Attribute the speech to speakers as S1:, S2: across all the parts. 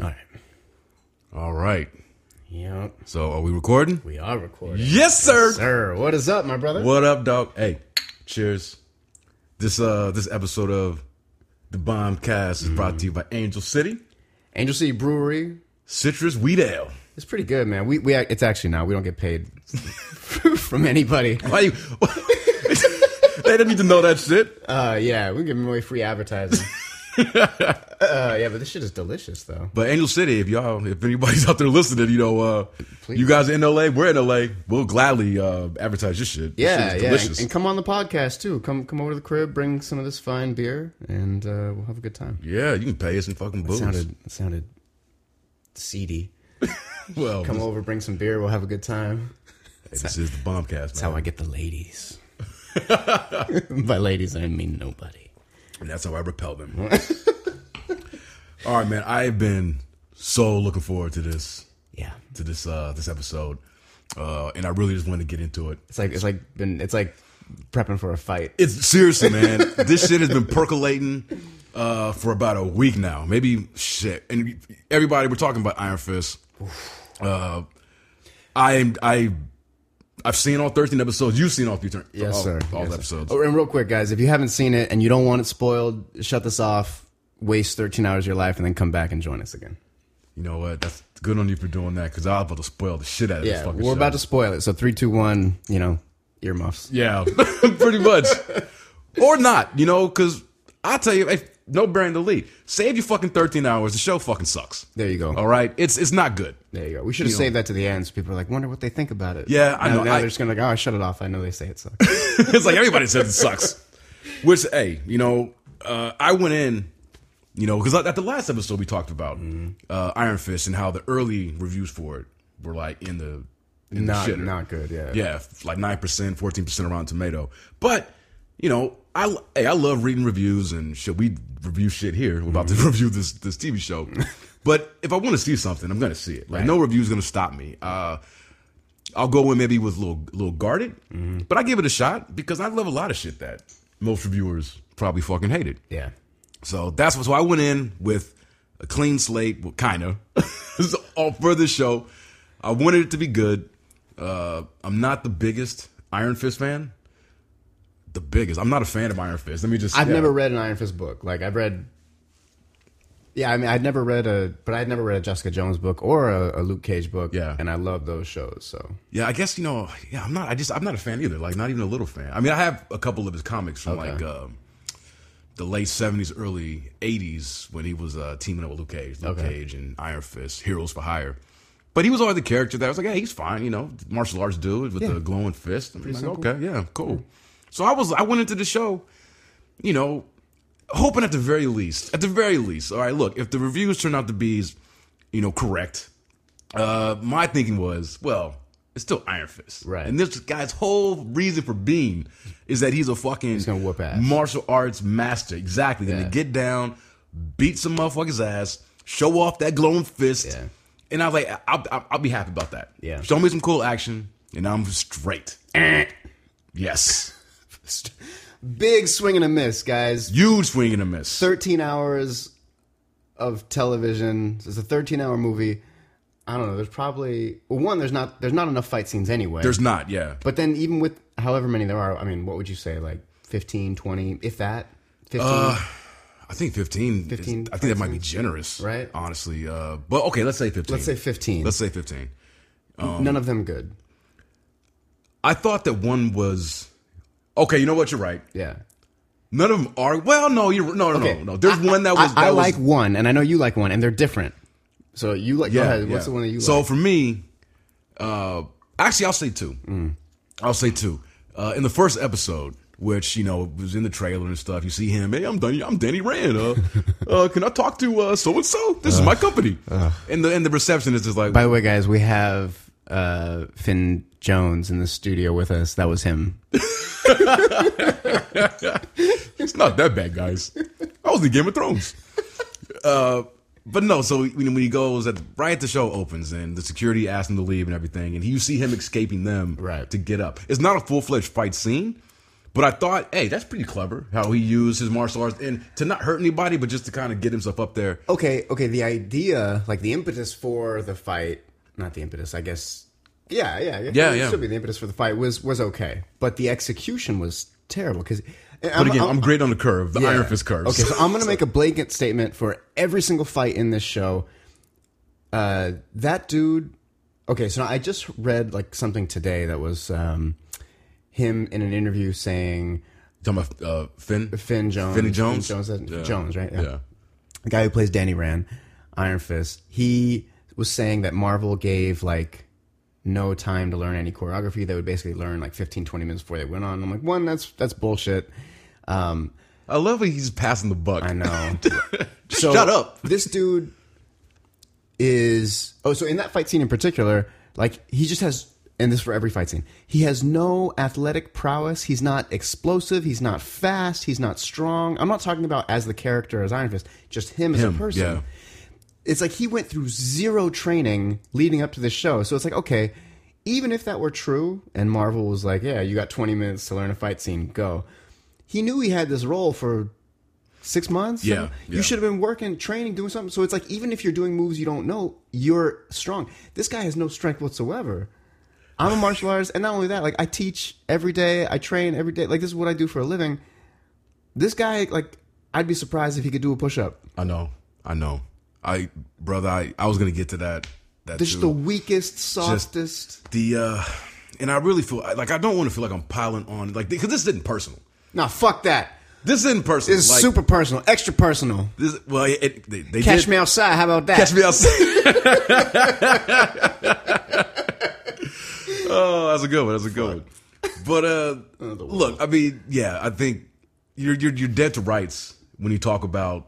S1: All right.
S2: All right.
S1: Yep.
S2: So are we recording?
S1: We are recording.
S2: Yes, sir.
S1: Sir, what is up, my brother?
S2: What up, dog? Hey, cheers. This uh this episode of the Bomb Cast is brought to you by Angel City
S1: Angel City Brewery.
S2: Citrus Wheat Ale.
S1: It's pretty good, man. We we it's actually not. We don't get paid from anybody.
S2: Why you? they didn't need to know that shit.
S1: Uh, yeah, we're giving away free advertising. uh, yeah, but this shit is delicious, though.
S2: But Angel City, if y'all, if anybody's out there listening, you know, uh, you guys in LA, we're in LA. We'll gladly uh, advertise your shit. This
S1: Yeah,
S2: shit is
S1: yeah,
S2: delicious.
S1: and, and come on the podcast too. Come come over to the crib, bring some of this fine beer, and uh, we'll have a good time.
S2: yeah, you can pay us in fucking booze.
S1: Sounded sounded seedy.
S2: well,
S1: Come over, bring some beer. We'll have a good time.
S2: this, this is the Bombcast, man.
S1: That's how I get the ladies. By ladies, I mean nobody.
S2: And that's how I repel them. All right, man. I've been so looking forward to this
S1: Yeah,
S2: to this uh this episode. Uh and I really just want to get into it.
S1: it's like it's like been it's like prepping for a fight.
S2: It's seriously, man. this shit has been percolating uh for about a week now. Maybe shit. And everybody we're talking about Iron Fist. Uh I am I I've seen all 13 episodes. You've seen all 13
S1: Yes,
S2: all,
S1: sir.
S2: all
S1: Yes,
S2: the
S1: sir.
S2: episodes.
S1: Oh, and real quick, guys, if you haven't seen it and you don't want it spoiled, shut this off. Waste 13 hours of your life and then come back and join us again.
S2: You know what? That's good on you for doing that cuz I was about to spoil the shit out of this
S1: Yeah,
S2: fucking
S1: we're
S2: show.
S1: about to spoil it. So three, two, one. You know, earmuffs.
S2: Yeah, pretty much. or not, you know, because I tell you, if, no bearing the lead. Save your fucking 13 hours. The show fucking sucks.
S1: There you go.
S2: All right? It's it's not good.
S1: There you go. We should have saved that to the end, so people are like, wonder what they think about it.
S2: Yeah, I
S1: now,
S2: know.
S1: Now
S2: I-
S1: they're just gonna like, oh, shut it off. I know they say it sucks.
S2: it's like everybody says it sucks. Which, hey, you know, uh, I went in, you know, because at the last episode we talked about
S1: Mm-hmm.
S2: uh, Iron Fist and how the early reviews for it were like in the. In
S1: not
S2: the shitter.
S1: not good. Yeah.
S2: Yeah, f- like nine percent, fourteen percent around tomato. But you know, I l- hey, I love reading reviews and shit. We review shit here. We're about to review this this TV show. but if I want to see something, I'm gonna see it. Like no review's gonna stop me. Uh, I'll go in maybe with a little little guarded, but I give it a shot because I love a lot of shit that most reviewers probably fucking hated.
S1: Yeah.
S2: So that's what. So I went in with a clean slate, well, kind of, all for the show. I wanted it to be good. Uh, I'm not the biggest Iron Fist fan. The biggest. I'm not a fan of Iron Fist. Let me just.
S1: I've
S2: yeah.
S1: never read an Iron Fist book. Like I've read. Yeah, I mean, I'd never read a, but I'd never read a Jessica Jones book or a, a Luke Cage book.
S2: Yeah.
S1: and I love those shows. So
S2: Yeah, I guess you know. Yeah, I'm not. I just. I'm not a fan either. Like, not even a little fan. I mean, I have a couple of his comics from like um, the late '70s, early '80s when he was uh, teaming up with Luke Cage, Luke
S1: Okay.
S2: Cage and Iron Fist, Heroes for Hire. But he was always the character that I was like, hey, he's fine, you know, martial arts dude with the glowing fist. I'm like, okay, yeah, cool. So I was. I went into the show, you know, hoping at the very least, at the very least. All right, look, if the reviews turn out to be, you know, correct, uh, my thinking was, well, it's still Iron Fist,
S1: Right.
S2: And this guy's whole reason for being is that he's a fucking
S1: gonna whoop ass.
S2: martial arts master. Exactly,
S1: Yeah.
S2: gonna get down, beat some motherfuckers' ass, show off that glowing fist,
S1: Yeah.
S2: and I was like, I'll, I'll, I'll be happy about that.
S1: Yeah.
S2: show me some cool action, and I'm straight. Eh. yes,
S1: big swing and a miss, guys.
S2: huge swing and a miss.
S1: 13 hours of television. It's a 13 hour movie. I don't know. There's probably well, one. There's not. There's not enough fight scenes anyway.
S2: There's not, yeah.
S1: but then even with however many there are, I mean, what would you say? Like 15, 20, if that. 15.
S2: Uh, I think 15. is-
S1: 15,
S2: I think that might be generous.
S1: Right.
S2: Honestly. Uh, but okay, let's say 15.
S1: let's say 15.
S2: Let's say 15.
S1: None of them good.
S2: I thought that one was. Okay, you know what? You're right.
S1: Yeah.
S2: None of them are. Well, no, you're. No, no,
S1: Okay.
S2: Oh, no, no. There's one that was.
S1: I, I
S2: that was-
S1: like one, and I know you like one, and they're different. So you like. go
S2: Yeah,
S1: ahead. What's
S2: yeah.
S1: the one that you
S2: So
S1: like?
S2: for me, uh, actually, I'll say two.
S1: Mm.
S2: I'll say two. Uh, in the first episode, which you know was in the trailer and stuff, you see him. Hey, I'm Danny. I'm Danny Rand. Uh, uh, can I talk to so and so? This is
S1: Uh,
S2: my company. and the and the receptionist is like,
S1: By the way, guys, we have uh, Finn Jones in the studio with us. That was him.
S2: It's not that bad, guys. I was in Game of Thrones. Uh, but no, so when, when he goes, at, right at the show opens, and the security asks him to leave and everything, and you see him escaping them
S1: Right.
S2: to get up. It's not a full fledged fight scene, But I thought, hey, that's pretty clever how he used his martial arts and to not hurt anybody, but just to kind of get himself up there.
S1: Okay, okay. The idea, like the impetus for the fight, not the impetus, I guess. Yeah, yeah, yeah.
S2: Yeah,
S1: It
S2: yeah.
S1: Should be the impetus for the fight was was okay, but the execution was terrible because.
S2: But again, I'm, great on the curve, the iron fist curve.
S1: Okay, so I'm going to make a blanket statement for every single fight in this show. Uh, that dude. Okay, so I just read like something today that was um, him in an interview saying
S2: talking about uh, Finn.
S1: Finn Jones,
S2: Finny Jones?
S1: Jones,
S2: Yeah.
S1: Jones, right?
S2: Yeah.
S1: the guy who plays Danny Rand, Iron Fist, he was saying that Marvel gave like no time to learn any choreography. They would basically learn like 15, 20 minutes before they went on. I'm like, one, that's that's bullshit. Um,
S2: I love when he's passing the buck.
S1: I know.
S2: Just shut up.
S1: This dude is oh, so in that fight scene in particular, like he just has and this for every fight scene. He has no athletic prowess. He's not explosive. He's not fast. He's not strong. I'm not talking about as the character as Iron Fist, just him, as a
S2: Him,
S1: person.
S2: yeah.
S1: It's like he went through zero training leading up to this show. So it's like, okay, even if that were true and Marvel was like, yeah, you got 20 minutes to learn a fight scene, go. He knew he had this role for six months.
S2: Yeah,
S1: seven-
S2: yeah.
S1: you should have been working, training, doing something. So it's like even if you're doing moves you don't know, you're strong. This guy has no strength whatsoever. I'm a martial artist, and not only that, like I teach every day, I train every day. Like this is what I do for a living. This guy, like, I'd be surprised if he could do a push up.
S2: I know. I know. I brother, I, I was gonna get to that. That
S1: Just the
S2: too.
S1: weakest, softest.
S2: the uh, and I really feel like I don't want to feel like I'm piling on like because this isn't personal.
S1: nah, fuck that.
S2: This isn't personal.
S1: This is
S2: like,
S1: super personal, extra personal.
S2: This, well, it, it- they, they
S1: Catch
S2: did,
S1: me outside. How about that?
S2: Catch me outside. oh, that's a good one. That's a good one. But uh, look, I mean, yeah, I think you're you're you're dead to rights when you talk about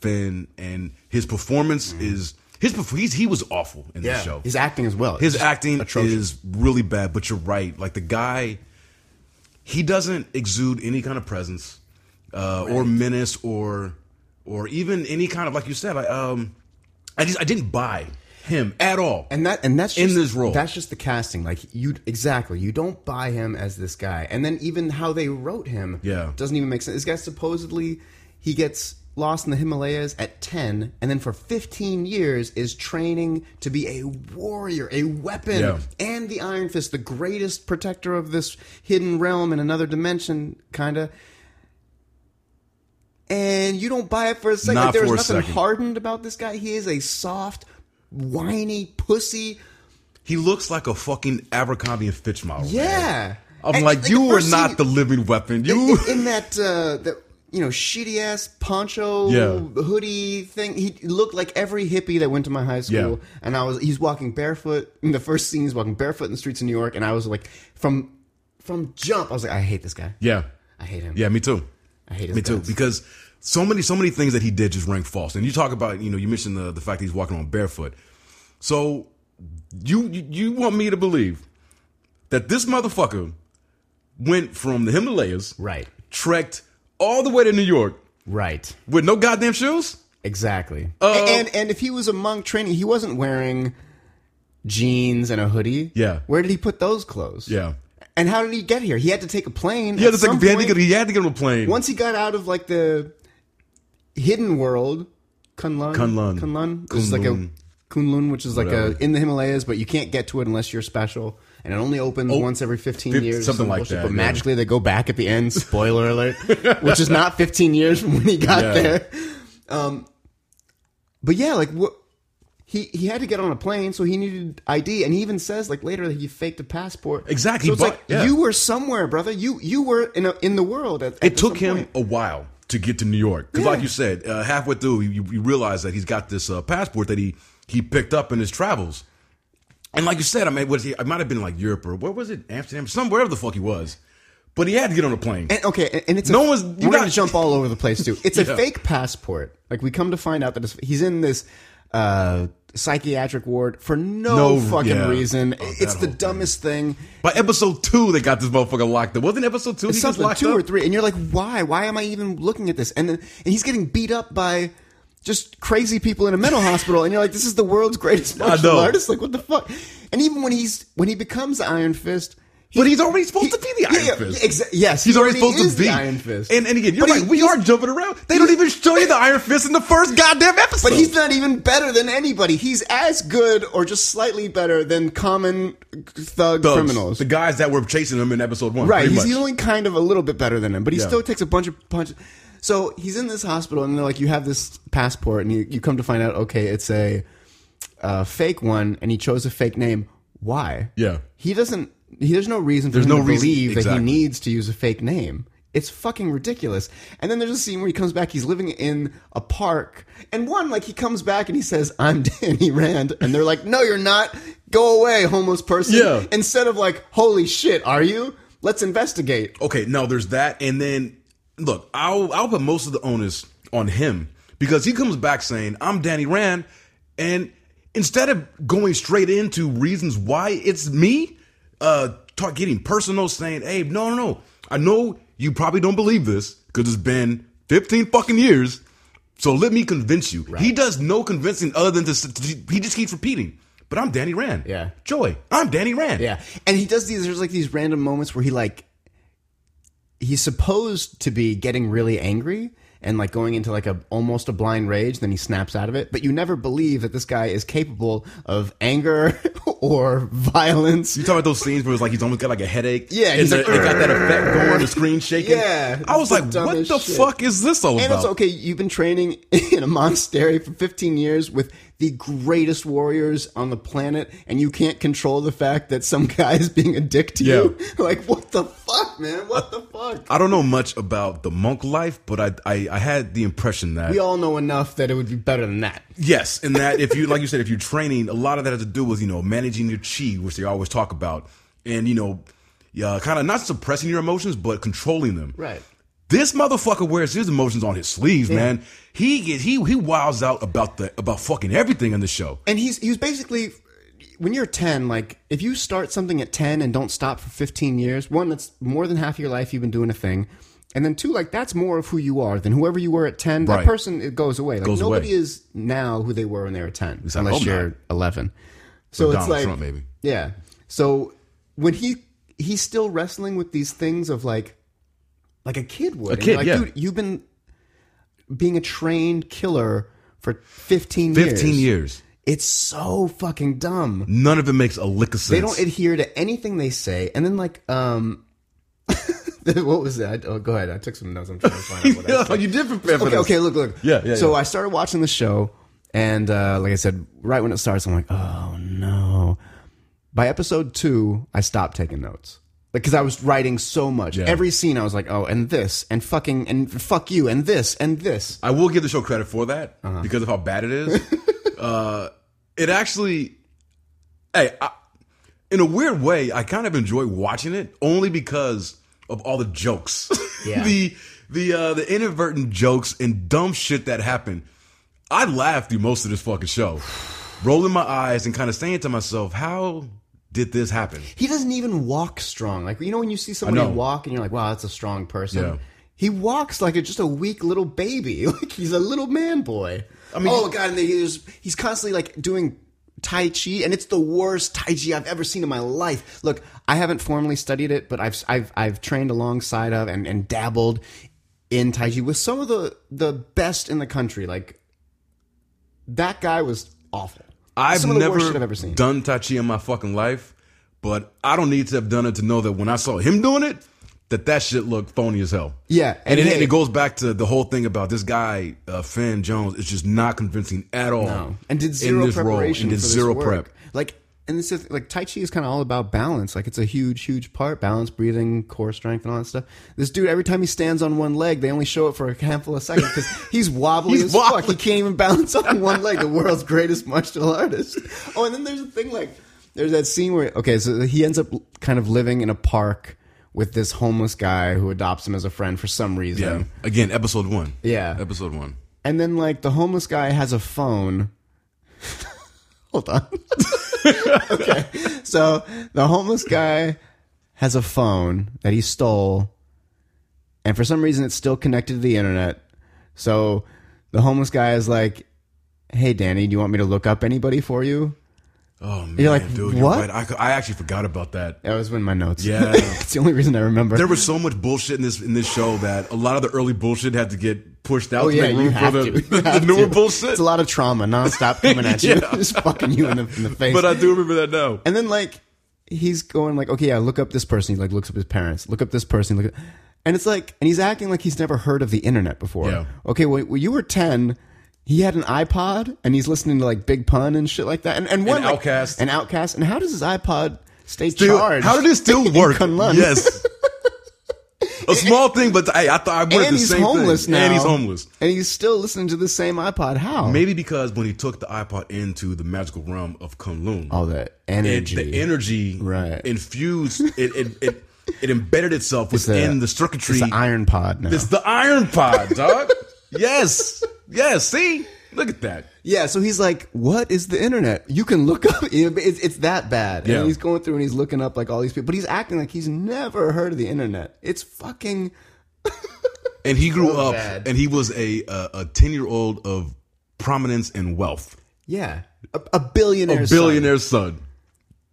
S2: Finn and his performance
S1: Mm-hmm.
S2: is his perf- he's, he was awful in this show.
S1: His acting as well.
S2: His
S1: It's
S2: acting
S1: atrocious.
S2: is really bad, but you're right. Like the guy, he doesn't exude any kind of presence, uh, or menace, or or even any kind of like you said. I um, I just I didn't buy him at all.
S1: and that and that's
S2: In
S1: just,
S2: this role.
S1: That's just the casting. Like you exactly, you don't buy him as this guy, and then even how they wrote him,
S2: Yeah.
S1: doesn't even make sense. This guy supposedly he gets lost in the Himalayas at ten, and then for fifteen years is training to be a warrior, a weapon,
S2: Yeah.
S1: and the Iron Fist, the greatest protector of this hidden realm in another dimension, kinda. And you don't buy it for a second.
S2: Not
S1: Like, there's
S2: for a
S1: nothing
S2: second.
S1: hardened about this guy. He is a soft, whiny pussy.
S2: he looks like a fucking Abercrombie and Fitch model. man.
S1: Yeah.
S2: I'm
S1: And,
S2: like,
S1: the
S2: you are
S1: first
S2: not
S1: scene-
S2: the living weapon.
S1: in-
S2: You
S1: in, in that uh that you know shitty ass poncho
S2: Yeah.
S1: hoodie thing. He looked like every hippie that went to my high school,
S2: Yeah.
S1: and I was he's walking barefoot in the first scene. He's walking barefoot in the streets of New York, and I was like, from from jump, I was like, I hate this guy.
S2: yeah,
S1: I hate him.
S2: yeah, me too.
S1: I hate his
S2: Me too,
S1: guts.
S2: because so many so many things that he did just rang false. And you talk about you know you mentioned the the fact that he's walking on barefoot. So you you, you want me to believe that this motherfucker went from the Himalayas,
S1: Right.
S2: trekked all the way to New York
S1: Right.
S2: with no goddamn shoes?
S1: Exactly.
S2: Uh,
S1: and, and and if he was a monk training, he wasn't wearing jeans and a hoodie.
S2: Yeah.
S1: Where did he put those clothes?
S2: Yeah,
S1: And how did he get here? He had to take a plane.
S2: he had to take he had to get he had to get on a plane.
S1: once he got out of like the hidden world, Kunlun,
S2: Kunlun.
S1: Kunlun, which is like a
S2: Kunlun.
S1: Kunlun, which is like
S2: Whatever.
S1: a in the Himalayas, but you can't get to it unless you're special, and it only opens once every fifteen
S2: Oh, fif-
S1: years,
S2: something
S1: some
S2: like
S1: bullshit,
S2: that,
S1: But
S2: yeah.
S1: magically they go back at the end. Spoiler alert, which is not fifteen years from when he got
S2: Yeah.
S1: there. Um, but yeah, like what. He, he had to get on a plane, so he needed ID, and he even says like later that he faked a passport.
S2: Exactly,
S1: so it's
S2: but-
S1: like
S2: yeah.
S1: you were somewhere, brother. You you were in a, in the world. At, at
S2: it took
S1: some
S2: him
S1: point.
S2: a while to get to New York because,
S1: Yeah.
S2: like you said, uh, halfway through you, you realize that he's got this uh, passport that he he picked up in his travels. And like you said, I mean, was he? It might have been like Europe or where was it? Amsterdam, somewhere wherever the fuck he was. But he had to get on a plane.
S1: And, okay, and, and it's
S2: No
S1: a,
S2: one's- you
S1: we're gonna
S2: got-
S1: jump all over the place too. It's
S2: Yeah.
S1: a fake passport. Like we come to find out that it's, he's in this uh, psychiatric ward for no,
S2: No,
S1: fucking
S2: yeah.
S1: reason.
S2: Oh, that
S1: it's the
S2: whole thing.
S1: dumbest thing.
S2: By episode two, they got this motherfucker locked up. Wasn't episode two? He just
S1: Something
S2: locked
S1: two
S2: up.
S1: or three, and you're like, why? Why am I even looking at this? And then and he's getting beat up by. Just crazy people in a mental hospital, and you're like, "This is the world's greatest martial
S2: know.
S1: artist." Like, what the fuck? And even when he's when he becomes Iron Fist,
S2: but he's already supposed to be the Iron
S1: yeah,
S2: Fist.
S1: exa- yes,
S2: he's
S1: he
S2: already,
S1: already
S2: supposed
S1: is
S2: to be
S1: the Iron Fist.
S2: And, and again, you're
S1: But
S2: right.
S1: he-
S2: we
S1: he's-
S2: are jumping around. They don't even show you the Iron Fist in the first goddamn episode.
S1: But he's not even better than anybody. He's as good or just slightly better than common thug
S2: Thugs,
S1: criminals.
S2: the guys that were chasing him in episode one.
S1: Right.
S2: pretty
S1: He's,
S2: much.
S1: he's only kind of a little bit better than him, but he
S2: Yeah.
S1: still takes a bunch of punches. So he's in this hospital, and they're like, you have this passport, and you, you come to find out, okay, it's a uh, fake one, and he chose a fake name. Why?
S2: Yeah.
S1: He doesn't. He, there's no reason for
S2: There's
S1: him
S2: no
S1: to
S2: reason-
S1: believe that
S2: exactly.
S1: he needs to use a fake name. It's fucking ridiculous. And then there's a scene where he comes back. He's living in a park, and one like he comes back and he says, "I'm Danny Rand," and they're like, "No, you're not. Go away, homeless person."
S2: Yeah.
S1: Instead of like, "Holy shit, are you?" Let's investigate.
S2: Okay, no, there's that, and then look, I'll I'll put most of the onus on him because he comes back saying, "I'm Danny Rand," and instead of going straight into reasons why it's me, uh, talk getting personal, saying, "Hey, no, no, no, I know you probably don't believe this because it's been 15 fucking years, so let me convince you." He does no convincing other than to, s- to- he just keeps repeating, "But I'm Danny Rand."
S1: Yeah.
S2: Joy, I'm Danny Rand.
S1: Yeah, and he does these. There's like these random moments where he like he's supposed to be getting really angry and like going into like a almost a blind rage. Then he snaps out of it, but you never believe that this guy is capable of anger or violence.
S2: You talking about those scenes where it's like he's almost got like a headache?
S1: Yeah,
S2: and
S1: he's
S2: the,
S1: like,
S2: they got that effect going, the screen shaking.
S1: Yeah,
S2: I was
S1: the
S2: like, what
S1: dumbest
S2: the
S1: shit.
S2: fuck is this all
S1: And
S2: about?
S1: it's okay. You've been training in a monastery for 15 years with the greatest warriors on the planet, and you can't control the fact that some guy is being a dick to you. Like, what the fuck, man? What the fuck?
S2: I don't know much about the monk life, but I I, I had the impression that
S1: We all know enough that it would be better than that.
S2: yes, and that if you like you said, if you're training, a lot of that has to do with you know managing your chi, which they always talk about, and you know, yeah, kind of not suppressing your emotions but controlling them.
S1: Right.
S2: This motherfucker wears his emotions on his sleeves, man. He get he he wiles out about the about fucking everything in the show.
S1: And he's he was basically when you're 10, like if you start something at 10 and don't stop for 15 years, one that's more than half of your life you've been doing a thing. And then two, like that's more of who you are than whoever you were at 10.
S2: Right.
S1: That person it goes away. Like
S2: Goes away. Oh,
S1: nobody is now who they were when they were 10
S2: I
S1: unless
S2: hope not.
S1: you're 11. So it's
S2: Donald
S1: like
S2: Trump, maybe.
S1: Yeah. So when he he's still wrestling with these things of like like a kid would. A
S2: kid,
S1: like,
S2: yeah.
S1: dude, you've been being a trained killer for 15 years.
S2: Fifteen years.
S1: It's so fucking dumb.
S2: None of it makes a lick of sense.
S1: They don't adhere to anything they say. And then like um what was that? Oh, go ahead. I took some notes. I'm trying to find out what I
S2: you did prepare for
S1: Okay, okay, look, look.
S2: Yeah, yeah,
S1: So
S2: yeah.
S1: I started watching the show and uh like I said, right when it starts, I'm like, "Oh no." By episode 2, I stopped taking notes. Because I was writing so much. Every scene I was like, "Oh, and this and fucking and fuck you and this and this."
S2: I will give the show credit for that
S1: Uh-huh.
S2: because of how bad it is. uh, it actually, hey, I, in a weird way, I kind of enjoy watching it only because of all the jokes,
S1: Yeah.
S2: the the uh, the inadvertent jokes and dumb shit that happened. I laughed through most of this fucking show, rolling my eyes and kind of saying to myself, "How did this happen?"
S1: He doesn't even walk strong. Like you know when you see somebody
S2: know.
S1: walk and you're like, wow, that's a strong person.
S2: Yeah.
S1: He walks like a, just a weak little baby. Like he's a little man boy. I mean, oh god, and then he's he's constantly like doing tai chi, and it's the worst tai chi I've ever seen in my life. Look, I haven't formally studied it, but I've I've I've trained alongside of and and dabbled in tai chi with some of the the best in the country. Like that guy was awful.
S2: I've
S1: some of the
S2: never,
S1: worst shit I've ever seen.
S2: done Tai Chi in my fucking life, but I don't need to have done it to know that when I saw him doing it, that that shit looked phony as hell.
S1: Yeah,
S2: And,
S1: and
S2: it,
S1: hey-
S2: and it goes back to the whole thing about this guy, uh, Finn Jones, is just not convincing at all.
S1: and did zero
S2: in this role,
S1: preparation
S2: and did
S1: for
S2: zero
S1: this work.
S2: prep.
S1: Like, and this is like Tai Chi is kind of all about balance. Like, it's a huge, huge part: balance, breathing, core strength, and all that stuff. This dude, every time he stands on one leg, they only show it for a handful of seconds because he's wobbly
S2: He's
S1: as
S2: wobbly.
S1: fuck. He can't even balance on one leg. The world's greatest martial artist. Oh, and then there's a thing like there's that scene where okay, so he ends up kind of living in a park with this homeless guy who adopts him as a friend for some reason.
S2: Yeah. Again, episode one.
S1: Yeah.
S2: Episode one.
S1: And then like the homeless guy has a phone. Hold on. okay. So the homeless guy has a phone that he stole and for some reason it's still connected to the internet. So the homeless guy is like, "Hey Danny, do you want me to look up anybody for you?"
S2: Oh man,
S1: You're like,
S2: dude,
S1: "What?"
S2: You're right. I, c- I actually forgot about that.
S1: That was in my notes.
S2: Yeah.
S1: it's the only reason I remember.
S2: There was so much bullshit in this in this show that a lot of the early bullshit had to get pushed out
S1: oh
S2: to
S1: yeah,
S2: make
S1: you
S2: room for
S1: have
S2: the,
S1: to.
S2: the,
S1: You have
S2: newer
S1: to.
S2: bullshit.
S1: It's a lot of trauma nonstop coming at you,
S2: Yeah.
S1: just fucking you in the, in the face.
S2: But I do remember that now.
S1: And then like he's going like, okay, yeah, look up this person. He like looks up his parents. Look up this person. Look, at, and it's like, and he's acting like he's never heard of the internet before.
S2: Yeah.
S1: Okay, well, when you were ten, he had an iPod and he's listening to like Big Pun and shit like that. And and one like,
S2: Outkast.
S1: and Outcast. And how does his iPod stay
S2: Dude,
S1: charged?
S2: How did it still
S1: in
S2: work?
S1: Kunlun?
S2: Yes. A small thing, but hey, I thought I wanted
S1: And
S2: the
S1: he's
S2: same
S1: homeless
S2: thing.
S1: now.
S2: And he's homeless.
S1: And he's still listening to the same iPod. How?
S2: Maybe because when he took the iPod into the magical realm of Kunlun,
S1: all that
S2: it,
S1: Oh, energy.
S2: the energy
S1: Right.
S2: infused it it, it it embedded itself within
S1: a-
S2: the circuitry.
S1: it's the iron pod now.
S2: It's the iron pod, dog. yes. Yes. See? Look at that.
S1: Yeah, so he's like, "What is the internet? You can look up. It's, it's that bad."
S2: Yeah.
S1: And he's going through and he's looking up like all these people, but he's acting like he's never heard of the internet. It's fucking
S2: And he grew up
S1: bad.
S2: and he was a a 10 year old of prominence and wealth.
S1: yeah, a, a billionaire, son.
S2: Billionaire son.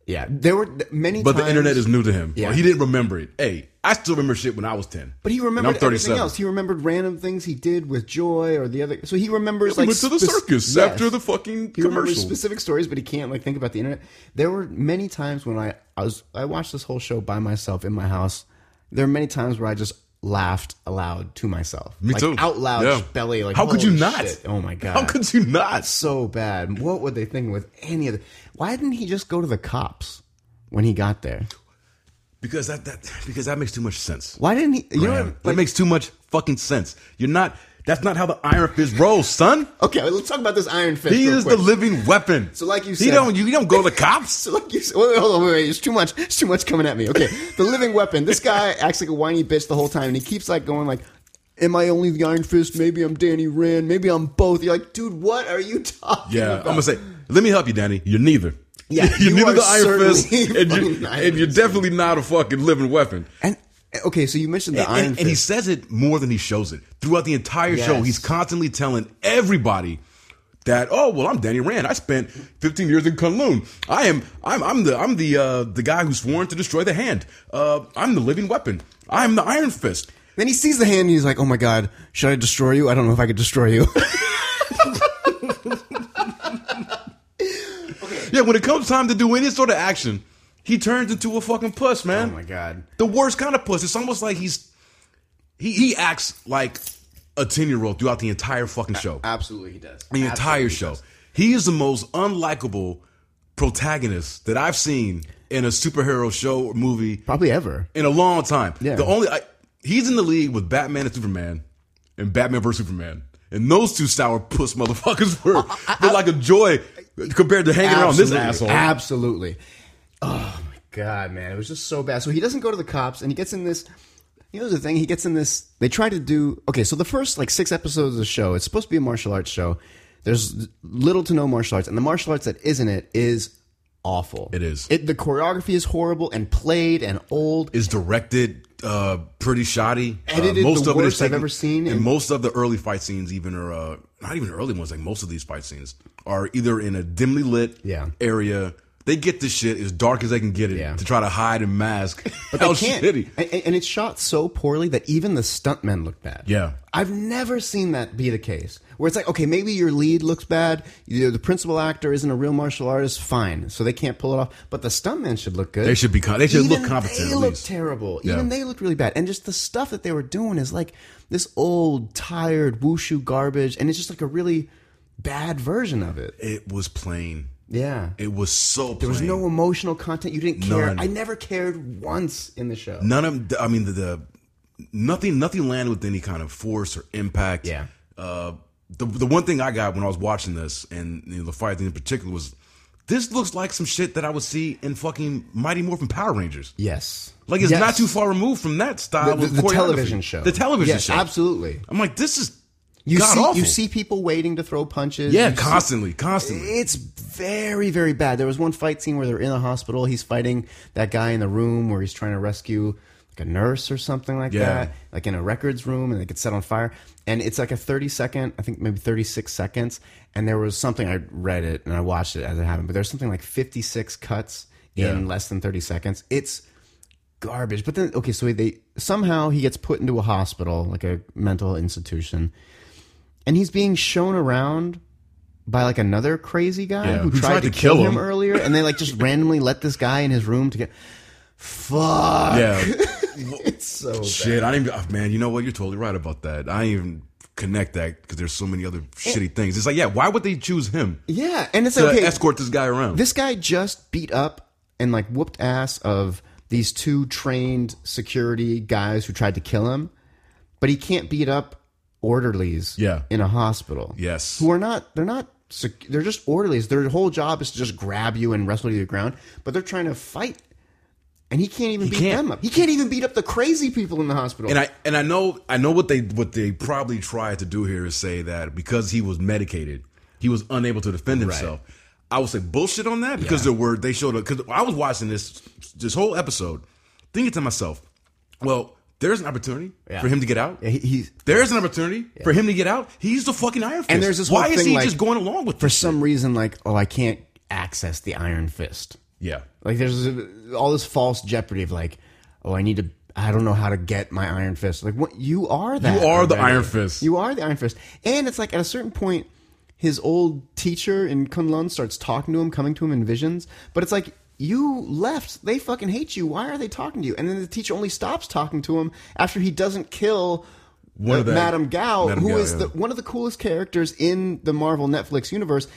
S1: Yeah, there were th- many,
S2: But the
S1: times-
S2: internet is new to him.
S1: Yeah.
S2: Well, he didn't remember it. Hey, I still remember shit when I was 10.
S1: But he
S2: And I'm
S1: remembered everything
S2: 37.
S1: else. He remembered random things he did with Joy or the other. So he remembers like
S2: went to the
S1: spec-
S2: circus
S1: Yes.
S2: after the fucking
S1: he remembers
S2: commercial.
S1: specific stories, but he can't like think about the internet. There were many times when I I was I watched this whole show by myself in my house. There were many times where I just laughed aloud to myself,
S2: Me
S1: like,
S2: too.
S1: out loud,
S2: Yeah.
S1: belly like.
S2: How could
S1: "Holy
S2: you not?
S1: shit. Oh my god!
S2: How could you not?
S1: so bad? What would they think with any of the? Why didn't he just go to the cops when he got there?
S2: Because that, that because that makes too much sense.
S1: Why didn't he? You know
S2: Damn,
S1: what?
S2: that makes too much fucking sense. You're not. That's not how the Iron Fist rolls, son.
S1: Okay, let's talk about this Iron Fist.
S2: He
S1: real
S2: is
S1: quick.
S2: the living weapon.
S1: So like you
S2: he
S1: said-
S2: don't. You don't go to the cops.
S1: So like you said, wait, wait, hold on, wait, wait, it's too much. It's too much coming at me. Okay, the living weapon. This guy acts like a whiny bitch the whole time, and he keeps like going like, "Am I only the Iron Fist? Maybe I'm Danny Rand. Maybe I'm both." You're like, dude, what are you talking?
S2: Yeah, I'm
S1: about?
S2: gonna say. Let me help you, Danny. You're neither.
S1: Yeah,
S2: you're
S1: you
S2: neither
S1: are
S2: the Iron Fist,
S1: certainly
S2: and
S1: fucking
S2: you're,
S1: Iron
S2: and you're
S1: Fist.
S2: definitely not a fucking living weapon.
S1: And okay, so you mentioned the
S2: And,
S1: Iron
S2: and-
S1: Fist.
S2: and he says it more than he shows it throughout the entire show.
S1: Yes.
S2: He's constantly telling everybody that, oh well, I'm Danny Rand. I spent 15 years in Kunlun. I am, I'm, I'm the, I'm the, uh, the guy who's sworn to destroy the hand. Uh, I'm the living weapon. I'm the Iron Fist.
S1: then he sees the hand, and he's like, "Oh my god, should I destroy you? I don't know if I could destroy you."
S2: Yeah, when it comes time to do any sort of action, he turns into a fucking puss, man.
S1: Oh my God.
S2: The worst kind of puss. It's almost like he's he he acts like a 10-year-old throughout the entire fucking show.
S1: Absolutely, he does.
S2: the entire show. He is the most unlikable protagonist that I've seen in a superhero show or movie
S1: Probably ever.
S2: in a long time.
S1: Yeah.
S2: The only I, he's in the league with Batman and Superman, and Batman versus Superman, and those two sour puss motherfuckers were they're like a joy compared to hanging around this
S1: Absolutely.
S2: asshole.
S1: Absolutely. Oh my god, man, it was just so bad. So he doesn't go to the cops, and he gets in this. You know the thing, he gets in this. They try to do okay. So the first like six episodes of the show, it's supposed to be a martial arts show. There's little to no martial arts, and the martial arts that isn't it is awful.
S2: It is.
S1: It, the choreography is horrible and played and old.
S2: is directed uh, pretty shoddy. Uh,
S1: Edited the
S2: it is
S1: worst I've ever seen,
S2: And,
S1: and-
S2: most of the early fight scenes, even are uh, not even early ones. Like most of these fight scenes are either in a dimly lit
S1: Yeah.
S2: area. They get this shit as dark as they can get it
S1: Yeah.
S2: to try to hide and mask. But
S1: They can't. And, and- and it's shot so poorly that even the stuntmen look bad.
S2: Yeah.
S1: I've never seen that be the case. Where it's like, okay, maybe your lead looks bad, you the principal actor isn't a real martial artist, fine, so they can't pull it off. But the stuntmen should look good.
S2: They should be co- they should
S1: Even
S2: look competent, at
S1: They looked
S2: least.
S1: terrible.
S2: Yeah.
S1: Even they looked really bad. And just the stuff that they were doing is like this old, tired, wushu garbage, and it's just like a really bad version of it.
S2: It was plain.
S1: Yeah.
S2: It was so plain.
S1: there was no emotional content. You didn't care.
S2: None.
S1: I never cared once in the show.
S2: none of I mean the, the nothing nothing landed with any kind of force or impact.
S1: Yeah.
S2: Uh, the the one thing I got when I was watching this and you know, the fight thing in particular was this looks like some shit that I would see in fucking Mighty Morphin Power Rangers.
S1: Yes.
S2: Like it's
S1: Yes.
S2: not too far removed from that style
S1: the,
S2: of
S1: the
S2: choreography.
S1: television show.
S2: The television
S1: Yes,
S2: show.
S1: Absolutely.
S2: I'm like this is
S1: You
S2: god
S1: see,
S2: awful.
S1: you see people waiting to throw punches.
S2: yeah
S1: You see-
S2: constantly constantly.
S1: it's very very bad. There was one fight scene where they're in the hospital. He's fighting that guy in the room where he's trying to rescue like a nurse or something like
S2: Yeah.
S1: that, like in a records room, and it gets set on fire. And it's like a 30 second, I think maybe 36 seconds. And there was something, I read it and I watched it as it happened, but there's something like 56 cuts in
S2: Yeah.
S1: less than 30 seconds. It's garbage. But then, okay, so they somehow he gets put into a hospital, like a mental institution, and he's being shown around by like another crazy guy
S2: Yeah,
S1: who, tried, to, kill, him. earlier, and they like just randomly let this guy in his room to get. Fuck.
S2: Yeah.
S1: It's so bad.
S2: Shit, I didn't. oh, Man, you know what? You're totally right about that. I didn't even connect that because there's so many
S1: Eh.
S2: other shitty things. It's like, yeah, why would they choose him
S1: Yeah, and it's
S2: to
S1: like, okay.
S2: escort this guy around?
S1: This guy just beat up and like whooped ass of these two trained security guys who tried to kill him, but he can't beat up orderlies.
S2: Yeah.
S1: in a hospital.
S2: yes.
S1: who are not they're not sec- they're just orderlies their whole job is to just grab you and wrestle you to the ground but they're trying to fight and he can't even beat
S2: can't.
S1: them up he can't even beat up the crazy people in the hospital
S2: and I and I know I know what they what they probably tried to do here is say that because he was medicated, he was unable to defend himself. I would say bullshit on that because there were they showed up because I was watching this this whole episode, thinking to myself, well, there's an opportunity
S1: Yeah.
S2: for him to get out.
S1: Yeah, he, he's
S2: There is an opportunity for him to get out. He's the fucking Iron Fist.
S1: And there's this whole
S2: why is
S1: thing,
S2: he
S1: like,
S2: just going along with
S1: for
S2: this?
S1: some reason like oh i can't access the iron fist
S2: Yeah,
S1: like there's a, all this false jeopardy of like oh i need to i don't know how to get my iron fist like what you are that
S2: you are the
S1: already.
S2: Iron Fist.
S1: You are the Iron Fist. And it's like at a certain point, his old teacher in Kunlun starts talking to him, coming to him in visions. But it's like, you left. They fucking hate you. Why are they talking to you? And then the teacher only stops talking to him after he doesn't kill
S2: One
S1: uh,
S2: of the-
S1: Madame Gao, who is
S2: Madame Gao, yeah.
S1: the, one of the coolest characters in the Marvel Netflix universe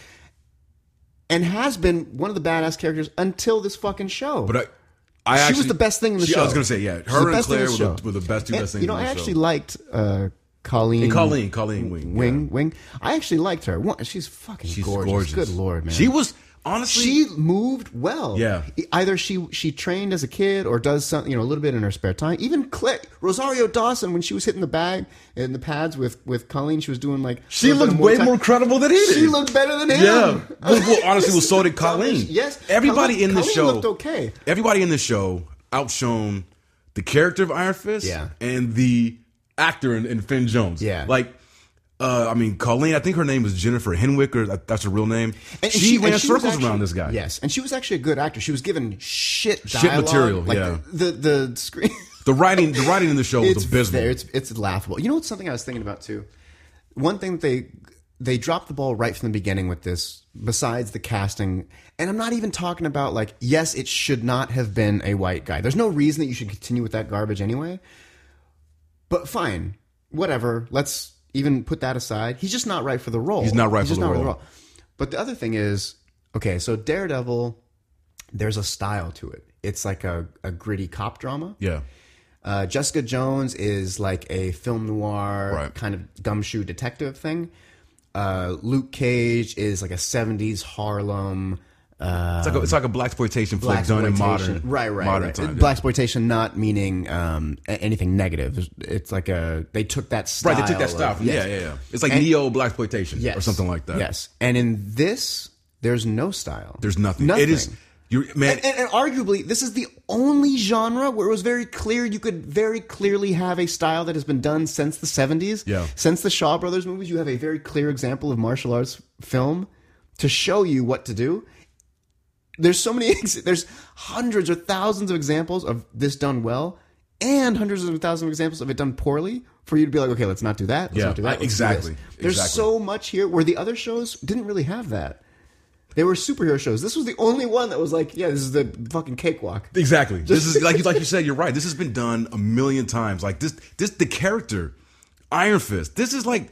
S1: and has been one of the badass characters until this fucking show.
S2: but I, I
S1: She was
S2: actually,
S1: the best thing in the
S2: she-
S1: show.
S2: I was gonna say yeah,
S1: She's the
S2: her and
S1: best thing
S2: Claire
S1: in the
S2: were
S1: show.
S2: the, were the best two
S1: And,
S2: best things.
S1: you know,
S2: in
S1: I
S2: the
S1: actually
S2: show.
S1: liked uh, Colleen.
S2: Colleen, Colleen Wing, yeah.
S1: Wing, Wing. I actually liked her. One- She's fucking
S2: She's
S1: gorgeous. Good lord, man.
S2: She was honestly.
S1: she moved well. E,
S2: Yeah.
S1: Either she she trained as a kid or does something, you know, a little bit in her spare time. Even Claire, Rosario Dawson, when she was hitting the bag and the pads with with Colleen, she was doing like
S2: she
S1: a little
S2: looked
S1: bit of
S2: way
S1: Muay Thai.
S2: more credible than he did.
S1: She looked better than him.
S2: Yeah. Well, well, honestly, well, so did Colleen.
S1: Yes.
S2: Everybody
S1: Colleen-
S2: in the
S1: Colleen
S2: show
S1: looked okay.
S2: Everybody in the show outshone the character of Iron Fist
S1: Yeah.
S2: and the actor in, in Finn Jones.
S1: Yeah.
S2: Like, uh, I mean, Colleen. I think her name was Jennifer Henwick, or that, that's her real name.
S1: And
S2: she,
S1: and
S2: ran
S1: was
S2: circles
S1: actually-
S2: around this guy.
S1: Yes, and she was actually a good actor. She was given shit dialogue,
S2: material,
S1: Like
S2: yeah.
S1: the the, the screen.
S2: The writing, the writing in the show was
S1: it's
S2: abysmal.
S1: there. It's it's laughable. You know what's something I was thinking about too. One thing that they they dropped the ball right from the beginning with this. Besides the casting, and I'm not even talking about like yes, it should not have been a white guy. There's no reason that you should continue with that garbage anyway. But fine, whatever. Let's even put that aside. He's just not right for the role. He's
S2: not right for
S1: just
S2: the
S1: not
S2: role.
S1: But the other thing is, okay, so Daredevil, there's a style to it. It's like a, a gritty cop drama.
S2: yeah.
S1: Uh, Jessica Jones is like a film noir
S2: Right.
S1: kind of gumshoe detective thing. Uh, Luke Cage is like a 70s Harlem. Uh,
S2: It's like a, it's like a black exploitation flick done in modern,
S1: right, right,
S2: modern
S1: right.
S2: time. yeah.
S1: Black exploitation, not meaning um, a- anything negative. It's like a they took that style.
S2: Right, they took that
S1: of-
S2: style from
S1: yes.
S2: yeah, yeah, yeah. It's like neo black exploitation
S1: Yes.
S2: or something like that.
S1: Yes, and in this, there's no style.
S2: There's nothing.
S1: Nothing.
S2: It is you man.
S1: and, and arguably, this is the only genre where it was very clear you could very clearly have a style that has been done since the 70s.
S2: Yeah.
S1: Since the Shaw Brothers movies, you have a very clear example of martial arts film to show you what to do. There's so many, ex- there's hundreds or thousands of examples of this done well and hundreds of thousands of examples of it done poorly for you to be like, okay, let's not do that. Let's
S2: Yeah,
S1: not do
S2: I-
S1: that. let's do
S2: exactly,
S1: this. There's
S2: exactly.
S1: so much here where the other shows didn't really have that. They were superhero shows. This was the only one that was like, yeah, this is the fucking cakewalk.
S2: exactly. This is like you like you said. You're right. This has been done a million times. Like this, this the character, Iron Fist. This is like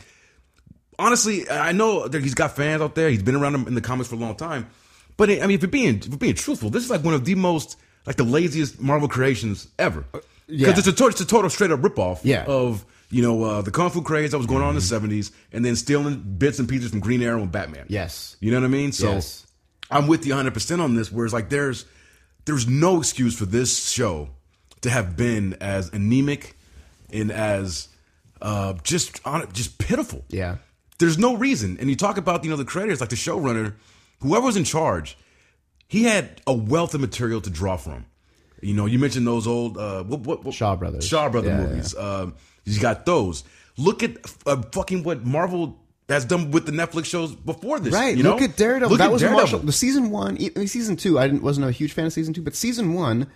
S2: honestly. I know that he's got fans out there. He's been around in the comics for a long time. But I mean, if we're being if we're being truthful, this is like one of the most like the laziest Marvel creations ever. Because
S1: Uh, yeah.
S2: it's a total, it's a total straight up ripoff
S1: Yeah. Mm-hmm.
S2: of you know uh, the kung fu craze that was going on in the '70s, and then stealing bits and pieces from Green Arrow and Batman.
S1: Yes.
S2: You know what I mean? So
S1: Yes.
S2: I'm with you 100% on this, whereas like there's there's no excuse for this show to have been as anemic and as uh, just on just pitiful.
S1: Yeah.
S2: There's no reason. And you talk about, you know, the creators, like the showrunner, whoever was in charge, he had a wealth of material to draw from. You know, you mentioned those old uh, what, what, what-
S1: Shaw Brothers.
S2: Shaw Brother
S1: Yeah,
S2: movies. Um, you got those. Look at uh, fucking what Marvel has done with the Netflix shows before this.
S1: Right.
S2: You know?
S1: Look at Daredevil.
S2: Look
S1: that
S2: at
S1: was
S2: Daredevil.
S1: Marshall. The season one, e- I mean, season two. I didn't, wasn't a huge fan of season two, but season one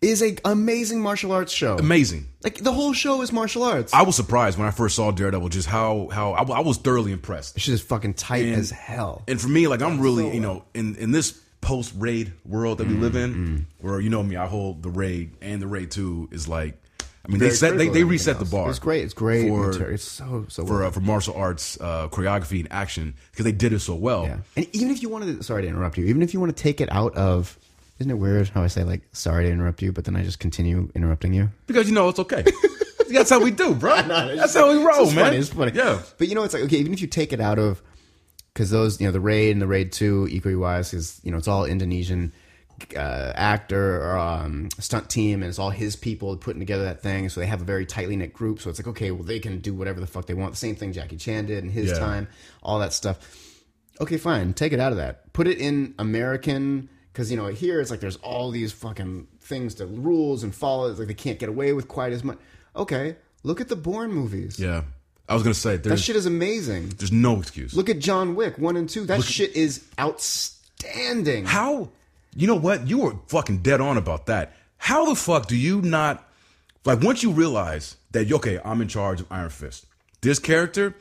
S1: is a amazing martial arts show.
S2: Amazing.
S1: Like the whole show is martial arts.
S2: I was surprised when I first saw Daredevil, just how how I, I was thoroughly impressed.
S1: She's just fucking tight as hell.
S2: And for me, like I'm really, you know, in in this post raid world that we live in,
S1: Mm-hmm.
S2: where you know me, I hold the raid and the raid two is like, I mean, they
S1: Very
S2: set they,
S1: critical
S2: they
S1: and
S2: reset the
S1: everything
S2: bar.
S1: else. It's great. It's great
S2: for
S1: material. It's so so.
S2: for
S1: well.
S2: uh, for martial arts uh, choreography and action because they did it so well.
S1: yeah. And even if you wanted, to, sorry to interrupt you. Even if you want to take it out of, isn't it weird how I say like sorry to interrupt you, but then I just continue interrupting you?
S2: Because you know it's okay. That's how we do, bro. That's how we roll,
S1: it's
S2: man.
S1: Funny, it's funny.
S2: Yeah.
S1: But you know, it's like okay, even if you take it out of because those, you know, the raid and the raid two, equally wise, is you know, it's all Indonesian uh, actor or um, stunt team, and it's all his people putting together that thing. So they have a very tightly knit group. So it's like okay, well, they can do whatever the fuck they want. The same thing Jackie Chan did in his
S2: Yeah.
S1: time, all that stuff. Okay, fine, take it out of that. Put it in American. Because you know here it's like there's all these fucking things to rules and follow. It's like they can't get away with quite as much. Okay, look at the Bourne movies.
S2: Yeah. I was gonna say
S1: That
S2: there's
S1: shit is amazing.
S2: there's no excuse.
S1: Look at John Wick one and two. That shit is outstanding.
S2: How? You know what? You were fucking dead on about that. How the fuck do you not like once you realize that okay, I'm in charge of Iron Fist. This character,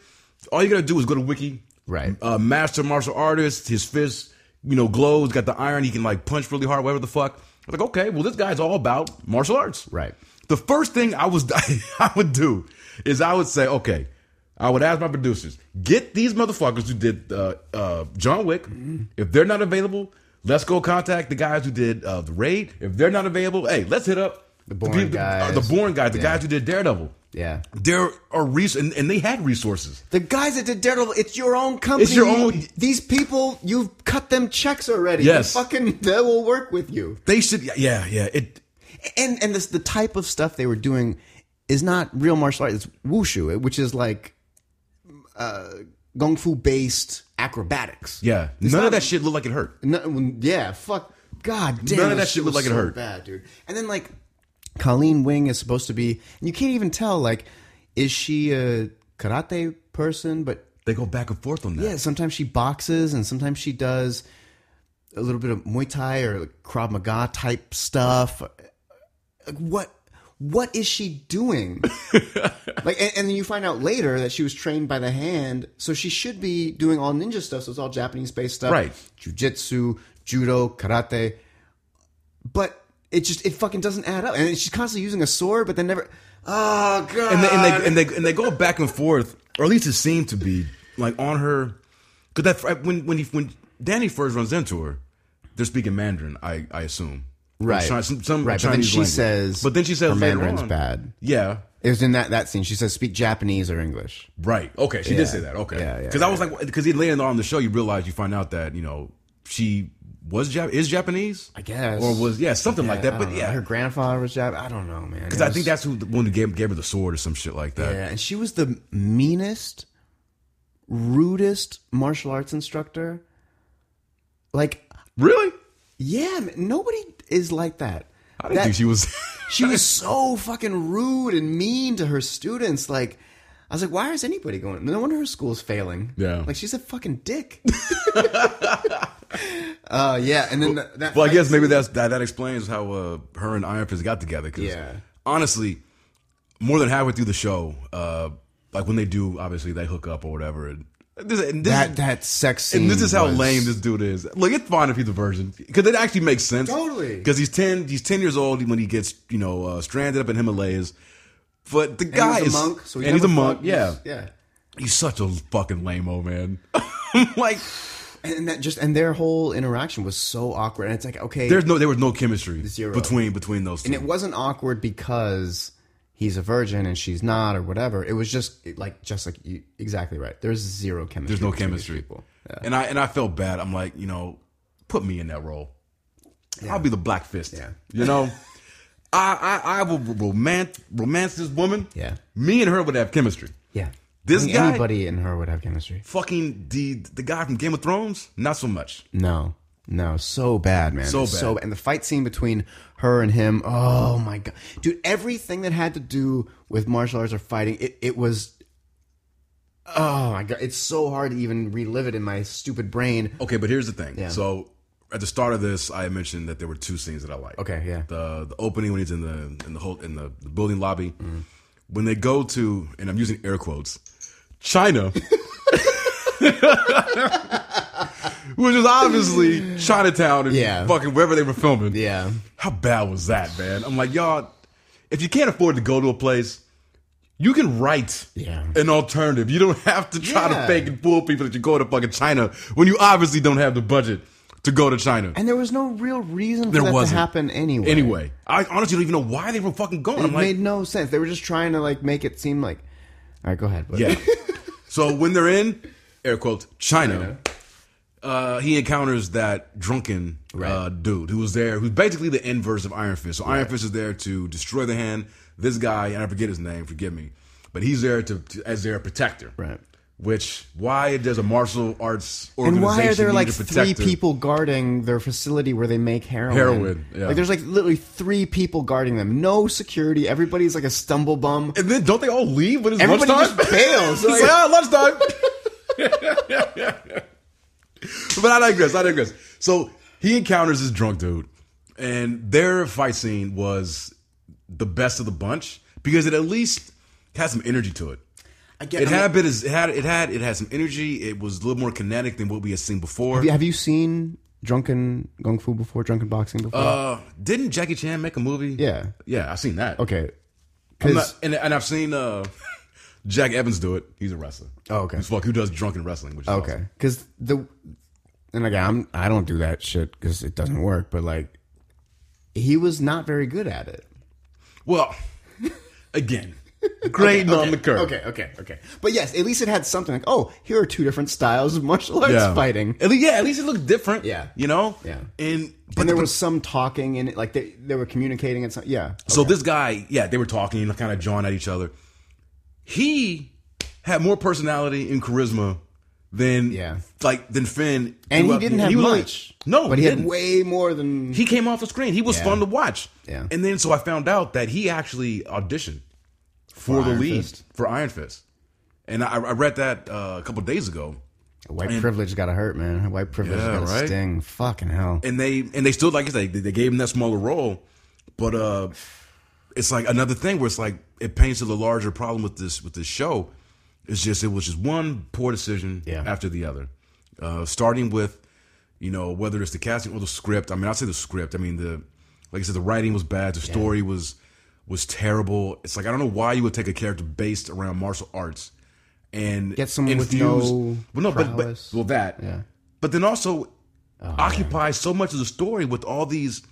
S2: all you gotta do is go to Wiki.
S1: Right.
S2: Uh, master martial artist. His fist, you know, glows. Got the iron. He can like punch really hard. Whatever the fuck. I'm like, okay, well, this guy's all about martial arts.
S1: Right.
S2: The first thing I was I would do is I would say, okay, I would ask my producers, get these motherfuckers who did uh, uh, John Wick. If they're not available, let's go contact the guys who did uh, the Raid. If they're not available, hey, let's hit up the
S1: Bourne
S2: people-
S1: guys.
S2: the Bourne guys, the guys who did Daredevil.
S1: Yeah.
S2: There are res- and, and they had resources.
S1: The guys that did Daredevil, it's your own company.
S2: It's your own-
S1: These people, you've cut them checks already.
S2: Yes.
S1: They fucking, they will work with you.
S2: They should, yeah, yeah. It
S1: And and this the type of stuff they were doing is not real martial arts. It's wushu, which is like uh, kung fu based acrobatics.
S2: Yeah.
S1: It's
S2: None
S1: not-
S2: of that shit looked like it hurt.
S1: No, well, yeah, fuck. God damn.
S2: None of that
S1: this
S2: shit looked
S1: was
S2: like it
S1: so
S2: hurt.
S1: Bad, dude. And then like, Colleen Wing is supposed to be, and you can't even tell. Like, is she a karate person? But
S2: They go back and forth on that.
S1: yeah, sometimes she boxes, and sometimes she does a little bit of Muay Thai or like Krav Maga type stuff. Like, what? What is she doing? like, and, and then you find out later that she was trained by the hand, so she should be doing all ninja stuff. So it's all Japanese based stuff,
S2: Right.
S1: Jujitsu, judo, karate, but it just it fucking doesn't add up. And she's constantly using a sword, but then never. Oh god!
S2: and they, and they and they and they go back and forth, or at least it seemed to be like on her. Because that uh, when when he when Danny first runs into her, they're speaking Mandarin. I I assume
S1: Right.
S2: Chi- some, some
S1: Right, but then
S2: Chinese
S1: she
S2: language.
S1: says
S2: but then she says
S1: her
S2: later
S1: Mandarin's
S2: on-
S1: bad.
S2: Yeah,
S1: It was in that, that scene. She says, "Speak Japanese or English."
S2: right. Okay, she
S1: Yeah.
S2: did say that. Okay,
S1: Yeah, yeah,
S2: Because I was like, because later on in the show, you realize you find out that you know she was Jap- is Japanese.
S1: I guess.
S2: or was yeah something like that.
S1: I
S2: But
S1: don't know.
S2: yeah,
S1: her grandfather was Japanese. I don't know, man.
S2: because I think that's who the one who gave, gave her the sword or some shit like that.
S1: yeah, and she was the meanest, rudest martial arts instructor. Like,
S2: Really?
S1: yeah, man, nobody is like that.
S2: I didn't
S1: That-
S2: think she was.
S1: she was so fucking rude and mean to her students. Like, I was like, why is anybody going? No wonder her school's failing.
S2: Yeah.
S1: like she's a fucking dick. uh, yeah, and then that, that
S2: Well, I
S1: fight
S2: guess maybe that's that, that explains how uh, her and Iron Fist got together. Because
S1: Yeah.
S2: honestly, more than halfway through the show, uh, like when they do, obviously they hook up or whatever. And this, and this,
S1: that that sex scene.
S2: and this is how
S1: was-
S2: lame this dude is. Look, it's fine if he's a virgin because it actually makes sense.
S1: Totally.
S2: because he's ten. He's ten years old when he gets you know uh, stranded up in Himalayas. But the
S1: And he was
S2: guy is
S1: a monk, so he
S2: and he's a
S1: never
S2: monk.
S1: fucked.
S2: Yeah,
S1: yeah.
S2: he's such a fucking lame old man. like
S1: And that just and their whole interaction was so awkward. And it's like, okay,
S2: there's no there was no chemistry
S1: Zero.
S2: between between those two.
S1: and it wasn't awkward because he's a virgin and she's not or whatever. It was just it, like just like you, exactly right. There's zero chemistry.
S2: There's no
S1: between these
S2: chemistry.
S1: people.
S2: And I and I felt bad. I'm like, you know, put me in that role. I'll be the black fist.
S1: Yeah.
S2: You know, I, I I will romance romance this woman.
S1: Yeah.
S2: Me and her would have chemistry.
S1: Yeah.
S2: This
S1: I think
S2: guy-
S1: anybody in her would have chemistry.
S2: Fucking the the guy from Game of Thrones, not so much.
S1: No. No, so bad, man.
S2: So bad.
S1: and the fight scene between her and him. Oh my god, dude! Everything that had to do with martial arts or fighting, it, it was. Oh my god, it's so hard to even relive it in my stupid brain.
S2: Okay, but here's the thing. So at the start of this, I had mentioned that there were two scenes that I liked.
S1: Okay, yeah.
S2: The the opening when he's in the in the whole in the, the building lobby. When they go to and I'm using air quotes, China. Which is obviously Chinatown and
S1: Yeah.
S2: fucking wherever they were filming.
S1: Yeah,
S2: How bad was that, man? I'm like, y'all, if you can't afford to go to a place, you can write
S1: Yeah.
S2: an alternative. You don't have to try
S1: Yeah.
S2: to fake and fool people that you go to fucking China when you obviously don't have the budget to go to China.
S1: and there was no real reason for
S2: There
S1: that to
S2: wasn't.
S1: happen anyway.
S2: Anyway, I honestly don't even know why they were fucking going. I'm
S1: it
S2: like,
S1: made no sense. They were just trying to like make it seem like. All right, go ahead. But
S2: yeah. so when they're in air quotes China, Uh, he encounters that drunken uh, dude who was there, who's basically the inverse of Iron Fist. So Iron Fist is there to destroy the hand. This guy, and I forget his name, forgive me, but he's there to, to as their protector.
S1: Right.
S2: Which why there's a martial arts
S1: And
S2: organization
S1: why are there
S2: need
S1: like
S2: a
S1: three
S2: protector?
S1: people guarding their facility where they make heroin?
S2: Heroin, yeah.
S1: Like there's like literally three people guarding them. No security. Everybody's like a stumble bum.
S2: And then don't they all leave when it's
S1: Everybody
S2: lunchtime?
S1: just bails.
S2: it's like, ah, lunchtime. but I digress. I digress. So he encounters this drunk dude, and their fight scene was the best of the bunch because it at least had some energy to it.
S1: I get
S2: It had bit it had it had it had some energy. It was a little more kinetic than what we had seen before.
S1: Have you seen drunken kung fu before? Drunken boxing before?
S2: Uh, didn't Jackie Chan make a movie?
S1: yeah.
S2: yeah, I've seen that.
S1: Okay.
S2: I'm
S1: 'Cause-
S2: not- and, and I've seen uh, Jack Evans do it. He's a wrestler.
S1: Oh, okay.
S2: He's fuck who does drunken wrestling. Which is awesome.
S1: okay. Because the and again, I'm I don't do that shit because it doesn't work. But like, he was not very good at it.
S2: Well, again, grading on the curve.
S1: Okay, okay, okay. But yes, at least it had something like, oh, here are two different styles of martial arts
S2: Yeah.
S1: fighting.
S2: At least, yeah, at least it looked different.
S1: Yeah.
S2: You know?
S1: Yeah.
S2: And but
S1: and there was some talking in it, like they, they were communicating and something. Yeah.
S2: so this guy, yeah, they were talking and kind of jawing at each other. He had more personality and charisma than
S1: Yeah.
S2: like than Finn.
S1: And he
S2: throughout-
S1: didn't have
S2: was only-
S1: much.
S2: no,
S1: but he, had
S2: didn't.
S1: way more than.
S2: he came off the screen. He was
S1: Mm-hmm. Yeah.
S2: fun to watch.
S1: Yeah.
S2: And then so I found out that he actually auditioned for,
S1: For
S2: the
S1: Iron
S2: lead
S1: Fist?
S2: for Iron Fist. And I, I read that uh, a couple days ago.
S1: White privilege got to hurt, man. White privilege
S2: Yeah,
S1: got to
S2: right?
S1: sting. Fucking hell.
S2: And they and they still like it's like they gave him that smaller role, but uh, it's like another thing where it's like it paints to the larger problem with this with this show. It's just it was just one poor decision
S1: Yeah.
S2: after the other, uh, starting with you know whether it's the casting or the script. I mean, I say the script. I mean the like I said, the writing was bad. The story was was terrible. It's like I don't know why you would take a character based around martial arts and
S1: Get someone with no
S2: well, no, but, but
S1: prowess.
S2: well that
S1: Yeah. Oh,
S2: but then also occupies so much of the story with all these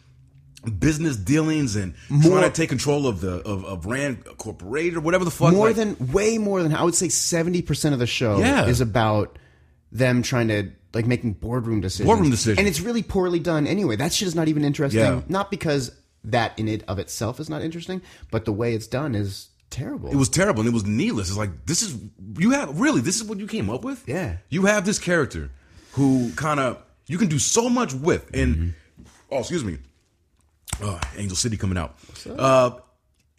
S2: business dealings and trying to take control of the of, of Rand Corporate or whatever the fuck.
S1: more
S2: like-
S1: than, way more than, I would say 70% of the show
S2: Yeah.
S1: is about them trying to, like, making boardroom decisions.
S2: Boardroom decisions.
S1: And it's really poorly done anyway. That shit is not even interesting.
S2: Yeah.
S1: Not because that in it of itself is not interesting, but the way it's done is terrible.
S2: it was terrible and it was needless. It's like this is you have really this is what you came up with.
S1: Yeah.
S2: you have this character who kind of you can do so much with and
S1: Mm-hmm.
S2: oh excuse me, oh, Angel City coming out. Uh,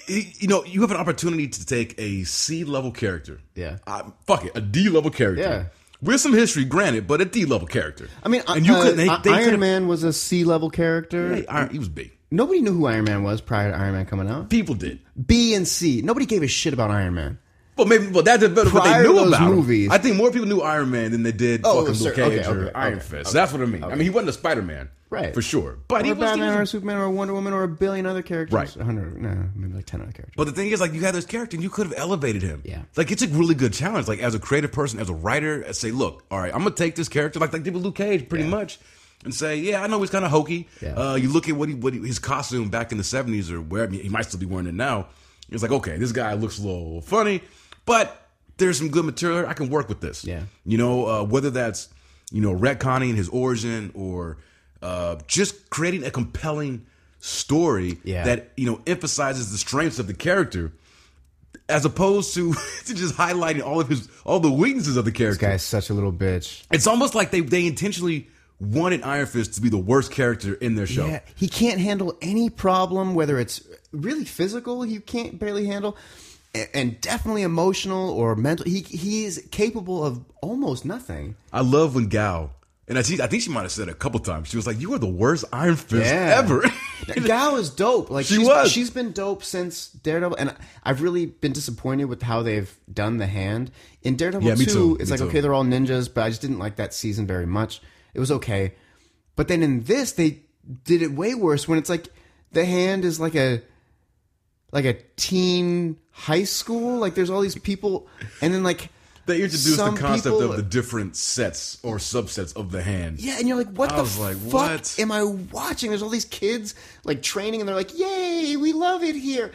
S2: y- you know you have an opportunity to take a C level character.
S1: Yeah.
S2: uh, fuck it, a D level character.
S1: Yeah.
S2: With some history, granted, but a D level character.
S1: I mean,
S2: and you
S1: uh,
S2: could they,
S1: uh,
S2: they
S1: Iron
S2: could've-
S1: Man was a C level character.
S2: Hey, Iron, he was big.
S1: Nobody knew who Iron Man was prior to Iron Man coming out.
S2: People did.
S1: B and C. Nobody gave a shit about Iron Man.
S2: Well, maybe, well, that's better. But they
S1: Prior to
S2: knew
S1: those
S2: about him.
S1: movies-
S2: I think more people knew Iron Man than they did
S1: Oh,
S2: fucking
S1: sir,
S2: Luke Cage
S1: okay,
S2: or
S1: okay,
S2: Iron
S1: okay,
S2: Fist. That's what I mean. I mean, he wasn't a Spider Man,
S1: Right.
S2: For sure. But he
S1: Or
S2: was. he
S1: Batman,
S2: was-
S1: or Superman, or Wonder Woman, or a billion other characters.
S2: Right.
S1: A hundred, no, maybe like ten other characters.
S2: but the thing is, like, you had this character, and you could have elevated him.
S1: Yeah.
S2: Like, it's a really good challenge. Like, as a creative person, as a writer, I say, look, all right, I'm gonna take this character, like, like did with Luke Cage, pretty much. And say, yeah, I know he's kind of hokey.
S1: Yeah.
S2: Uh, you look at what he, what he, his costume back in the '70s or where I mean, he might still be wearing it now. It's like, okay, this guy looks a little funny, but there's some good material. here. I can work with this.
S1: Yeah.
S2: You know, uh, whether that's you know retconning his origin or uh, just creating a compelling story
S1: Yeah.
S2: that you know emphasizes the strengths of the character, as opposed to, to just highlighting all of his all the weaknesses of the character.
S1: Guy's such a little bitch.
S2: It's almost like they they intentionally wanted Iron Fist to be the worst character in their show.
S1: Yeah, he can't handle any problem, whether it's really physical, he can't barely handle, a- and definitely emotional or mental. He he is capable of almost nothing.
S2: I love when Gal, and I think, I think she might have said it a couple times, she was like, You are the worst Iron Fist
S1: Yeah.
S2: ever.
S1: Gal is dope. Like
S2: She
S1: she's,
S2: was.
S1: She's been dope since Daredevil, and I've really been disappointed with how they've done the hand in Daredevil
S2: Yeah, me
S1: two.
S2: too,
S1: It's
S2: me
S1: like
S2: too.
S1: okay, they're all ninjas, but I just didn't like that season very much. It was okay, but then in this they did it way worse. When it's like the hand is like a like a teen high school. Like there's all these people, and then like
S2: they introduced
S1: Some
S2: the concept
S1: people-
S2: of the different sets or subsets of the hand.
S1: Yeah, and you're like, what
S2: I
S1: the
S2: was like,
S1: fuck
S2: what?
S1: am I watching? There's all these kids like training, and they're like, yay, we love it here.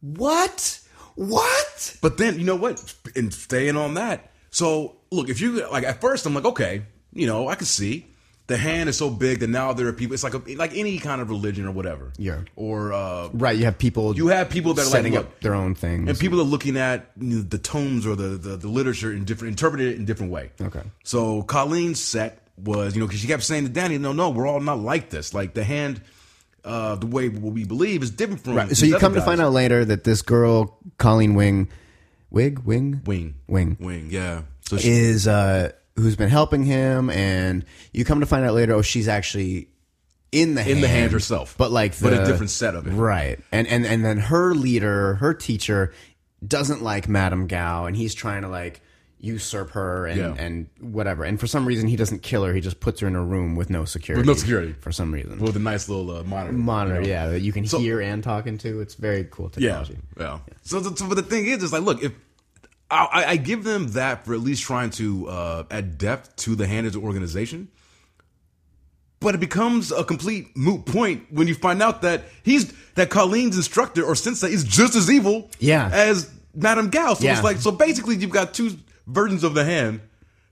S1: What? What?
S2: But then you know what? And staying on that. So look, if you like, at first I'm like, okay, you know, I can see the hand is so big that now there are people. It's like a, like any kind of religion or whatever.
S1: Yeah.
S2: Or uh,
S1: Right, you have people.
S2: you have people that are
S1: setting
S2: like,
S1: up their own things.
S2: and people are looking at you know, the tomes or the, the the literature in different interpreted it in different way.
S1: Okay.
S2: So Colleen's set was you know because she kept saying to Danny, no, no, we're all not like this. Like the hand. Uh, the way what we believe is different from
S1: Right, so you come to find out later that this girl, Colleen Wing, Wig, Wing,
S2: wing
S1: Wing,
S2: wing yeah so she,
S1: is uh, who's been helping him, and you come to find out later, oh, she's actually in the hand,
S2: in the hand herself
S1: but like the,
S2: but a different set of it
S1: Right. And and and then her leader, her teacher doesn't like Madame Gao and he's trying to like usurp her and
S2: Yeah.
S1: and whatever. And for some reason he doesn't kill her, he just puts her in a room with no security.
S2: With no security.
S1: For some reason.
S2: with a nice little uh, monitor.
S1: Monitor, yeah, that you can hear and talk into. It's very cool
S2: yeah,
S1: technology.
S2: yeah. So, so, so but the thing is, it's like, look, if I, I- I give them that for at least trying to uh, add depth to the hand as an organization, but it becomes a complete moot point when you find out that he's that Colleen's instructor or sensei is just as evil,
S1: Yeah.
S2: as Madame Gao. So
S1: Yeah.
S2: it's like, so basically, you've got two versions of the hand.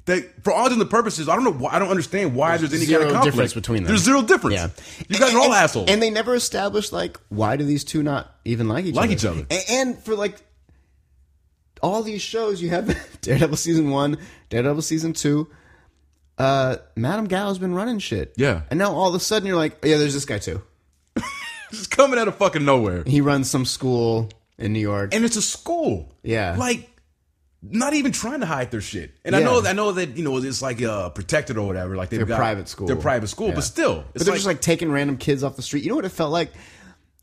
S2: That, for all intents and purposes, I don't know. Why, I don't understand why there's, any
S1: zero
S2: kind of conflict
S1: difference between them.
S2: There's zero difference.
S1: Yeah.
S2: You guys are all
S1: and,
S2: assholes.
S1: And they never established like why do these two not even like each
S2: Like each
S1: other?
S2: other.
S1: A- And, for like all these shows, you have Daredevil season one, Daredevil season two. Uh, Madame Gallo's been running shit.
S2: Yeah.
S1: and now all of a sudden you're like, oh, yeah, there's this guy too.
S2: It's coming out of fucking nowhere.
S1: He runs some school in New York.
S2: and it's a school.
S1: Yeah.
S2: like not even trying to hide their shit. And I
S1: Yeah.
S2: know, I know that you know it's like uh, protected or whatever. Like they've
S1: They're
S2: got
S1: private school.
S2: They're private school,
S1: Yeah.
S2: but still, it's
S1: but they're just like taking random kids off the street. You know what it felt like?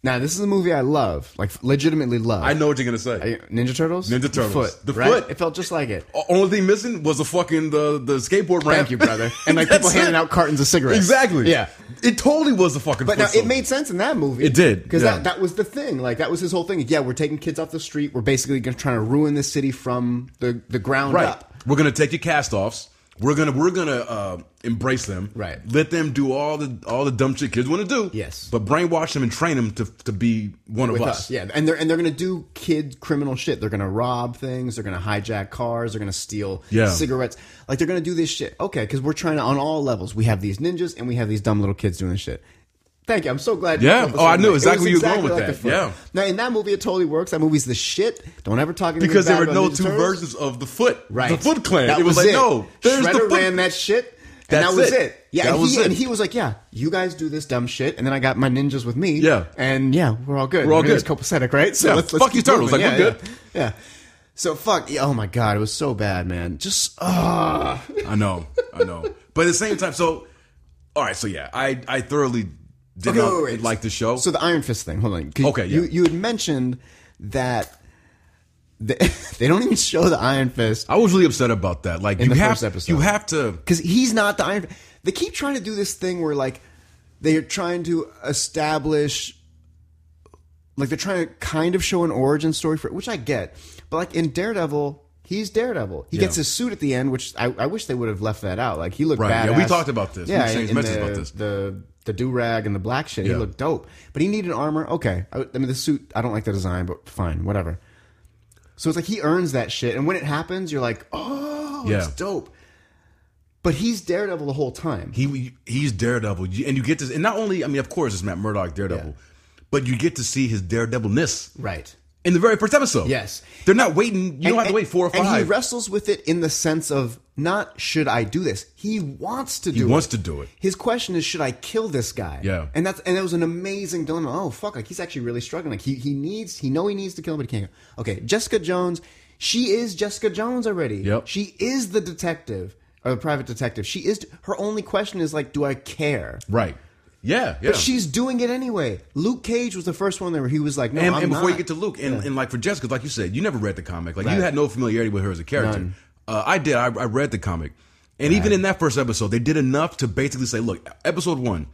S1: Now this is a movie I love, like legitimately love.
S2: I know what you're gonna say.
S1: Ninja Turtles.
S2: Ninja Turtles.
S1: The foot.
S2: The
S1: right?
S2: Foot.
S1: It felt just like it.
S2: O- Only thing missing was the fucking the the skateboard ramp.
S1: Thank you, brother. And like people
S2: That's
S1: handing
S2: it.
S1: out cartons of cigarettes.
S2: Exactly.
S1: Yeah.
S2: it totally was the fucking.
S1: But now
S2: foot
S1: it made sense in that movie.
S2: It did,
S1: because
S2: yeah.
S1: that, that was the thing. Like that was his whole thing. Yeah, we're taking kids off the street. We're basically gonna, trying to ruin this city from the the ground
S2: Right.
S1: up.
S2: We're gonna take your cast offs. We're gonna we're gonna uh, embrace them.
S1: Right.
S2: Let them do all the all the dumb shit kids want to do.
S1: Yes.
S2: But brainwash them and train them to to be one
S1: With
S2: of
S1: us. Yeah, and they're and they're gonna do kid criminal shit. They're gonna rob things. They're gonna hijack cars. They're gonna steal
S2: Yeah.
S1: cigarettes. Like they're gonna do this shit. Okay, because we're trying to on all levels. We have these ninjas and we have these dumb little kids doing this shit. Thank you. I'm so glad. you
S2: Yeah.
S1: felt the
S2: Oh, I
S1: same
S2: knew
S1: way. It
S2: exactly
S1: was
S2: where you were going with
S1: the
S2: that.
S1: foot.
S2: Yeah.
S1: Now in that movie, it totally works. That movie's the shit. Don't ever talk to me
S2: because
S1: bad
S2: there were
S1: about
S2: no
S1: Ninja
S2: two
S1: Turtles.
S2: versions of the Foot,
S1: Right.
S2: The Foot Clan.
S1: That
S2: it was, like no, there's
S1: Shredder
S2: the Foot.
S1: ran that shit. And
S2: That's
S1: that was
S2: it.
S1: it. Yeah,
S2: That
S1: and,
S2: was
S1: he,
S2: it.
S1: and he was like, "Yeah, you guys do this dumb shit, and then I got my ninjas with me.
S2: Yeah.
S1: and yeah, we're all good.
S2: We're all
S1: Really,
S2: good.
S1: It's copacetic, right? So
S2: Yeah,
S1: let's, let's
S2: fuck
S1: keep
S2: you turtles,
S1: moving.
S2: like,
S1: yeah,
S2: we're
S1: yeah. Yeah. So fuck. yeah, Oh my god, it was so bad, man. Just ah.
S2: I know, I know. But at the same time, so all right, so yeah, I I thoroughly did
S1: Okay,
S2: not
S1: wait, wait.
S2: like the show.
S1: So the Iron Fist thing. Hold on. 'Cause
S2: Okay,
S1: You
S2: yeah.
S1: you had mentioned that. They, they don't even show the Iron Fist
S2: I was really upset about that. Like you
S1: the
S2: have
S1: first episode.
S2: you have to
S1: because he's not the Iron. They keep trying to do this thing where like they're trying to establish, like they're trying to kind of show an origin story for it, which I get. But like in Daredevil, he's Daredevil. He gets his suit at the end, which I, I wish they would have left that out. Like he looked
S2: Right,
S1: badass.
S2: yeah, we talked about this. We
S1: Yeah,
S2: exchanged
S1: in
S2: messages
S1: the,
S2: about this.
S1: The the do rag and the black shit.
S2: Yeah.
S1: He looked dope, but he needed armor. Okay, I, I mean the suit. I don't like the design, but fine, whatever. So it's like he earns that shit, and when it happens, you're like, oh,
S2: Yeah.
S1: it's dope. But he's Daredevil the whole time.
S2: he he's Daredevil, You- and you get this, and not only I mean, of course, it's Matt Murdock Daredevil, but you get to see his Daredevilness.
S1: right.
S2: in the very first episode.
S1: Yes.
S2: They're not waiting. You don't
S1: And-
S2: have to wait four or
S1: and- And he
S2: five.
S1: wrestles with it in the sense of not should I do this. He wants to do
S2: he
S1: it.
S2: wants to do it.
S1: His question is, should I kill this guy?
S2: Yeah.
S1: And that's and it was an amazing dilemma. Oh fuck, like he's actually really struggling. Like he he needs he know he needs to kill him, but he can't. Okay, Jessica Jones, she is Jessica Jones already.
S2: Yep.
S1: She is the detective or the private detective. She is her only question is like, do I care?
S2: Right. Yeah. Yeah.
S1: But she's doing it anyway. Luke Cage was the first one there where he was like, no,
S2: and,
S1: I'm
S2: and before
S1: not.
S2: you get to Luke, and, and like for Jessica, like you said, you never read the comic. Like
S1: Right.
S2: you had no familiarity with her as a character. Uh, I did. I, I read the comic, and even in that first episode, they did enough to basically say, "Look, episode one,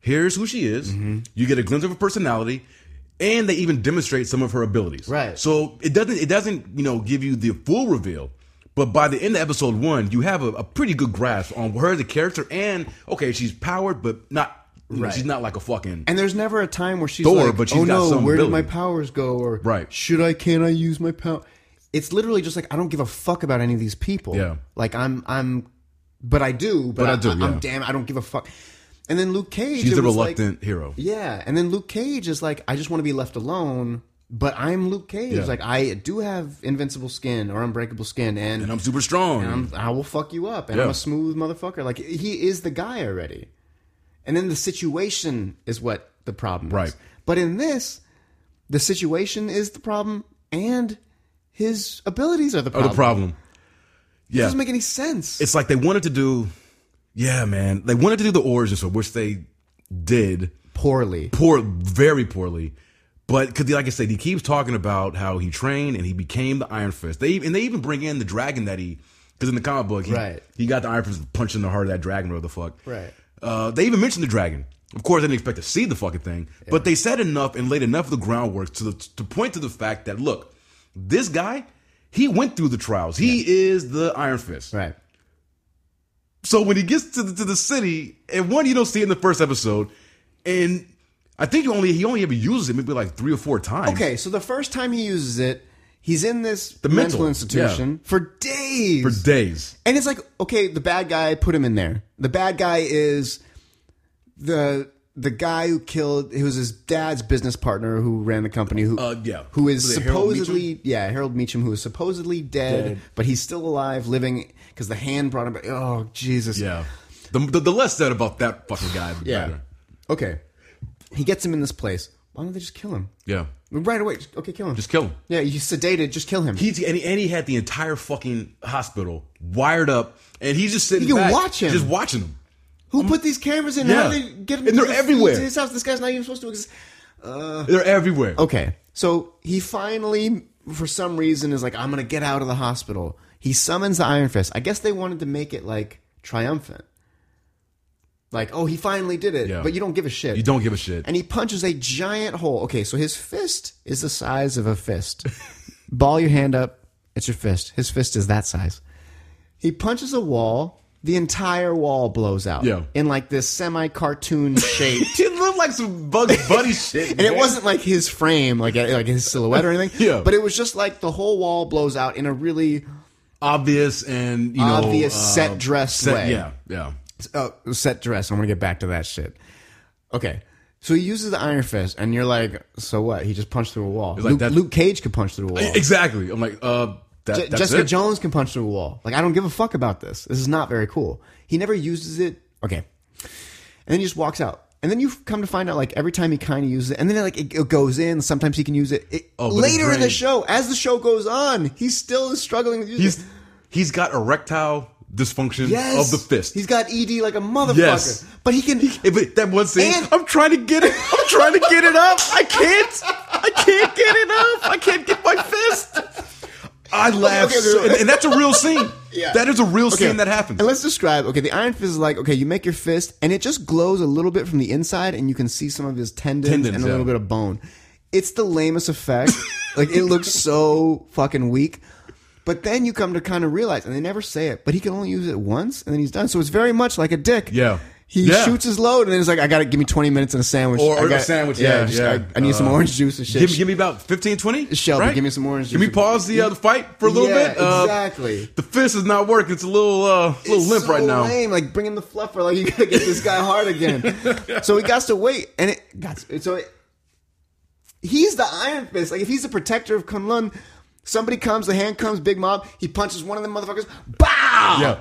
S2: here's who she is.
S1: Mm-hmm.
S2: You get a glimpse of her personality." And they even demonstrate some of her abilities.
S1: Right.
S2: So it doesn't it doesn't you know give you the full reveal, but by the end of episode one, you have a, a pretty good grasp on her, the character, and okay, she's powered, but not you know,
S1: Right.
S2: she's not like a fucking
S1: And there's never a time where she's
S2: Thor,
S1: like,
S2: but she's
S1: "Oh
S2: got
S1: no,
S2: some
S1: where did my
S2: ability."
S1: powers go?" Or
S2: Right.
S1: "Should I? Can I use my power?" It's literally just like I don't give a fuck about any of these people.
S2: Yeah.
S1: like I'm, I'm, but I do. But,
S2: But I
S1: I,
S2: do,
S1: I,
S2: yeah.
S1: am damn. I don't give a fuck. And then Luke Cage,
S2: she's
S1: it
S2: the
S1: was
S2: reluctant
S1: Like,
S2: hero.
S1: yeah, and then Luke Cage is like, I just want to be left alone. But I'm Luke Cage.
S2: Yeah.
S1: Like I do have invincible skin or unbreakable skin, and,
S2: And I'm super strong.
S1: I'm, I will fuck you up, and
S2: Yeah.
S1: I'm a smooth motherfucker. Like he is the guy already, and then the situation is what the problem
S2: Right.
S1: is. But in this, the situation is the problem, and his abilities are the
S2: Or
S1: problem.
S2: the problem.
S1: It
S2: Yeah.
S1: doesn't make any sense.
S2: It's like they wanted to do, yeah, man. They wanted to do the origin story, which they did
S1: poorly.
S2: poor, very poorly. But because, like I said, he keeps talking about how he trained and he became the Iron Fist. They and they even bring in the dragon that he, because in the comic book, he,
S1: Right.
S2: he got the Iron Fist punching the heart of that dragon or the fuck.
S1: Right.
S2: Uh, they even mentioned the dragon. Of course, I didn't expect to see the fucking thing, but they said enough and laid enough of the groundwork to the, to point to the fact that look, this guy, he went through the trials. He is the Iron Fist.
S1: Right.
S2: So when he gets to the, to the city, and one you don't see it in the first episode, and I think you only he only ever uses it maybe like three or four times.
S1: Okay. So the first time he uses it, he's in this the
S2: mental,
S1: mental, institution for days.
S2: for days.
S1: And it's like, okay, the bad guy put him in there. The bad guy is the the guy who killed. It was his dad's business partner who ran the company. Who,
S2: Uh, yeah.
S1: who is
S2: Was it Harold
S1: supposedly yeah Harold Meacham, who is supposedly dead,
S2: Dead.
S1: but he's still alive, living because the hand brought him. back. Oh Jesus!
S2: Yeah, the, the, the less said about that fucking guy, the
S1: yeah.
S2: better.
S1: Okay, he gets him in this place. Why don't they just kill him
S2: Yeah,
S1: right away? Just- okay, kill him.
S2: just kill him.
S1: yeah, he's sedated. Just kill him.
S2: He's and he, and he had the entire fucking hospital wired up, and he's just sitting.
S1: You can
S2: back,
S1: watch him.
S2: just watching him.
S1: who put these cameras in? How
S2: Yeah.
S1: did they get him?
S2: And
S1: to
S2: they're
S1: the-
S2: everywhere.
S1: To his house. This guy's not even supposed to exist.
S2: They're everywhere.
S1: Uh. Okay. So he finally, for some reason, is like, I'm going to get out of the hospital. He summons the Iron Fist. I guess they wanted to make it like triumphant. Like, oh, he finally did it.
S2: Yeah.
S1: But you don't give a shit.
S2: You don't give a shit.
S1: And he punches a giant hole. Okay, so his fist is the size of a fist. Ball your hand up. It's your fist. His fist is that size. He punches a wall. The entire wall blows out.
S2: Yeah.
S1: In like this semi cartoon shape.
S2: It looked like some Bugs Bunny shit,
S1: And it wasn't like his frame, like uh, like his silhouette or anything.
S2: Yeah.
S1: But it was just like the whole wall blows out in a really
S2: obvious and you know
S1: obvious
S2: uh,
S1: set dress
S2: set-
S1: way.
S2: Yeah, yeah.
S1: Uh, set dress. I'm gonna get back to that shit. Okay. So he uses the iron fist, and you're like, so what? He just punched through a wall.
S2: like Uh,
S1: Luke,
S2: that-
S1: Luke Cage could punch through a wall.
S2: E, Exactly. I'm like, uh, that,
S1: Oh. Je-
S2: that's
S1: Jessica
S2: it?
S1: Jones can punch through a wall. Like I don't give a fuck about this. This is not very cool. He never uses it. Okay, and then he just walks out. And then you come to find out, like every time he kind of uses it, and then like it, it goes in. Sometimes he can use it. It-
S2: Oh, but his
S1: later in the
S2: brain-
S1: show, as the show goes on, he still is struggling with using.
S2: He's
S1: it.
S2: he's got erectile dysfunction of
S1: yes,
S2: the fist.
S1: He's got ED like a motherfucker.
S2: Yes.
S1: but he can.
S2: Hey, but that one scene,
S1: And-
S2: I'm trying to get it. I'm trying to get it up. I can't. I can't get it up. I can't get my fist. I laugh,
S1: okay,
S2: so-
S1: okay.
S2: and, and that's a real scene.
S1: Yeah.
S2: That is a real
S1: Okay,
S2: scene that happens.
S1: And let's describe. Okay, the Iron Fist is like okay, you make your fist, and it just glows a little bit from the inside, and you can see some of his tendons,
S2: Tendons,
S1: and a
S2: yeah.
S1: little bit of bone. It's the lamest effect. like it looks so fucking weak. But then you come to kind of realize, and they never say it, but he can only use it once, and then he's done. So it's very much like a dick.
S2: Yeah.
S1: He
S2: Yeah.
S1: shoots his load, and then it's like, I gotta give me twenty minutes and a sandwich,
S2: Or-
S1: I
S2: or a
S1: gotta-
S2: sandwich, yeah,
S1: just-
S2: yeah.
S1: I, I need some
S2: Uh,
S1: orange juice and shit.
S2: give, me- give me about 15, 20?
S1: Shelby, give me some orange
S2: Can we
S1: juice.
S2: pause the, uh, the fight for a little
S1: Yeah,
S2: bit? Uh,
S1: exactly.
S2: The fist is not working. It's a little uh, little
S1: It's
S2: limp
S1: so
S2: right now.
S1: Lame. Like bringing the fluffer, like you gotta get this guy hard again. so he got to wait, and it got so it. he's the Iron Fist. Like if he's the protector of Kunlun, somebody comes, the hand comes, big mob. He punches one of them motherfuckers. Bow.
S2: Yeah.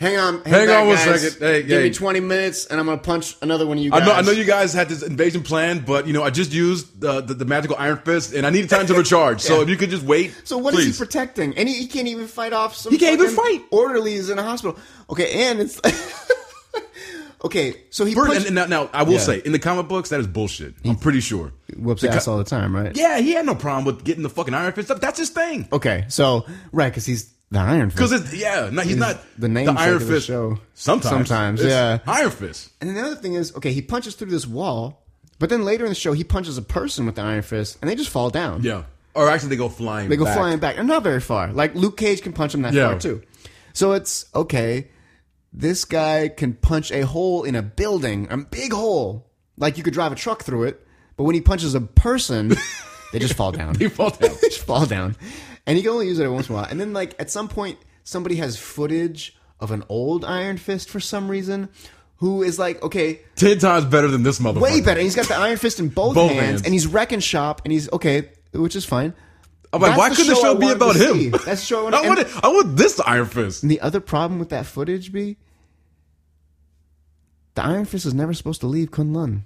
S1: Hang on, hang,
S2: Hang
S1: back,
S2: on one
S1: guys.
S2: second. Hey,
S1: Give
S2: hey.
S1: me twenty minutes, and I'm gonna punch another one of you guys.
S2: I know, I know you guys had this invasion plan, but you know I just used uh, the, the magical Iron Fist, and I needed time to recharge. So
S1: Yeah.
S2: if you could just wait,
S1: So what is
S2: please.
S1: he protecting? And he, he can't even fight off some.
S2: He can't even
S1: fucking
S2: fight.
S1: orderlies in a hospital. Okay, and it's okay. So he
S2: Bert-
S1: punched,
S2: and, and now, now I will
S1: Yeah.
S2: say in the comic books that is bullshit. I'm pretty sure.
S1: whoops ass all the time, right?
S2: Yeah, he had no problem with getting the fucking Iron Fist up. That's his thing.
S1: Okay, so right because he's the Iron Fist.
S2: Because it's yeah, no, he's
S1: He's
S2: not
S1: the namesake
S2: Iron
S1: of the
S2: Fist.
S1: show.
S2: Sometimes,
S1: Sometimes,
S2: It's
S1: yeah.
S2: Iron Fist.
S1: And then the other thing is, okay, he punches through this wall, but then later in the show he punches a person with the Iron Fist, and they just fall down.
S2: Yeah, or actually they go flying.
S1: They go
S2: back.
S1: flying back, and not very far. Like Luke Cage can punch him that
S2: Yeah.
S1: far too. So it's okay. This guy can punch a hole in a building, a big hole, like you could drive a truck through it. But when he punches a person, they just fall down.
S2: They fall down.
S1: just fall down. And he can only use it every once in a while. And then, like, at some point, somebody has footage of an old Iron Fist for some reason who is like, okay,
S2: Ten times better than this motherfucker.
S1: way better. He's got the Iron Fist in both,
S2: Both
S1: hands,
S2: hands.
S1: and he's wrecking shop, and he's okay, which is fine.
S2: I'm like,
S1: That's
S2: why couldn't the
S1: I
S2: show be
S1: wanted
S2: about
S1: to
S2: him?
S1: see. That's the show I wanted
S2: I
S1: and-
S2: want, it, I want this Iron Fist.
S1: and the other problem with that footage be the Iron Fist is never supposed to leave Kunlun.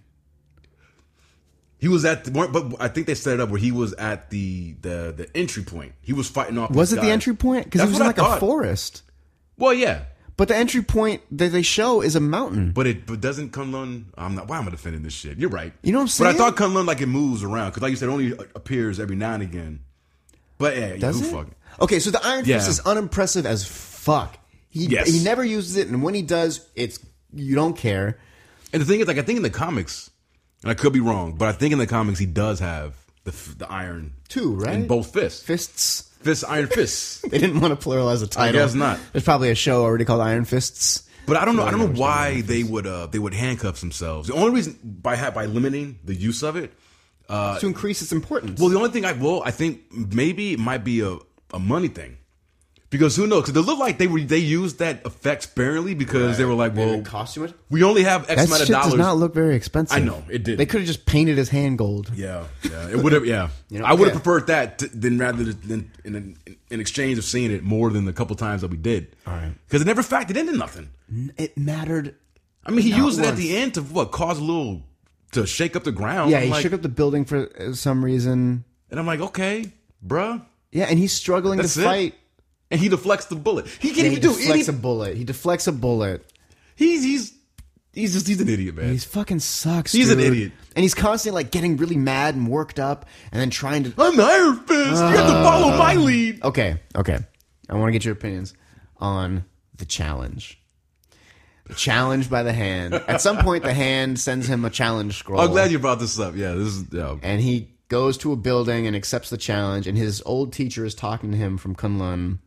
S2: He was at, the, but I think they set it up where he was at the the the entry point. He was fighting off.
S1: Was
S2: these
S1: it the
S2: guys.
S1: entry point? Because it
S2: That's
S1: was
S2: what I
S1: in like
S2: thought.
S1: a forest.
S2: Well, yeah,
S1: But the entry point that they show is a mountain.
S2: but it but doesn't Kunlun. I'm not. Why am I defending this shit? You're right.
S1: You know what I'm
S2: But
S1: saying?
S2: I thought Kunlun like it moves around because, like you said, it only appears every now and again. But yeah,
S1: Does
S2: who
S1: it?
S2: fucking
S1: Okay, so the Iron
S2: Yeah.
S1: Fist is unimpressive as fuck. He
S2: Yes.
S1: he never uses it, and when he does, it's you don't care.
S2: And the thing is, like, I think in the comics, and I could be wrong, but I think in the comics he does have the f- the iron
S1: Two, right?
S2: in both fists,
S1: Fists.
S2: fists, iron fists.
S1: They didn't want to pluralize the title.
S2: guess not.
S1: There's probably a show already called Iron Fists.
S2: But I don't know. I don't know why they would uh they would handcuff themselves. The only reason by ha- by limiting the use of it.
S1: to increase its importance.
S2: Uh, Well, the only thing I will I think maybe it might be a a money thing. Because who knows? Because it looked like they were they used that effect sparingly because they were like, well,
S1: costume it.
S2: we only have X
S1: That
S2: amount of
S1: shit
S2: dollars.
S1: does not look very expensive.
S2: I know, it didn't.
S1: They could have just painted his hand gold.
S2: Yeah, yeah. It would have. Yeah,
S1: know,
S2: I would have
S1: yeah.
S2: preferred that to, than rather than in, in, in exchange of seeing it more than the couple times that we did. All
S1: right.
S2: because it never factored into nothing.
S1: It mattered.
S2: I mean, he
S1: Not
S2: used it at
S1: once.
S2: the end to what cause a little to shake up the ground.
S1: Yeah,
S2: I'm
S1: he
S2: like,
S1: shook up the building for uh, some reason.
S2: and I'm like, okay, bruh.
S1: Yeah, and he's struggling
S2: That's
S1: to
S2: it?
S1: fight.
S2: And he deflects the bullet. He can't
S1: Yeah, he
S2: even do
S1: deflects
S2: any.
S1: a bullet. He deflects a bullet.
S2: He's he's he's just he's an idiot, man.
S1: He's fucking sucks.
S2: He's an
S1: dude.
S2: idiot.
S1: and he's constantly like getting really mad and worked up, and then trying to.
S2: I'm the Iron Fist. you have to follow my lead.
S1: Okay, okay. I want to get your opinions on the challenge. The challenge by the hand. At some point, the hand sends him a challenge scroll.
S2: I'm Oh, glad you brought this up. Yeah, this is yeah.
S1: and he goes to a building and accepts the challenge and his old teacher is talking to him from kunlun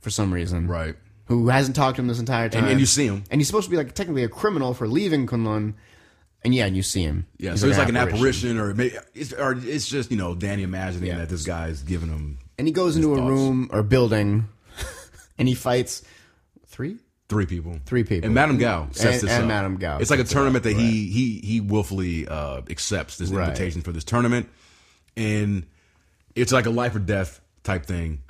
S1: for some reason
S2: right.
S1: who hasn't talked to him this entire time
S2: and you see him.
S1: and he's supposed to be like technically a criminal for leaving kunlun and yeah and you see him
S2: Yeah,
S1: He's
S2: so it's like an apparition, or maybe it's, or it's just you know Danny imagining that this guy's giving him
S1: and he goes into a
S2: thoughts.
S1: room or building and he fights three
S2: three people,
S1: Three people.
S2: and Madame Gao sets
S1: And-
S2: this
S1: and
S2: up.
S1: Madame Gao
S2: It's like a
S1: sets it
S2: tournament that he he he willfully uh, accepts this
S1: Right.
S2: invitation for this tournament, and it's like a life or death type thing.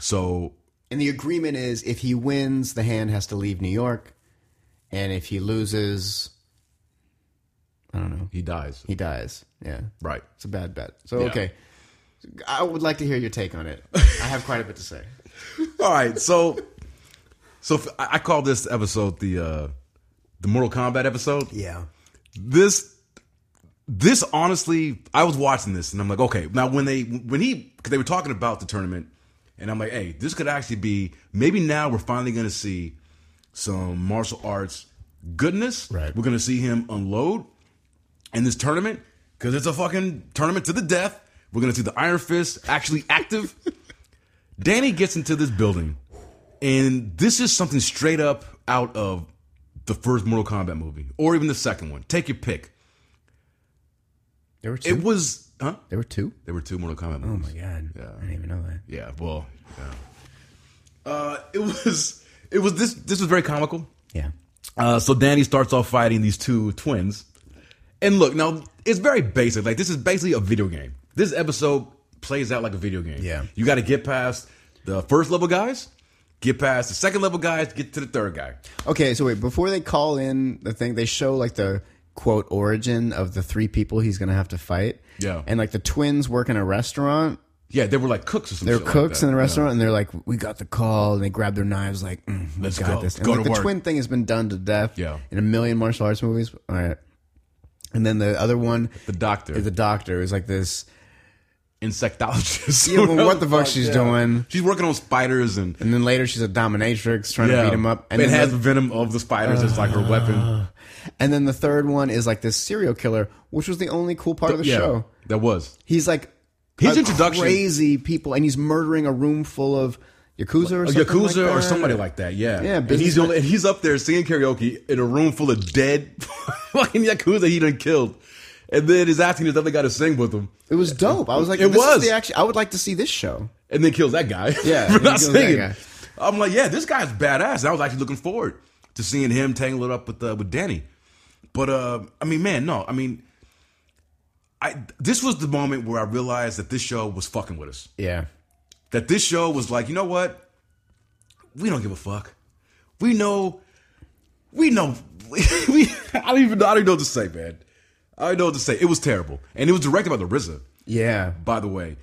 S2: So
S1: and the agreement is if he wins the hand has to leave new york and if he loses i don't know
S2: he dies,
S1: he dies yeah
S2: right?
S1: It's a bad bet. So
S2: Yeah.
S1: okay, I would like to hear your take on it. I have quite a bit to say.
S2: All right, so so f- I I call this episode the uh the Mortal Kombat episode.
S1: Yeah.
S2: this this honestly i was watching this and i'm like okay now when they when he because they were talking about the tournament and i'm like hey this could actually be maybe now we're finally going to see some martial arts goodness
S1: Right.
S2: we're going to see him unload in this tournament because it's a fucking tournament to the death we're going to see the iron fist actually active danny gets into this building and this is something straight up out of the first mortal kombat movie or even the second one take your pick
S1: There were two.
S2: it was, huh?
S1: there were two. Oh
S2: There were two Mortal Kombat movies.
S1: god. Yeah. I didn't even know that.
S2: yeah, well, yeah. Uh, it was, it was this. This was very comical.
S1: Yeah.
S2: Uh, so Danny starts off fighting these two twins, and look, now it's very basic. Like this is basically a video game. This episode plays out like a video game.
S3: Yeah.
S2: You got to get past the first level guys, get past the second level guys, get to the third guy.
S1: Okay, so wait, before they call in the thing, they show like the quote origin of the three people he's gonna have to fight.
S2: Yeah.
S1: And like the twins work in a restaurant.
S2: Yeah, they were like cooks or something.
S1: They're cooks in the restaurant and they're like, We got the call and they grab their knives like mm, we
S2: Let's
S1: got
S2: go.
S1: this. And
S2: Go
S1: like,
S2: to
S1: the
S2: work.
S1: twin thing has been done to death
S2: Yeah.
S1: in a million martial arts movies. All right. And then the other one
S2: The doctor,
S1: is the doctor is like this
S2: insectologist.
S1: Yeah, well, what the fuck she's
S2: Yeah.
S1: doing.
S2: She's working on spiders and
S1: And then later she's a dominatrix trying to beat him up.
S2: And
S1: And
S2: it
S1: then
S2: has
S1: the- Ah.
S2: the venom of the spiders as like her weapon.
S1: And then the third one is like this serial killer, which was the only cool part of the
S2: yeah,
S1: show.
S2: that was
S1: He's like
S2: His
S1: a
S2: introduction-
S1: crazy people, and he's murdering a room full of yakuza or
S2: a
S1: something
S2: yakuza
S1: like that.
S2: or somebody like that. Yeah,
S1: Yeah,
S2: And he's
S1: businessman.
S2: on- and he's up there singing karaoke in a room full of dead fucking yakuza he done killed, and then he's asking this other guy to sing with him,
S1: It was dope. I was like,
S2: It
S1: this is
S2: was.
S1: the action- I would like to see this show.
S2: and then kills that guy.
S1: Yeah,
S2: for
S1: and he
S2: not
S1: kills that
S2: singing.
S1: guy.
S2: I'm like, yeah, this guy's badass. And I was actually looking forward to seeing him tangle it up with uh, with Danny, but uh, I mean, man, no, I mean. I, this was the moment where I realized that this show was fucking with us.
S1: Yeah,
S2: that this show was like, you know what? We don't give a fuck. We know, we know, we, I don't even know, I don't even know what to say, man. I don't know what to say. It was terrible. And it was directed by the RZA,
S1: yeah.
S2: by the way.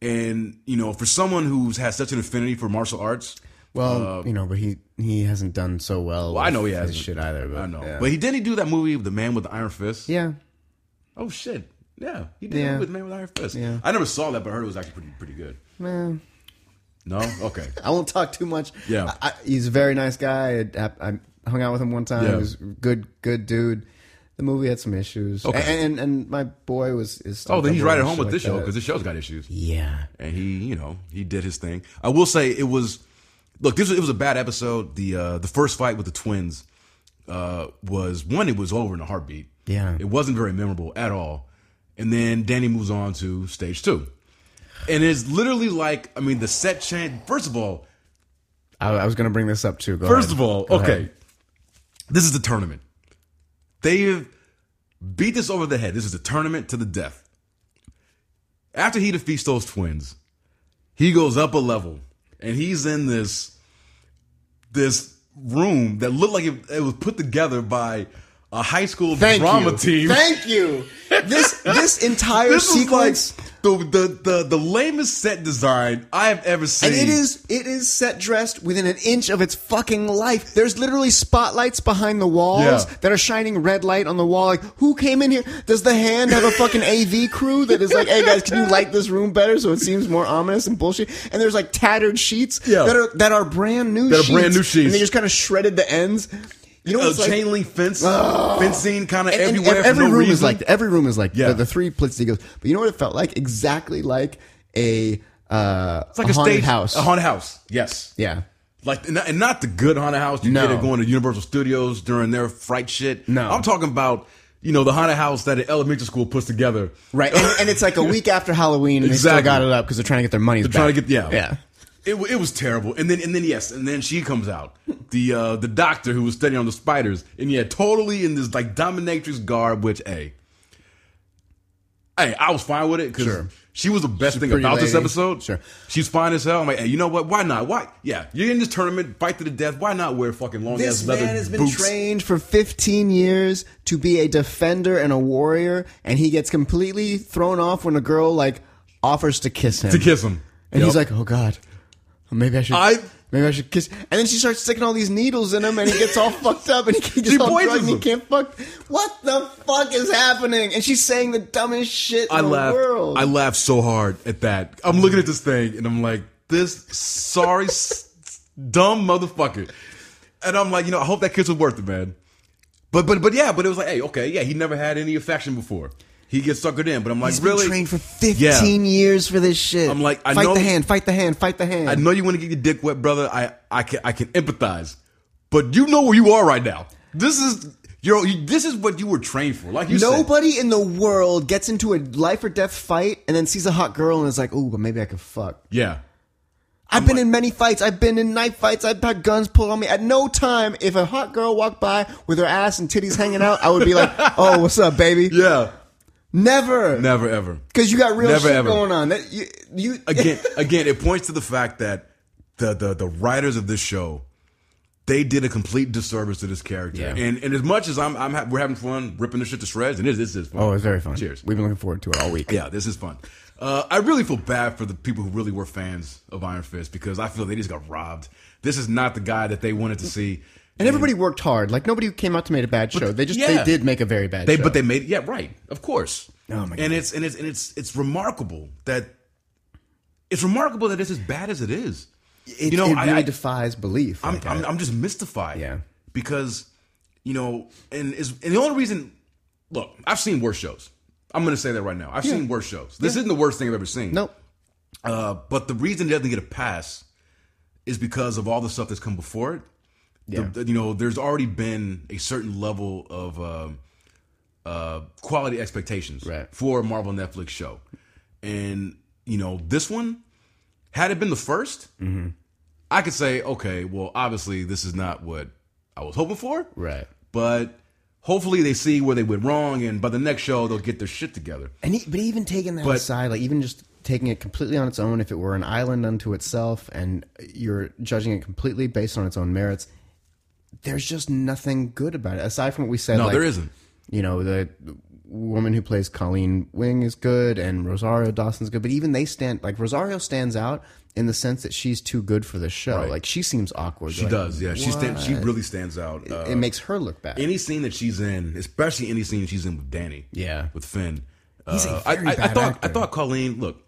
S2: And, you know, for someone who's has such an affinity for martial arts,
S1: Well, you know, but he he hasn't done so well.
S2: Um, I know he
S1: with
S2: hasn't.
S1: his shit either. But,
S2: I know.
S1: yeah.
S2: But he didn't do that movie, The Man with the Iron Fist.
S1: yeah,
S2: Oh, shit. Yeah, he did
S1: Yeah.
S2: that movie, The Man with the Iron Fist.
S1: Yeah.
S2: I never saw that, but I heard it was actually pretty, pretty good.
S1: man.
S2: No? Okay.
S1: I won't talk too much.
S2: Yeah.
S1: I, I, he's a very nice guy. I, I I hung out with him one time.
S2: Yeah.
S1: He was a good, good dude. The movie had some issues.
S2: Okay.
S1: And, and and my boy was is
S2: Oh, then he's right at home with this show
S1: show
S2: because this show's got issues.
S1: yeah.
S2: and he you know he did his thing i will say it was look this was, it was a bad episode the uh the first fight with the twins uh was one it was over in a heartbeat
S1: Yeah.
S2: it wasn't very memorable at all and then danny moves on to stage two and it's literally like i mean the set change first of all
S1: I, I was going to bring this up too. Go
S2: First
S1: ahead.
S2: of all, okay. This is the tournament. They've beat this over the head. This is the tournament to the death. After he defeats those twins, he goes up a level and he's in this this room that looked like it, it was put together by a high school
S1: Thank
S2: drama
S1: you.
S2: team.
S1: Thank you. This this entire
S2: this is like
S1: sequence,
S2: the, the the the lamest set design I have ever seen.
S1: and it is it is set dressed within an inch of its fucking life. There's literally spotlights behind the walls
S2: Yeah.
S1: that are shining red light on the wall. Like, who came in here? Does the hand have a fucking AV crew that is like, hey guys, can you light this room better so it seems more ominous and bullshit? And there's like tattered sheets
S2: Yeah.
S1: that are that are brand new.
S2: That are
S1: sheets,
S2: brand new sheets. Uh,
S1: and they just kind of shredded the ends. You know,
S2: a
S1: what's like-
S2: chain link fence, fencing kind of
S1: and, and-
S2: everywhere.
S1: and
S2: for
S1: every
S2: no
S1: room is
S2: reason.
S1: like that. every room is like
S2: Yeah.
S1: the, the three Blitz Eagles. But you know what it felt like? Exactly like a uh,
S2: It's like a,
S1: haunted
S2: stage
S1: house.
S2: A haunted house. Yes.
S1: yeah,
S2: Like and not, and not the good haunted house you
S1: No.
S2: get at going to Universal Studios during their fright shit.
S1: No.
S2: I'm talking about you know the haunted house that an elementary school puts together.
S1: right. And, and it's like a week after Halloween, and they
S2: Exactly.
S1: still got it up because they're trying to get their money. They're
S2: Trying to get yeah
S1: yeah.
S2: It, wa- it was terrible. And then and then yes, and then she comes out the uh, the doctor who was studying on the spiders, and yeah, totally in this like dominatrix garb, which a. Hey, I was fine with it because
S1: Sure.
S2: she was the best thing
S1: pretty
S2: about this
S1: lady.
S2: episode.
S1: Sure.
S2: she's fine as hell. I'm like, hey, you know what? Why not? Why? Yeah, you're in this tournament, fight to the death. Why not wear fucking long
S1: This
S2: ass
S1: man
S2: leather
S1: has been
S2: boots?
S1: trained for 15 years to be a defender and a warrior, and he gets completely thrown off when a girl like offers to kiss him.
S2: to kiss him.
S1: And he's
S2: Yep.
S1: like, "Oh God, maybe I should."
S2: I-
S1: Maybe I should kiss. And then she starts sticking all these needles in him, and he gets all fucked up, and he gets
S2: She
S1: all
S2: poisons
S1: drugged, and he
S2: him.
S1: can't fuck. What the fuck is happening? And she's saying the dumbest shit in
S2: I
S1: the
S2: laughed.
S1: world.
S2: I laughed so hard at that. I'm looking at this thing and I'm like, this sorry, s- dumb motherfucker. And I'm like, you know, I hope that kiss was worth it, man. But but but yeah, but it was like, hey, okay, yeah, he never had any affection before. He gets suckered in, but I'm like,
S1: He's
S2: really?
S1: been trained for 15 years for this shit.
S2: I'm like, I
S1: fight
S2: know-
S1: the hand, fight the hand, fight the hand.
S2: I know you want to get your dick wet, brother. I I can I can empathize, but you know where you are right now. This is you're, you, this is what you were trained for. Like you said,
S1: Nobody in the world gets into a life or death fight and then sees a hot girl and is like, "Ooh, but maybe I could fuck."
S2: yeah.
S1: I've been in many fights. I've been in knife fights. I've had guns pulled on me. At no time, if a hot girl walked by with her ass and titties hanging out, I would be like, "Oh, what's up, baby?"
S2: Yeah.
S1: Never.
S2: Never ever.
S1: Because you got real
S2: Never,
S1: shit
S2: ever.
S1: going on. That you, you
S2: again, again, it points to the fact that the the the writers of this show they did a complete disservice to this character.
S1: Yeah.
S2: And and as much as I'm I'm ha- we're having fun ripping this shit to shreds, and it is this is fun.
S1: Oh, it's very fun.
S2: Cheers.
S1: We've been looking forward to it all week.
S2: Yeah, this is fun. Uh, I really feel bad for the people who really were fans of Iron Fist because I feel they just got robbed. This is not the guy that they wanted to see.
S1: And everybody worked hard. Like nobody came out to make a bad show. They just
S2: yeah.
S1: they did make a very bad
S2: They
S1: show.
S2: but they made it. Yeah, right. Of course.
S1: Oh, my God.
S2: And it's and it's and it's it's remarkable that it's remarkable that it's as bad as it is.
S1: it,
S2: you know,
S1: it
S2: I-
S1: really
S2: I-
S1: defies belief.
S2: I'm,
S1: Like, I-
S2: I'm, I'm just mystified.
S1: Yeah.
S2: Because, you know, and is and the only reason look, I've seen worse shows. I'm gonna say that right now. I've seen worse shows. This isn't the worst thing I've ever seen.
S1: nope.
S2: Uh, but the reason it doesn't get a pass is because of all the stuff that's come before it. The-
S1: Yeah.
S2: the- you know, there's already been a certain level of um uh, quality expectations
S1: Right.
S2: for a Marvel Netflix show, and you know, this one had it been the 1st
S1: Mm-hmm.
S2: I could say, okay, well, obviously this is not what I was hoping for,
S1: Right.
S2: but hopefully they see where they went wrong, and by the next show they'll get their shit together.
S1: And he, but even taking that aside, like even just taking it completely on its own, if it were an island unto itself, and you're judging it completely based on its own merits, there's just nothing good about it aside from what we said.
S2: No,
S1: like,
S2: there isn't.
S1: You know the woman who plays Colleen Wing is good, and Rosario Dawson's good, but even they stand like Rosario stands out in the sense that she's too good for the show. Like she seems awkward.
S2: She does, yeah. She stand, she really stands out. Uh,
S1: It makes her look bad.
S2: any scene that she's in, especially any scene she's in with Danny,
S1: Yeah.
S2: with Finn.
S1: He's a
S2: uh, I-
S1: very
S2: I, I
S1: bad
S2: thought
S1: actor.
S2: I thought Colleen, look,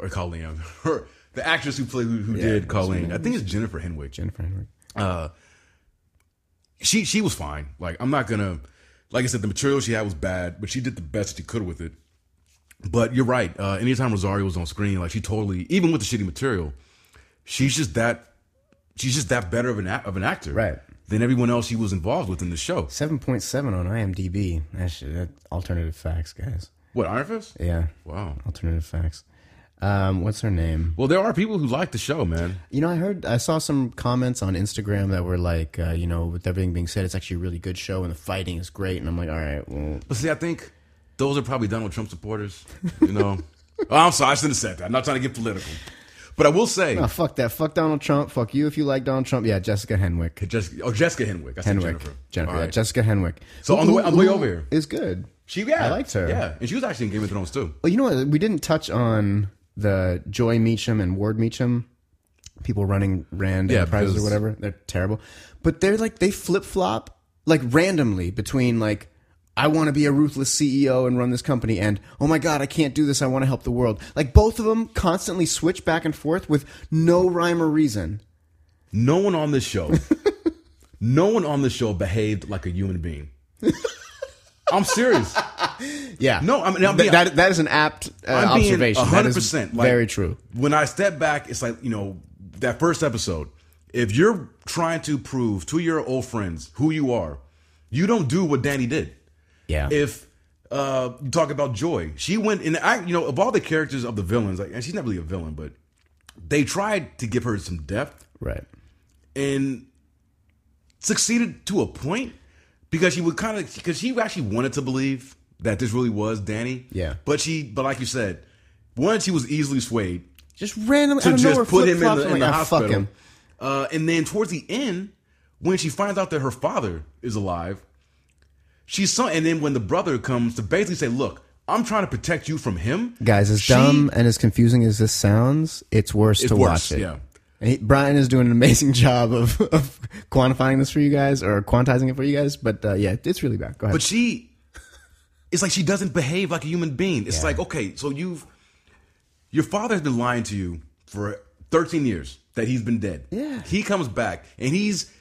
S2: or Colleen, her the actress who played who, who
S1: what's her
S2: did Colleen, I think it's Jennifer Henwick.
S1: Jennifer Henwick.
S2: She she was fine. Like I'm not gonna, like I said, the material she had was bad, but she did the best she could with it. But you're right. Uh, anytime Rosario was on screen, like she totally, even with the shitty material, she's just that. She's just that better of an act- of an actor,
S1: Right.
S2: Than everyone else she was involved with in the show.
S1: Seven point seven on IMDb. That shit, that alternative facts, guys.
S2: What Iron Fist?
S1: Yeah,
S2: Wow.
S1: alternative facts. Um, what's her name?
S2: Well, there are people who like the show, man.
S1: You know, I heard, I saw some comments on Instagram that were like, uh, you know, with everything being said, it's actually a really good show and the fighting is great. And I'm like, all right, well,
S2: But see, I think those are probably Donald Trump supporters. You know, oh, I'm sorry, I shouldn't have said that. I'm not trying to get political, but I will say,
S1: oh, fuck that, fuck Donald Trump, fuck you if you like Donald Trump. Yeah, Jessica Henwick,
S2: Jessica, oh Jessica Henwick, I said
S1: Henwick,
S2: Jennifer.
S1: Jennifer, Jennifer
S2: All
S1: yeah,
S2: right.
S1: Jessica Henwick.
S2: So on the way- on the way over here.
S1: is good.
S2: she, yeah,
S1: I liked her.
S2: Yeah, and she was actually in Game of Thrones too.
S1: Well, you know what? We didn't touch on the Joy Meacham and Ward Meacham people running Rand
S2: Yeah,
S1: Enterprises or
S2: because-
S1: whatever. They're terrible, but they're like they flip flop like randomly between like I want to be a ruthless CEO and run this company and oh my god I can't do this I want to help the world. Like both of them constantly switch back and forth with no rhyme or reason.
S2: No one on this show, no one on this show behaved like a human being. I'm serious.
S1: Yeah,
S2: No, I mean, I'm being-
S1: that that is an apt uh,
S2: I'm being
S1: observation.
S2: 100%, like-
S1: very true.
S2: When I step back, it's like, you know, that first episode. If you're trying to prove to your old friends who you are, you don't do what Danny did.
S1: Yeah,
S2: If uh, you talk about Joy, she went and I, you know, of all the characters of the villains, like, and she's not really a villain, but they tried to give her some depth
S1: right.
S2: and succeeded to a point because she would kind of because she actually wanted to believe that this really was Danny.
S1: Yeah.
S2: but she, but like you said, once she was easily swayed,
S1: Just randomly, I
S2: to
S1: don't know,
S2: just put him in
S1: flip-flops,
S2: the,
S1: I'm
S2: in the
S1: like, "Ah,
S2: hospital.
S1: Fuck him.
S2: Uh, and then towards the end, when she finds out that her father is alive, she's so. And then when the brother comes to basically say, "Look, I'm trying to protect you from him,"
S1: Guys, as
S2: She-
S1: dumb and as confusing as this sounds, it's worse to
S2: worse,
S1: watch it.
S2: yeah.
S1: And he- Brian is doing an amazing job of, of quantifying this for you guys or quantizing it for you guys, but uh, yeah, it's really bad. Go ahead.
S2: But she, it's like she doesn't behave like a human being. It's like okay, so you've your father has been lying to you for 13 years that he's been dead.
S1: Yeah.
S2: he comes back and he's.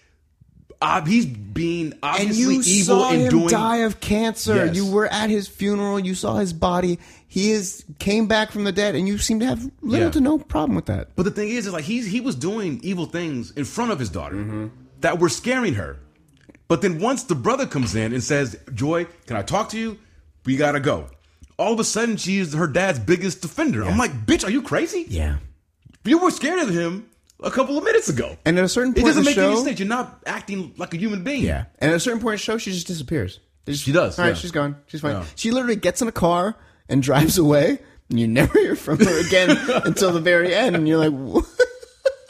S2: ob- he's being obviously evil and doing
S1: of cancer.
S2: Yes.
S1: You were at his funeral. You saw his body. He is came back from the dead, and you seem to have little
S2: Yeah.
S1: to no problem with that.
S2: But the thing is, is like he's he was doing evil things in front of his daughter
S1: Mm-hmm.
S2: that were scaring her. But then once the brother comes in and says, "Joy, can I talk to you? We gotta go." All of a sudden, she's her dad's biggest defender. I'm like, "Bitch, are you crazy?
S1: Yeah.
S2: You were scared of him a couple of minutes ago."
S1: And at a certain
S2: it
S1: point,
S2: doesn't
S1: in the
S2: make
S1: show,
S2: any sense. You're not acting like a human being.
S1: Yeah. And at a certain point in the show, she just disappears. They just-
S2: She does,
S1: All right,
S2: yeah.
S1: she's gone. She's fine.
S2: Yeah.
S1: She literally gets in a car, and drives away. And you never hear from her again until the very end. And you're like, what?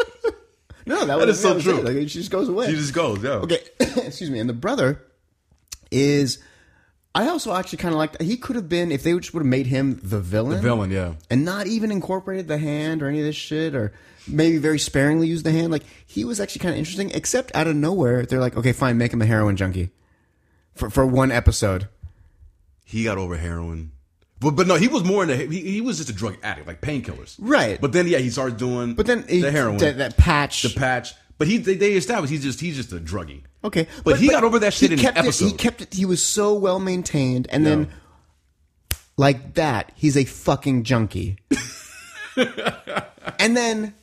S1: no, that, was-
S2: is so
S1: that was it.
S2: true.
S1: Like, she just goes away.
S2: She just goes, yeah.
S1: Okay, excuse me. And the brother is. I also actually kind of liked. He could have been if they just would have made him the villain, the
S2: Villain, yeah.
S1: and not even incorporated the hand or any of this shit, or maybe very sparingly used the hand. Like he was actually kind of interesting, except out of nowhere they're like, okay, fine, make him a heroin junkie for for one episode.
S2: He got over heroin. But, but no, he was more in the he, he was just a drug addict, like painkillers.
S1: Right.
S2: But then yeah, he starts doing
S1: But then he,
S2: the heroin,
S1: that, that patch.
S2: the patch. But he they, they established he's just he's just a druggie.
S1: okay,
S2: But, he got over that shit in
S1: kept
S2: an
S1: it-
S2: episode.
S1: he kept it. He was so well maintained, and then
S2: Yeah.
S1: like that, he's a fucking junkie. and then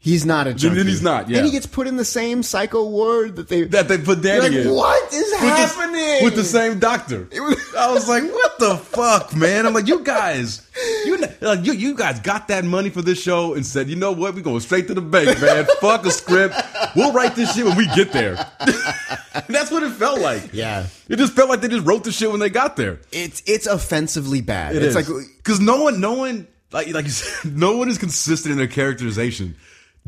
S1: he's not a junkie.
S2: then he's not, yeah.
S1: And he gets put in the same psycho ward that they.
S2: that they put
S1: You're
S2: Danny
S1: like,
S2: in.
S1: what is
S2: With the-
S1: happening?
S2: with the same doctor. I was like, "What the fuck, man?" I'm like, "You guys, you kn- like you you guys got that money for this show and said, you know what? We're going straight to the bank, man. fuck a script. We'll write this shit when we get there." That's what it felt like.
S1: Yeah.
S2: it just felt like they just wrote the shit when they got there.
S1: it's it's offensively bad. it's like
S2: because no one, no one, like like you said, no one is consistent in their characterization.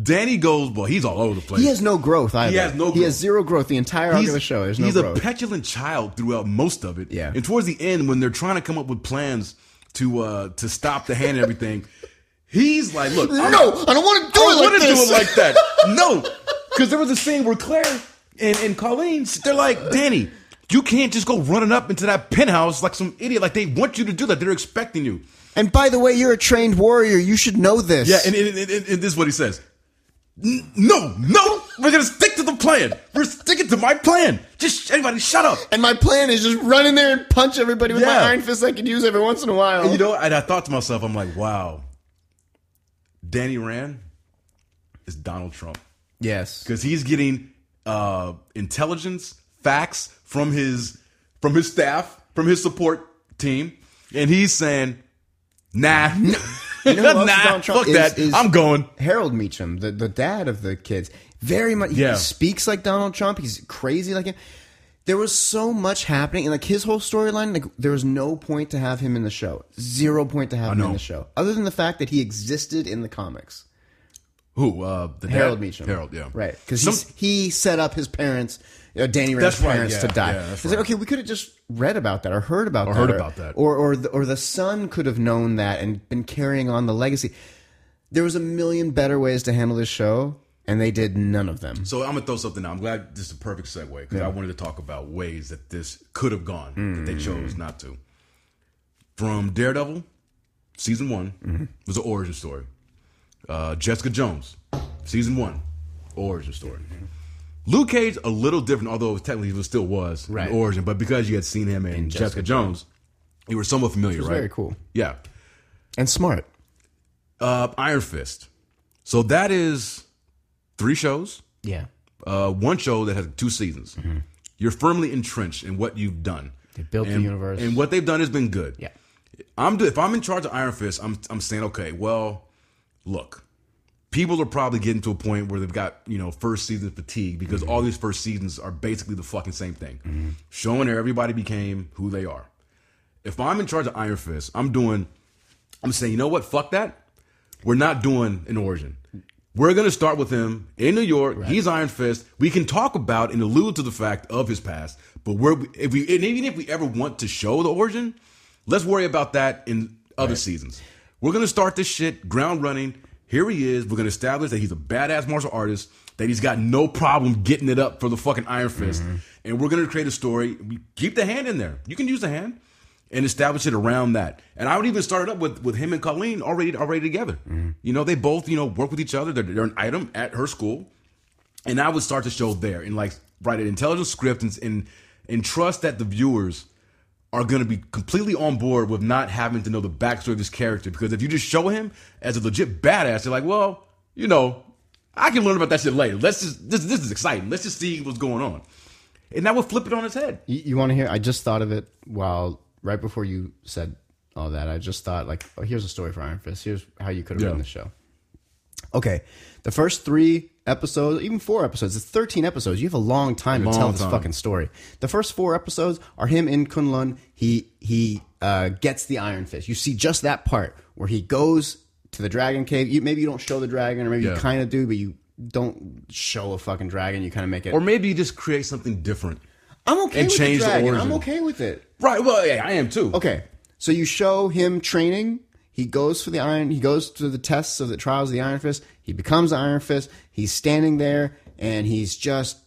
S2: Danny goes, well, he's all over the place.
S1: he has no growth either.
S2: has no
S1: He has
S2: growth.
S1: zero growth the entire arc of the show. There's no
S2: he's
S1: growth.
S2: a petulant child throughout most of it.
S1: Yeah.
S2: And towards the end, when they're trying to come up with plans to uh to stop the hand and everything, he's like, "Look,
S1: no,
S2: I'm-
S1: I don't want to do
S2: I
S1: it like
S2: wouldn't
S1: this.
S2: do it like that. No, because there was a scene where Claire and, and Colleen, they're like, Danny, you can't just go running up into that penthouse like some idiot. Like they want you to do that. They're expecting you.
S1: and by the way, you're a trained warrior. You should know this.
S2: Yeah, and, and, and, and- and this is what he says. "N- No, no, we're gonna stick to the plan. We're sticking to my plan. Just everybody, shut up.
S1: And my plan is just run in there and punch everybody with
S2: Yeah.
S1: my iron fist I can use every once in a while.
S2: You know, and I thought to myself, I'm like, wow, Danny Rand is Donald Trump
S1: yes.
S2: because he's getting uh, intelligence, facts from his from his staff, from his support team, and he's saying, nah,
S1: know who else is
S2: nah,
S1: Donald Trump?
S2: fuck
S1: Is-
S2: that,
S1: is-
S2: I'm going.
S1: Harold Meacham, the, the dad of the kids, very much
S2: Yeah.
S1: he speaks like Donald Trump. He's crazy like him. There was so much happening, and like his whole storyline, like there was no point to have him in the show. Zero point to have him
S2: know.
S1: in the show, other than the fact that he existed in the comics.
S2: Who? Uh, the dad?
S1: Harold Meacham,
S2: Harold, yeah,
S1: right, because
S2: Some-
S1: he set up his parents, uh, Danny Rand's
S2: That's right,
S1: parents,
S2: yeah,
S1: to die.
S2: yeah, that's
S1: It's like, okay, we could have just read about that or heard about or that,
S2: heard about that.
S1: or or the, or the son could have known that and been carrying on the legacy. There was a million better ways to handle this show, and they did none of them.
S2: So I'm gonna throw something out. I'm glad this is a perfect segue because I wanted to talk about ways that this could have gone that they chose not to. From Daredevil, season one was an origin story. Uh, Jessica Jones, season one, origin story. Luke Cage a little different, although technically it was- still was
S1: Right.
S2: an origin, but because you had seen him in, Jessica, Jones, you were somewhat familiar, right?
S1: Very cool
S2: Yeah
S1: and smart.
S2: uh, Iron Fist. So that is three shows,
S1: Yeah,
S2: uh, one show that has two seasons. You're firmly entrenched in what you've done. They
S1: Mm-hmm. built the
S2: and,
S1: universe.
S2: and what they've done has been good.
S1: yeah.
S2: I'm do- if I'm in charge of Iron Fist, I'm I'm saying okay. Well, look, people are probably getting to a point where they've got you know first season fatigue because
S1: Mm-hmm.
S2: all these first seasons are basically the fucking same thing, showing that everybody became who they are. If I'm in charge of Iron Fist, I'm doing. I'm saying you know what? Fuck that. We're not doing an origin. We're gonna start with him in New York. He's Iron Fist. We can talk about and allude to the fact of his past, but we're if we and even if we ever want to show the origin, let's worry about that in other seasons. We're gonna start this shit ground running. Here he is. We're gonna establish that he's a badass martial artist. That he's got no problem getting it up for the fucking Iron Fist, and we're gonna create a story. We keep the hand in there. You can use the hand and establish it around that. And I would even start it up with with him and Colleen already already together. You know, they both you know work with each other. They're, they're an item at her school, and I would start the show there and like write an intelligent script and and, and trust that the viewers are going to be completely on board with not having to know the backstory of this character because if you just show him as a legit badass, they're like, well, you know, I can learn about that shit later. Let's just this this is exciting. Let's just see what's going on. And that would flip it on its head.
S1: You, you want to hear? I just thought of it while right before you said all that. I just thought like, oh, here's a story for Iron Fist. Here's how you could have
S2: Yeah.
S1: done the show. Okay, the first three episodes, even four episodes. It's 13 episodes. You have a long time to
S2: Long
S1: tell this
S2: time.
S1: fucking story. The first four episodes are him in Kunlun. He he uh, gets the Iron Fist. You see just that part where he goes to the dragon cave. You, maybe you don't show the dragon, or maybe you
S2: Yeah.
S1: kind of do, but you don't show a fucking dragon. You kind of make it.
S2: Or maybe you just create something different.
S1: I'm okay
S2: and
S1: with
S2: change
S1: the
S2: the
S1: dragon.
S2: origin.
S1: I'm okay with it.
S2: Right. Well, yeah, I am too.
S1: Okay. So you show him training. He goes for the iron. He goes to the tests of the trials of the Iron Fist. He becomes the Iron Fist. He's standing there and he's just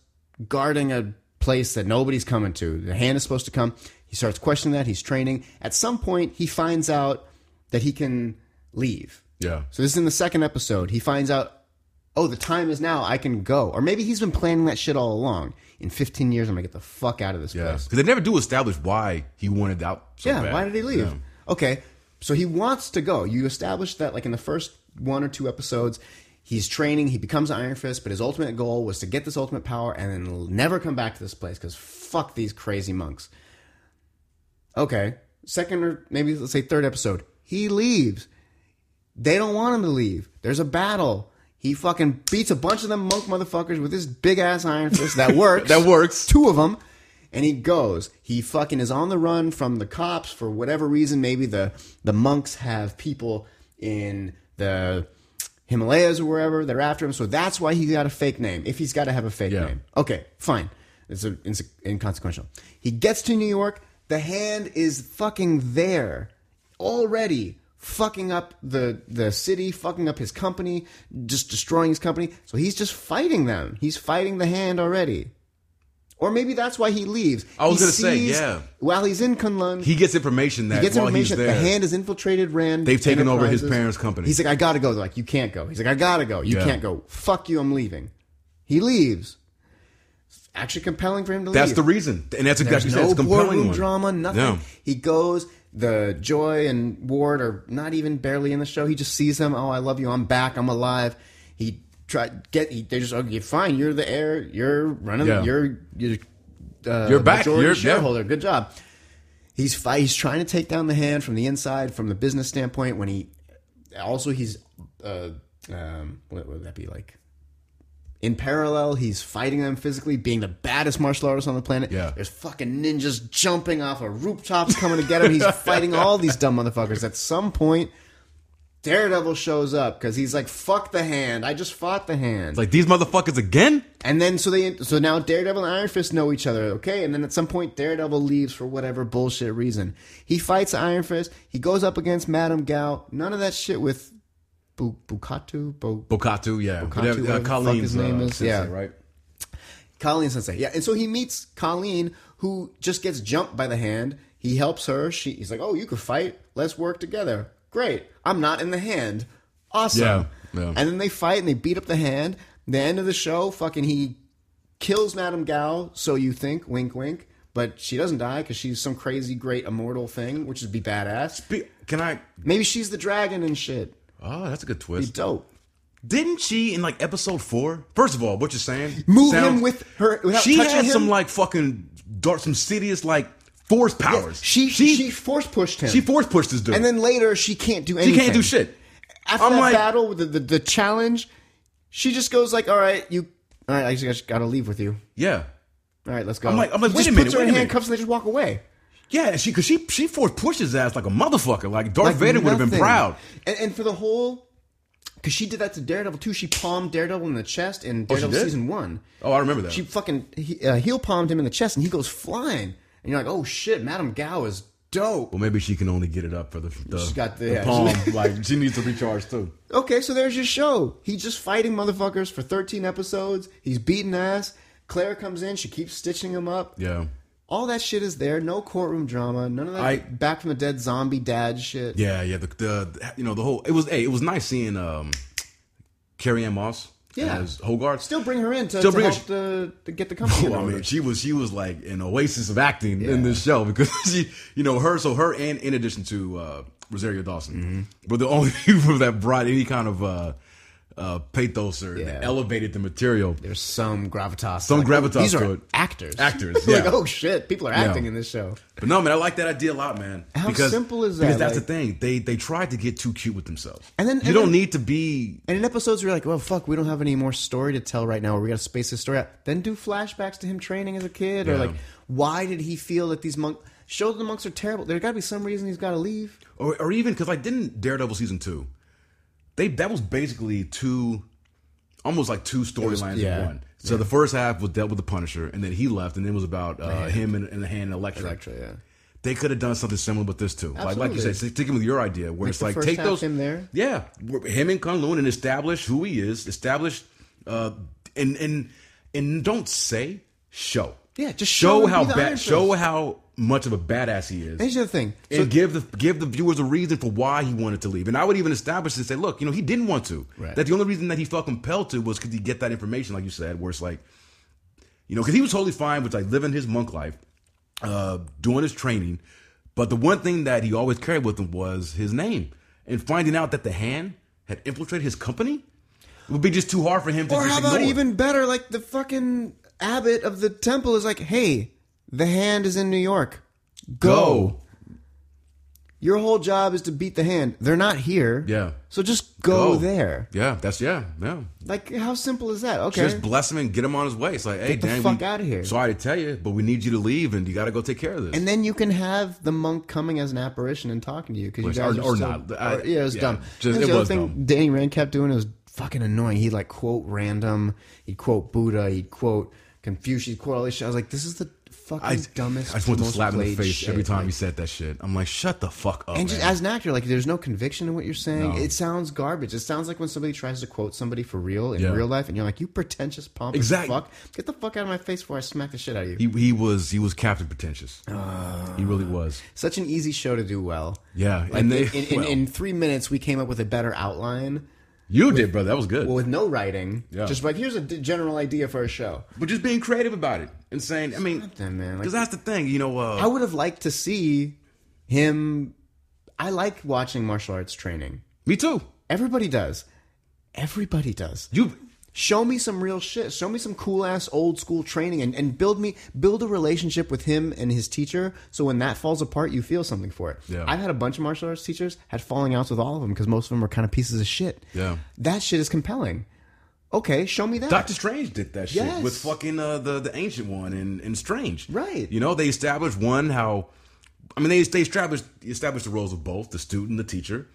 S1: guarding a place that nobody's coming to. The hand is supposed to come. He starts questioning that. He's training. At some point, he finds out that he can leave.
S2: Yeah.
S1: So this is in the second episode. He finds out, oh, the time is now. I can go. Or maybe he's been planning that shit all along. In 15 years, I'm gonna get the fuck out of this
S2: Yeah.
S1: place.
S2: Because they never do establish why he wanted out. So
S1: Yeah,
S2: bad.
S1: why did he leave?
S2: Yeah.
S1: Okay, so he wants to go. You established that like in the first one or two episodes. He's training, he becomes Iron Fist, but his ultimate goal was to get this ultimate power and then never come back to this place because fuck these crazy monks. Okay, second or maybe let's say third episode, he leaves. They don't want him to leave. There's a battle. He fucking beats a bunch of them monk motherfuckers with his big ass Iron Fist that works.
S2: That works.
S1: two of them and he goes he fucking is on the run from the cops for whatever reason maybe the the monks have people in the himalayas or wherever they're after him so that's why he got a fake name if he's got to have a fake
S2: Yeah.
S1: name okay fine it's, a, it's inconsequential he gets to new york the hand is fucking there already fucking up the the city fucking up his company just destroying his company so he's just fighting them he's fighting the hand already or maybe that's why he leaves.
S2: I was
S1: He
S2: gonna say,
S1: sees-
S2: yeah.
S1: While he's in Kunlun, he
S2: He gets information that
S1: gets
S2: while he's
S1: information that
S2: there,
S1: the hand has infiltrated Rand.
S2: they've taken over his
S1: Enterprises.
S2: parents' company.
S1: He's like, I gotta go. They're like, you can't go. He's like, I gotta go. You
S2: Yeah.
S1: can't go. Fuck you. I'm leaving. He leaves. It's actually compelling for him to
S2: that's
S1: leave.
S2: the reason, and that's exactly what
S1: There's
S2: you said. It's
S1: no
S2: a compelling
S1: boardroom
S2: one.
S1: drama. Nothing.
S2: Yeah.
S1: He goes. The Joy and Ward are not even barely in the show. He just sees them. Oh, I love you. I'm back. I'm alive. He tried get. He, they just okay. Fine. You're the heir. You're running.
S2: Yeah.
S1: You're you're uh,
S2: You're back.
S1: majority
S2: You're- yeah.
S1: shareholder. Good job. He's fight. He's trying to take down the hand from the inside, from the business standpoint. When he also he's uh, um, what would that be like? in parallel, he's fighting them physically, being the baddest martial artist on the planet.
S2: Yeah.
S1: There's fucking ninjas jumping off of rooftops coming to get him. He's fighting all these dumb motherfuckers. At some point, Daredevil shows up because he's like, fuck the hand. I just fought the hand.
S2: Like these motherfuckers again?
S1: and then so they so now Daredevil and Iron Fist know each other, okay? And then at some point Daredevil leaves for whatever bullshit reason. He fights Iron Fist, he goes up against Madame Gao, none of that shit with Bu- Bukatu, Bo-
S2: Bokatu, yeah. uh,
S1: Bokatu, whatever the fuck
S2: Colleen's, uh,
S1: his name is.
S2: sensei,
S1: Yeah.
S2: right.
S1: Colleen Sensei. Yeah, and so he meets Colleen, who just gets jumped by the hand. He helps her. She, he's like, "Oh, you could fight. Let's work together. Great. I'm not in the hand. Awesome."
S2: Yeah, yeah.
S1: And then they fight and they beat up the hand. The end of the show, fucking he kills Madame Gao. So you think, wink, wink. But she doesn't die because she's some crazy, great, immortal thing, which would be badass.
S2: Be- Can I?
S1: Maybe she's the dragon and shit.
S2: Oh, that's a good
S1: Be
S2: twist.
S1: dope.
S2: Didn't she in like episode four? First of all, what you're saying?
S1: Move
S2: sounds-
S1: him with her. Without
S2: She
S1: touching
S2: had
S1: him.
S2: some like fucking dark, some serious like force powers.
S1: She she, force pushed him.
S2: she force pushed this dude.
S1: And then later, she can't do
S2: she
S1: anything.
S2: can't do shit.
S1: After
S2: I'm
S1: that
S2: like-
S1: battle with the, the, the challenge, she just goes like, "All right, you, all right, I just gotta leave with you.
S2: Yeah,
S1: All right, let's go."
S2: I'm like- I'm like,
S1: He
S2: wait
S1: just
S2: a minute,
S1: puts her
S2: wait
S1: in
S2: a minute.
S1: handcuffs and they just walk away.
S2: yeah. and She because she she force pushed his ass like a motherfucker. Like Darth
S1: Like
S2: Vader would have been
S1: nothing.
S2: proud.
S1: And, and for the whole, because she did that to Daredevil too. She palmed Daredevil in the chest in Daredevil
S2: did?
S1: season one.
S2: Oh, I remember that.
S1: She fucking he, uh, heel palmed him in the chest, and he goes flying. And you're like, "Oh shit, Madame Gao is dope."
S2: well, maybe she can only get it up for the the,
S1: She's got the-
S2: the
S1: yeah.
S2: palm. like she needs to recharge too.
S1: Okay, so there's your show. He's just fighting motherfuckers for 13 episodes. He's beating ass. Claire comes in. She keeps stitching him up.
S2: Yeah,
S1: All that shit is there. No courtroom drama. None of that
S2: I-
S1: back from the dead zombie dad shit.
S2: yeah, yeah. The, the you know the whole it was hey it was nice seeing um Carrie Ann Moss.
S1: Yeah.
S2: as Hogarth.
S1: Still bring her in to,
S2: Still
S1: to
S2: bring her-
S1: help the, to get the company.
S2: Well, I
S1: in order.
S2: mean, she was she was like an oasis of acting in this show because she, you know, her so her and in
S1: Mm-hmm.
S2: addition to uh, Rosario Dawson were the only people that brought any kind of uh, uh, pathos or
S1: Yeah.
S2: elevated the material.
S1: There's some gravitas.
S2: Some
S1: oh,
S2: gravitas
S1: These
S2: to
S1: are
S2: it.
S1: actors.
S2: Actors,
S1: like,
S2: yeah.
S1: oh shit, people are acting in this show.
S2: But no, man, I like that idea a lot, man.
S1: How simple is
S2: Because
S1: that?
S2: that's the thing. They they tried to get too cute with themselves.
S1: And then-
S2: you
S1: and
S2: don't
S1: then-
S2: need to be.
S1: And in episodes, we are like, well, fuck, we don't have any more story to tell right now. Or we got to space this story out. Then do flashbacks to him training as a kid, or
S2: Yeah.
S1: like, why did he feel that these monks? Show that the monks are terrible. There got to be some reason he's got to leave.
S2: or, or even because I didn't Daredevil season two. They that was basically two, almost like two storylines in
S1: yeah.
S2: one. So the first half was dealt with the Punisher, and then he left, and it was about uh, him and, and the hand and Electra.
S1: Electra, yeah.
S2: They could have done something similar with this too. Like, like you said,
S1: Absolutely.
S2: sticking with your idea, where it's
S1: the
S2: like
S1: first
S2: take
S1: half
S2: those
S1: him there.
S2: yeah, where- him and Kung Loon and establish who he is, establish, uh, and and and don't say show.
S1: Yeah, just show
S2: show
S1: him
S2: how
S1: be the Iron
S2: bad,
S1: Fist.
S2: show how much of a badass he is
S1: Here's the other thing. So
S2: and give the give the viewers a reason for why he wanted to leave. And I would even establish and say, look, you know, he didn't want to.
S1: Right.
S2: That the only reason that he felt compelled to was because he get that information, like you said, where it's like, you know, because he was totally fine with like living his monk life, uh, doing his training. But the one thing that he always carried with him was his name, and finding out that the hand had infiltrated his company would be just too hard for him to.
S1: Or
S2: just
S1: how about
S2: ignore.
S1: even better, like the fucking abbot of the temple is like, hey, the hand is in New York. Go.
S2: go?
S1: Your whole job is to beat the hand. They're not here.
S2: Yeah.
S1: So just go,
S2: Go.
S1: there.
S2: Yeah, that's yeah, yeah.
S1: Like, how simple is that? Okay.
S2: Just bless him and get him on his way. It's like, hey,
S1: the
S2: Dan,
S1: fuck
S2: we,
S1: outta here.
S2: Sorry to tell you, but we need you to leave, and you got to go take care of this.
S1: and then you can have the monk coming as an apparition and talking to you because you
S2: Which-
S1: guys
S2: or-
S1: are
S2: or
S1: still-
S2: not. I-
S1: or- yeah, it was
S2: yeah,
S1: dumb.
S2: just-
S1: That
S2: it
S1: the other
S2: was
S1: thing
S2: dumb.
S1: Danny Rand kept doing. It was fucking annoying. He'd like quote random. He'd quote Buddha. He'd quote Confucius. He'd quote all this shit. I was like, this is the fucking
S2: I,
S1: dumbest.
S2: I just want to
S1: most
S2: slap him in the
S1: played
S2: face
S1: shit.
S2: every time
S1: Like,
S2: he said that shit. I'm like, shut the fuck up.
S1: And just
S2: man.
S1: as an actor, like there's no conviction in what you're saying.
S2: No.
S1: It sounds garbage. It sounds like when somebody tries to quote somebody for real in
S2: Yeah.
S1: real life, and you're like, "You pretentious pompous
S2: Exact-
S1: fuck, get the fuck out of my face before I smack the shit out of you."
S2: he he was he was Captain Pretentious.
S1: Uh,
S2: he really was.
S1: Such an easy show to do well.
S2: Yeah,
S1: Like,
S2: and they
S1: in, in,
S2: well,
S1: in, in three minutes, we came up with a better outline,
S2: you did, brother. That was good.
S1: well, with no writing.
S2: Yeah.
S1: Just like here's a d- general idea for a show.
S2: but just being creative about it and saying, I mean,
S1: Something, man, like-
S2: because that's the thing, you know. Uh,
S1: I would have liked to see him. I like watching martial arts training.
S2: me too.
S1: Everybody does. Everybody does.
S2: You
S1: Show me some real shit. Show me some cool ass old school training and, and build me build a relationship with him and his teacher so when that falls apart you feel something for it.
S2: Yeah.
S1: I've had a bunch of martial arts teachers had falling outs with all of them because most of them were kind of pieces of shit.
S2: Yeah.
S1: That shit is compelling. Okay, show me that.
S2: Doctor Strange did that shit
S1: Yes.
S2: with fucking uh, the the ancient one and, and Strange.
S1: Right.
S2: You know, they established one how I mean they they established established the roles of both the student, the teacher.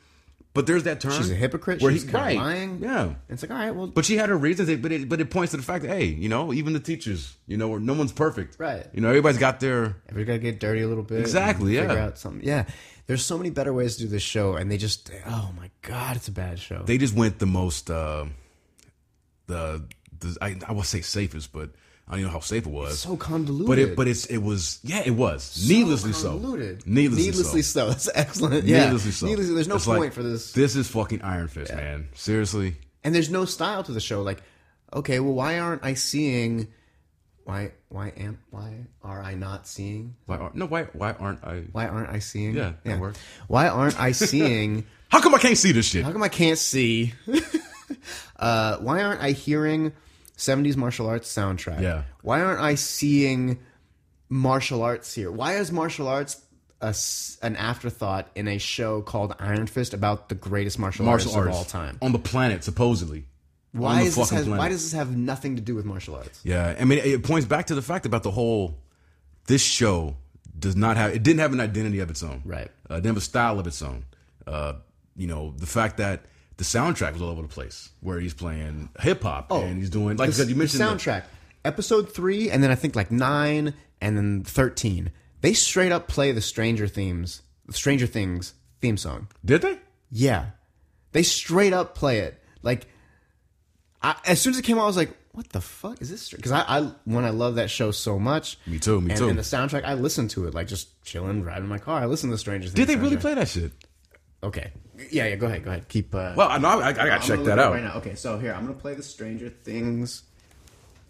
S2: But there's that term.
S1: She's a hypocrite.
S2: where
S1: She's
S2: he-
S1: kinda
S2: right.
S1: lying.
S2: Yeah.
S1: It's like, all right, well
S2: But she had her reasons, but it, but it points to the fact that hey, you know, even the teachers, you know, no one's perfect,
S1: Right.
S2: You know, everybody's got their
S1: we gotta get dirty a little bit. and
S2: Exactly, yeah.
S1: Figure out something. Yeah. There's so many better ways to do this show and they just oh my god, it's a bad show.
S2: they just went the most uh the, the I, I would say safest, but I don't know how safe it was.
S1: so convoluted.
S2: but it but it's it was yeah it was needlessly so
S1: convoluted.
S2: needlessly, so.
S1: so. That's excellent. Yeah.
S2: Needlessly so.
S1: Needlessly- there's no
S2: It's like,
S1: point for this.
S2: This is fucking Iron Fist, man. Seriously.
S1: And there's no style to the show. Like, okay, well, why aren't I seeing? Why why am why are I not seeing?
S2: Why aren't, no, why why aren't I?
S1: Why aren't I seeing?
S2: Yeah, that works.
S1: Why aren't I seeing?
S2: How come I can't see this shit?
S1: How come I can't see? uh, why aren't I hearing 70s martial arts soundtrack?
S2: Yeah.
S1: Why aren't I seeing martial arts here? Why is martial arts a s an afterthought in a show called Iron Fist about the greatest martial,
S2: Martial
S1: artist
S2: arts
S1: of all time?
S2: on the planet, supposedly.
S1: Why,
S2: on the
S1: is this
S2: fucking
S1: has,
S2: planet.
S1: why does this have nothing to do with martial arts?
S2: Yeah, I mean, it points back to the fact about the whole. This show does not have. It didn't have an identity of its own.
S1: Right.
S2: Uh, it didn't have a style of its own. Uh, you know, the fact that the soundtrack was all over the place, where he's playing hip hop and he's doing like
S1: Oh, The-
S2: because you mentioned
S1: the
S2: the-
S1: soundtrack. Episode three, and then I think like nine, and then thirteen. They straight up play the Stranger themes, the Stranger Things theme song.
S2: Did they?
S1: Yeah. They straight up play it. Like, I, as soon as it came out, I was like, what the fuck is this? Because I, I, when I love that show so much.
S2: Me too, me
S1: and,
S2: too.
S1: And the soundtrack, I listened to it, like just chilling, riding in my car. I listened to the Stranger Things.
S2: Did they really
S1: soundtrack.
S2: play that shit?
S1: Okay. Yeah, yeah, go ahead, go ahead. Keep, uh,
S2: Well, I know. I, I gotta
S1: I'm
S2: check
S1: gonna
S2: that
S1: look it up
S2: out.
S1: Right now. Okay, so here, I'm going to play the Stranger Things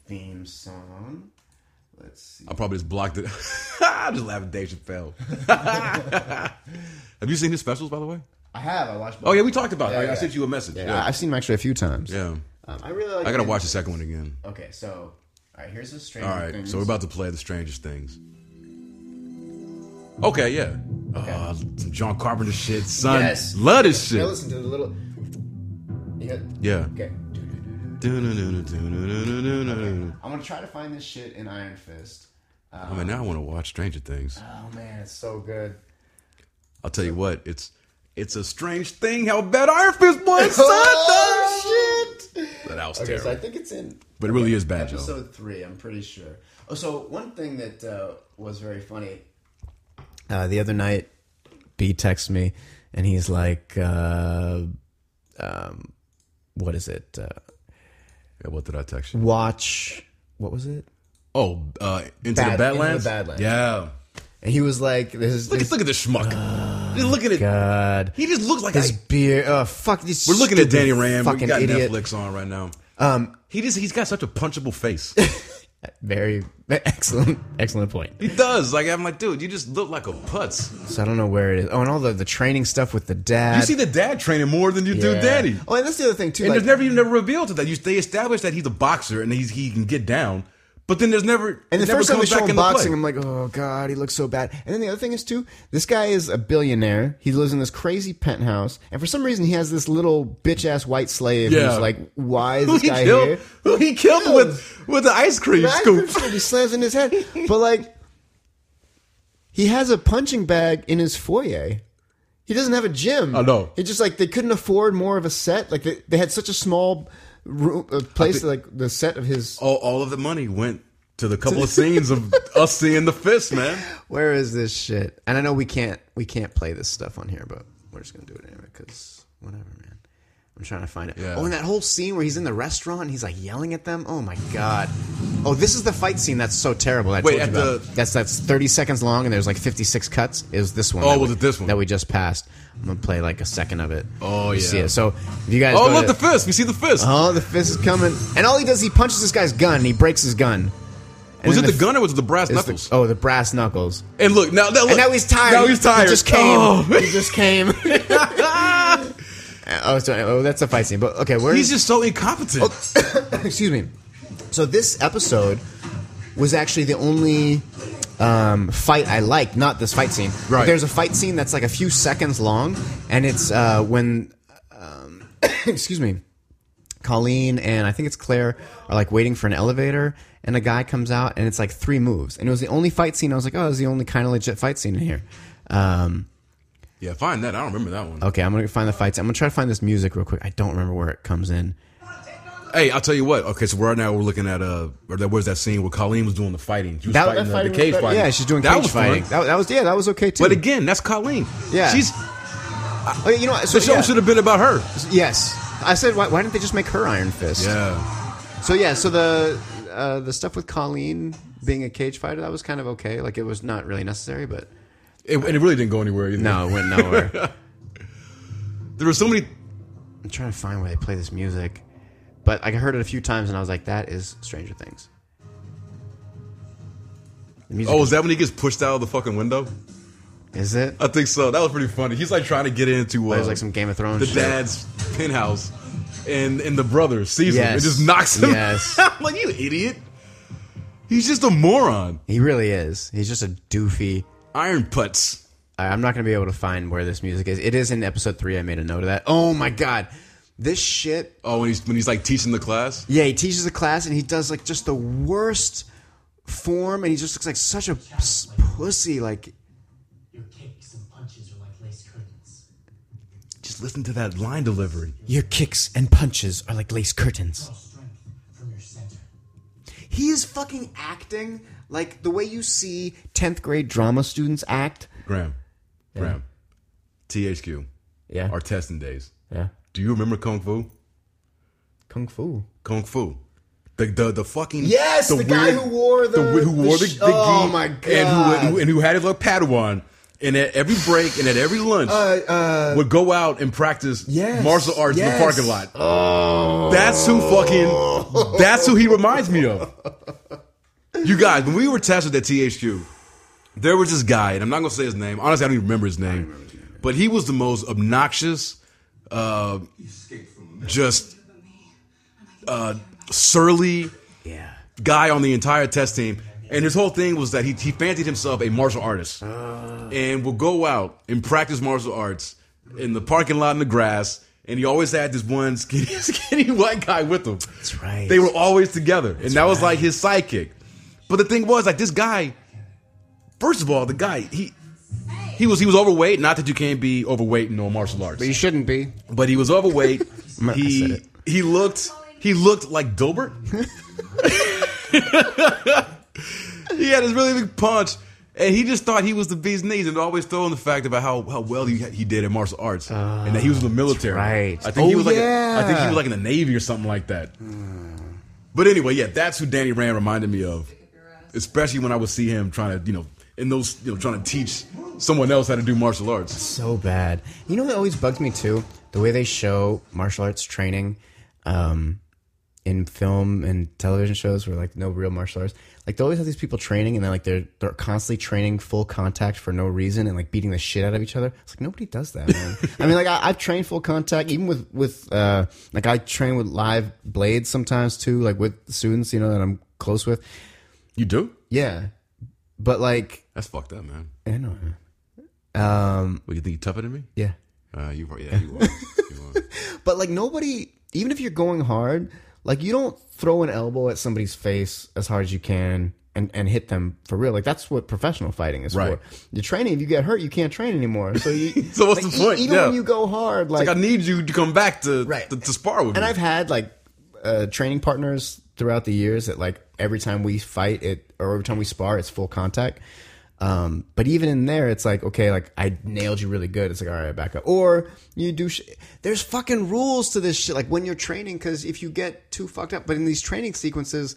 S1: theme song. Let's see.
S2: I probably just blocked it. I just laughed at Dave Chappelle. Have you seen his specials, by the way?
S1: I have. I watched. Both.
S2: Oh yeah, we talked about it.
S1: Yeah,
S2: right? I
S1: yeah.
S2: sent you a message.
S1: Yeah,
S2: Yeah,
S1: I've seen him actually a few times.
S2: yeah.
S1: Um, I really. Like
S2: I gotta watch the second one again.
S1: Okay, so all right, here's the Stranger
S2: All right,
S1: Things.
S2: so we're about to play the strangest things. Okay, yeah. Uh, some John Carpenter shit, son.
S1: Yes.
S2: Love this
S1: Now
S2: shit.
S1: listen to the little. Yeah.
S2: Yeah.
S1: Okay. Doo-doo-doo-doo.
S2: Dun-dun-dun-dun-dun-dun-dun-dun-dun.
S1: I'm gonna try to find this shit in Iron Fist.
S2: I mean, now I want to watch Stranger Things.
S1: Oh man, it's so good.
S2: I'll tell you what, it's it's a strange thing how bad Iron Fist was, son.
S1: Oh, shit!
S2: That was
S1: Okay,
S2: terrible.
S1: so I think it's in
S2: but it really is bad, though.
S1: episode three. I'm pretty sure. Oh, so one thing that uh, was very funny uh, the other night, B texts me, and he's like, uh, um, "What is it? Uh,
S2: Yeah, what did I text you?
S1: watch? What was it?"
S2: Oh, uh, Into the
S1: Bad- Into the
S2: Badlands?
S1: Badlands.
S2: Yeah.
S1: And he was like, "This is
S2: Look, at-
S1: this, Ah,
S2: look at this schmuck. Just look at it.
S1: God."
S2: He just looks like
S1: His
S2: a
S1: beer. Oh fuck! This
S2: We're looking at
S1: stupid
S2: Danny Rand. We
S1: Fucking
S2: got
S1: idiot. Um,
S2: Netflix on right now. he just he's got such a punchable face.
S1: Very excellent, excellent point.
S2: he does. Like I'm like, dude, you just look like a putz.
S1: So I don't know where it is. Oh, and all the, the training stuff with the dad.
S2: You see the dad training more than you do
S1: Yeah.
S2: daddy. And
S1: Oh, and that's the other thing too. like-
S2: there's never you never revealed to that. You they establish that he's a boxer and he's, he can get down, but then there's never
S1: And the
S2: it never
S1: first time they
S2: comes
S1: show
S2: back
S1: him
S2: into play.
S1: boxing, I'm like, oh god, he looks so bad. And then the other thing is too, this guy is a billionaire. He lives in this crazy penthouse, and for some reason, he has this little bitch ass white slave
S2: Yeah.
S1: who's like, why is
S2: who
S1: this
S2: he
S1: guy
S2: killed,
S1: here?
S2: who he killed
S1: Yes.
S2: with with the ice cream
S1: Right?
S2: scoop.
S1: He slams in his head, but like, he has a punching bag in his foyer. He doesn't have a gym.
S2: I know.
S1: It's just like they couldn't afford more of a set. Like they, they had such a small room, uh, place, like the set of his.
S2: All, all of the money went to the couple of scenes of us seeing the fist, man.
S1: Where is this shit? And I know we can't we can't play this stuff on here, but we're just gonna do it anyway because whatever, man. I'm trying to find it.
S2: Yeah.
S1: Oh, and that whole scene where he's in the restaurant and he's like yelling at them. Oh my god. Oh, this is the fight scene that's so terrible. That I
S2: Wait,
S1: told
S2: at
S1: you about.
S2: the-
S1: that's that's 30 seconds long and there's like 56 cuts. Is this one?
S2: Oh,
S1: that
S2: was
S1: we-
S2: it this one?
S1: that we just passed? I'm gonna play like a second of it.
S2: Oh,
S1: You
S2: yeah.
S1: See it. So if you guys.
S2: Oh,
S1: go
S2: look
S1: to-
S2: the fist. We see the fist.
S1: Oh, the fist is coming, and all he does, he punches this guy's gun. and He breaks his gun. And
S2: was it
S1: then
S2: the, gun or was it the brass
S1: is the-
S2: knuckles?
S1: oh, the brass knuckles.
S2: And look now, now, look,
S1: And now he's tired.
S2: Now he's tired.
S1: He just came.
S2: Oh.
S1: He just came. oh, sorry. Oh, that's a fight scene. But okay, where?
S2: He's just so incompetent.
S1: Oh. excuse me. So this episode was actually the only um, fight I liked. Not this fight scene. But
S2: Right.
S1: there's a fight scene that's like a few seconds long, and it's uh, when, um, excuse me, Colleen and I think it's Claire are like waiting for an elevator, and a guy comes out, and it's like three moves, and it was the only fight scene. I was like, oh, it's the only kind of legit fight scene in here. Um,
S2: Yeah, find that. I don't remember that one.
S1: Okay, I'm gonna find the fights. I'm gonna try to find this music real quick. I don't remember where it comes in.
S2: Hey, I'll tell you what. Okay, so right now we're looking at uh, or there was that scene where Colleen was doing the fighting. She was fighting, the- the cage fighting.
S1: Yeah, she's doing
S2: that
S1: cage
S2: was fun.
S1: fighting. That, that was yeah, that was okay too.
S2: But again, that's Colleen.
S1: Yeah.
S2: she's
S1: Oh, yeah, you know, what? so
S2: the show
S1: yeah.
S2: should have been about her.
S1: yes, I said why, why didn't they just make her Iron Fist?
S2: Yeah,
S1: So yeah, so the uh, the stuff with Colleen being a cage fighter that was kind of okay. Like it was not really necessary, but
S2: it, and it really didn't go anywhere. Either.
S1: no, it went nowhere.
S2: there were so many. oh,
S1: I'm trying to find where they play this music, but I heard it a few times and I was like, that is Stranger Things. The music
S2: Oh, is that when he gets pushed out of the fucking window?
S1: is it?
S2: I think so. That was pretty funny. He's like trying to get into uh,
S1: There's like some Game of Thrones.
S2: the
S1: shit.
S2: dad's penthouse, and and the brother sees him and
S1: Yes.
S2: just knocks him.
S1: Yes.
S2: I'm like you idiot. He's just a moron.
S1: He really is. He's just a doofy.
S2: Iron putts.
S1: I- I'm not going to be able to find where this music is. It is in episode three. I made a note of that. Oh my god, this shit.
S2: Oh, when he's when he's like teaching the class.
S1: Yeah, he teaches a class and he does like just the worst form, and he just looks like such a s- pussy. Like
S3: Your kicks and punches are like lace curtains.
S2: Just listen to that line delivery.
S1: your kicks and punches are like lace curtains.
S3: Draw strength from your center.
S1: He is fucking acting like the way you see tenth grade drama students act.
S2: Graham, Graham, THQ,
S1: Yeah.
S2: our testing days.
S1: Yeah.
S2: Do you remember Kung Fu?
S1: Kung Fu.
S2: Kung Fu. The, the, the fucking
S1: Yes, the guy who wore the-
S2: wi- who
S1: the
S2: wore the,
S1: sh-
S2: the
S1: oh
S2: gi
S1: my
S2: and who,
S1: God.
S2: and who had his little Padawan and at every break and at every lunch
S1: Uh,
S2: would go out and practice
S1: Yes,
S2: martial arts in
S1: yes.
S2: the parking lot. That's who fucking. That's who he reminds me of. You guys, when we were tested at THQ, there was this guy, and I'm not gonna say his name. Honestly, I don't even remember his name. But he was the most obnoxious, uh, just uh, surly
S1: Yeah.
S2: guy on the entire test team. And his whole thing was that he, he fancied himself a martial artist and would go out and practice martial arts in the parking lot in the grass. And he always had this one skinny, skinny white guy with him. That's
S1: right.
S2: They were always together. and that was like his sidekick. But the thing was, like, this guy, first of all, the guy, he. He was he was overweight. Not that you can't be overweight in no martial arts,
S1: You shouldn't be.
S2: but he was overweight.
S1: I said
S2: he
S1: it.
S2: he looked he looked like Dilbert. he had this really big punch, and he just thought he was the bee's knees, and always throwing the fact about how, how well he he did in martial arts, and that he was in the military.
S1: Ah, right.
S2: I think he
S1: Oh,
S2: was like a,
S1: yeah. Hmm.
S2: I think he was like in the navy or something like that. But anyway, yeah, that's who Danny Rand reminded me of, especially when I would see him trying to you know in those you know trying to teach someone else how to do martial arts.
S1: So bad. You know what always bugs me too? The way they show martial arts training um, in film and television shows where like no real martial arts. Like they always have these people training and then like they're they're constantly training full contact for no reason and like beating the shit out of each other. It's like nobody does that, man. I mean like I, I've trained full contact even with with uh like I train with live blades sometimes too, like with students, you know, that I'm close with.
S2: You do?
S1: Yeah. But like
S2: That's fucked up, man.
S1: I don't know. Um
S2: Well, you think you're tougher than me?
S1: yeah.
S2: Uh, you are. Yeah, you are. you are.
S1: But like nobody, even if you're going hard, like you don't throw an elbow at somebody's face as hard as you can and and hit them for real. Like that's what professional fighting is
S2: Right.
S1: for. You're training. If you get hurt, you can't train anymore. So you.
S2: So what's
S1: like,
S2: the
S1: e-
S2: point?
S1: even
S2: yeah.
S1: when you go hard, like,
S2: like, I need you to come back to
S1: Right.
S2: to, to spar with
S1: and
S2: me.
S1: I've had like uh, training partners throughout the years that like every time we fight it or every time we spar, it's full contact. Um, but even in there, it's like okay, like I nailed you really good. It's like all right, back up. Or you do. Sh- There's fucking rules to this shit. Like when you're training, because if you get too fucked up, but in these training sequences,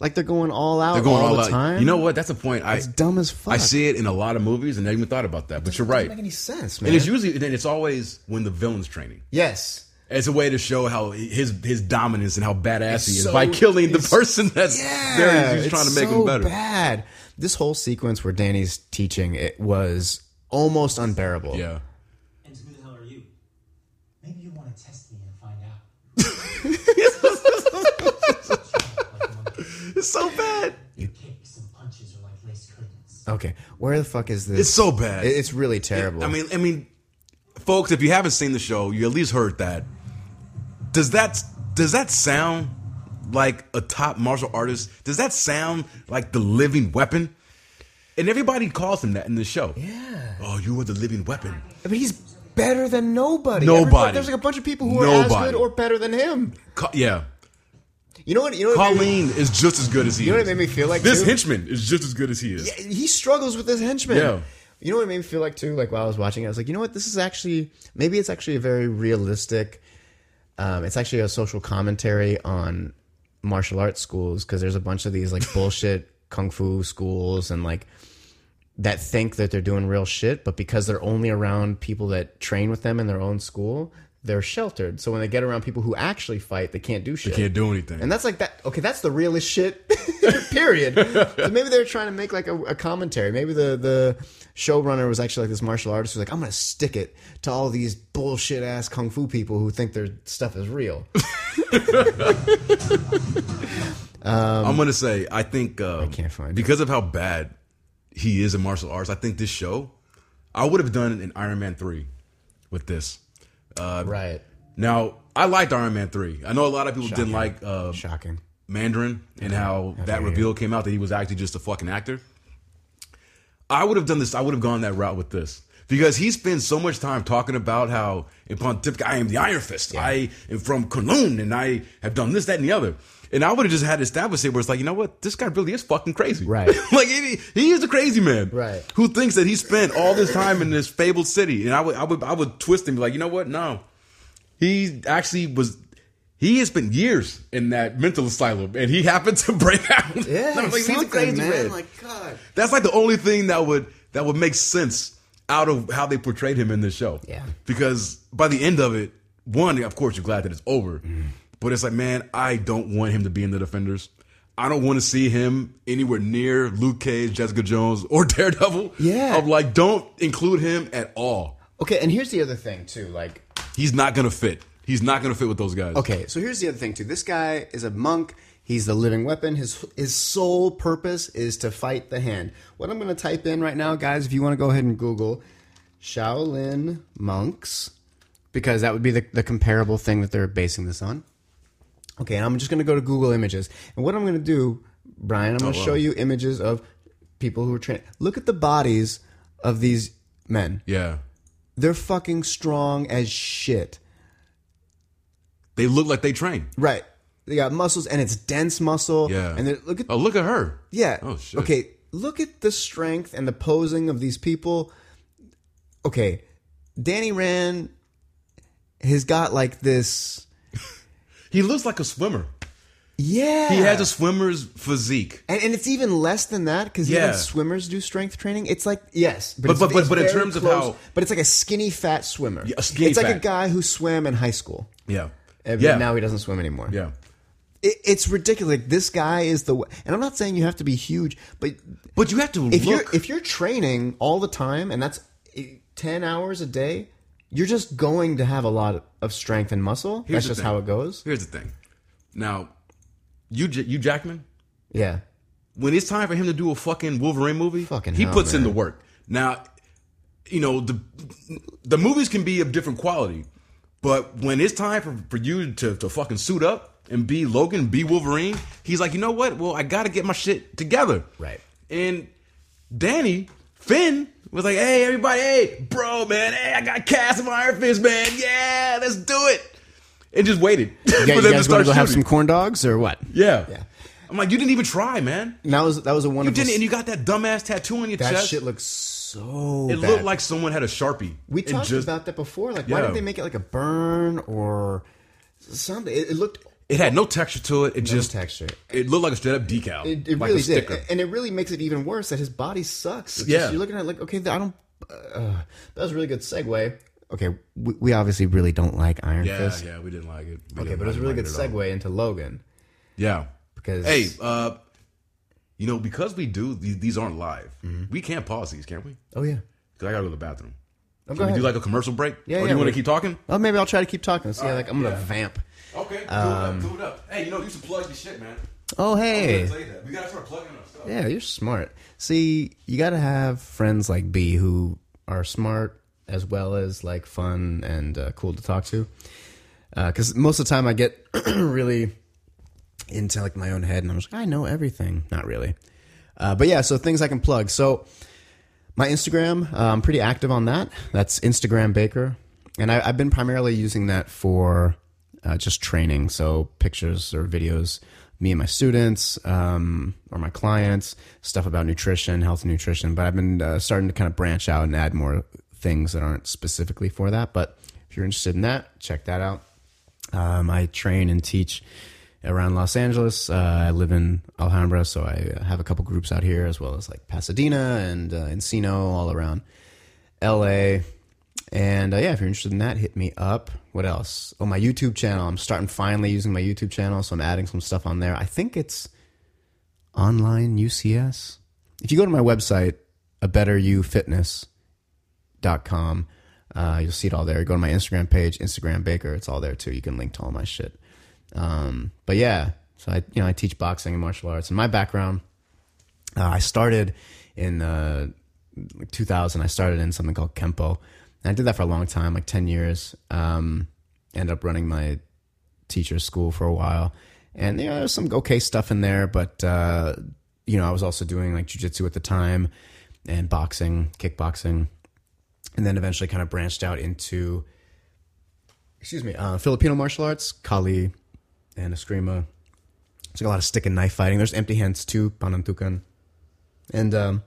S1: like they're going all out
S2: They're going
S1: all,
S2: all
S1: the
S2: out.
S1: time.
S2: You know what? That's a point. I
S1: it's dumb as fuck.
S2: I see it in a lot of movies, and I even thought about that. But you're
S1: Doesn't
S2: right.
S1: make
S2: And
S1: any sense, man.
S2: it's usually and it's always when the villain's training.
S1: yes.
S2: It's a way to show how his his dominance and how badass he is
S1: so-
S2: by killing the
S1: it's-
S2: person that's there. He's
S1: it's
S2: trying to make
S1: so
S2: him better.
S1: Bad. This whole sequence where Danny's teaching it was almost unbearable.
S2: Yeah.
S3: And who the hell are you? Maybe you want to test me and find out. like monkey.
S2: It's so bad.
S3: Your kicks and punches are like lace curtains.
S1: Okay, where the fuck is this?
S2: It's so bad.
S1: It- It's really terrible.
S2: I mean, I mean, folks, if you haven't seen the show, you at least heard that. Does that does that sound like a top martial artist? Does that sound like the living weapon? And everybody calls him that in the show.
S1: yeah,
S2: Oh, you are the living weapon.
S1: I mean, he's better than nobody.
S2: Nobody.
S1: Everybody- there's like a bunch of people who are
S2: Nobody.
S1: as good or better than him.
S2: Ca- yeah,
S1: You know what? You know what? made me-
S2: Colleen is just as good as he.
S1: you know
S2: is.
S1: what it made me feel like.
S2: This
S1: too?
S2: henchman is just as good as he is.
S1: Yeah, he struggles with his henchmen.
S2: Yeah.
S1: You know what it made me feel like too? Like while I was watching it, I was like, you know what? This is actually maybe it's actually a very realistic. Um, it's actually a social commentary on martial arts schools because there's a bunch of these like bullshit kung fu schools and like that think that they're doing real shit, but because they're only around people that train with them in their own school, they're sheltered. So when they get around people who actually fight, they can't do shit.
S2: Can't do anything.
S1: And that's like that. Okay, that's the realest shit. period. so maybe they're trying to make like a, a commentary. Maybe the the showrunner was actually like this martial artist who's like, I'm gonna stick it to all these bullshit ass kung fu people who think their stuff is real.
S2: I'm gonna say I think uh, I
S1: can't find it.
S2: because of how bad he is in martial arts. I think this show I would have done an Iron Man three with this.
S1: right.
S2: Now I liked Iron Man three. I know a lot of people didn't like uh,
S1: Shocking.
S2: Mandarin and how that reveal came out that he was actually just a fucking actor. I would have done this. I would have gone that route with this because he spends so much time talking about how in Pontific I am the Iron Fist. I am from Kunlun and I have done this, that, and the other. And I would have just had to establish it where it's like, you know what, this guy really is fucking crazy.
S1: Right.
S2: like he, he is a crazy man.
S1: Right.
S2: Who thinks that he spent all this time in this fabled city? And I would, I would, I would twist him like, you know what, no, he actually was he has been years in that mental asylum and he happened to break out
S1: Yeah.
S2: I'm like, he's a
S1: something,
S2: crazy
S1: man.
S2: man.
S1: Like God.
S2: that's like the only thing that would that would make sense out of how they portrayed him in this show
S1: Yeah.
S2: because by the end of it one of course you're glad that it's over
S1: Mm-hmm.
S2: but it's like man i don't want him to be in the defenders I don't want to see him anywhere near Luke Cage, Jessica Jones, or Daredevil.
S1: Yeah.
S2: I'm like, don't include him at all.
S1: Okay, and here's the other thing too. Like,
S2: He's not gonna fit. He's not gonna fit with those guys.
S1: okay, so here's the other thing too. This guy is a monk. He's the living weapon. His his sole purpose is to fight the hand. What I'm going to type in right now, guys, if you want to go ahead and Google Shaolin monks, because that would be the, the comparable thing that they're basing this on. Okay, and I'm just going to go to Google Images, and what I'm going to do, Brian, I'm going to show you images of people who are trained. Look at the bodies of these men.
S2: Yeah.
S1: They're fucking strong as shit.
S2: They look like they train.
S1: Right. They got muscles, and it's dense muscle.
S2: Yeah.
S1: And they're- look at
S2: Oh, look at her.
S1: yeah.
S2: Oh, shit.
S1: Okay, look at the strength and the posing of these people. Okay, Danny Rand has got like this.
S2: He looks like a swimmer.
S1: Yeah.
S2: He has a swimmer's physique.
S1: And, and it's even less than that because
S2: Yeah.
S1: even swimmers do strength training. It's like yes,
S2: But-
S1: it's-
S2: but- but-
S1: it's
S2: but in
S1: very
S2: terms of how-
S1: but it's like a skinny fat swimmer.
S2: a skinny
S1: it's like a
S2: fat.
S1: guy who swam in high school,
S2: Yeah.
S1: and
S2: yeah.
S1: now he doesn't swim anymore.
S2: yeah.
S1: it, it's ridiculous. Like, this guy is the, and I'm not saying you have to be huge, but
S2: But you have to
S1: if you're
S2: look.
S1: if you're training all the time and that's eh, ten hours a day, you're just going to have a lot of strength and muscle.
S2: Here's
S1: that's
S2: the
S1: just
S2: thing.
S1: how it goes.
S2: Here's the thing. Now, you J- you Jackman,
S1: Yeah,
S2: when it's time for him to do a fucking Wolverine movie,
S1: Fucking
S2: he
S1: hell,
S2: puts in
S1: man.
S2: the work. Now, you know the the movies can be of different quality, but when it's time for, for you to to fucking suit up and be Logan, be Wolverine, he's like, you know what? Well, I got to get my shit together.
S1: Right.
S2: And Danny Finn was like, hey everybody, hey bro, man, hey I got cast of Iron Fist, man, yeah, let's do it. And just waited
S1: yeah. You guys want to go have some
S2: shooting.
S1: corn dogs or what?
S2: Yeah.
S1: Yeah.
S2: I'm like, you didn't even try, man.
S1: And that was that was a
S2: You
S1: wonderful.
S2: didn't, and you got that dumbass tattoo on your
S1: that
S2: chest.
S1: shit looks so.
S2: it
S1: bad.
S2: looked like someone had a sharpie.
S1: we
S2: and
S1: talked
S2: just-
S1: about that before. Like, why
S2: Yeah.
S1: did they make it like a burn or something? It, it looked
S2: It had no texture to it. It
S1: no
S2: just
S1: texture.
S2: It looked like a straight up decal.
S1: It, it
S2: like
S1: really
S2: a
S1: did,
S2: sticker.
S1: and it really makes it even worse that his body sucks. It's
S2: Yeah.
S1: just- you're looking at it like, okay, I don't. Uh, that was a really good segue. Okay, we, we obviously really don't like Iron
S2: yeah,
S1: Fist.
S2: yeah, we didn't like it. We
S1: Okay,
S2: didn't
S1: but it was a
S2: like
S1: really good
S2: at all.
S1: segue into Logan
S2: Yeah.
S1: because
S2: Hey, uh, you know, because we do these, these aren't live.
S1: Mm-hmm.
S2: We can't pause these, can we?
S1: oh yeah,
S2: Because I gotta go to the bathroom.
S1: oh,
S2: Can we do like a commercial break?
S1: Yeah,
S2: Or do
S1: yeah,
S2: you want
S1: we-
S2: to keep talking?
S1: oh maybe I'll try to keep talking. See, like I'm gonna vamp.
S2: Okay, do it up,
S1: Um,
S2: do it up. Hey, you know, you should plug your shit, man.
S1: Oh hey,
S2: that. We gotta start plugging our stuff.
S1: yeah, you're smart. See, you gotta have friends like B who are smart as well as like fun and uh, cool to talk to. Because most of the time I get really into like my own head and I'm just like, I know everything. Not really. Uh, but yeah, so things I can plug. So my Instagram, uh, I'm pretty active on that. That's Instagram Baker. And I, I've been primarily using that for uh, just training. So pictures or videos, me and my students um, or my clients, stuff about nutrition, health and nutrition. But I've been uh, starting to kind of branch out and add more things that aren't specifically for that. But if you're interested in that, check that out. Um, I train and teach around Los Angeles. Uh, I live in Alhambra, so I have a couple groups out here, as well as like Pasadena and uh, Encino, all around LA. And uh, yeah, if you're interested in that, hit me up. What else? Oh, my YouTube channel. I'm starting finally using my YouTube channel, so I'm adding some stuff on there. I think it's online UCS. If you go to my website, a better you fitness com. Uh, you'll see it all there. Go to my Instagram page, Instagram Baker. It's all there too. You can link to all my shit. Um, but yeah, so I you know I teach boxing and martial arts. And my background, uh, I started in uh, like 2000. I started in something called kempo. And I did that for a long time, like 10 years. Um, ended up running my teacher's school for a while. And you know, there's some okay stuff in there, but uh, you know, I was also doing like jujitsu at the time and boxing, kickboxing and then eventually kind of branched out into excuse me uh, filipino martial arts kali and eskrima it's like a lot of stick and knife fighting there's empty hands too panantukan and um,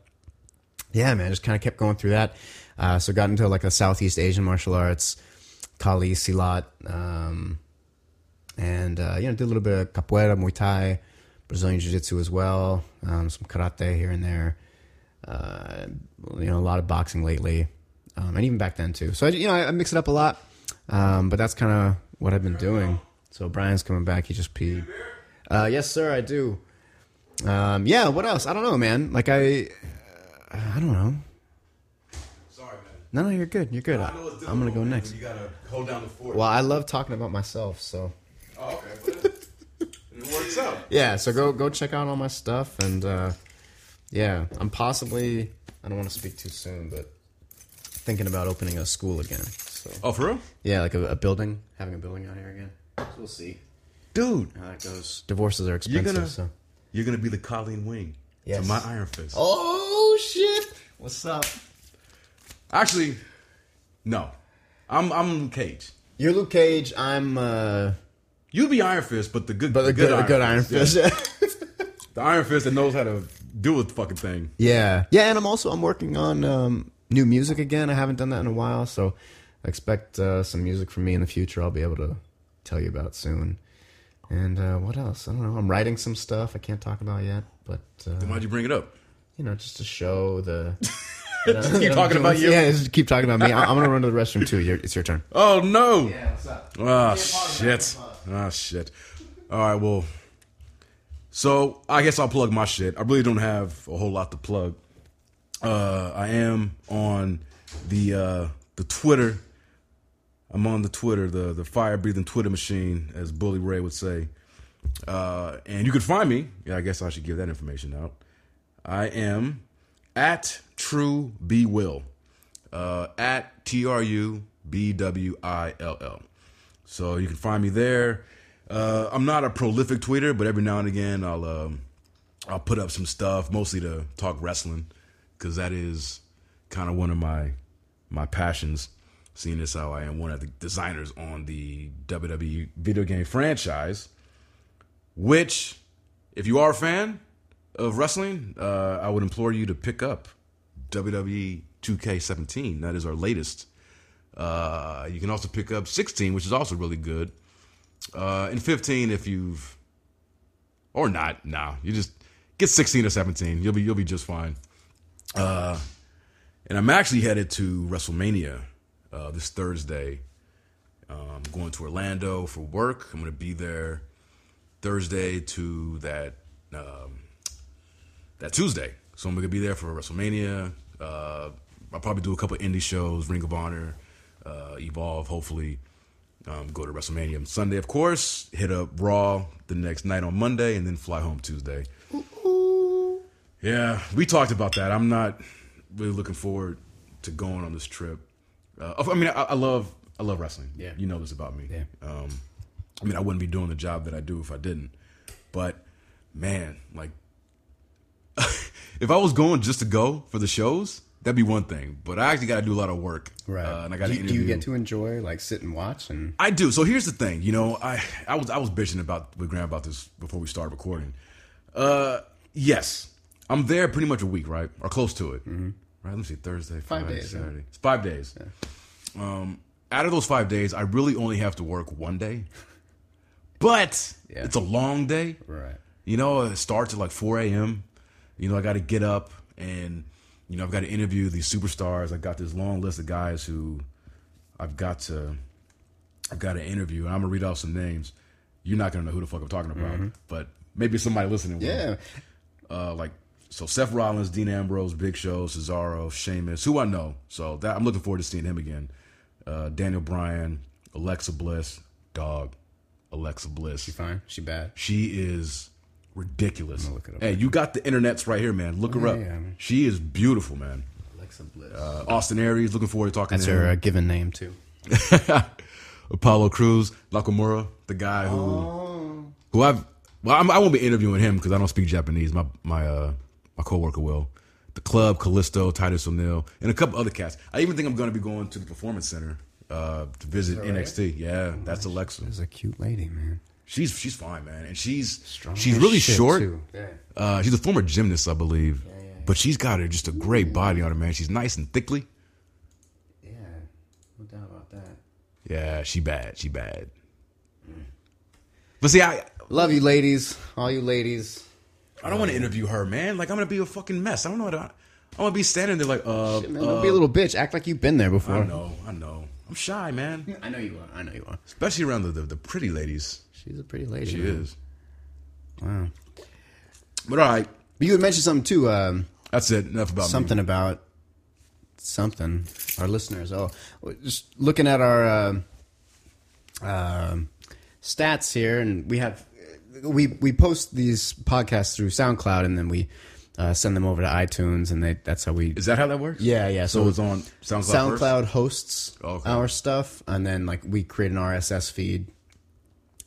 S1: yeah man just kind of kept going through that uh, so got into like the southeast asian martial arts kali silat um, and uh, you know did a little bit of capoeira muay thai brazilian jiu-jitsu as well um, some karate here and there uh, you know, a lot of boxing lately, um, and even back then too. So I, you know, I, I mix it up a lot, um, but that's kind of what I've been doing. So Brian's coming back. He just peed. Uh, yes, sir, I do. uh, Um, yeah. What else? I don't know, man. Like I, I don't know.
S2: Sorry, man.
S1: No, no, you're good. You're good. I,
S2: I know it's
S1: I'm gonna
S2: difficult,
S1: go
S2: man,
S1: next.
S2: when You gotta hold down the fort.
S1: Well, I love talking about myself, so
S2: Oh, okay. whatever. it works out.
S1: yeah. So go go check out all my stuff, and uh, yeah, I'm possibly I don't want to speak too soon, but thinking about opening a school again. So
S2: Oh, for real?
S1: yeah, like a, a building, having a building out here again. So we'll see
S2: Dude,
S1: how that goes. Divorces are expensive,
S2: gonna-
S1: so.
S2: you're gonna be the Colleen Wing
S1: Yes.
S2: to my Iron Fist.
S1: Oh shit! What's up?
S2: Actually, no. I'm I'm Luke Cage.
S1: You're Luke Cage. I'm uh,
S2: You be Iron Fist, but the good,
S1: but a good, a good Iron
S2: Yeah.
S1: Fist.
S2: The Iron Fist that knows how to do the fucking thing.
S1: Yeah, yeah, and I'm also I'm working on um, new music again. I haven't done that in a while, so expect uh, some music from me in the future. I'll be able to tell you about soon. And uh, what else? I don't know. I'm writing some stuff I can't talk about yet, but uh,
S2: Why'd you bring it up?
S1: you know, just to show the.
S2: keep talking about you.
S1: Yeah, just keep talking about me. I- I'm gonna run to the restroom too. Your- It's your turn.
S2: Oh no!
S1: Yeah, what's up?
S2: Ah shit! Ah shit! All right, well, so I guess I'll plug my shit. I really don't have a whole lot to plug. Uh, I am on the uh, the Twitter. I'm on the Twitter, the the fire breathing Twitter machine, as Bully Ray would say. Uh, and you can find me. Yeah, I guess I should give that information out. I am at True B Will, uh, at T R U B W I L L. So you can find me there. Uh, I'm not a prolific tweeter, but every now and again I'll um, I'll put up some stuff, mostly to talk wrestling, because that is kind of one of my my passions. Seeing as how I am one of the designers on the WWE video game franchise, which, if you are a fan of wrestling, uh, I would implore you to pick up E WWE 2K17. That is our latest. Uh, you can also pick up 16, which is also really good, uh, and 15 if you've or not. Nah, you just get 16 or 17. You'll be you'll be just fine. Uh, and I'm actually headed to WrestleMania uh, this Thursday. Um, I'm going to Orlando for work. I'm going to be there Thursday to that um, that Tuesday. So I'm gonna be there for WrestleMania. Uh, I'll probably do a couple indie shows, Ring of Honor, uh, Evolve. Hopefully, um, go to WrestleMania on Sunday, of course. Hit up Raw the next night on Monday, and then fly home Tuesday. Yeah, we talked about that. I'm not really looking forward to going on this trip. Uh, I mean, I, I love I love wrestling.
S1: Yeah.
S2: you know this about me.
S1: Yeah.
S2: Um, I mean, I wouldn't be doing the job that I do if I didn't. But man, like, if I was going just to go for the shows, that'd be one thing. But I actually got to do a lot of work,
S1: Right.
S2: Uh, and I got to
S1: do, you-
S2: interview.
S1: do you get to enjoy like sit and watch and?
S2: I do. So here's the thing. You know, I I was I was bitching about with Graham about this before we started recording. Uh, yes, I'm there pretty much a week, right, or close to it. Mm-hmm. Right. Let me see. Thursday, Friday,
S1: days, yeah.
S2: Saturday. It's five days. Um, out of those five days, I really only have to work one day, but
S1: Yeah.
S2: it's a long day.
S1: Right.
S2: You know, it starts at like 4 a.m. You know, I got to get up and, you know, I've got to interview these superstars. I got this long list of guys who I've got to, I've got to interview. And I'm going to read off some names. You're not going to know who the fuck I'm talking about, but maybe somebody listening will.
S1: Yeah.
S2: Uh, like, so Seth Rollins, Dean Ambrose, Big Show, Cesaro, Sheamus, who I know. So that I'm looking forward to seeing him again. Uh, Daniel Bryan, Alexa Bliss, dog, Alexa Bliss.
S1: Fine. She bad.
S2: She is ridiculous.
S1: look it up.
S2: Hey, you got the internets right here, man. Look her
S1: Yeah,
S2: up.
S1: yeah, man.
S2: She is beautiful, man.
S1: Alexa Bliss.
S2: Uh, Austin Aries, looking forward to talking
S1: That's
S2: to
S1: her
S2: him.
S1: uh, given name too.
S2: Apollo Cruz, Nakamura, the guy who
S1: Oh.
S2: who I've well, I'm, I won't be interviewing him because I don't speak Japanese. My my uh my coworker will. The club, Callisto, Titus O'Neil, and a couple other cats. I even think I'm going to be going to the Performance Center uh, to visit NXT. Yeah, that's Alexa.
S1: She's a cute lady, man.
S2: She's she's fine, man, and she's
S1: Strong
S2: she's
S1: as
S2: really
S1: shit,
S2: short.
S1: too. Yeah.
S2: Uh, she's a former gymnast, I believe. But she's got her just a great body on her, man. She's nice and thickly.
S1: Yeah, no doubt about that.
S2: Yeah, she bad. She bad. But see, I
S1: Love you, ladies. All you ladies.
S2: I don't want to interview her, man. Like I'm gonna be a fucking mess. I don't know how to. I want to be standing there like, uh,
S1: Man,
S2: uh,
S1: don't be a little bitch. Act like you've been there before.
S2: I know, I know. I'm shy, man.
S1: I know you are. I know you are.
S2: Especially around the, the, the pretty ladies.
S1: She's a pretty lady.
S2: She
S1: man.
S2: is.
S1: Wow.
S2: But all right,
S1: But you had mentioned something too. Um,
S2: that's it. Enough about me.
S1: something about something. Our listeners, oh, just looking at our uh, uh, stats here, and we have we we post these podcasts through SoundCloud, and then we uh, send them over to iTunes, and they that's how we.
S2: Is that how that works?
S1: yeah, yeah.
S2: So it's on SoundCloud.
S1: SoundCloud hosts
S2: Okay.
S1: our stuff, and then like we create an RSS feed,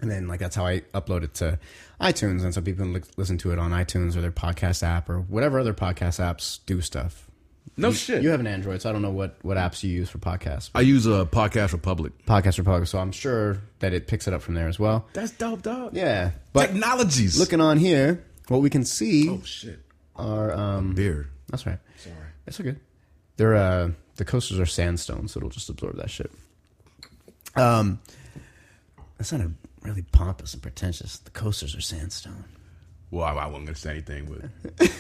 S1: and then like that's how I upload it to iTunes, and so people can li- listen to it on iTunes or their podcast app or whatever other podcast apps do stuff.
S2: First? No shit.
S1: You have an Android, so I don't know what what apps you use for podcasts.
S2: I use a Podcast Republic.
S1: Podcast Republic, so I'm sure that it picks it up from there as well.
S2: That's dope, dog.
S1: Yeah, but
S2: Technologies.
S1: looking on here, what we can see
S2: Oh shit.
S1: are um,
S2: Beer.
S1: that's right. Sorry, that's okay. They're uh, the coasters are sandstone, so it'll just absorb that shit. Um, that sounded really pompous and pretentious. The coasters are sandstone.
S2: Well, I, I wasn't gonna say anything, but.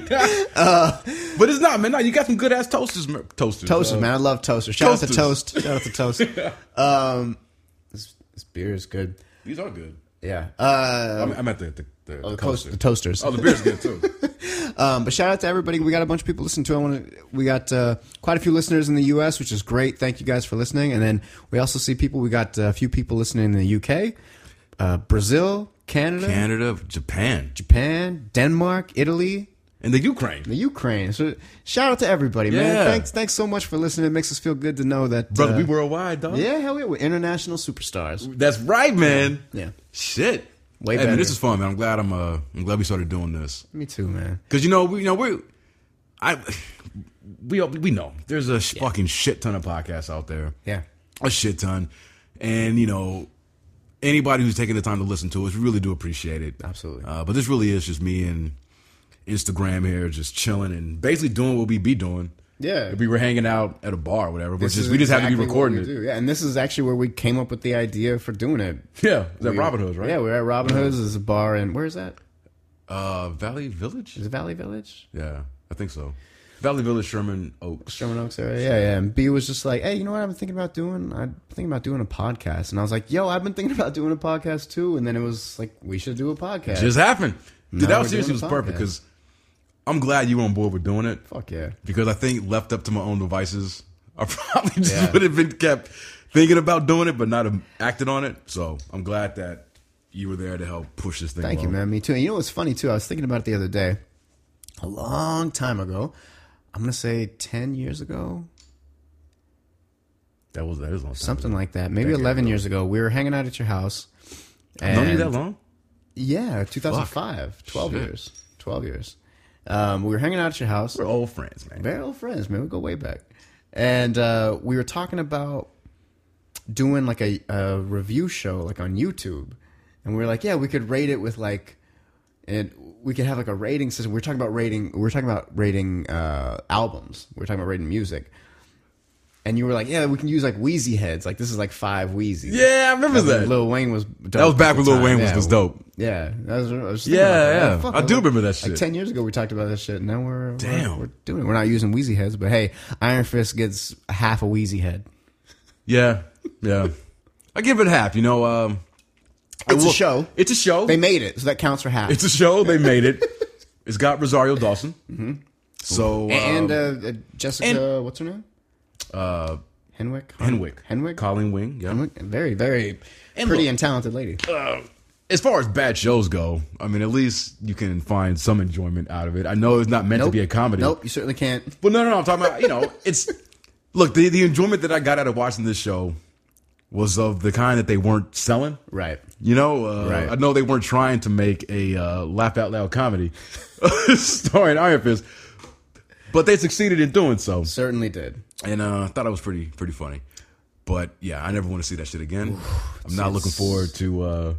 S2: but it's not, man. No, you got some good ass toasters, mer- toasters.
S1: Toasters,
S2: uh,
S1: man, I love toasters. Shout out to
S2: Toasters.
S1: toast. Shout out to toast. um, this, this beer is good.
S2: These are good.
S1: Yeah. Uh,
S2: I mean, I'm at the the, Um, oh, the,
S1: the, coast,
S2: toaster.
S1: the toasters.
S2: Oh, the beer's good too.
S1: Um, but shout out to everybody. We got a bunch of people listening to. it. I want to. We got uh, quite a few listeners in the U.S., which is great. Thank you guys for listening. And then we also see people. We got uh, a few people listening in the U.K., uh, Brazil, Canada,
S2: Canada, Japan,
S1: Japan, Denmark, Italy,
S2: and the Ukraine.
S1: the Ukraine. So shout out to everybody, man.
S2: Yeah.
S1: Thanks, thanks so much for listening. It makes us feel good to know that,
S2: Brother,
S1: uh,
S2: we worldwide, dog.
S1: yeah, hell yeah, we're international superstars.
S2: That's right, man.
S1: Yeah.
S2: Shit.
S1: Way
S2: hey, man,
S1: better.
S2: this is fun, man. I'm glad I'm uh I'm glad we started doing this.
S1: Me too, man.
S2: Cuz you know, we you know we I we all- we know. There's a sh fucking shit ton of podcasts out there.
S1: Yeah,
S2: A shit ton. And you know, anybody who's taking the time to listen to us, we really do appreciate it.
S1: Absolutely.
S2: Uh, but this really is just me and Instagram here just chilling and basically doing what we be doing.
S1: yeah.
S2: If we were hanging out at a bar or whatever, but just we just have to be recording it.
S1: Yeah, and this is actually where we came up with the idea for doing it.
S2: Yeah, is that
S1: We-
S2: Robin Hood's, right?
S1: Yeah, we're at Robin Hood's. There's a bar in where is that?
S2: Uh, Valley Village.
S1: Is it Valley Village?
S2: Yeah, I think so. Valley Village, Sherman Oaks.
S1: Sherman Oaks area. Yeah, yeah. And B was just like, "Hey, you know what? I've been thinking about doing. I'm thinking about doing a podcast." And I was like, "Yo, I've been thinking about doing a podcast too." And then it was like, "We should do a podcast."
S2: Just happened. Dude, that
S1: Now we're
S2: was seriously was
S1: doing a
S2: perfect
S1: podcast.
S2: because I'm glad you were on board with doing it
S1: Fuck yeah.
S2: because I think left up to my own devices, I probably just
S1: Yeah.
S2: would have been kept thinking about doing it but not have acted on it. So I'm glad that you were there to help push this thing.
S1: Thank you,
S2: along.
S1: man. Me too. And you know what's funny too? I was thinking about it the other day, a long time ago. I'm gonna say ten years ago,
S2: That was that is a long time.
S1: something like that. Maybe
S2: Decade
S1: eleven years ago. We were hanging out at your house.
S2: I've known you
S1: and-
S2: that long.
S1: Yeah, 2005. 12
S2: Shit.
S1: years. 12 years. Um, we were hanging out at your house.
S2: We're old friends, man.
S1: Very old friends, man. We go way back. And uh, we were talking about doing like a, a review show, like on YouTube. And we were like, yeah, we could rate it with like, and we could have like a rating system. We were talking about rating. We were talking about rating uh, albums. We were talking about rating music. And you were like, yeah, we can use like Wheezy heads. Like this is like five Wheezy.
S2: Yeah, I remember that.
S1: Lil Wayne was. Dope
S2: that was back
S1: at
S2: when
S1: the
S2: Lil
S1: time.
S2: Wayne was,
S1: Yeah,
S2: was dope.
S1: yeah, that was, I was
S2: Yeah,
S1: thinking about that.
S2: yeah. I
S1: was
S2: do
S1: like-
S2: remember that shit.
S1: Like ten years ago, we talked about that shit. and Now we're we're-
S2: Damn.
S1: we're, doing it. We're not using Wheezy heads, but hey, Iron Fist gets half a Wheezy head.
S2: Yeah, yeah. I give it half. You know, um, I
S1: It's a show.
S2: It's a show.
S1: They made it, so that counts for half.
S2: It's a show. They made it. It's got Rosario Dawson. So um,
S1: Mm-hmm. and uh, uh, Jessica, what's her name?
S2: uh,
S1: Henwick.
S2: Henwick,
S1: Henwick.
S2: Colleen Wing. Yeah.
S1: Henwick? Very, very
S2: And
S1: pretty
S2: look-
S1: and talented lady.
S2: As far as bad shows go, I mean, at least you can find some enjoyment out of it. I know it's not meant to be a comedy.
S1: Nope, you certainly can't.
S2: But no, no, no. I'm talking about you know. It's look the the enjoyment that I got out of watching this show was of the kind that they weren't selling.
S1: Right.
S2: You know, uh,
S1: Right.
S2: I know they weren't trying to make a uh, laugh out loud comedy starring Iron Fist, but they succeeded in doing so,
S1: Certainly did.
S2: and uh, I thought it was pretty pretty funny. But yeah, I never want to see that shit again. I'm not looking forward to uh,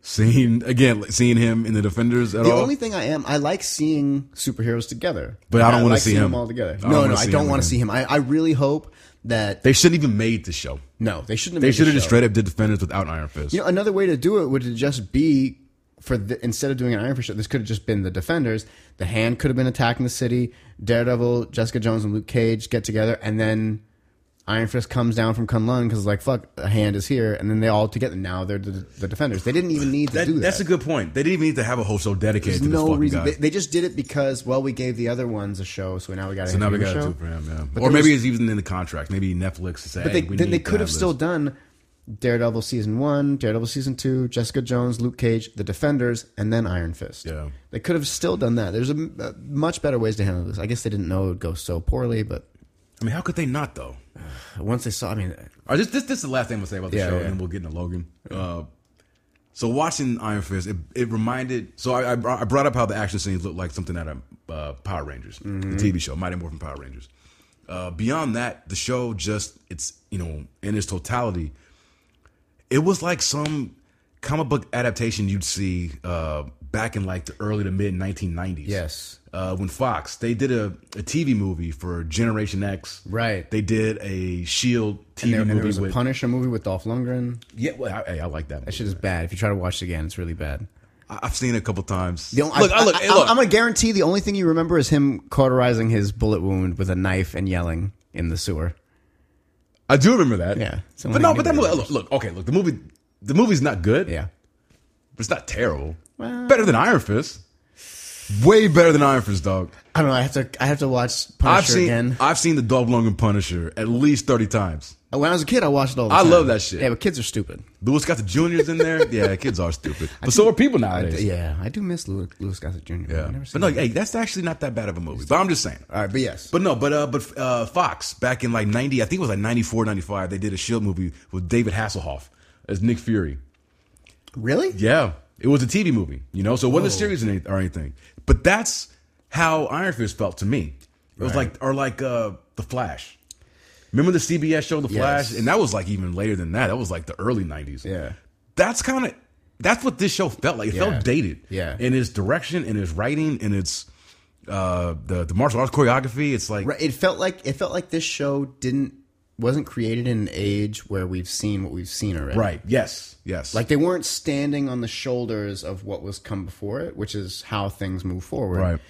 S2: seeing again like, seeing him in the Defenders at
S1: The
S2: all.
S1: only thing I am, I like seeing superheroes together,
S2: But I don't
S1: And
S2: wanna
S1: like
S2: see
S1: seeing
S2: him.
S1: them all together.
S2: I don't
S1: No,
S2: wanna
S1: no,
S2: see
S1: I
S2: him
S1: don't want
S2: in.
S1: to see him. I, I really hope that
S2: they shouldn't even made the show.
S1: no, they shouldn't. Have
S2: They
S1: made the
S2: should have just
S1: show.
S2: straight up did Defenders without Iron Fist.
S1: You know, another way to do it would just be for the, instead of doing an Iron Fist show, this could have just been the Defenders. The Hand could have been attacking the city. Daredevil, Jessica Jones, and Luke Cage get together, and then Iron Fist comes down from Kunlun because like fuck, a hand is here, and then they all together now they're the, the defenders. They didn't even need to
S2: That,
S1: do that.
S2: That's a good point. They didn't even need to have a whole show dedicated
S1: There's
S2: to this
S1: no
S2: fucking
S1: reason.
S2: guy.
S1: They, they just did it because well, we gave the other ones a show, so now we got.
S2: so now we
S1: a
S2: got two
S1: show.
S2: for him, yeah.
S1: But
S2: or
S1: there
S2: maybe
S1: was-
S2: it's even in the contract. Maybe Netflix said,
S1: But
S2: hey,
S1: they,
S2: we
S1: then
S2: need
S1: they
S2: to
S1: could have
S2: this.
S1: still done Daredevil season one, Daredevil season two, Jessica Jones, Luke Cage, The Defenders, and then Iron Fist.
S2: Yeah.
S1: they could have still done that. There's a, a much better ways to handle this. I guess they didn't know it would go so poorly, but
S2: I mean, how could they not though?
S1: once they saw, I mean,
S2: Or just this, this is the last thing I'm gonna say about the
S1: Yeah,
S2: show,
S1: yeah.
S2: and then we'll get into Logan. Uh, so watching Iron Fist, it, it reminded. So I, I br- I brought up how the action scenes looked like something out of uh, Power Rangers,
S1: Mm-hmm.
S2: the TV show, Mighty Morphin Power Rangers. Uh, beyond that, the show just it's you know in its totality, it was like some comic book adaptation you'd see uh, back in like the early to mid 1990s.
S1: Yes.
S2: uh, when Fox they did a, a TV movie for Generation X.
S1: Right.
S2: They did a Shield TV
S1: and there, and there
S2: movie
S1: was a
S2: with
S1: Punisher movie with Dolph Lundgren.
S2: yeah, well, I, hey, I like that.
S1: That
S2: Movie.
S1: shit is bad. If you try to watch it again, it's really bad.
S2: I- I've seen it a couple times.
S1: The only,
S2: look,
S1: I,
S2: I, look,
S1: I,
S2: hey, look.
S1: am gonna guarantee the only thing you remember is him cauterizing his bullet wound with a knife and yelling in the sewer.
S2: I do remember that.
S1: Yeah. It's the
S2: but
S1: only thing
S2: no,
S1: I
S2: but
S1: do
S2: that movie.
S1: remember.
S2: Look, look, okay, look, the movie, the movie's not good.
S1: Yeah,
S2: but it's not terrible.
S1: Well-
S2: better than Iron Fist. Way better than Iron Fist, dog.
S1: I don't know. I have to. I have to watch
S2: I've
S1: Punisher
S2: seen
S1: again.
S2: I've seen the Dolph Lundgren Punisher at least thirty times.
S1: When I was a kid, I watched it all the
S2: I
S1: time.
S2: love that shit.
S1: Yeah, but kids are stupid.
S2: Lewis got the juniors in there. yeah, kids are stupid, but so are people nowadays.
S1: Yeah, I do miss Louis, Louis Gossett Jr.
S2: yeah.
S1: I've never
S2: but
S1: seen
S2: no,
S1: him.
S2: hey, that's actually not that bad of a movie. But I'm just saying.
S1: all right, but yes.
S2: But no, but uh, but uh, Fox back in like ninety, I think it was like 94, 95, They did a Shield movie with David Hasselhoff as Nick Fury.
S1: really?
S2: Yeah, it was a TV movie, you know, so it wasn't a series or any- or anything. But that's how Iron Fist felt to me. It was like or like uh, the Flash. Remember the CBS show The Flash,
S1: Yes.
S2: and that was like even later than that. That was like the early nineties.
S1: Yeah.
S2: that's kind of that's what this show felt like. It
S1: Yeah.
S2: felt dated.
S1: Yeah.
S2: in its direction, in its writing, in its uh the the martial arts choreography. It's like
S1: Right. It felt like it felt like this show didn't wasn't created in an age where we've seen what we've seen already.
S2: Right. Yes. Yes.
S1: Like they weren't standing on the shoulders of what was come before it, which is how things move forward.
S2: Right.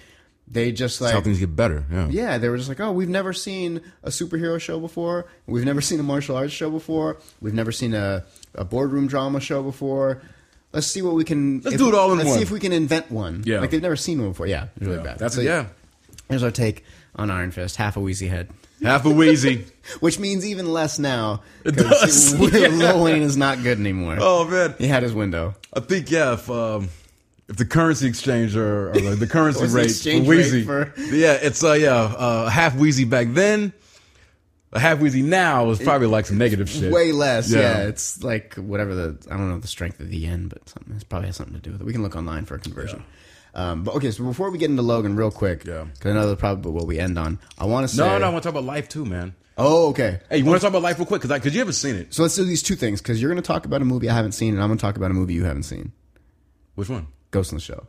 S1: They just
S2: how
S1: like
S2: things get better. Yeah.
S1: yeah, they were just like, oh, we've never seen a superhero show before. We've never seen a martial arts show before. We've never seen a, a boardroom drama show before. Let's see what we can.
S2: Let's
S1: if-
S2: do it all in
S1: let's
S2: one.
S1: see if we can invent one.
S2: Yeah.
S1: like they've never seen one before. Yeah, it's really
S2: Yeah.
S1: bad.
S2: That's
S1: So,
S2: yeah.
S1: Here's our take on Iron Fist. Half a wheezy head,
S2: Half a wheezy.
S1: which means even less now
S2: does, yeah.
S1: Lil Wayne is not good anymore.
S2: oh man.
S1: He had his window.
S2: I think yeah. If um, if the currency exchange or, or the, the currency
S1: What's the
S2: rate,
S1: exchange
S2: for wheezy,
S1: rate for-
S2: yeah, it's uh yeah uh, half wheezy back then. A half wheezy now is probably like some negative shit.
S1: Way less, yeah.
S2: Yeah.
S1: It's like whatever the I don't know the strength of the yen, but something it probably has something to do with it. We can look online for a conversion. Um, but okay, so before we get into Logan, real quick,
S2: Yeah.
S1: 'cause I know that's probably what we end on. I want to say,
S2: No, no, I want to talk about life too, man.
S1: Oh, okay.
S2: Hey, you want to talk about life real quick? Cause I, cause you haven't seen it.
S1: So let's do these two things because you're going to talk about a movie I haven't seen, and I'm going to talk about a movie you haven't seen,
S2: Which one?
S1: Ghost in the Shell.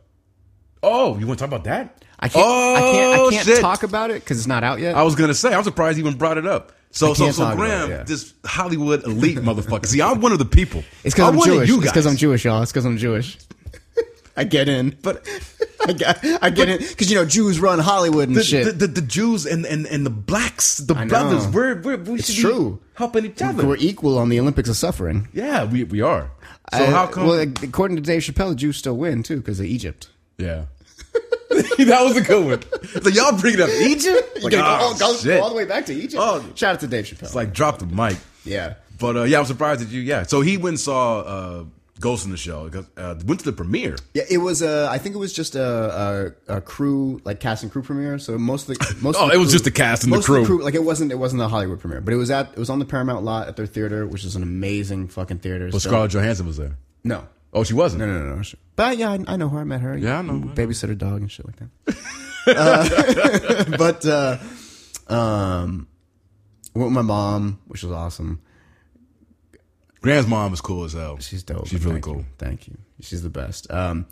S2: Oh, you want to talk about that?
S1: I can't, I can't, I
S2: Oh,
S1: can't
S2: shit.
S1: talk about it because it's not out yet.
S2: I was gonna say, I'm surprised you even brought it up. So, so,
S1: can't
S2: so,
S1: talk about
S2: Graham,
S1: it, yeah.
S2: this Hollywood elite motherfucker. See, I'm one of the people.
S1: it's because
S2: I'm
S1: I'm
S2: one of
S1: Jewish.
S2: You
S1: It's
S2: guys.
S1: because I'm Jewish, y'all. It's because I'm Jewish. I get in, but
S2: But
S1: I get, I get in because you know Jews run Hollywood and
S2: the,
S1: shit.
S2: The, the, the Jews and, and, and the blacks, the
S1: know.
S2: brothers, we're, we're, we
S1: It's
S2: should
S1: true.
S2: be helping each other.
S1: We're equal on the Olympics of suffering.
S2: yeah, we, we are. So
S1: Uh,
S2: how come?
S1: Well, according to Dave Chappelle, the Jews still win too because of Egypt.
S2: yeah. that was a good one. So y'all bring it up Egypt?
S1: You
S2: Like,
S1: gotta
S2: ah,
S1: go, all, go
S2: shit.
S1: all the way back to Egypt.
S2: Oh.
S1: Shout out to Dave Chappelle.
S2: It's like drop the mic.
S1: yeah,
S2: But uh, yeah, I'm surprised that you, yeah. So he went and saw uh, Ghost in the Shell, uh, went to the premiere.
S1: yeah. It was. Uh, I think it was just a, a, a crew like cast and crew premiere. So most of the most.
S2: Oh,
S1: of
S2: it was just the cast and the
S1: most of
S2: crew.
S1: Like it wasn't. It wasn't a Hollywood premiere, but it was at. It was on the Paramount lot at their theater, which is an amazing fucking theater.
S2: But
S1: So-
S2: Scarlett Johansson was there.
S1: No.
S2: Oh, she wasn't.
S1: No, no, no, no. sure. But yeah, I, I know her. I met her.
S2: Yeah, I know her.
S1: Babysitter dog and shit like that. uh, but uh, um, went with my mom, which was awesome.
S2: Graham's mom is cool as hell.
S1: She's dope.
S2: She's really
S1: Thank you.
S2: cool.
S1: Thank you. She's the best. Um,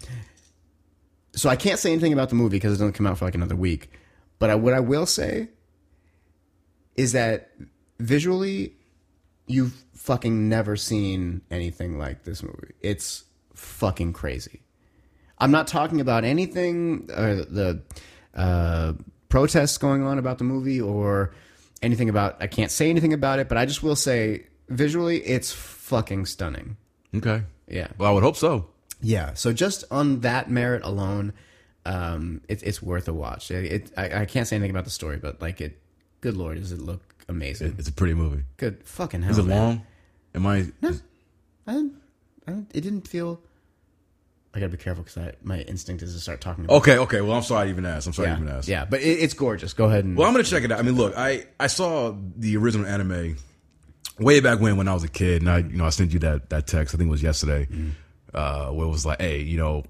S1: so I can't say anything about the movie because it doesn't come out for like another week. But I, what I will say is that visually, you've fucking never seen anything like this movie. It's fucking crazy. I'm not talking about uh, anything or the uh, protests going on about the movie or anything about. I can't say anything about it, but I just will say visually, it's fucking stunning.
S2: Okay.
S1: Yeah.
S2: Well, I would hope so.
S1: Yeah, so just on that merit alone, um, it, it's worth a watch. It, it, I, I can't say anything about the story, but like it, good lord, does it look amazing?
S2: It's a pretty movie.
S1: Good fucking hell!
S2: Is it
S1: man.
S2: long? Am I? is-
S1: I didn't, I didn't, it didn't feel. I gotta be careful because my instinct is to start talking. About
S2: Okay. Okay. Well, I'm sorry I even asked. I'm sorry I
S1: yeah,
S2: Oh, even asked.
S1: yeah, but it, it's gorgeous. Go ahead and
S2: Well, I'm gonna check it out. I mean, look, I I saw the original anime way back when when I was a kid, and I you know I sent you that that text. I think it was yesterday,
S1: Mm-hmm.
S2: uh, where it was like, hey, you know,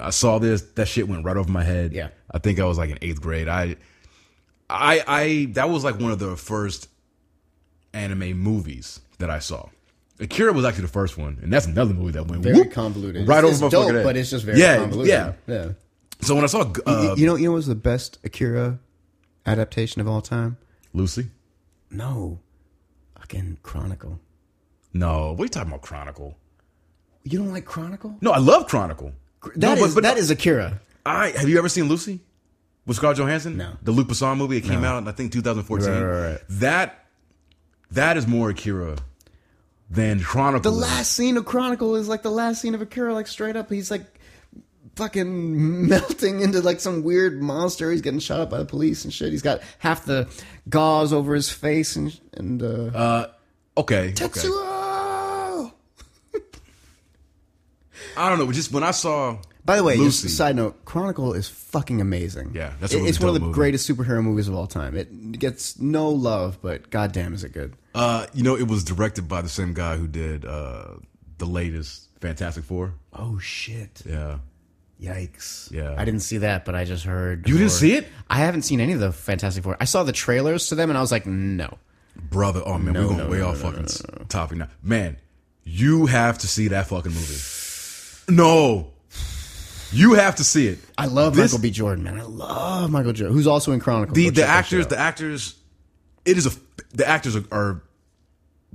S2: I saw this. That shit went right over my head.
S1: Yeah.
S2: I think I was like in eighth grade. I I I that was like one of the first anime movies that I saw. Akira was actually the first one, and that's another movie that went
S1: very
S2: whoop,
S1: convoluted.
S2: right
S1: it's,
S2: over my
S1: it's dope,
S2: fucking head.
S1: but it's just very
S2: yeah,
S1: convoluted.
S2: Yeah.
S1: yeah.
S2: So when I saw uh,
S1: you know, you know what's the best Akira adaptation of all time?
S2: Lucy,
S1: No, fucking Chronicle.
S2: no, what are you talking about? Chronicle.
S1: You don't like Chronicle?
S2: No, I love Chronicle.
S1: That is
S2: no, but, but
S1: that is Akira.
S2: I have you ever seen Lucy with Scarlett Johansson?
S1: No.
S2: The Luke Besson movie. It came out in I think 2014.
S1: Right, right, right.
S2: That that is more Akira than Chronicle.
S1: The
S2: is.
S1: last scene of Chronicle is like the last scene of Akira, like straight up. He's like fucking melting into like some weird monster. He's getting shot up by the police and shit. He's got half the gauze over his face and and uh,
S2: Okay. Oh, okay.
S1: Tetsuo!
S2: I don't know. but Just when I saw.
S1: By the way,
S2: Lucy.
S1: just side note, Chronicle is fucking amazing.
S2: Yeah, that's a
S1: It-
S2: really
S1: it's one of
S2: dope
S1: the
S2: movie.
S1: greatest superhero movies of all time. It gets no love, but goddamn, is it good.
S2: Uh, you know, it was directed by the same guy who did uh, the latest Fantastic Four.
S1: Oh shit!
S2: Yeah.
S1: Yikes!
S2: Yeah.
S1: I didn't see that, but I just heard
S2: You didn't
S1: or-
S2: see it?
S1: I haven't seen any of the Fantastic Four. I saw the trailers to them, and I was like, no.
S2: Brother, oh man, we're going
S1: no,
S2: way
S1: no,
S2: off
S1: no,
S2: fucking topic now. Man, you have to see that fucking movie. No. You have to see it.
S1: I love
S2: This-
S1: Michael B. Jordan, man. I love Michael Jordan, who's also in Chronicle.
S2: the
S1: Go
S2: the
S1: check that
S2: actors
S1: shit
S2: the actors it is a the actors are, are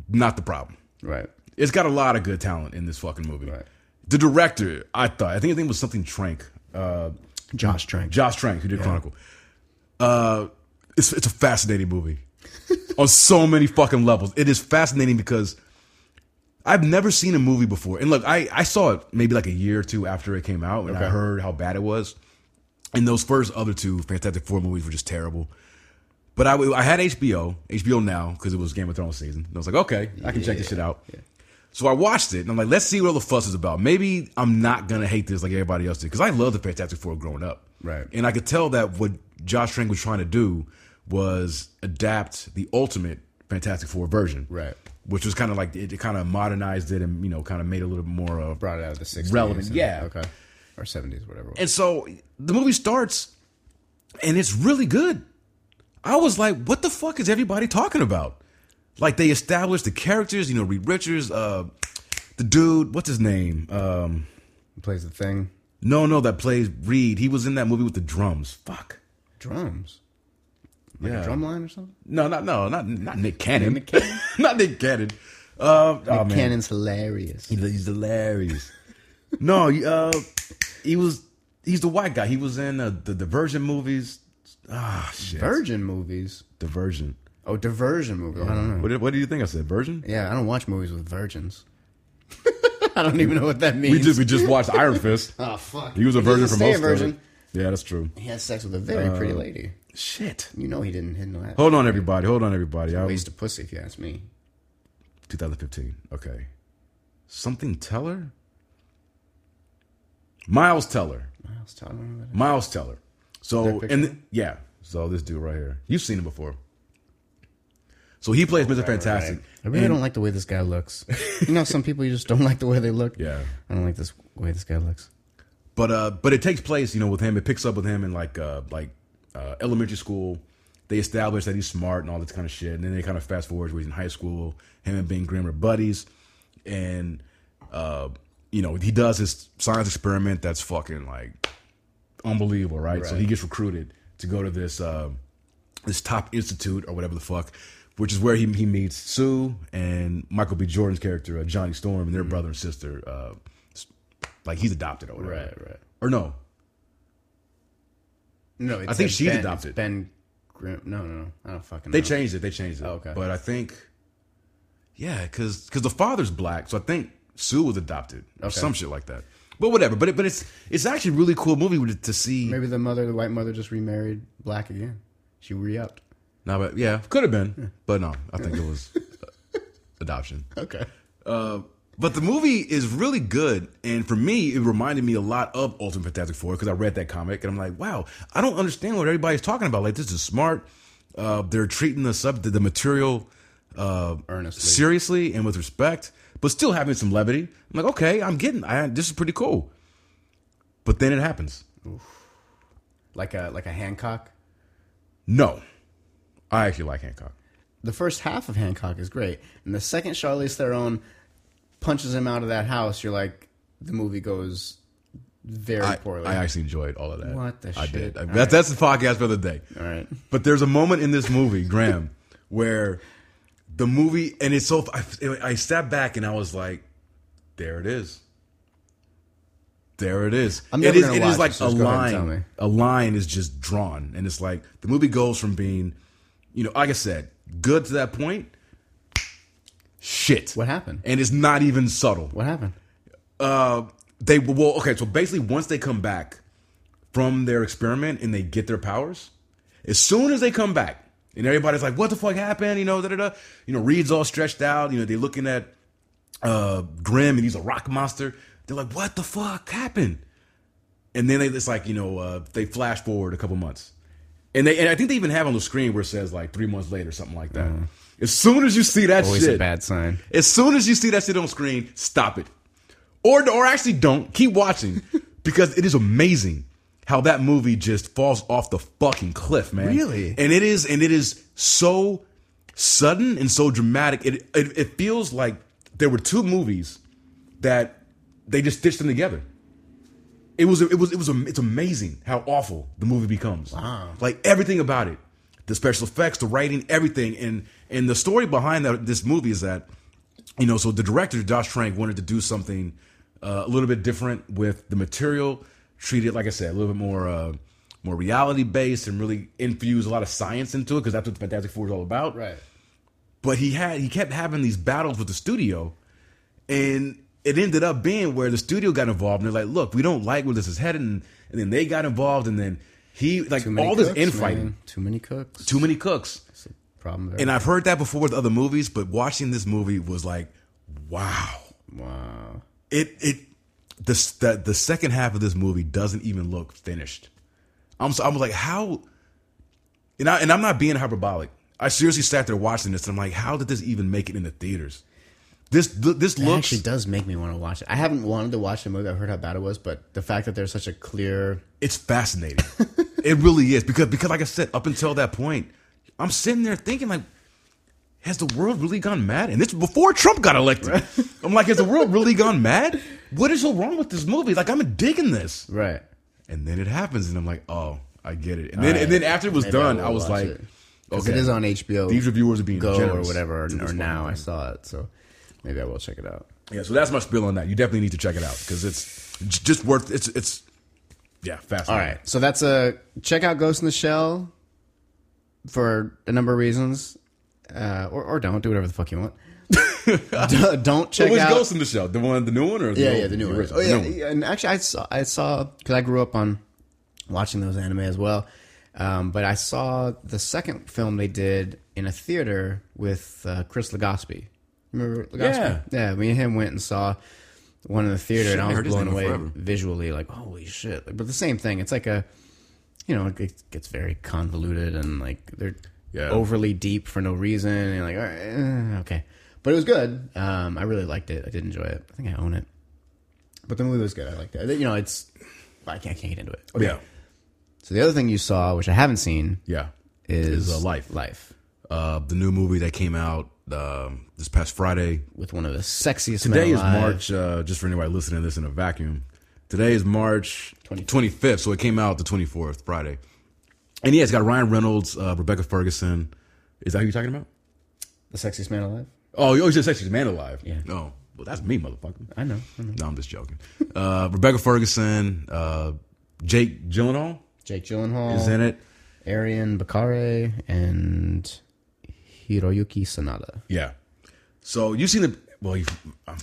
S2: not the problem
S1: out. right?
S2: it's got a lot of good talent in this fucking movie
S1: Right.
S2: the director i thought i think his name was something trank uh
S1: Josh Trank.
S2: josh trank who did chronicle uh it's it's a fascinating movie on so many fucking levels it is fascinating because I've never seen a movie before. And look, I, I saw it maybe like a year or two after it came out, and I
S1: Okay.
S2: heard how bad it was. And those first other two Fantastic Four movies were just terrible. But I, I had HBO, HBO Now, because it was Game of Thrones season. And I was like, okay, I can check this shit out. So I watched it, and I'm like, let's see what all the fuss is about. Maybe I'm not going to hate this like everybody else did, because I loved the Fantastic Four growing up.
S1: Right.
S2: And I could tell that what Josh Trank was trying to do was adapt the ultimate Fantastic Four version
S1: Right.
S2: which was kind of like it, kind of modernized it and you know kind of made it a little bit more of.
S1: Brought it out of the sixties.
S2: Relevant, yeah.
S1: Okay. Or seventies, whatever. it was.
S2: And so the movie starts, and it's really good. I was like, what the fuck is everybody talking about? Like they established the characters, you know, Reed Richards, uh, the dude, what's his name? Um,
S1: He plays the thing.
S2: no, no, that plays Reed. He was in that movie with the drums. Fuck.
S1: Drums. Like
S2: Yeah.
S1: a drum line or something?
S2: No, not no, not not Nick Cannon.
S1: Nick Cannon?
S2: not Nick Cannon. Um, oh, man.
S1: Cannon's hilarious.
S2: He's he's hilarious. no, you, uh, he was. He's the white guy. He was in uh, the Divergent movies. Ah, shit.
S1: Virgin movies.
S2: Divergent.
S1: Oh, diversion movies. I don't know.
S2: What, do- what do you think I said? Virgin.
S1: Yeah, I don't watch movies with virgins. I don't even know what that means.
S2: We just we just watched Iron Fist.
S1: oh fuck.
S2: He was a virgin
S1: doesn't
S2: for
S1: stay
S2: most
S1: a virgin.
S2: of it. Uh, Yeah, that's true.
S1: He had sex with a very pretty lady.
S2: Shit.
S1: You know he didn't hit no
S2: Hold on, everybody. Hold on, everybody. I was
S1: waste of pussy if you ask me.
S2: 2015. Okay. Something Teller. Miles Teller.
S1: I was telling him about it.
S2: Miles Teller. So
S1: That
S2: and th- yeah, so this dude right here, you've seen him before. So he
S1: Oh,
S2: plays Mr. Fantastic.
S1: I really don't like the way this guy looks. you know, some people you just don't like the way they look.
S2: Yeah,
S1: I don't like this way this guy looks.
S2: but uh, but it takes place, you know, with him. It picks up with him in like uh, like uh, elementary school. They establish that he's smart and all this kind of shit, and then they kind of fast forward where he's in high school. Him and Ben Grimm are buddies, and uh, you know he does his science experiment that's fucking like unbelievable, right? So
S1: Right.
S2: he gets recruited to go to this uh, this top institute or whatever the fuck, which is where he he meets Sue and Michael B. Jordan's character uh, Johnny Storm and their
S1: Mm-hmm.
S2: brother and sister. Uh, s- like he's adopted or whatever,
S1: Right, right.
S2: Or no,
S1: No, it's
S2: I think
S1: it's
S2: she's
S1: ben,
S2: adopted.
S1: it's Ben Grim. No, no, no. I don't fucking.
S2: They
S1: know.
S2: changed it. They changed it.
S1: Okay.
S2: But I think, yeah, because the father's black, so I think Sue was adopted or
S1: Okay.
S2: some shit like that. But whatever. But it, but it's it's actually a really cool movie with- to see.
S1: Maybe the mother, the white mother, just remarried black again. She re-upped.
S2: No, but yeah, could have been, but no, I think it was uh, adoption.
S1: Okay.
S2: Uh, but the movie is really good, and for me, it reminded me a lot of Ultimate Fantastic Four because I read that comic, and I'm like, wow, I don't understand what everybody's talking about. Like, this is smart. Uh, they're treating the sub the, the material uh,
S1: Earnestly.
S2: seriously and with respect, but still having some levity. I'm like, okay, I'm getting. I, this is pretty cool. But then it happens.
S1: Like a like a Hancock.
S2: No, I actually like Hancock.
S1: The first half of Hancock is great, and the second Charlize Theron punches him out of that house. You're like, the movie goes very
S2: I,
S1: poorly.
S2: I actually enjoyed all of that.
S1: What the
S2: I
S1: shit?
S2: did. I-
S1: All
S2: that's, that's the podcast for the day.
S1: All right.
S2: But there's a moment in this movie, Graham, where the movie and it's so I, I stepped back and I was like, there it is. There it is.
S1: I'm
S2: it
S1: never
S2: is,
S1: gonna
S2: it
S1: watch
S2: is like
S1: this,
S2: a
S1: just go ahead and tell
S2: line.
S1: me.
S2: A line is just drawn, and it's like the movie goes from being, you know, like I said, good to that point. Shit.
S1: What happened?
S2: And it's not even subtle
S1: What happened?
S2: uh, they well, okay. So basically, once they come back from their experiment and they get their powers, as soon as they come back, and everybody's like, "What the fuck happened?" You know, da da da. You know, Reed's all stretched out. You know, they're looking at uh, Grim and he's a rock monster. They're like, "What the fuck happened?" And then they it's like you know uh, they flash forward a couple months, and they and I think they even have on the screen where it says like three months later something like that. As soon as you see that
S1: Mm-hmm. Always
S2: shit,
S1: a bad sign.
S2: as soon as you see that shit on screen, stop it. Or or actually don't. Keep watching because it is amazing how that movie just falls off the fucking cliff, man.
S1: Really?
S2: And it is and it is so sudden and so dramatic. It it, it feels like there were two movies that they just stitched them together. It was it was it was it's amazing how awful the movie becomes.
S1: Wow.
S2: Like everything about it, the special effects, the writing, everything, and and the story behind that this movie is that, you know, so the director Josh Trank wanted to do something uh, a little bit different with the material, treat it like I said a little bit more uh, more reality based, and really infuse a lot of science into it because that's what Fantastic Four is all about
S1: Right.
S2: but he had he kept having these battles with the studio and it ended up being where the studio got involved and they're like look we don't like where this is headed and, and then they got involved and then he like
S1: Too many
S2: all this
S1: cooks,
S2: infighting
S1: man. Too many cooks.
S2: too many cooks
S1: It's a problem.
S2: and
S1: And
S2: i've heard that before with other movies but watching this movie was like wow
S1: wow.
S2: it it the s- the, the second half of this movie doesn't even look finished. I'm so, I'm like how, and I and I'm not being hyperbolic. I seriously sat there watching this, and I'm like, how did this even make it in the theaters? This th- this
S1: It
S2: looks
S1: actually does make me want to watch it. I haven't wanted to watch the movie. I've heard how bad it was, but the fact that there's such a clear
S2: it's fascinating. it really is because because like I said, up until that point, I'm sitting there thinking like, has the world really gone mad? And this before Trump got elected. I'm like, has the world really gone mad? What is so wrong with this movie? Like I'm digging this.
S1: right.
S2: And then it happens, and I'm like, oh, I get it. And
S1: All
S2: then
S1: right.
S2: and then after it was
S1: Maybe I
S2: done,
S1: will
S2: I, was
S1: watch
S2: like,
S1: it. 'Cause
S2: okay,
S1: it is on HBO.
S2: These reviewers are being
S1: Go or
S2: generous
S1: whatever,
S2: to
S1: or
S2: this
S1: now
S2: fucking
S1: I saw it, so maybe I will check it out.
S2: yeah. So that's my spill on that. You definitely need to check it out because it's j- just worth. It's it's yeah, fast.
S1: All right, so that's a check out Ghost in the Shell for a number of reasons, uh, or or don't do whatever the fuck you want. D- don't check
S2: What was
S1: out
S2: Ghost in the Shell? The one, the new one, or the
S1: Yeah,
S2: old
S1: yeah, the new one.
S2: original?
S1: Oh,
S2: The
S1: yeah,
S2: new one.
S1: yeah, and actually, I saw, I saw because I grew up on watching those anime as well. Um, but I saw the second film they did in a theater with uh, Chris Legospi. Remember Legospi? Yeah. me and him went and saw one in the theater,
S2: I
S1: and I was
S2: heard his
S1: blown
S2: name
S1: away
S2: forever.
S1: visually. Like, holy shit! Like, but the same thing. It's like a, you know, it gets very convoluted and like they're
S2: Yeah.
S1: overly deep for no reason. And like, all right, eh, okay, but it was good. Um, I really liked it. I did enjoy it. I think I own it. But the movie was good. I liked it. You know, it's I can't, I can't get into it. Okay.
S2: yeah,
S1: So the other thing you saw, which I haven't seen,
S2: yeah.
S1: is
S2: Is, uh, Life.
S1: Life
S2: Uh, the new movie that came out um, this past Friday.
S1: with one of the sexiest.
S2: Today
S1: men
S2: is
S1: alive.
S2: March. Uh, just for anybody listening to this in a vacuum, today is March
S1: 25th.
S2: 25th. So it came out the 24th, Friday. And yeah, it's got Ryan Reynolds, uh, Rebecca Ferguson. Is that who you're talking about?
S1: The sexiest man alive.
S2: Oh, you always said Sexiest Man Alive.
S1: Yeah.
S2: No. Well, that's me, motherfucker.
S1: I know. I know.
S2: No, I'm just joking. Uh, Rebecca Ferguson, uh, Jake Gyllenhaal
S1: Jake Gyllenhaal
S2: is in it.
S1: Arian Bakare and Hiroyuki Sanada.
S2: Yeah. So you've seen the well, you,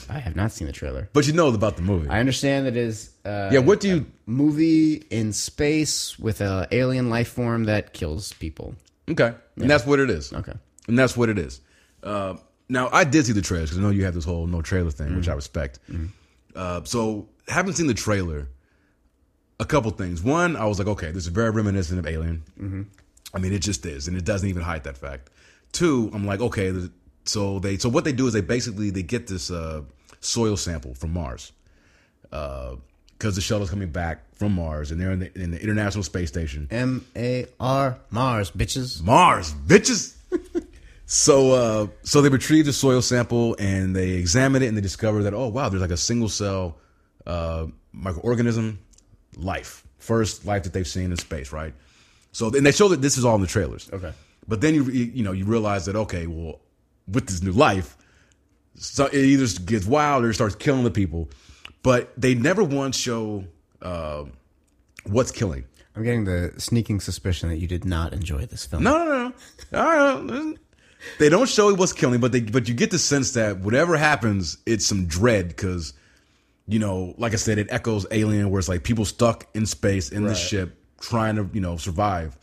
S1: I have not seen the trailer.
S2: but you know about the movie.
S1: I understand that it is uh,
S2: yeah. What do you?
S1: movie in space with a alien life form that kills people.
S2: Okay. And that's what it is.
S1: Okay.
S2: And that's what it is. Uh, now, I did see the trailers because I know you have this whole no trailer thing, which I respect. Uh, so, having seen the trailer, a couple things. One, I was like, okay, this is very reminiscent of Alien. I mean, it just is, and it doesn't even hide that fact. Two, I'm like, okay, th- so they so what they do is they basically they get this uh, soil sample from Mars because the shuttle's coming back from Mars, and they're in the, in the International Space Station.
S1: M A R Mars bitches.
S2: Mars, bitches. so uh, so they retrieve the soil sample and they examine it and they discover that oh wow, there's like a single cell uh, microorganism life, first life that they've seen in space, right? So and they show that this is all in the trailers.
S1: Okay.
S2: But then you re- you know you realize that okay, well, with this new life, so it either gets wild or it starts killing the people. But they never once show uh, what's killing.
S1: I'm getting the sneaking suspicion that you did not enjoy this film.
S2: No, no, no. All right. listen. They don't show what's killing, but they but you get the sense that whatever happens, it's some dread because, you know, like I said, it echoes Alien, where it's like people stuck in space in the ship trying to you know survive.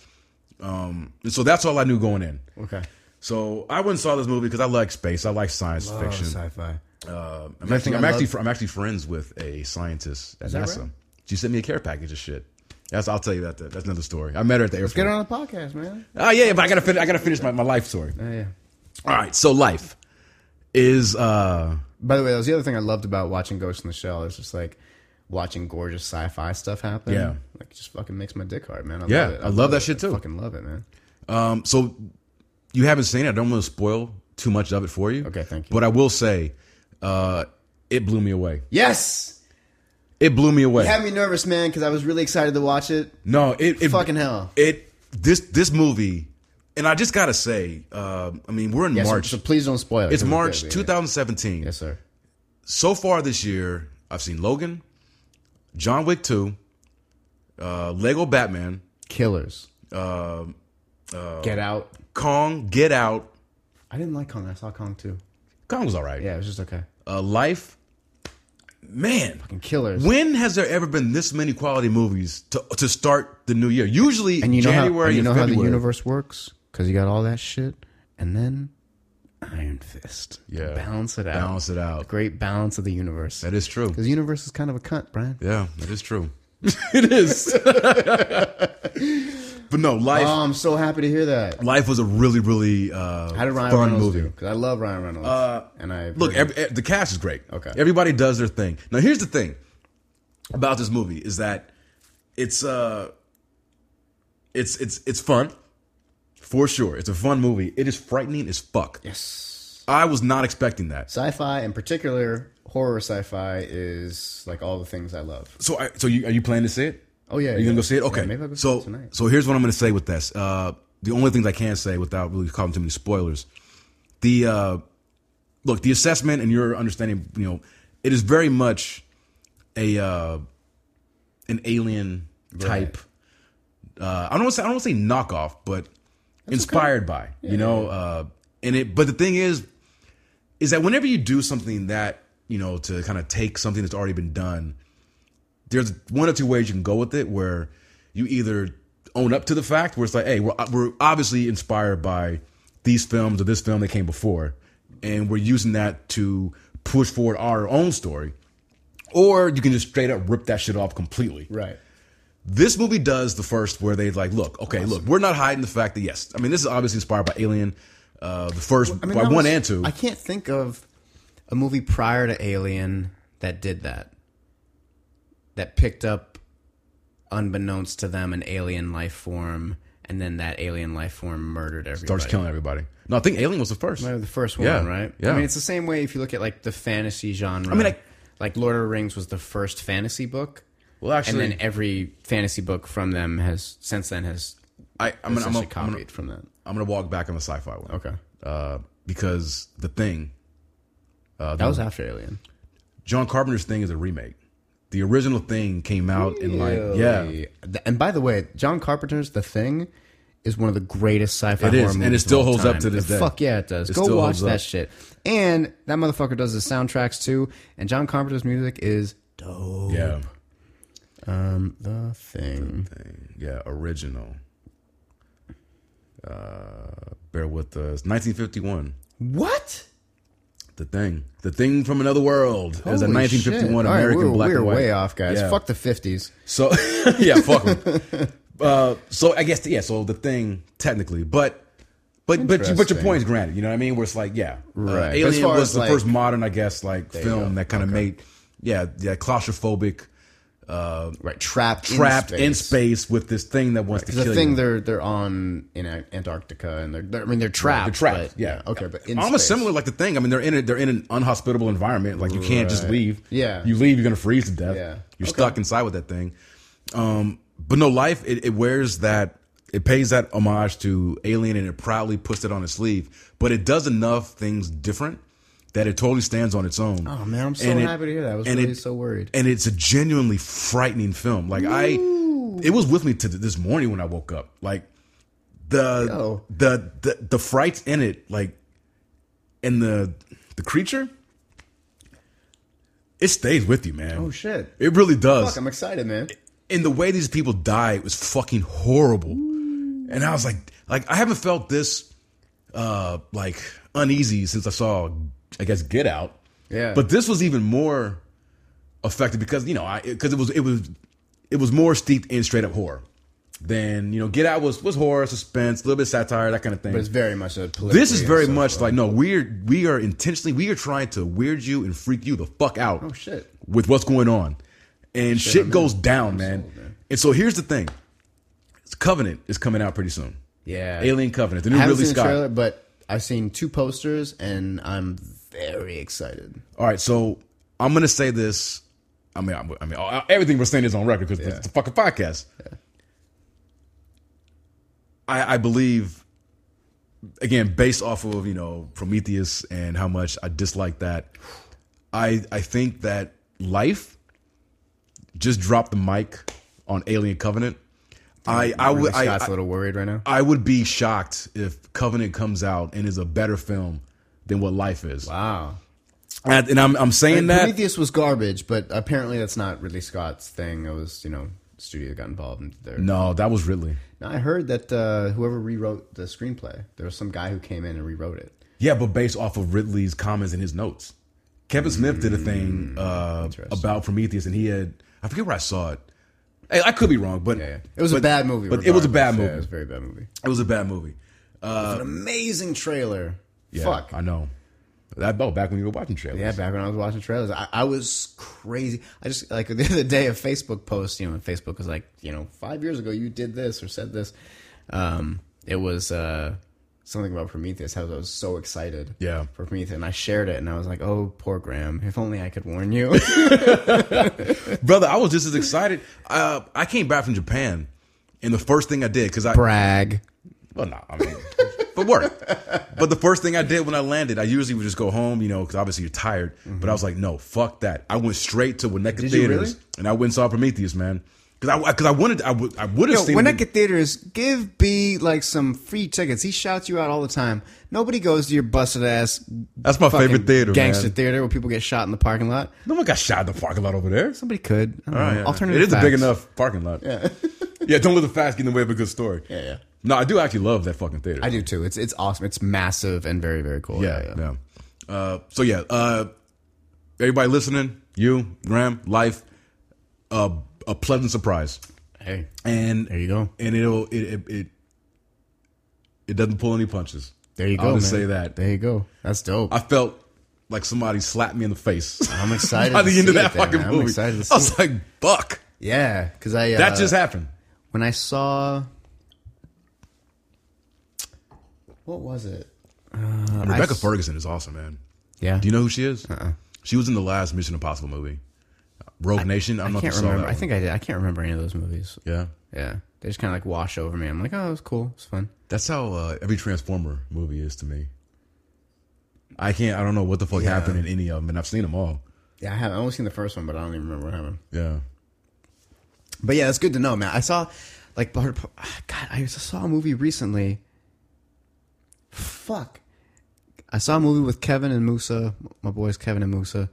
S2: Um, and so that's all I knew going in.
S1: Okay.
S2: So I went and saw this movie because I like space, I like science fiction.
S1: Oh, sci-fi.
S2: Uh, I'm actually,
S1: thing
S2: I'm
S1: I
S2: actually, fr- I'm actually friends with a scientist at
S1: that
S2: NASA.
S1: right?
S2: She sent me a care package of shit. That's I'll tell you that. That's another story. I met her at the airport.
S1: Get it on the podcast, man.
S2: Oh yeah, but I gotta finish. I gotta finish my, my life story.
S1: Oh, yeah.
S2: All right, so life is uh
S1: By the way, that was the other thing I loved about watching Ghost in the Shell. It's just like watching gorgeous sci-fi stuff happen.
S2: Yeah.
S1: Like it just fucking makes my dick hard, man. I
S2: Yeah,
S1: love it.
S2: I love that
S1: it.
S2: shit,
S1: I
S2: too.
S1: fucking love it, man.
S2: um so you haven't seen it. I don't want to spoil too much of it for you.
S1: Okay, thank you.
S2: But I will say, uh, it blew me away.
S1: Yes.
S2: It blew me away.
S1: It had me nervous, man, because I was really excited to watch it.
S2: no, it, it
S1: Fucking hell.
S2: It this this movie, and I just gotta say, uh, I mean we're in
S1: Yes,
S2: March.
S1: So please don't spoil it.
S2: it's
S1: 'cause
S2: March
S1: good, yeah.
S2: 2017.
S1: Yes, sir.
S2: so far this year, I've seen Logan, John Wick 2, uh, Lego Batman,
S1: Killers.
S2: Um,
S1: uh, Get Out.
S2: Kong, Get Out.
S1: I didn't like Kong. I saw Kong too.
S2: Kong was all right.
S1: Yeah, it was just okay.
S2: Uh, Life, man.
S1: And Killers.
S2: When has there ever been this many quality movies to to start the new year? Usually
S1: and you know
S2: January
S1: how and you
S2: and
S1: know how the
S2: February.
S1: universe works because you got all that shit, and then Iron Fist.
S2: Yeah.
S1: balance it out.
S2: balance it
S1: The
S2: out.
S1: great balance of the universe.
S2: That is true.
S1: Because the universe is kind of a cunt, Brian.
S2: Yeah, that is true. it is. but no, life.
S1: Oh, I'm so happy to hear that.
S2: life was a really, really uh,
S1: How did Ryan
S2: fun
S1: Reynolds
S2: movie. Uh,
S1: do? Because I love Ryan Reynolds. and I
S2: Look, every, eh, the cast is great.
S1: Okay.
S2: Everybody does their thing. Now, here's the thing about this movie is that it's uh it's it's it's fun for sure. It's a fun movie. It is frightening as fuck.
S1: yes.
S2: I was not expecting that.
S1: Sci-fi, in particular, horror sci-fi is like all the things I love.
S2: So, I, so you, are you planning to see it?
S1: Oh yeah,
S2: Are you gonna
S1: yeah.
S2: go see it?
S1: Yeah,
S2: Okay.
S1: maybe I'll go see
S2: so,
S1: it tonight.
S2: so here's what I'm gonna say with this. Uh, the only things I can say without really calling too many spoilers, the uh, look, the assessment and your understanding, you know, it is very much a uh, an alien type. Uh, I don't want to say I don't want to say knockoff, but inspired by, you know, uh, and it. But the thing is, is that whenever you do something that you know to kind of take something that's already been done there's one or two ways you can go with it where you either own up to the fact where it's like hey we're, uh, we're obviously inspired by these films or this film that came before and we're using that to push forward our own story or you can just straight up rip that shit off completely
S1: Right.
S2: this movie does the first where they like look okay look we're not hiding the fact that yes i mean this is obviously inspired by alien uh, the first
S1: I mean,
S2: by
S1: that
S2: one
S1: was-
S2: and two
S1: I can't think of a movie prior to Alien that did that. That picked up, unbeknownst to them, an alien life form, and then that alien life form murdered everybody.
S2: starts killing everybody no i think alien was the first
S1: Might be the first one,
S2: Yeah,
S1: right?
S2: yeah.
S1: I mean, it's the same way if you look at like the fantasy genre. I
S2: mean, I-
S1: like, Lord of the Rings was the first fantasy book,
S2: well
S1: and
S2: actually
S1: then every fantasy book from them has since then has
S2: I, I'm, gonna, I'm, gonna,
S1: essentially
S2: I'm,
S1: copied
S2: gonna,
S1: from that.
S2: I'm gonna walk back on the sci-fi one
S1: Okay,
S2: uh, because the thing,
S1: Uh,
S2: Uh,
S1: that was after Alien.
S2: John Carpenter's thing is a remake. The original thing came out in like yeah,
S1: Th- And by the way, John Carpenter's The Thing is one of the greatest sci-fi
S2: It
S1: horror
S2: is, and
S1: movies.
S2: it still
S1: of all
S2: holds up
S1: time.
S2: to this
S1: The
S2: day.
S1: Fuck yeah, it does.
S2: It
S1: Go
S2: still
S1: watch
S2: holds
S1: that
S2: up.
S1: shit. And that motherfucker does the soundtracks too. And John Carpenter's music is dope.
S2: Yeah.
S1: Um, the thing.
S2: Thing. Yeah, original. Uh, bear with us. 1951.
S1: What?
S2: The thing. The thing from another world is a
S1: Holy
S2: 1951
S1: shit. All right,
S2: American
S1: we were,
S2: black
S1: we
S2: and
S1: were
S2: white.
S1: way off, guys.
S2: Yeah.
S1: Fuck the fifties.
S2: So yeah, fuck 'em. Uh, so I guess yeah. So the thing technically, but but but you- but your
S1: Interesting.
S2: point's granted. You know what I mean? Where it's like yeah,
S1: Right.
S2: Uh,
S1: As
S2: Alien
S1: far
S2: was
S1: as,
S2: the
S1: like-
S2: first modern, I guess, like
S1: you
S2: film
S1: go.
S2: that kind of made yeah yeah claustrophobic, uh,
S1: Right. Trapped.
S2: trapped
S1: In
S2: in space with this thing that wants to
S1: the
S2: kill
S1: thing
S2: you.
S1: they're they're on in An- Antarctica and they're, they're I mean they're trapped.
S2: They're trapped.
S1: but-
S2: yeah.
S1: Okay. But in
S2: almost
S1: space.
S2: similar like the thing. I mean, they're in it. They're in an unhospitable environment. Like you can't just
S1: Right.
S2: leave.
S1: Yeah.
S2: You leave, you're gonna freeze to death.
S1: Yeah.
S2: You're
S1: Okay.
S2: stuck inside with that thing. Um, but no, life it, it wears that. It pays that homage to Alien, and it proudly puts it on its sleeve. But it does enough things different that it totally stands on its own.
S1: Oh man, I'm so
S2: And it-
S1: happy to hear that. I was
S2: and
S1: really
S2: it-
S1: so worried.
S2: and it's a genuinely frightening film. Like I, it was with me to this morning when I woke up. Like the
S1: Yo.
S2: the the the frights in it, like and the the creature, it stays with you, man.
S1: Oh shit.
S2: It really does.
S1: Fuck, I'm excited, man.
S2: and the way these people died was fucking horrible. And I was like, like I haven't felt this uh like uneasy since I saw, I guess, Get Out.
S1: Yeah.
S2: But this was even more affected because you know I because it was it was it was more steeped in straight up horror than you know Get Out was was horror suspense a little bit of satire that kind of thing.
S1: But it's very much a political.
S2: this is very much like no we're we are intentionally we are trying to weird you and freak you the fuck out.
S1: Oh shit.
S2: With what's going on, and shit, goes down, man. And so here's the thing: Covenant is coming out pretty soon.
S1: Yeah.
S2: Alien Covenant, the
S1: I
S2: new
S1: haven't
S2: Ridley
S1: seen the
S2: Scott.
S1: trailer, but I've seen two posters, and I'm very excited.
S2: All right, so I'm gonna say this. I mean, I'm, I mean, all- everything we're saying is on record because it's a fucking podcast. I, I believe, again, based off of you know Prometheus and how much I dislike that, I I think that life just dropped the mic on Alien Covenant. I I
S1: Ridley
S2: would I,
S1: Scott's a little worried right now.
S2: I would be shocked if Covenant comes out and is a better film than what Life is.
S1: Wow.
S2: And, and I'm I'm saying that
S1: Prometheus was garbage, but apparently that's not Ridley Scott's thing. It was, you know, studio got involved and there.
S2: No, that was Ridley.
S1: Now, I heard that uh, whoever rewrote the screenplay, there was some guy who came in and rewrote it.
S2: Yeah, but based off of Ridley's comments and his notes. Kevin Smith did a
S1: Hmm.
S2: thing uh, about Prometheus, and he had I forget where I saw it. Hey, I could be wrong, but
S1: Yeah, yeah. it was a
S2: but-
S1: bad movie.
S2: But it was a bad
S1: regardless. Yeah,
S2: movie.
S1: it was a very bad movie.
S2: it was a bad movie.
S1: An amazing trailer.
S2: Yeah,
S1: Fuck.
S2: I know. That oh, back when you were watching trailers.
S1: Yeah, back when I was watching trailers, I, I was crazy. I just like the other day a Facebook post, you know, and Facebook was like, you know, five years ago you did this or said this. Um, it was uh, something about Prometheus. How I was so excited,
S2: Yeah.
S1: for Prometheus, and I shared it, and I was like, oh, poor Graham. If only I could warn you.
S2: brother, I was just as excited. Uh, I came back from Japan, and the first thing I did because I
S1: Brag.
S2: Well, no, I mean, for work. But the first thing I did when I landed, I usually would just go home, you know, because obviously you're tired. But I was like, no, fuck that. I went straight to Winneka
S1: you
S2: Theaters
S1: really?
S2: and I went and saw Prometheus, man. Because I, because I wanted, I would, I would have
S1: Yo,
S2: seen
S1: when I
S2: it.
S1: get theaters, give B like some free tickets. He shouts you out all the time. Nobody goes to your busted ass.
S2: That's my
S1: fucking
S2: favorite theater,
S1: gangster
S2: man.
S1: theater where people get shot in the parking lot.
S2: No one got shot in the parking lot over there.
S1: Somebody could. I don't know.
S2: Oh, Yeah.
S1: Alternative.
S2: It is a big
S1: facts.
S2: enough parking lot. Yeah. don't let the facts get in the way of a good story.
S1: Yeah, yeah.
S2: No, I do actually love that fucking theater.
S1: I do too. It's it's awesome. It's massive and very very cool.
S2: Yeah, yeah. Uh, so yeah, uh, everybody listening, you, Graham, life, uh, a pleasant surprise.
S1: Hey,
S2: and
S1: There you go.
S2: and it'll it it it, it doesn't pull any punches.
S1: there you go.
S2: I'll
S1: man.
S2: just say that
S1: There you go. That's dope.
S2: I felt like somebody slapped me in the face.
S1: I'm excited
S2: by
S1: to
S2: the end
S1: see
S2: of that
S1: it then,
S2: fucking
S1: man. I'm
S2: movie.
S1: excited to
S2: I
S1: see
S2: was like, "Fuck,
S1: yeah, because I uh,
S2: that just happened."
S1: when I saw what was it?
S2: Rebecca
S1: s-
S2: Ferguson is awesome, man.
S1: Yeah,
S2: Do you know who she is? She was in the last Mission Impossible movie, Rogue Nation. I don't know
S1: Uh-uh. I
S2: if you
S1: can't
S2: saw
S1: remember.
S2: that.
S1: I think I did. I can't remember any of those movies.
S2: one. yeah.
S1: Yeah, they just kind of like wash over me. I'm like, oh, it was cool. It was fun.
S2: That's how uh, every Transformer movie is to me. I can't. I don't know what the fuck
S1: Yeah.
S2: happened in any of them, and I've seen them all.
S1: Yeah, I haven't. I only seen the first one, but I don't even remember what happened.
S2: Yeah.
S1: But yeah, that's good to know, man. I saw like but her, God, I saw a movie recently. Fuck, I saw a movie with Kevin and Musa, my boys Kevin and Musa.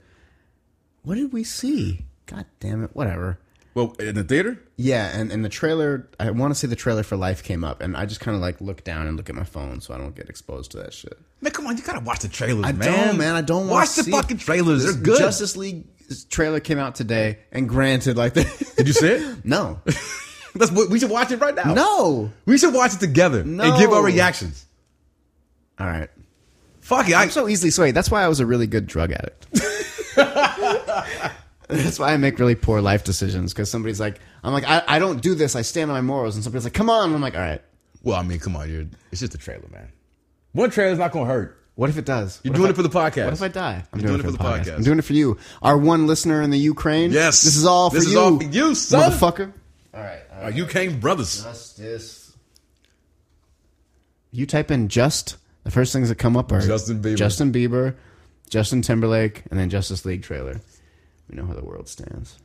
S1: What did we see? God damn it! Whatever.
S2: Well, in the theater,
S1: Yeah, and, and the trailer, I want to say the trailer for Life came up, and I just kind of like look down and look at my phone so I don't get exposed to that shit.
S2: man, come on, you gotta watch the trailers,
S1: I
S2: man.
S1: don't, man. I don't want
S2: watch
S1: to
S2: the
S1: see
S2: fucking trailers.
S1: This
S2: They're good.
S1: Justice League trailer came out today, and granted, like, the,
S2: Did you see it?
S1: no,
S2: That's what we should watch it right now.
S1: no.
S2: we should watch it together and give
S1: No.
S2: our reactions.
S1: All right,
S2: Fuck it, I,
S1: I'm so easily swayed. That's why I was a really good drug addict. That's why I make really poor life decisions because somebody's like, I'm like, I, I don't do this. I stand on my morals, and somebody's like, come on. And I'm like, all right.
S2: Well, I mean, come on, you're, it's just a trailer, man. One trailer's not gonna hurt.
S1: What if it does?
S2: You're
S1: What if
S2: doing
S1: I-
S2: it for the podcast.
S1: What if I die? I'm
S2: You're doing it for the podcast.
S1: I'm doing it for you, our one listener in the Ukraine.
S2: Yes.
S1: this is all for
S2: This
S1: you.
S2: is all for you, son.
S1: motherfucker. All right, all
S2: Uh,
S1: right.
S2: you came brothers.
S1: Oh, Justice. You type in just the first things that come up are
S2: Justin Bieber.
S1: Justin Bieber, Justin Timberlake, and then Justice League trailer. We know how the world stands.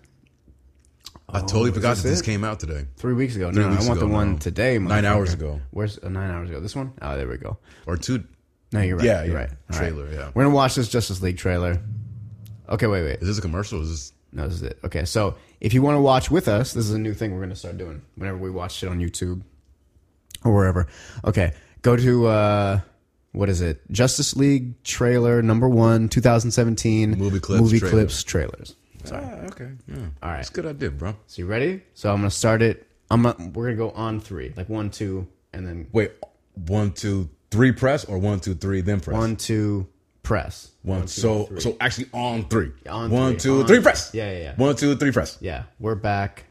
S2: I totally forgot
S1: this
S2: that this
S1: it?
S2: came out today.
S1: Three weeks ago. no,
S2: weeks
S1: I want
S2: ago,
S1: the one
S2: no.
S1: today.
S2: Nine hours
S1: motherfucker.
S2: ago.
S1: Where's oh, nine hours ago? This one? Oh, there we go.
S2: Or two.
S1: No, you're right.
S2: Yeah,
S1: you're
S2: yeah.
S1: right. All
S2: Trailer, yeah.
S1: We're gonna watch this Justice League trailer. Okay, wait, wait.
S2: Is this a commercial? Is this
S1: No, this is it. Okay, so if you want to watch with us, this is a new thing we're going to start doing whenever we watch shit on YouTube or wherever. Okay, go to uh, what is it? Justice League trailer number one, 2017
S2: Movie clips,
S1: movie
S2: trailer.
S1: clips trailers. Sorry.
S2: Ah, okay. Yeah.
S1: All right.
S2: It's a good idea, bro.
S1: So you ready? So I'm going to start it. I'm gonna, we're going to go on three, like one, two, and then
S2: Wait, one, two, three press or one, two, three, then press?
S1: one, two, press.
S2: One, so so actually on three.
S1: on
S2: One,
S1: three,
S2: two,
S1: on-
S2: three, press.
S1: Yeah, yeah, yeah.
S2: One, two, three, press.
S1: Yeah, we're back.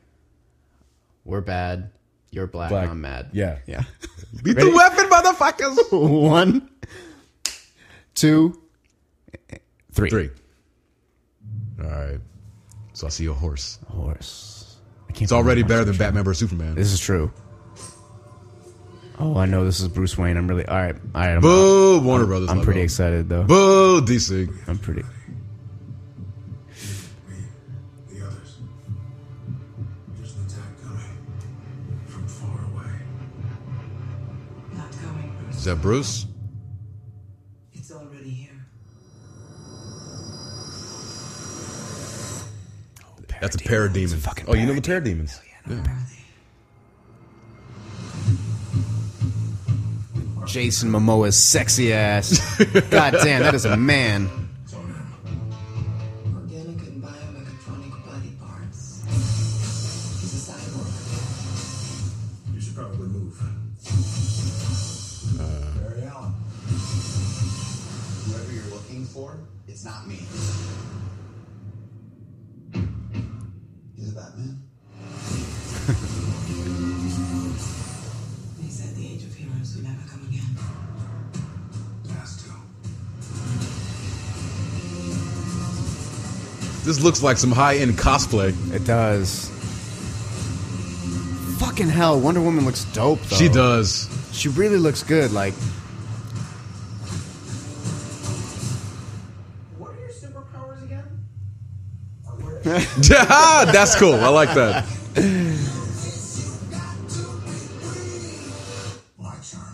S1: We're bad. You're black.
S2: Black.
S1: I'm mad.
S2: Yeah.
S1: yeah.
S2: Beat the weapon, motherfuckers.
S1: One, two, three.
S2: three. All right. So I see a horse.
S1: Horse. I can't
S2: It's already better than Batman vs Superman.
S1: This is true. Oh, I know this is Bruce Wayne. I'm really all right. All right, I'm,
S2: Boo, Warner Brothers.
S1: I'm
S2: logo.
S1: pretty excited though.
S2: Boo, DC.
S1: I'm pretty.
S4: The others. There's an attack coming from far away.
S5: Not going,
S2: Is
S5: Bruce.
S2: that Bruce?
S5: It's already here.
S2: That's a parademon. oh, you know the parademons.
S1: Jason Momoa's sexy ass. God damn, that is a man.
S4: It's on him.
S5: Organic and biomechatronic body parts. He's a cyborg.
S4: You should probably move.
S6: Barry Allen. Whoever you're looking for, it's not me. You're the Batman?
S5: They said the age of heroes would never come again.
S4: Has to.
S2: This looks like some high end cosplay.
S1: It does. Fucking hell, Wonder Woman looks dope though.
S2: She does.
S1: She really looks good. Like
S6: What are your superpowers again?
S2: Yeah, that's cool. I like that.
S4: My turn.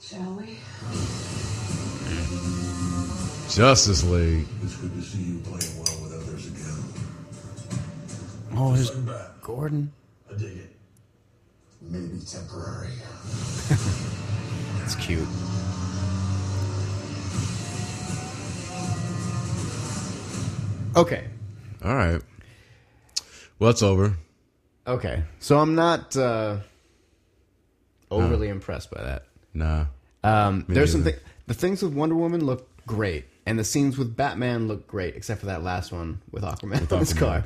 S5: Shall we?
S2: Justice League.
S4: It's good to see you playing well with others again.
S1: oh, there's
S4: Sling back.
S1: Gordon.
S4: I dig it. Maybe temporary.
S1: It's cute. Okay.
S2: All right. Well, it's over.
S1: Okay. So I'm not uh, overly impressed by that.
S2: Nah.
S1: Um, there's some
S2: neither.
S1: thi- the things with Wonder Woman look great, and the scenes with Batman look great, except for that last one with Aquaman on his
S2: Aquaman.
S1: car.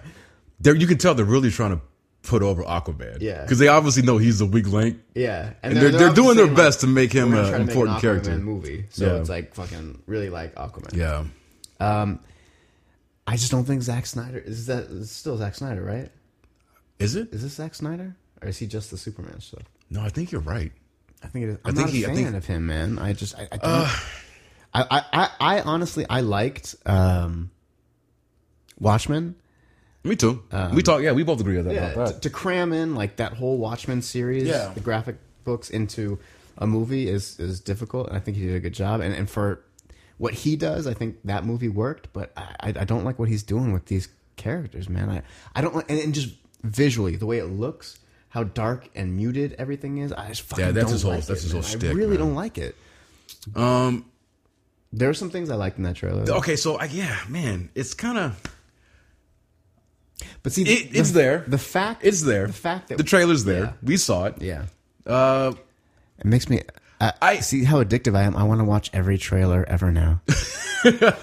S2: They're, you can tell they're really trying to put over Aquaman.
S1: Yeah.
S2: Because they obviously know he's the weak link.
S1: Yeah,
S2: And they're, they're, doing their
S1: obviously, like,
S2: best to make him
S1: we're gonna
S2: an
S1: try to make
S2: important
S1: Aquaman
S2: character.
S1: movie, so
S2: Yeah.
S1: it's like fucking really like Aquaman.
S2: Yeah.
S1: I just don't think Zack Snyder is that is still Zack Snyder, right?
S2: Is it?
S1: Is this Zack Snyder or is he just the Superman stuff?
S2: No, I think you're right.
S1: I think it is. I'm
S2: think
S1: not
S2: he-
S1: a
S2: I
S1: fan
S2: think-
S1: of him, man. I just I I, don't, I, I, I I honestly I liked um, Watchmen.
S2: Me too. we talk. Yeah, we both agree on that.
S1: Um, Yeah,
S2: about
S1: to,
S2: that.
S1: to cram in like that whole Watchmen series,
S2: Yeah.
S1: the graphic books into a movie is is difficult, and I think he did a good job. And and for what he does, I think that movie worked. But I I I don't like what he's doing with these characters, man. I I don't like and, and just visually the way it looks, how dark and muted everything is. I just fucking
S2: Yeah, that's
S1: don't
S2: his whole-
S1: like
S2: that's
S1: it,
S2: his whole
S1: man. I
S2: shtick,
S1: really
S2: man.
S1: don't like it.
S2: Um. Oh,
S1: There are some things I liked in that trailer, though.
S2: Okay. So I, yeah, man, it's kind of
S1: but see,
S2: it, it's there.
S1: The fact
S2: it's there.
S1: The fact that
S2: the trailer's there.
S1: Yeah.
S2: We saw it.
S1: yeah.
S2: Uh,
S1: It makes me. I,
S2: I-
S1: see how addictive I am. I want to watch every trailer ever now.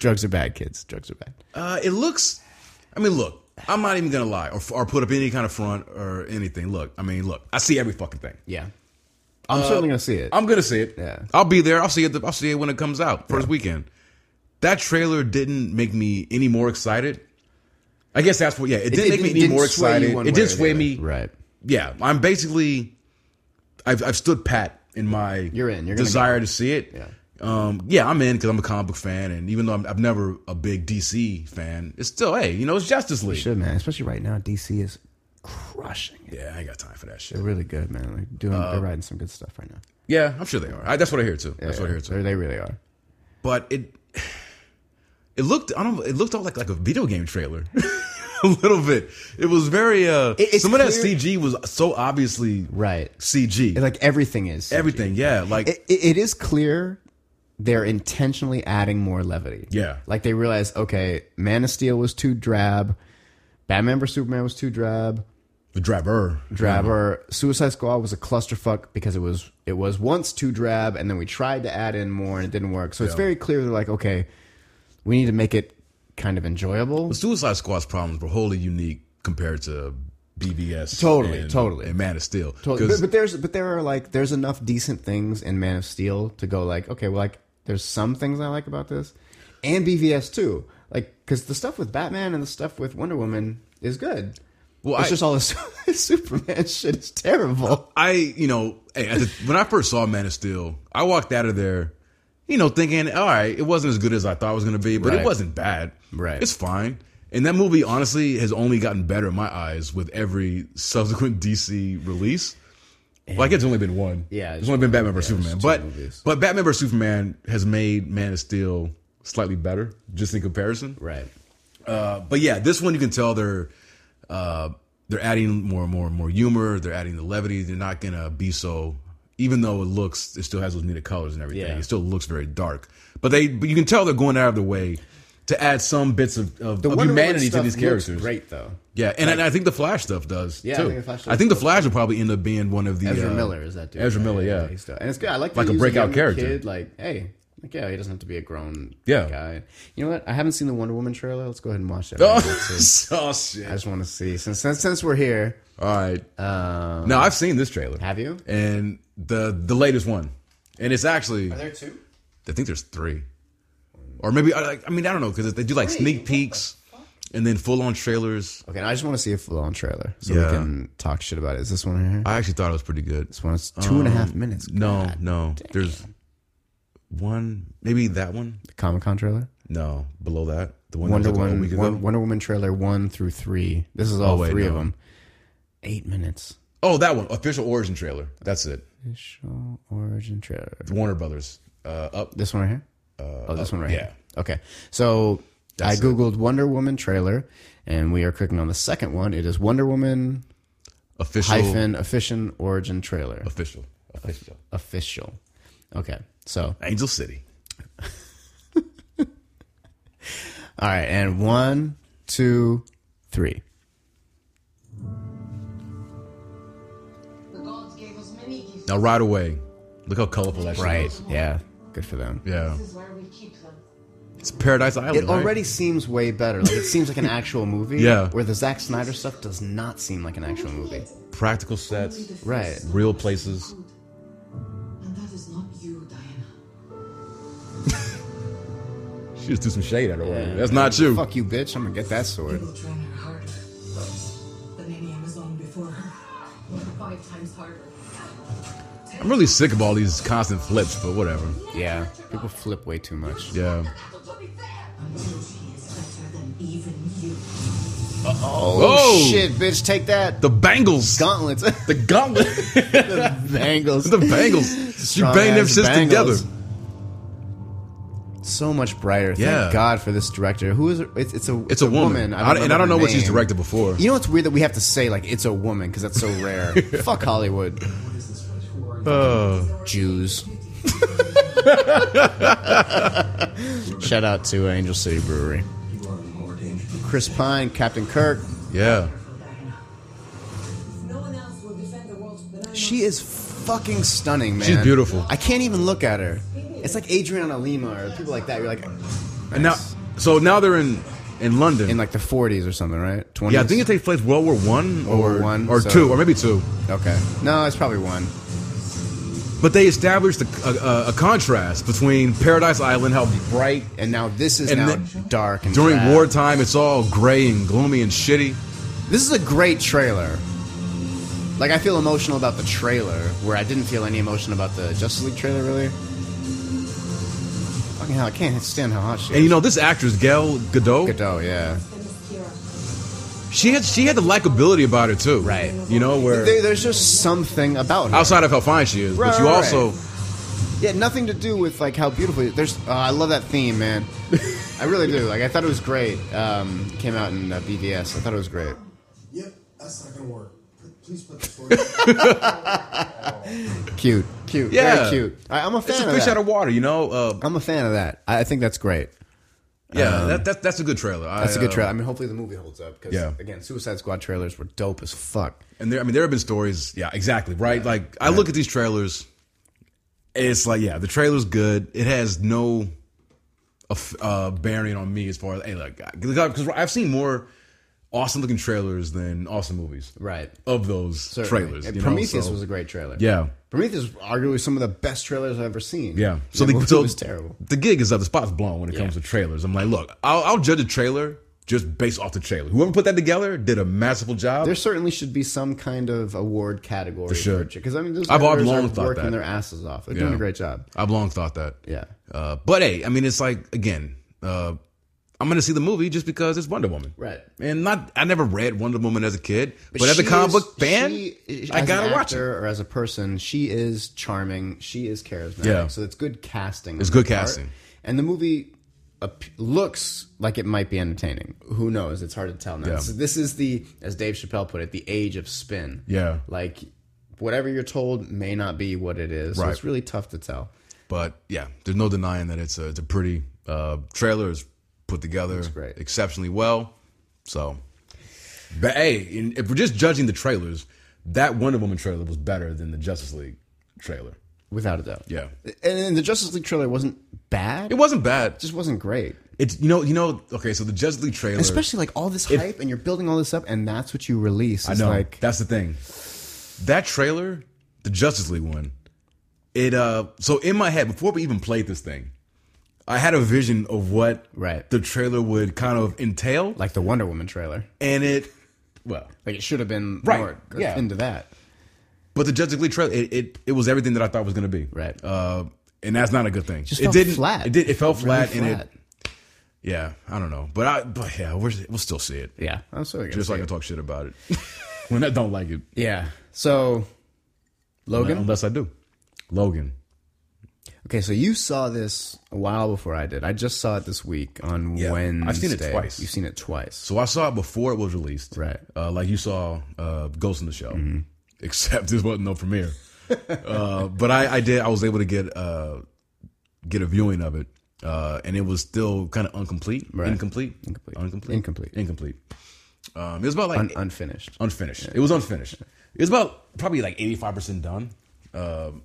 S1: Drugs are bad, kids. Drugs are bad.
S2: uh, it looks. I mean, look. I'm not even gonna lie or, or put up any kind of front or anything. Look, I mean, look. I see every fucking thing.
S1: Yeah, I'm certainly gonna see it.
S2: Uh, I'm gonna see it.
S1: Yeah.
S2: I'll be there. I'll see it. I'll see it when it comes out first weekend. That trailer didn't make me any more excited. I guess that's what. Yeah, it didn't
S1: It-
S2: make
S1: it
S2: me any
S1: didn't
S2: more
S1: sway you
S2: excited. It
S1: one way or
S2: did
S1: the
S2: sway
S1: other.
S2: me.
S1: Right.
S2: Yeah, I'm basically. I've I've stood pat in my
S1: You're in. You're gonna
S2: desire to see it.
S1: Yeah.
S2: Um, yeah, I'm in because I'm a comic book fan, and even though I'm, I'm never a big DC fan, it's still hey, you know, it's Justice League.
S1: Should man, especially right now. DC is crushing it.
S2: Yeah, I ain't got time for that shit.
S1: They're really good, man. They're doing. they're writing some good stuff right now.
S2: Yeah, I'm sure they are. I, that's what I hear too. Uh, that's what I hear too.
S1: They- They really are.
S2: but it it looked I don't it looked all like like a video game trailer. a little bit. It was very uh
S1: it's
S2: some of that
S1: clear-
S2: CG was so obviously
S1: Right.
S2: CG.
S1: It- Like everything is.
S2: Everything, yeah. Like
S1: It, it, it is clear they're intentionally adding more levity.
S2: Yeah.
S1: Like they realize, okay, Man of Steel was too drab. Batman vs Superman was too drab.
S2: the drabber.
S1: drab or Suicide Squad was a clusterfuck because it was it was once too drab and then we tried to add in more and it didn't work. So it's
S2: Yeah.
S1: very clear they're like, okay, we need to make it kind of enjoyable.
S2: Suicide Squad's problems were wholly unique compared to BBS.
S1: Totally,
S2: and,
S1: totally.
S2: And Man of Steel.
S1: Totally.
S2: 'Cause-
S1: But, but there's but there are like there's enough decent things in Man of Steel to go like, okay, well like there's some things I like about this and BVS too. Like cuz the stuff with Batman and the stuff with Wonder Woman is good.
S2: well,
S1: it's
S2: I,
S1: just all this Superman shit is terrible.
S2: I, you know, hey, at the, when I first saw Man of Steel, I walked out of there, you know, thinking, all right, it wasn't as good as I thought it was going to be, but
S1: Right.
S2: it wasn't bad.
S1: Right.
S2: It's fine. And that movie, honestly, has only gotten better in my eyes with every subsequent DC release. like, it's only been one.
S1: Yeah,
S2: It's
S1: it's
S2: only been Batman vs.
S1: yeah, it's
S2: Superman.
S1: two
S2: But,
S1: movies.
S2: but Batman vs. Superman has made Man of Steel slightly better, just in comparison.
S1: Right.
S2: Uh, but yeah, this one you can tell they're uh, they're adding more and more and more humor. They're adding the levity. They're not gonna be so. Even though it looks, it still has those muted colors and everything.
S1: Yeah.
S2: It still looks very dark. But they, but you can tell they're going out of their way to add some bits of, of, of
S1: Wonder Woman
S2: humanity to
S1: stuff
S2: these
S1: looks
S2: characters.
S1: Great though.
S2: Yeah, and, and I think the Flash stuff does
S1: Yeah, I
S2: too.
S1: think the Flash does
S2: I think the
S1: look-
S2: Flash will probably end up being one of the
S1: Ezra
S2: uh,
S1: Miller is that dude.
S2: Ezra Miller, yeah.
S1: he's dope. and it's good. I like
S2: Like
S1: they
S2: a
S1: use
S2: breakout
S1: young
S2: character.
S1: Kid, like, hey, like yeah, he doesn't have to be a grown
S2: Yeah.
S1: guy. You know what? I haven't seen the Wonder Woman trailer. Let's go ahead and watch that.
S2: Oh, oh, shit!
S1: I just want to see since, since since we're here.
S2: All right.
S1: Um,
S2: now I've seen this trailer.
S1: have you?
S2: And the the latest one, and it's actually
S1: there two?
S2: I think there's three, or maybe I like. I mean, I don't know because they do like sneak peeks and then full on trailers.
S1: Okay, now I just want to see a full on trailer so
S2: Yeah.
S1: we can talk shit about it. Is this one right here?
S2: I actually thought it was pretty good.
S1: this one is two and a half minutes.
S2: No, no, there's one, maybe that one.
S1: Comic Con trailer,
S2: No, below that, the one
S1: Wonder
S2: that was like a
S1: Woman,
S2: week ago. Oh,
S1: Won- Wonder Woman trailer one through three. This is all
S2: wait,
S1: three of
S2: no.
S1: them. Eight minutes.
S2: Oh, that one, official origin trailer. That's it.
S1: Official origin trailer.
S2: Warner Brothers. Uh, up.
S1: This one right here? oh, this one right
S2: yeah.
S1: here. Okay. So I Googled Wonder Woman trailer, and we are clicking on the second one. It is Wonder Woman
S2: Official.
S1: hyphen official origin trailer.
S2: Official. Official.
S1: Official. Okay. So,
S2: Angel City.
S1: all right. And one, two, three.
S5: The gods gave us many gifts.
S2: Now, right away, look how colorful that shit is.
S1: Yeah. Good for them.
S2: Yeah,
S5: This is where we keep them.
S2: it's Paradise Island.
S1: It
S2: right?
S1: already seems way better. Like it seems like an actual movie.
S2: Yeah.
S1: Where the Zack Snyder stuff does not seem like an actual movie.
S2: practical sets,
S1: Right.
S2: real places.
S5: And that is not you, Diana.
S2: She just threw some shade at her.
S1: Yeah.
S2: That's not you.
S1: Fuck you, bitch. I'm gonna get that sword.
S7: People trying her harder. The lady Amazon before her.
S5: Five times harder.
S2: I'm really sick of all these constant flips, but whatever.
S1: Yeah, people flip way too much.
S2: Yeah.
S7: Until she is better than even you.
S1: Oh,
S2: Oh!
S1: shit, bitch, take that.
S2: The bangles.
S1: gauntlets,
S2: The gauntlet.
S1: the angles,
S2: the bangles. She banged them shits together.
S1: So much brighter. Thank
S2: Yeah.
S1: God for this director. Who is it? It's, it's a
S2: It's a woman. I don't- and I
S1: remember
S2: don't know
S1: her
S2: what she's
S1: name.
S2: directed before.
S1: You know what's weird that we have to say like it's a woman because that's so rare. Fuck Hollywood,
S2: Oh.
S1: Jews. Shout out to Angel City Brewery.
S4: You are in more danger.
S1: Chris Pine, Captain Kirk.
S2: Yeah.
S7: No one else will defend the world but I
S1: She is fucking stunning, man.
S2: She's beautiful.
S1: I can't even look at her. It's like Adriana Lima or people like that. You're like
S2: And now, so now they're in in London.
S1: in like the 40s or something, right? 20s.
S2: yeah, I think it takes place World War One
S1: World War
S2: or
S1: One,
S2: or
S1: so-
S2: two or maybe two.
S1: okay. No, it's probably one.
S2: But they established a, a, a contrast between Paradise Island, how bright
S1: And now this is
S2: And
S1: now
S2: then-
S1: dark and
S2: during
S1: drab.
S2: wartime it's all gray and gloomy and shitty.
S1: This is a great trailer. Like I feel emotional about the trailer, where I didn't feel any emotion about the Justice League trailer really. Fucking hell, I can't stand how hot she
S2: And
S1: is.
S2: you know this actress Gal Gadot,
S1: Godot, yeah.
S2: she had she had the likability about her too.
S1: Right.
S2: You know where
S1: There, there's just something about her.
S2: outside of how fine she is, but
S1: Right,
S2: you
S1: right,
S2: also
S1: Yeah, nothing to do with like how beautiful. It, there's, oh, I love that theme, man. I really do. Like, I thought it was great. Um, it came out in uh, BVS. I thought it was great.
S4: Yep, that's not gonna work. P- Please put the sword. down.
S1: Cute, cute,
S2: Yeah.
S1: very cute. I, I'm a fan
S2: it's
S1: of
S2: a fish
S1: that.
S2: out of water. You know. Uh,
S1: I'm a fan of that. I, I think that's great.
S2: yeah, that, that, that's a good trailer. I,
S1: Uh, That's a good
S2: uh,
S1: trailer. I mean, hopefully the movie holds up because
S2: Yeah.
S1: again, Suicide Squad trailers were dope as fuck.
S2: And there, I mean, there have been stories. Yeah, exactly. Right. Like I look at these trailers. It's like, yeah, the trailer's good. It has no aff- uh, bearing on me as far as hey, like because I've seen more awesome looking trailers than awesome movies.
S1: Right.
S2: Of those
S1: Certainly.
S2: trailers,
S1: And
S2: you know,
S1: Prometheus
S2: so-
S1: was a great trailer.
S2: yeah.
S1: Prometheus was arguably some of the best trailers I've ever seen.
S2: Yeah.
S1: So the movie
S2: so
S1: was terrible.
S2: The gig is up. The spot's blown when it comes to trailers. I'm like, look, I'll, I'll judge a trailer just based off the trailer. Whoever put that together did a masterful job.
S1: There certainly should be some kind of award category
S2: should.
S1: because I mean, those
S2: I've
S1: editors
S2: long
S1: are
S2: thought
S1: working
S2: that.
S1: their asses off. They're
S2: Yeah.
S1: doing a great job.
S2: I've long thought that.
S1: Yeah.
S2: Uh, but hey, I mean, it's like again, uh, I'm gonna see the movie just because it's Wonder Woman,
S1: Right.
S2: And not, I never read Wonder Woman as a kid, but, as a comic book fan, I gotta watch it.
S1: Or as a person, she is charming. She is charismatic.
S2: Yeah.
S1: So it's good casting.
S2: It's
S1: on her
S2: good
S1: part.
S2: casting.
S1: And the movie ap- looks like it might be entertaining. Who knows? It's hard to tell now.
S2: Yeah.
S1: So this is the, as Dave Chappelle put it, the age of spin.
S2: Yeah.
S1: Like whatever you're told may not be what it is. So
S2: Right.
S1: it's really tough to tell.
S2: But yeah, there's no denying that it's a it's a pretty uh, trailer. It's put together
S1: great.
S2: exceptionally well. So, but hey, in, if we're just judging the trailers, that Wonder Woman trailer was better than the Justice League trailer.
S1: Without a doubt.
S2: Yeah,
S1: And, and the Justice League trailer wasn't bad.
S2: it
S1: It
S2: wasn't bad.
S1: just wasn't great.
S2: It's you know you know okay. So the Justice League trailer,
S1: Especially like all this hype and you're building all this up and that's what you release.
S2: I
S1: It's
S2: know.
S1: like
S2: That's the thing. That trailer, the Justice League one, it uh so in my head, before we even played this thing, I had a vision of what
S1: Right.
S2: the trailer would kind of entail.
S1: like the Wonder Woman trailer.
S2: and it well.
S1: Like it should have been
S2: Right,
S1: more
S2: yeah.
S1: into that.
S2: But the Justice League trailer, it, it it was everything that I thought it was gonna be.
S1: Right.
S2: Uh and that's not a good thing.
S1: Just
S2: it
S1: felt
S2: didn't
S1: flat.
S2: It did. It fell
S1: Really
S2: flat, and
S1: flat.
S2: it. Yeah, I don't know, but I. But yeah, we're, we'll still see it.
S1: Yeah. I'm sorry.
S2: Just so I can talk shit about it when I don't like it.
S1: Yeah. So Logan?
S2: unless I do. Logan.
S1: Okay, so you saw this a while before I did. I just saw it this week on
S2: Yeah,
S1: Wednesday.
S2: I've seen it twice.
S1: You've seen it twice.
S2: So I saw it before it was released.
S1: Right.
S2: Uh, like you saw uh, Ghost in the Shell,
S1: Mm-hmm.
S2: except this wasn't no premiere. uh, but I, I did. I was able to get uh, get a viewing of it, uh, and it was still kind of incomplete,
S1: Right.
S2: incomplete,
S1: Incomplete.
S2: incomplete,
S1: Incomplete.
S2: incomplete. Um, it was about like
S1: Un- unfinished.
S2: unfinished. It was unfinished. It was about probably like eighty five percent done. Um,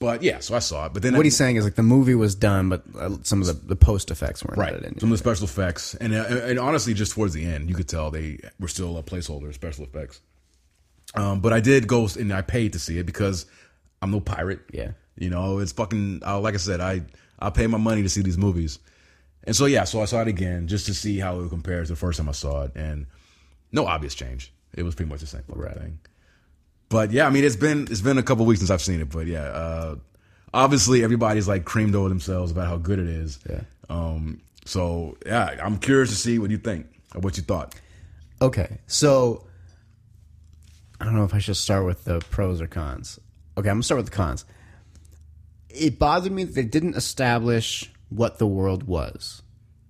S2: but yeah, so I saw it. But then I-
S1: What he's saying is like the movie was done, but uh, some of the, the post effects weren't
S2: right
S1: added in.
S2: some of the special effects and uh, and honestly just towards the end you could tell they were still a placeholder special effects um but i did go s- and i paid to see it because i'm no pirate
S1: Yeah.
S2: you know it's fucking uh, like i said i i pay my money to see these movies And so yeah, so I saw it again just to see how it would compare to the first time I saw it, and no obvious change. It was pretty much the same fucking thing. But yeah, I mean, it's been it's been a couple weeks since I've seen it, but yeah, uh, obviously everybody's like creamed over themselves about how good it is.
S1: Yeah.
S2: Um. So yeah, I'm curious to see what you think or what you thought.
S1: Okay, so I don't know if I should start with the pros or cons. Okay, I'm gonna start with the cons. It bothered me that they didn't establish what the world was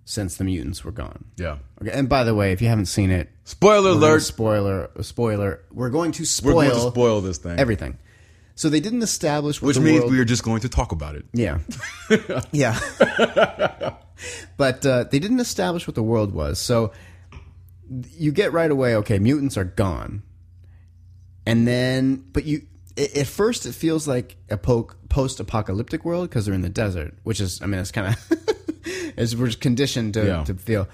S1: since the mutants were gone.
S2: Yeah.
S1: Okay, and by the way, if you haven't seen it,
S2: Spoiler
S1: we're gonna
S2: alert.
S1: spoiler, spoiler, we're going to
S2: We're
S1: spoil,
S2: going to spoil this thing,
S1: everything. So they didn't establish what
S2: which
S1: the
S2: means
S1: world-
S2: we are just going to talk about it.
S1: yeah. yeah. but uh, they didn't establish what the world was. So you get right away, okay, mutants are gone. And then, but you, it, at first, it feels like a po- post apocalyptic world because they're in the desert, which is, I mean, it's kind of, it's, we're just conditioned to,
S2: Yeah.
S1: to feel.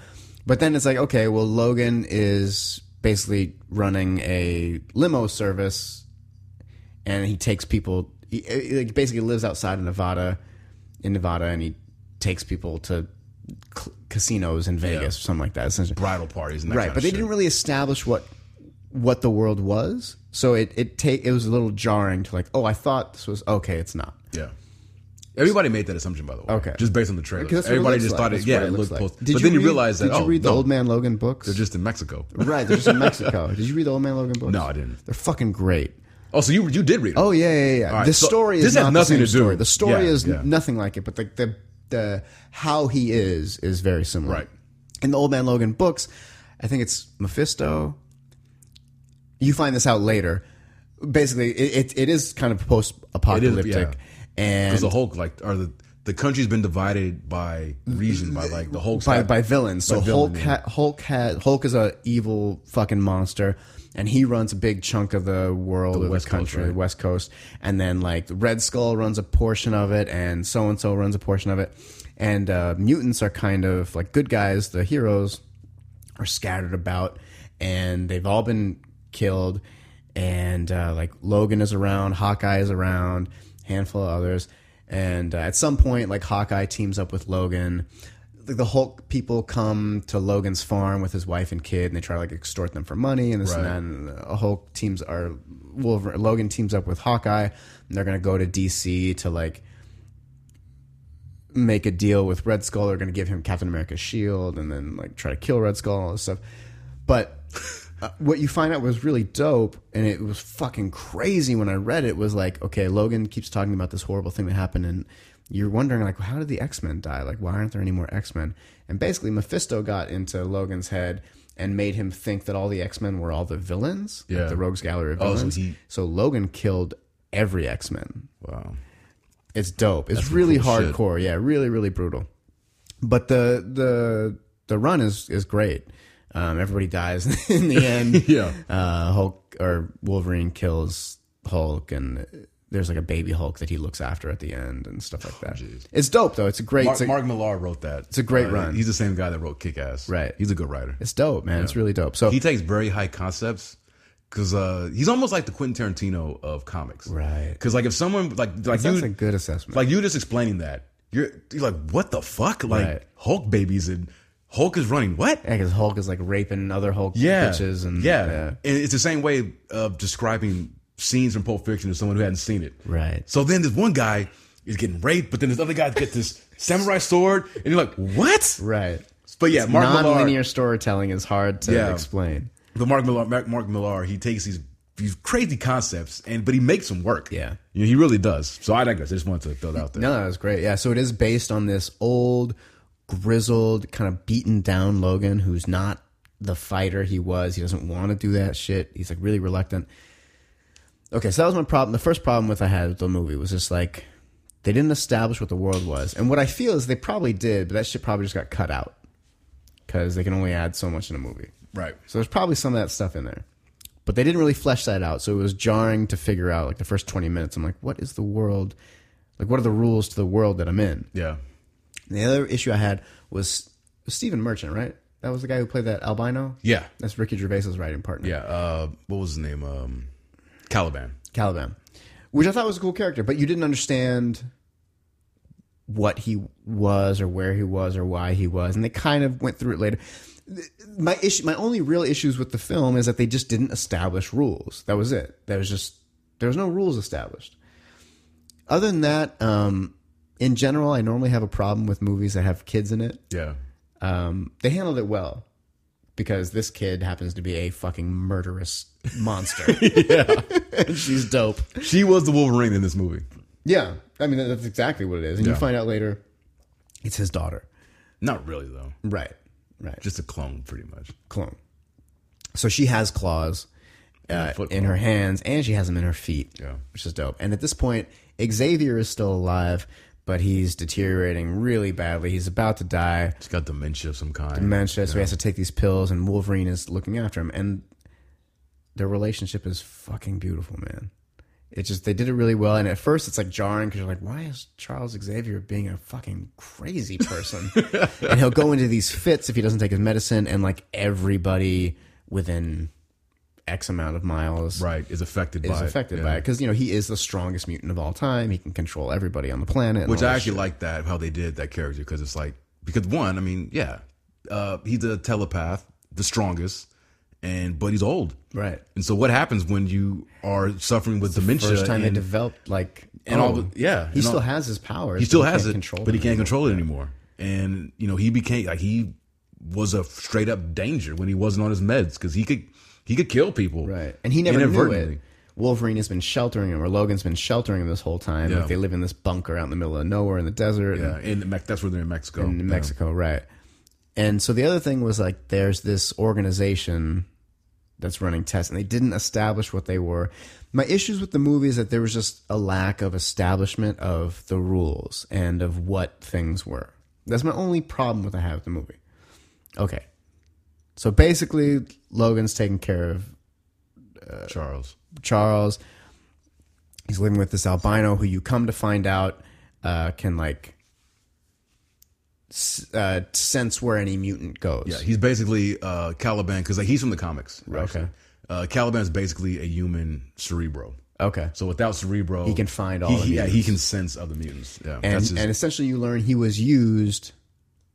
S1: But then it's like, okay, well, Logan is basically running a limo service and he takes people. He, he like, basically lives outside of Nevada, in Nevada, and he takes people to cl- casinos in Vegas or something like that. essentially.
S2: Bridal parties, and that
S1: Right,
S2: kind
S1: but
S2: of
S1: they
S2: shit.
S1: didn't really establish what what the world was, so it it ta- it was a little jarring to like, oh, I thought this was okay, it's not.
S2: Yeah. Everybody made that assumption, by the way.
S1: Okay.
S2: Just based on the trailer.
S1: Because that's what it
S2: Everybody
S1: looks
S2: just
S1: like.
S2: thought it,
S1: That's
S2: yeah,
S1: what
S2: it
S1: looks
S2: looked
S1: like.
S2: close.
S1: Did
S2: but then you
S1: read-
S2: realize that,
S1: Did you
S2: oh,
S1: read the
S2: no,
S1: Old Man Logan books?
S2: they're just in Mexico.
S1: right, they're just in Mexico. Did you read the Old Man Logan books?
S2: No, I didn't.
S1: They're fucking great.
S2: Oh, so you you did read it.
S1: Oh yeah, yeah, yeah.
S2: All right,
S1: the
S2: so
S1: story
S2: this
S1: is
S2: has
S1: not
S2: nothing
S1: the
S2: to do-
S1: same Story. The story
S2: Yeah,
S1: is
S2: yeah.
S1: nothing like it, but the, the the how he is is very similar.
S2: Right.
S1: In the Old Man Logan books, I think it's Mephisto. You find this out later. Basically, it it, it is kind of post apocalyptic,
S2: yeah.
S1: and
S2: Because the Hulk, like, or the, the country's been divided by region, by like the Hulk.
S1: by, by villains. So
S2: By villain,
S1: Hulk
S2: yeah.
S1: ha- Hulk had Hulk is a evil fucking monster, and he runs a big chunk of the world, of
S2: West
S1: the
S2: Coast,
S1: country,
S2: right?
S1: West Coast, and then like Red Skull runs a portion of it, and so and so runs a portion of it, and uh, mutants are kind of like good guys, the heroes, are scattered about and they've all been killed and uh, like logan is around hawkeye is around handful of others and uh, at some point like hawkeye teams up with logan the, the hulk people come to logan's farm with his wife and kid and they try to like extort them for money and this
S2: Right.
S1: and that and uh, hulk teams are Wolverine, logan teams up with hawkeye and they're gonna go to dc to like make a deal with Red Skull. They're going to give him Captain America's shield and then like try to kill Red Skull and all this stuff. But uh, what you find out was really dope, and it was fucking crazy when I read it. Was like, okay, Logan keeps talking about this horrible thing that happened, and you're wondering like, how did the X Men die? Like, why aren't there any more X Men? And basically, Mephisto got into Logan's head. And made him think that all the X Men were all the villains, like
S2: Yeah.
S1: the Rogues Gallery of
S2: Oh, so
S1: villains.
S2: he-
S1: so Logan killed every X Men.
S2: wow.
S1: It's dope. It's really
S2: cool shit.
S1: hardcore. Yeah, really, really brutal. But the the the run is is great. Um, everybody dies in the end.
S2: Yeah.
S1: Uh, Hulk or Wolverine kills Hulk, and there's like a baby Hulk that he looks after at the end and stuff like that.
S2: Oh, jeez.
S1: it's dope though. It's a great.
S2: Mark,
S1: it's, a-
S2: Mark Millar wrote that. It's
S1: a great run.
S2: He's the same guy that wrote Kick Ass.
S1: Right.
S2: He's a good writer.
S1: it's dope, man. It's really dope. So
S2: He takes very high concepts because uh, he's almost like the Quentin Tarantino of comics.
S1: Right.
S2: Because, like, if someone, like, like
S1: that's
S2: you,
S1: a good assessment.
S2: Like you just explaining that. You're you're like, what the fuck? Like
S1: Right.
S2: Hulk babies and Hulk is running what?
S1: because Hulk is like raping other Hulk
S2: Yeah.
S1: bitches and
S2: yeah. And it's the same way of describing scenes from Pulp Fiction to someone who hadn't seen it.
S1: Right.
S2: So then this one guy is getting raped, but then this other guy gets this samurai sword, and you're like, what?
S1: right.
S2: But yeah, Mark
S1: Non-linear
S2: Millar,
S1: storytelling is hard to
S2: Yeah.
S1: explain.
S2: the Mark Millar, Mark, Mark Millar, he takes these these crazy concepts, and but he makes them work.
S1: Yeah.
S2: You know, he really does. So I digress. I just wanted to throw that out there.
S1: No, that was great. Yeah, so it is based on this old, grizzled, kind of beaten down Logan who's not the fighter he was. He doesn't want to do that shit. He's like really reluctant. Okay, so that was my problem. The first problem with I had with the movie was just like they didn't establish what the world was, and what I feel is they probably did, but that shit probably just got cut out because they can only add so much in a movie.
S2: Right.
S1: So there's probably some of that stuff in there. But they didn't really flesh that out. So it was jarring to figure out like the first 20 minutes. I'm like, what is the world? Like, what are the rules to the world that I'm in?
S2: Yeah.
S1: And the other issue I had was Stephen Merchant, right? That was the guy who played that albino?
S2: Yeah.
S1: That's Ricky Gervais's writing partner.
S2: Yeah. Uh, what was his name? Um, Caliban.
S1: Caliban. Which I thought was a cool character, but you didn't understand what he was or where he was or why he was, and they kind of went through it later. Th- My issue, my only real issues with the film is that they just didn't establish rules. That was it. There was just there was no rules established. Other than that, um, in general, I normally have a problem with movies that have kids in it
S2: Yeah.
S1: um, they handled it well because this kid happens to be a fucking murderous monster. and she's dope.
S2: She was the Wolverine in this movie.
S1: Yeah. I mean, that's exactly what it is. And
S2: Yeah.
S1: you find out later it's his daughter.
S2: Not really though.
S1: Right. Right.
S2: Just a clone, pretty much.
S1: clone. So she has claws uh,
S2: foot
S1: in her hands and she has them in her feet,
S2: Yeah.
S1: which is dope. And at this point, Xavier is still alive, but he's deteriorating really badly. He's about to die.
S2: She's got dementia of some kind.
S1: Manchester, so he has to take these pills, and Wolverine is looking after him. And their relationship is fucking beautiful, man. It just they did it really well, and at first it's like jarring because you're like, why is Charles Xavier being a fucking crazy person? and he'll go into these fits if he doesn't take his medicine, and like everybody within X amount of miles
S2: Right. Is affected
S1: is
S2: by
S1: affected
S2: it.
S1: by
S2: Yeah.
S1: it because you know he is the strongest mutant of all time. He can control everybody on the planet, and
S2: Which
S1: all
S2: I
S1: that
S2: actually like that how they did that character because it's like because one, I mean, yeah, uh, he's a telepath, the strongest, and but he's old,
S1: shit. right.
S2: and so what happens when you are suffering with dementia?
S1: First time they
S2: and
S1: developed like oh,
S2: and all the- yeah,
S1: he
S2: and all-
S1: still has his powers.
S2: he still
S1: but
S2: has
S1: can't
S2: it,
S1: control
S2: but he
S1: them
S2: can't
S1: anymore.
S2: control it anymore. And you know, he became like he was a straight up danger when he wasn't on his meds because he could he could kill people,
S1: Right, and he never knew
S2: inadvertently.
S1: it. Wolverine has been sheltering him, or Logan's been sheltering him this whole time.
S2: Yeah.
S1: Like they live in this bunker out in the middle of nowhere in the desert.
S2: Yeah, and Mex- that's where they're in Mexico.
S1: in
S2: Yeah.
S1: Mexico, right? And so the other thing was like there's this organization that's running tests, and they didn't establish what they were. My issues with the movie is that there was just a lack of establishment of the rules and of what things were. That's my only problem with I have with the movie. Okay, so basically Logan's taking care of
S2: Charles.
S1: Charles. He's living with this albino who you come to find out uh, can like s- uh, sense where any mutant goes.
S2: Yeah, he's basically uh, Caliban because like, he's from the comics. actually.
S1: Okay.
S2: Uh, Caliban is basically a human Cerebro.
S1: okay.
S2: So without Cerebro,
S1: He can find all
S2: He,
S1: the
S2: he- yeah,
S1: mutants.
S2: he can sense other mutants. Yeah,
S1: and
S2: that's his,
S1: and essentially you learn he was used,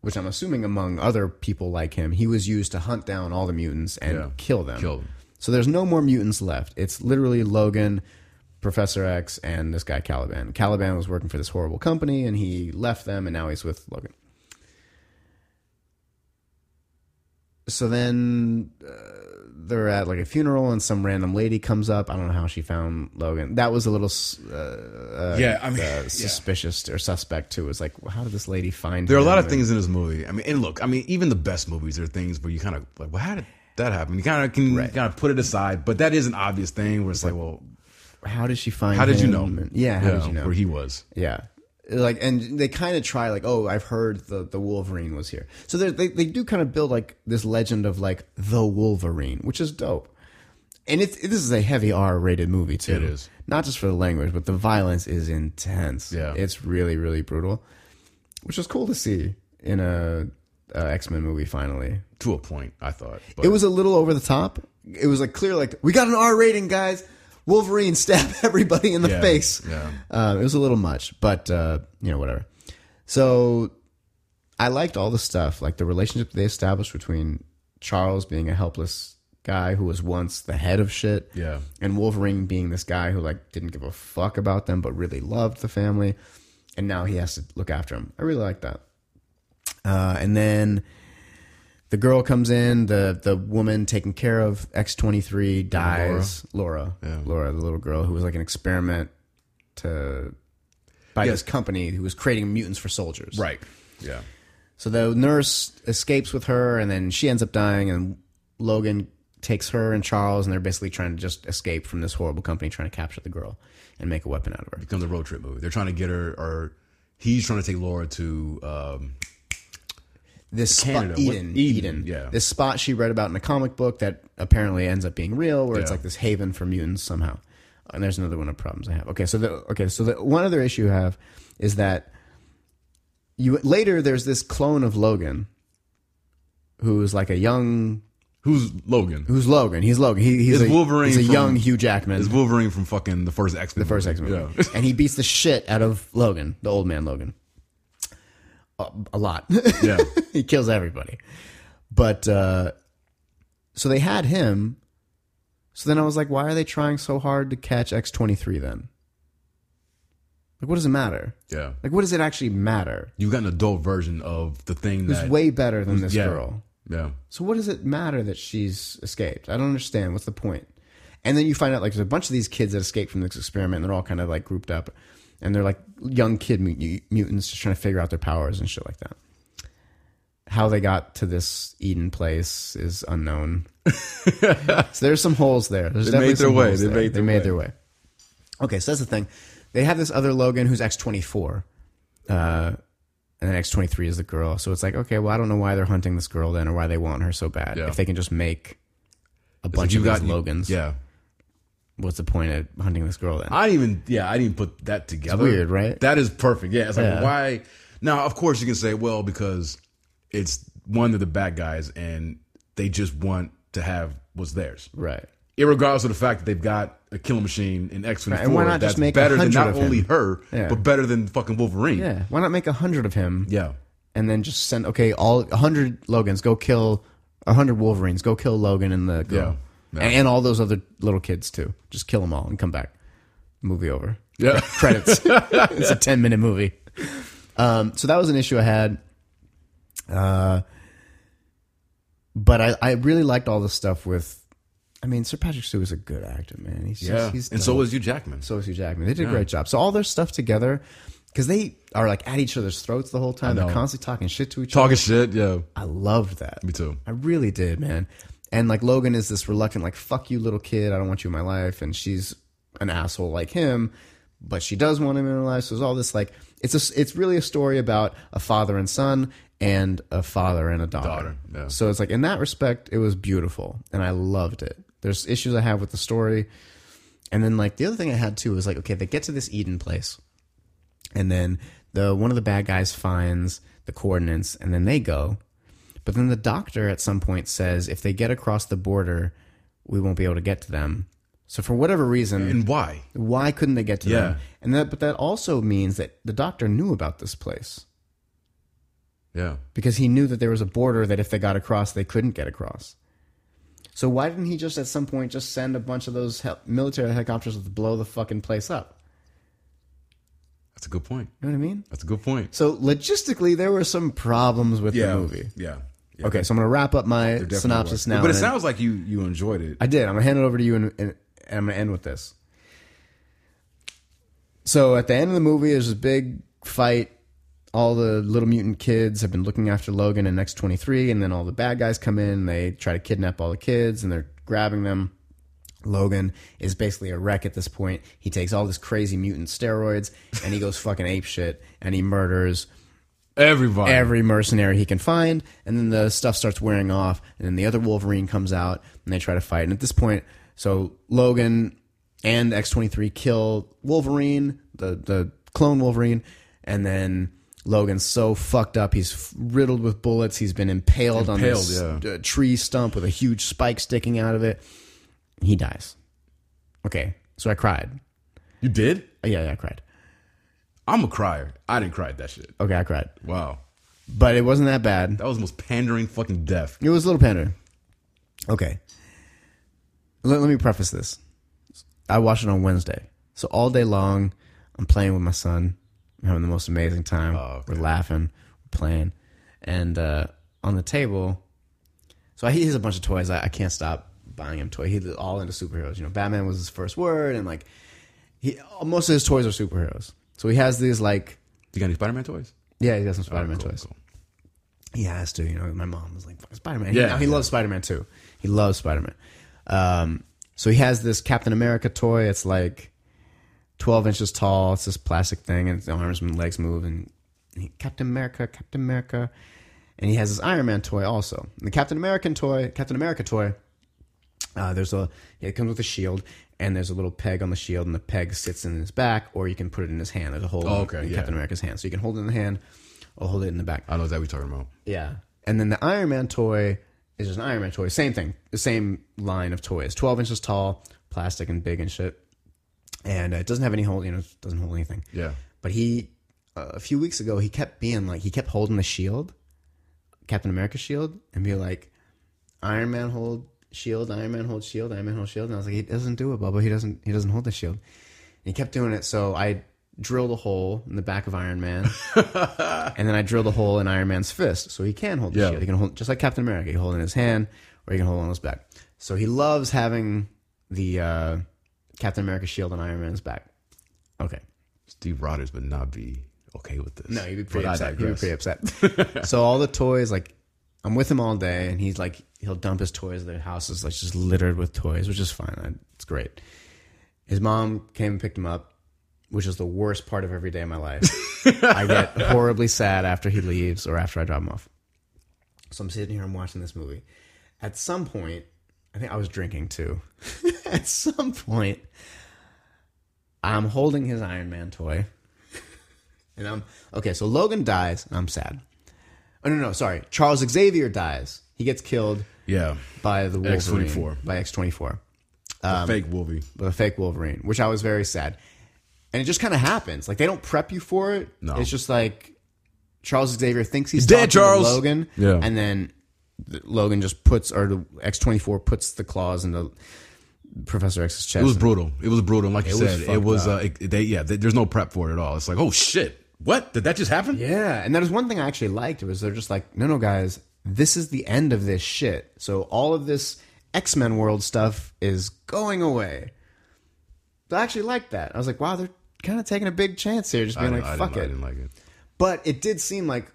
S1: which I'm assuming among other people like him, he was used to hunt down all the mutants and
S2: Yeah.
S1: kill them.
S2: Kill them.
S1: So there's no more mutants left. It's literally Logan, Professor X, and this guy Caliban. Caliban was working for this horrible company, and he left them, and now he's with Logan. So then uh, they're at like a funeral, and some random lady comes up. I don't know how she found Logan. That was a little s-
S2: yeah. I mean, yeah.
S1: suspicious or suspect too. It's like, well, how did this lady find?
S2: there are a
S1: him?
S2: lot of
S1: And-
S2: things in this movie. I mean, and look, I mean, even the best movies, there are things where you kind of like, well, how did that happen? You kind of can
S1: Right.
S2: kind of put it aside, but that is an obvious thing where it's like, well,
S1: How did she find?
S2: how did you
S1: him?
S2: know?
S1: And- Yeah, how did you know?
S2: where he was?
S1: yeah, like, and they kind of try like, oh, I've heard the the Wolverine was here. So they they they do kind of build like this legend of like the Wolverine, which is dope. And it's this is a heavy R rated movie too.
S2: It is.
S1: not just for the language, but the violence is intense.
S2: Yeah.
S1: it's really really brutal, which was cool to see in a, a X Men movie finally.
S2: To a point, I thought. But
S1: It was a little over the top. It was like clear, like we got an R rating, guys. Wolverine stab everybody in the
S2: Yeah,
S1: face.
S2: yeah.
S1: Um, it was a little much, but uh, you know whatever. So I liked all the stuff, like the relationship they established between Charles being a helpless guy who was once the head of shit,
S2: Yeah.
S1: and Wolverine being this guy who like didn't give a fuck about them but really loved the family, and now he has to look after him. I really like that. Uh, and then the girl comes in, the the woman taking care of X twenty three dies. Laura, Laura, the little girl who was like an experiment to by
S2: Yeah.
S1: this company who was creating mutants for soldiers.
S2: right. Yeah.
S1: So the nurse escapes with her, and then she ends up dying, and Logan takes her and Charles, and they're basically trying to just escape from this horrible company, trying to capture the girl and make a weapon out of her.
S2: becomes a road trip movie. They're trying to get her, or he's trying to take Laura to. Um,
S1: This
S2: Canada,
S1: spot,
S2: what-
S1: Eden,
S2: Eden,
S1: Eden,
S2: yeah.
S1: This spot she read about in a comic book that apparently ends up being real, where it's
S2: Yeah.
S1: like this haven for mutants somehow. And there's another one of problems I have. Okay, so the okay, so the one other issue I have is that you later there's this clone of Logan who's like a young
S2: who's Logan?
S1: Who's Logan? He's Logan. He, he's
S2: Is
S1: a,
S2: Wolverine
S1: He's a
S2: from-
S1: young Hugh Jackman.
S2: Is Wolverine from fucking the first X Men?
S1: the first X Men,
S2: Yeah.
S1: and he beats the shit out of Logan, the old man Logan. a, a lot.
S2: Yeah.
S1: he kills everybody. But uh, so they had him. So then I was like, why are they trying so hard to catch X twenty three then? Like, what does it matter?
S2: Yeah.
S1: Like, what does it actually matter?
S2: You got an adult version of the thing
S1: Who's
S2: that
S1: way better than this
S2: yeah.
S1: girl?
S2: Yeah.
S1: So what does it matter that she's escaped? I don't understand. What's the point? And then you find out like there's a bunch of these kids that escaped from this experiment. And they're all kind of like grouped up, and they're like young kid mut- mutants just trying to figure out their powers and shit like that. How they got to this Eden place is unknown. so there's some holes there. There's
S2: They
S1: definitely
S2: made their
S1: some
S2: way.
S1: holes
S2: They
S1: there.
S2: made
S1: they
S2: their
S1: made
S2: way.
S1: their way. Okay, so that's the thing. They have this other Logan who's X24 and then X twenty three is the girl. So it's like, okay, well, I don't know why they're hunting this girl then, or why they want her so bad.
S2: Yeah.
S1: If they can just make a
S2: It's like
S1: bunch
S2: you
S1: of
S2: got
S1: these Logans,
S2: Yeah.
S1: what's the point of hunting this girl then?
S2: I didn't even yeah, I didn't put that together.
S1: weird, right?
S2: That is perfect. Yeah. It's like
S1: Yeah.
S2: why now of course you can say, well, because it's one of the bad guys and they just want to have what's theirs.
S1: right.
S2: Irregardless of the fact that they've got a killing machine in X twenty
S1: Right,
S2: four
S1: and why not
S2: that's
S1: just make
S2: better than
S1: 100
S2: not
S1: of him?
S2: only her,
S1: Yeah.
S2: but better than fucking Wolverine.
S1: Yeah. Why not make a hundred of him?
S2: Yeah.
S1: And then just send okay, all a hundred Logans go kill a hundred Wolverines, go kill Logan and the girl,
S2: Yeah. Yeah.
S1: And, and all those other little kids too. Just kill them all and come back. Movie over.
S2: Yeah.
S1: credits. it's a 10 minute movie. Um, so that was an issue I had. Uh, but I, I really liked all the stuff with, I mean, Sir Patrick Stewart is a good actor, man. He's just,
S2: Yeah.
S1: he's
S2: and so
S1: dope.
S2: was you Jackman.
S1: so is Hugh Jackman. They did a great job. So all their stuff together, because they are like at each other's throats the whole time.
S2: know.
S1: They're constantly talking shit to each other.
S2: Talking shit, yeah.
S1: I loved that.
S2: Me too.
S1: I really did, man. And like Logan is this reluctant, like "fuck you, little kid, I don't want you in my life," and she's an asshole like him, but she does want him in her life. So there's all this like it's a it's really a story about a father and son and a father and a daughter.
S2: Daughter, yeah.
S1: So it's like in that respect, it was beautiful, and I loved it. There's issues I have with the story, and then like the other thing I had too was like okay, they get to this Eden place, and then the one of the bad guys finds the coordinates, and then they go. But then the doctor at some point says if they get across the border, we won't be able to get to them. So for whatever reason,
S2: And why?
S1: why couldn't they get to
S2: Yeah.
S1: them? And that, but that also means that the doctor knew about this place
S2: Yeah.
S1: because he knew that there was a border that if they got across, they couldn't get across. So why didn't he just at some point just send a bunch of those hel- military helicopters to blow the fucking place up?
S2: That's a good point.
S1: You know what I mean?
S2: That's a good point.
S1: So logistically, there were some problems with
S2: Yeah.
S1: the movie.
S2: Yeah. yeah.
S1: Okay, so I'm going to wrap up my
S2: There definitely
S1: synopsis
S2: was.
S1: now.
S2: But it
S1: and then-
S2: sounds like you you enjoyed it.
S1: I did. I'm gonna hand it over to you, and, and, and I'm gonna end with this. So at the end of the movie, there's this big fight. All the little mutant kids have been looking after Logan and X twenty three, and then all the bad guys come in. And they try to kidnap all the kids, and they're grabbing them. Logan is basically a wreck at this point. He takes all this crazy mutant steroids, and he goes fucking ape shit, and he murders
S2: Everybody.
S1: every mercenary he can find, and then the stuff starts wearing off, and then the other Wolverine comes out, and they try to fight. And at this point, so Logan and X twenty three kill Wolverine, the the clone Wolverine, and then Logan's so fucked up, he's f- riddled with bullets. He's been impaled, on this
S2: Impaled,
S1: uh, tree stump with a huge spike sticking out of it. He dies. Okay, so I cried.
S2: you did?
S1: Yeah, yeah, I cried.
S2: I'm a crier. I didn't cry at that shit.
S1: Okay, I cried,
S2: Wow.
S1: but it wasn't that bad.
S2: That was the most pandering fucking death.
S1: It was a little pander. Okay. Let, let me preface this. I watched it on Wednesday. So all day long, I'm playing with my son. I'm having the most amazing time.
S2: Oh,
S1: We're laughing, we're playing. And uh, on the table, so he has a bunch of toys. I, I can't stop buying him toys. He's all into superheroes. You know, Batman was his first word, and like, he most of his toys are superheroes. So he has these, like,
S2: You got any Spider Man toys?
S1: yeah, he has some Spider Man
S2: Oh, Cool,
S1: toys.
S2: cool.
S1: He has to, you know. My mom was like, Spider Man.
S2: Yeah,
S1: Yeah, he
S2: yeah.
S1: loves Spider Man too. He loves Spider Man. Um, so he has this Captain America toy. It's like twelve inches tall. It's this plastic thing, and the arms and legs move. And he, Captain America, Captain America, and he has this Iron Man toy also. And the Captain American toy, Captain America toy. Uh, there's a it comes with a shield, and there's a little peg on the shield, and the peg sits in his back, or you can put it in his hand. There's a hole
S2: Oh,
S1: in-
S2: okay,
S1: in
S2: yeah.
S1: Captain America's hand, so you can hold it in the hand or hold it in the back.
S2: I know that we talking about.
S1: Yeah. And then the Iron Man toy is just an Iron Man toy. Same thing. The same line of toys. 12 inches tall, plastic and big and shit. And uh, it doesn't have any hole, you know, it doesn't hold anything.
S2: Yeah.
S1: But he, uh, a few weeks ago, he kept being like, he kept holding the shield, Captain America shield, and be like, Iron Man hold shield, Iron Man hold shield, Iron Man hold shield. And I was like, he doesn't do it, Bubba. He doesn't. He doesn't hold the shield. And he kept doing it. So I drilled a hole in the back of Iron Man, and then I drilled a hole in Iron Man's fist, so he can hold the
S2: Yeah.
S1: shield. He can hold just like Captain America. He can hold it in his hand, or he can hold it on his back. So he loves having the uh, Captain America shield on Iron Man's back. Okay.
S2: Steve Rogers would not be okay with this.
S1: No, he'd be pretty
S2: But I
S1: upset. He'd be
S2: digress.
S1: pretty upset. so all the toys, like I'm with him all day, and he's like, he'll dump his toys. Their house is like just littered with toys, which is fine. I- It's great. His mom came and picked him up, which is the worst part of every day of my life. I get horribly sad after he leaves or after I drop him off. So I'm sitting here, I'm watching this movie. At some point, I think I was drinking too. At some point, I'm holding his Iron Man toy. And I'm okay. So Logan dies, and I'm sad. Oh no, no, sorry. Charles Xavier dies. He gets killed
S2: Yeah,
S1: by the Wolverine,
S2: X-24.
S1: by X twenty four,
S2: The
S1: Um,
S2: fake Wolvie.
S1: the fake Wolverine, which I was very sad. And it just kind of happens. Like they don't prep you for it.
S2: No.
S1: it's just like Charles Xavier thinks he's,
S2: He's dead,
S1: talking to
S2: Charles!
S1: Logan,
S2: Yeah.
S1: and then th- Logan just puts or X twenty four puts the claws in the Professor X's chest.
S2: It was
S1: and-
S2: brutal. It was brutal. And like you
S1: was
S2: said, it
S1: fucked
S2: was. Uh, it- they yeah. They, there's no prep for it at all. It's like oh shit. What did that just happen?
S1: Yeah, and that is one thing I actually liked was they're just like, no, no, guys, this is the end of this shit. So all of this X Men world stuff is going away. So I actually liked that. I was like, wow, they're kind of taking a big chance here, just
S2: I
S1: being
S2: didn't,
S1: like,
S2: I didn't-
S1: fuck
S2: I
S1: it.
S2: didn't like it.
S1: But it did seem like,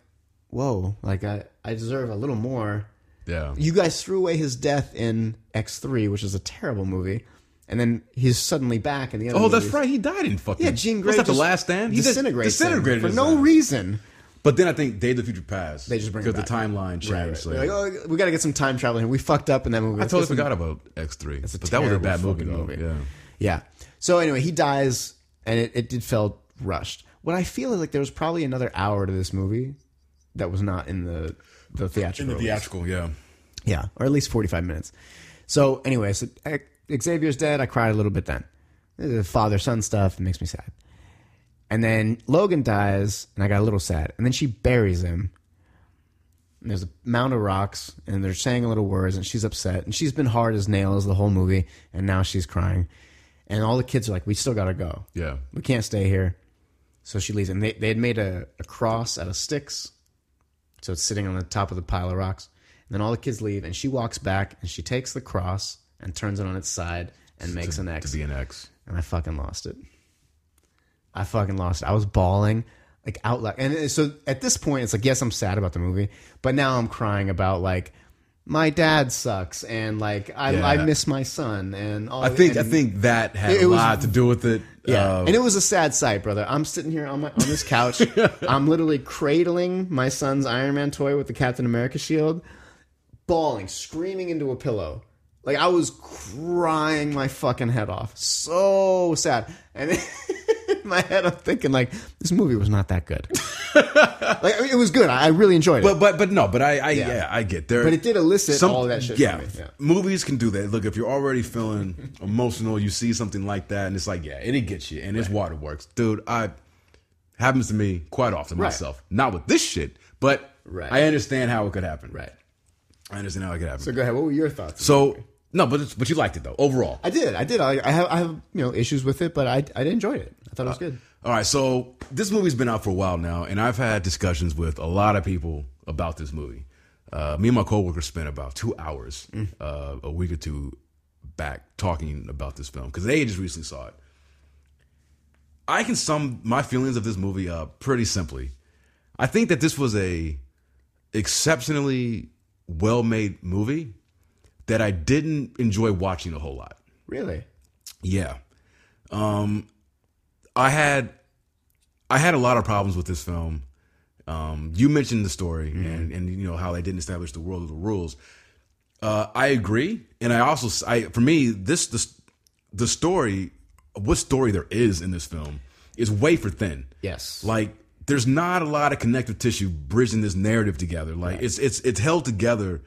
S1: whoa, like I, I deserve a little more.
S2: Yeah.
S1: You guys threw away his death in X three, which is a terrible movie, and then he's suddenly back in the other.
S2: Oh, that's
S1: movies.
S2: right. He died in fucking.
S1: Yeah, Gene Grey.
S2: Was that the
S1: just
S2: last stand? He just
S1: disintegrated.
S2: Disintegrated
S1: for
S2: his
S1: no
S2: ass.
S1: reason.
S2: But then I think Day of the Future Past.
S1: They just bring it
S2: because the
S1: back.
S2: timeline changed.
S1: Right, right.
S2: so-
S1: They're like, oh, we got to get some time travel here. We fucked up, and then we.
S2: I totally forgot about X three.
S1: a
S2: But that was a
S1: terrible
S2: bad movie,
S1: fucking
S2: though.
S1: movie.
S2: Yeah.
S1: Yeah. So anyway, he dies, and it, it did felt rushed. What I feel is like there was probably another hour to this movie that was not in the the theatrical. release.
S2: theatrical, yeah.
S1: Yeah, or at least 45 minutes. So, anyway, so eh, Xavier's dead. I cried a little bit then. The father son stuff it makes me sad. And then Logan dies, and I got a little sad. And then she buries him. And there's a mound of rocks, and they're saying a little words, and she's upset. And she's been hard as nails the whole movie, and now she's crying. And all the kids are like, We still got to go.
S2: Yeah.
S1: We can't stay here. So she leaves. And they, they had made a, a cross out of sticks. So it's sitting on the top of the pile of rocks. And then all the kids leave, and she walks back and she takes the cross and turns it on its side and makes an X.
S2: To be an X.
S1: and I fucking lost it. I fucking lost it. I was bawling like out loud. And it- so at this point, it's like, yes, I'm sad about the movie, but now I'm crying about like, my dad sucks, and like I,
S2: Yeah.
S1: I miss my son, and all
S2: I think I
S1: and-
S2: think that had
S1: It- it
S2: a
S1: was-
S2: lot to do with it.
S1: yeah,
S2: Uh,
S1: and it was a sad sight, brother. I'm sitting here on my on this couch. I'm literally cradling my son's Iron Man toy with the Captain America shield, bawling, screaming into a pillow. Like I was crying my fucking head off. So sad. And in my head, I'm thinking like this movie was not that good. like I mean, it was good. I I really enjoyed it.
S2: but but but no, but I I yeah,
S1: Yeah.
S2: I get there.
S1: But it did elicit all of that shit
S2: Yeah,
S1: from me, yeah.
S2: movies can do that. Look, if you're already feeling emotional, you see something like that, and it's like yeah, and it gets you, and it's waterworks, dude. I happens to me quite often
S1: Right.
S2: myself. Not with this shit, but
S1: Right.
S2: I understand how it could happen. I understand how it could happen.
S1: So go ahead. What were your thoughts?
S2: So no, but it's, but you liked it though overall.
S1: I did. I did. I, I have I have you know issues with it, but I I enjoyed it. I thought it was good.
S2: All right, so this movie's been out for a while now, and I've had discussions with a lot of people about this movie. Uh, me and my coworker spent about two hours uh, a week or two back talking about this film because they just recently saw it. I can sum my feelings of this movie up pretty simply. I think that this was a exceptionally well-made movie that I didn't enjoy watching a whole lot.
S1: Really.
S2: Yeah. Um I had I had a lot of problems with this film. Um you mentioned the story and and you know how they didn't establish the world of the rules. Uh I agree and I also I for me this the the story what story there is in this film is wafer thin.
S1: Yes.
S2: Like there's not a lot of connective tissue bridging this narrative together. Like it's it's it's held together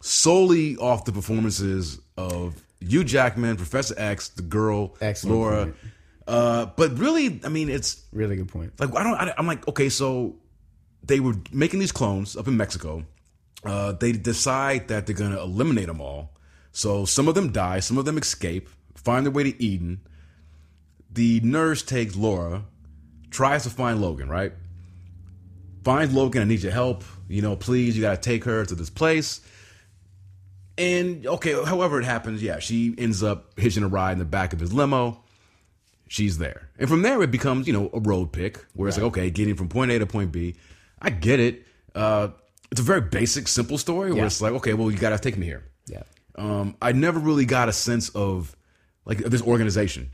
S2: solely off the performances of Hugh Jackman, Professor X, the girl,
S1: Excellent
S2: Laura,
S1: point.
S2: Uh, but really, I mean, it's
S1: Really good point.
S2: like I don't. I, am like, okay, so they were making these clones up in Mexico. Uh, they decide that they're gonna eliminate them all. So some of them die, some of them escape, find their way to Eden. The nurse takes Laura, tries to find Logan, right? Finds Logan. I need your help. You know, please, you gotta take her to this place. And okay, however it happens, yeah, she ends up hitching a ride in the back of his limo she's there. And from there, it becomes, you know, a road pick where it's like, okay, getting from point A to point B. I get it. Uh, it's a very basic, simple story where
S1: Yeah.
S2: it's like, okay, well, you got to take me here.
S1: Yeah.
S2: Um, I never really got a sense of like this organization.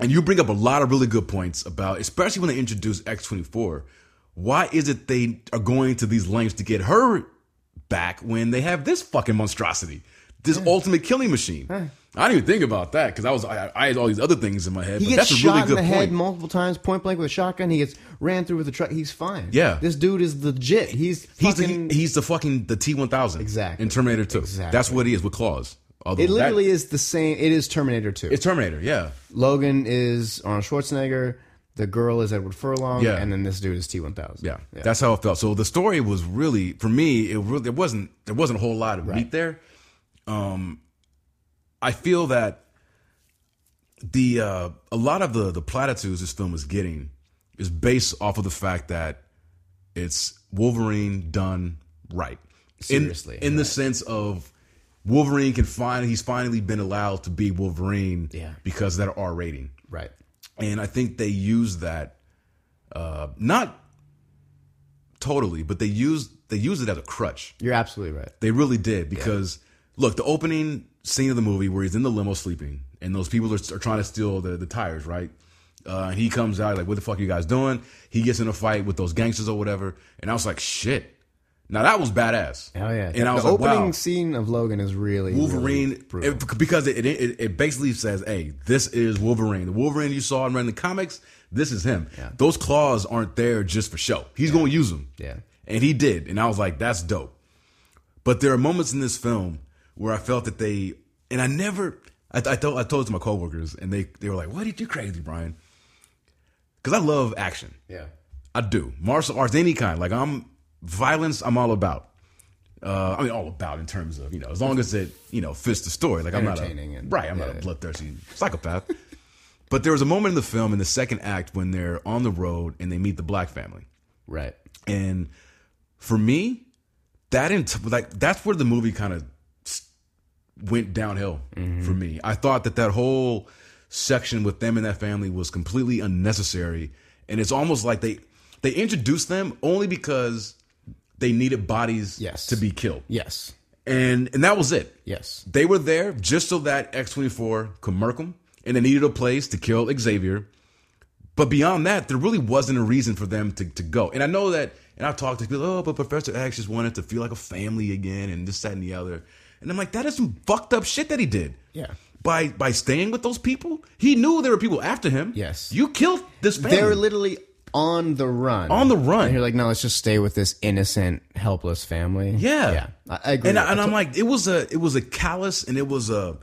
S2: And you bring up a lot of really good points about, especially when they introduce X24. Why is it they are going to these lengths to get her back when they have this fucking monstrosity, this
S1: Hmm.
S2: ultimate killing machine? I didn't even think about that because I was I, I had all these other things in my head.
S1: He
S2: but
S1: gets
S2: that's a
S1: shot
S2: really
S1: in
S2: good
S1: the
S2: point.
S1: head multiple times, point blank with a shotgun. He gets ran through with a truck. He's fine.
S2: Yeah.
S1: This dude is legit. He's
S2: he's
S1: fucking,
S2: the he's the fucking the T one thousand
S1: Exactly.
S2: in Terminator Two.
S1: Exactly.
S2: That's what he is with claws. Although
S1: It
S2: that-
S1: literally is the same. It is Terminator 2.
S2: it's Terminator. Yeah,
S1: Logan is Arnold Schwarzenegger. The girl is Edward Furlong.
S2: Yeah.
S1: And then this dude is T1000.
S2: yeah, That's how it felt. So the story was really for me. It really there wasn't there wasn't a whole lot of meat there. Um, I feel that the uh, a lot of the the platitudes this film is getting is based off of the fact that it's Wolverine done right. In-
S1: Seriously,
S2: in, the sense of Wolverine can find he's finally been allowed to be Wolverine
S1: Yeah.
S2: because of that R rating.
S1: right.
S2: And I think they use that uh not totally, but they use they use it as a crutch.
S1: You're absolutely right.
S2: They really did because look, the opening scene of the movie where he's in the limo sleeping and those people are, are trying to steal the, the tires, right? Uh, he comes out like, "What the fuck are you guys doing?" He gets in a fight with those gangsters or whatever, and I was like, "Shit!" Now that was badass.
S1: Hell yeah.
S2: And I was
S1: the
S2: like,
S1: opening
S2: "Wow."
S1: scene of Logan is really really
S2: Wolverine,
S1: brutal.
S2: it, because it, it it basically says, "Hey, this is Wolverine. The Wolverine you saw in the comics. This is him.
S1: Yeah.
S2: Those claws aren't there just for show. He's going to use them.
S1: Yeah.
S2: and he did. And I was like, that's dope. But there are moments in this film where I felt that they, and I never, I, I told I told it to my coworkers, and they they were like, "What did you crazy, Brian?" Because I love action.
S1: yeah.
S2: I do martial arts any kind. Like I'm violence. I'm all about. Uh, I mean, all about in terms of you know, as long as it you know fits the story. Like I'm not a
S1: Entertaining and-
S2: right. I'm not
S1: yeah.
S2: a bloodthirsty psychopath. but there was a moment in the film in the second act when they're on the road and they meet the black family,
S1: Right.
S2: and for me, that int- like that's where the movie kind of went downhill for me. I thought that that whole section with them and that family was completely unnecessary, and it's almost like they they introduced them only because they needed bodies
S1: Yes.
S2: to be killed,
S1: Yes.
S2: and and that was it.
S1: Yes.
S2: They were there just so that X twenty four could murk 'em, and they needed a place to kill Xavier. But beyond that, there really wasn't a reason for them to, to go. And I know that, and I've talked to people, oh, but Professor X just wanted to feel like a family again, and this, that, and the other. And I'm like, that is some fucked up shit that he did.
S1: Yeah.
S2: By by staying with those people, he knew there were people after him.
S1: Yes.
S2: You killed this family.
S1: They're literally on the run.
S2: On the run.
S1: And you're like, no, let's just stay with this innocent, helpless family.
S2: Yeah,
S1: Yeah. I, I agree.
S2: And,
S1: with
S2: I, and
S1: that.
S2: I'm like, it was a it was a callous and it was a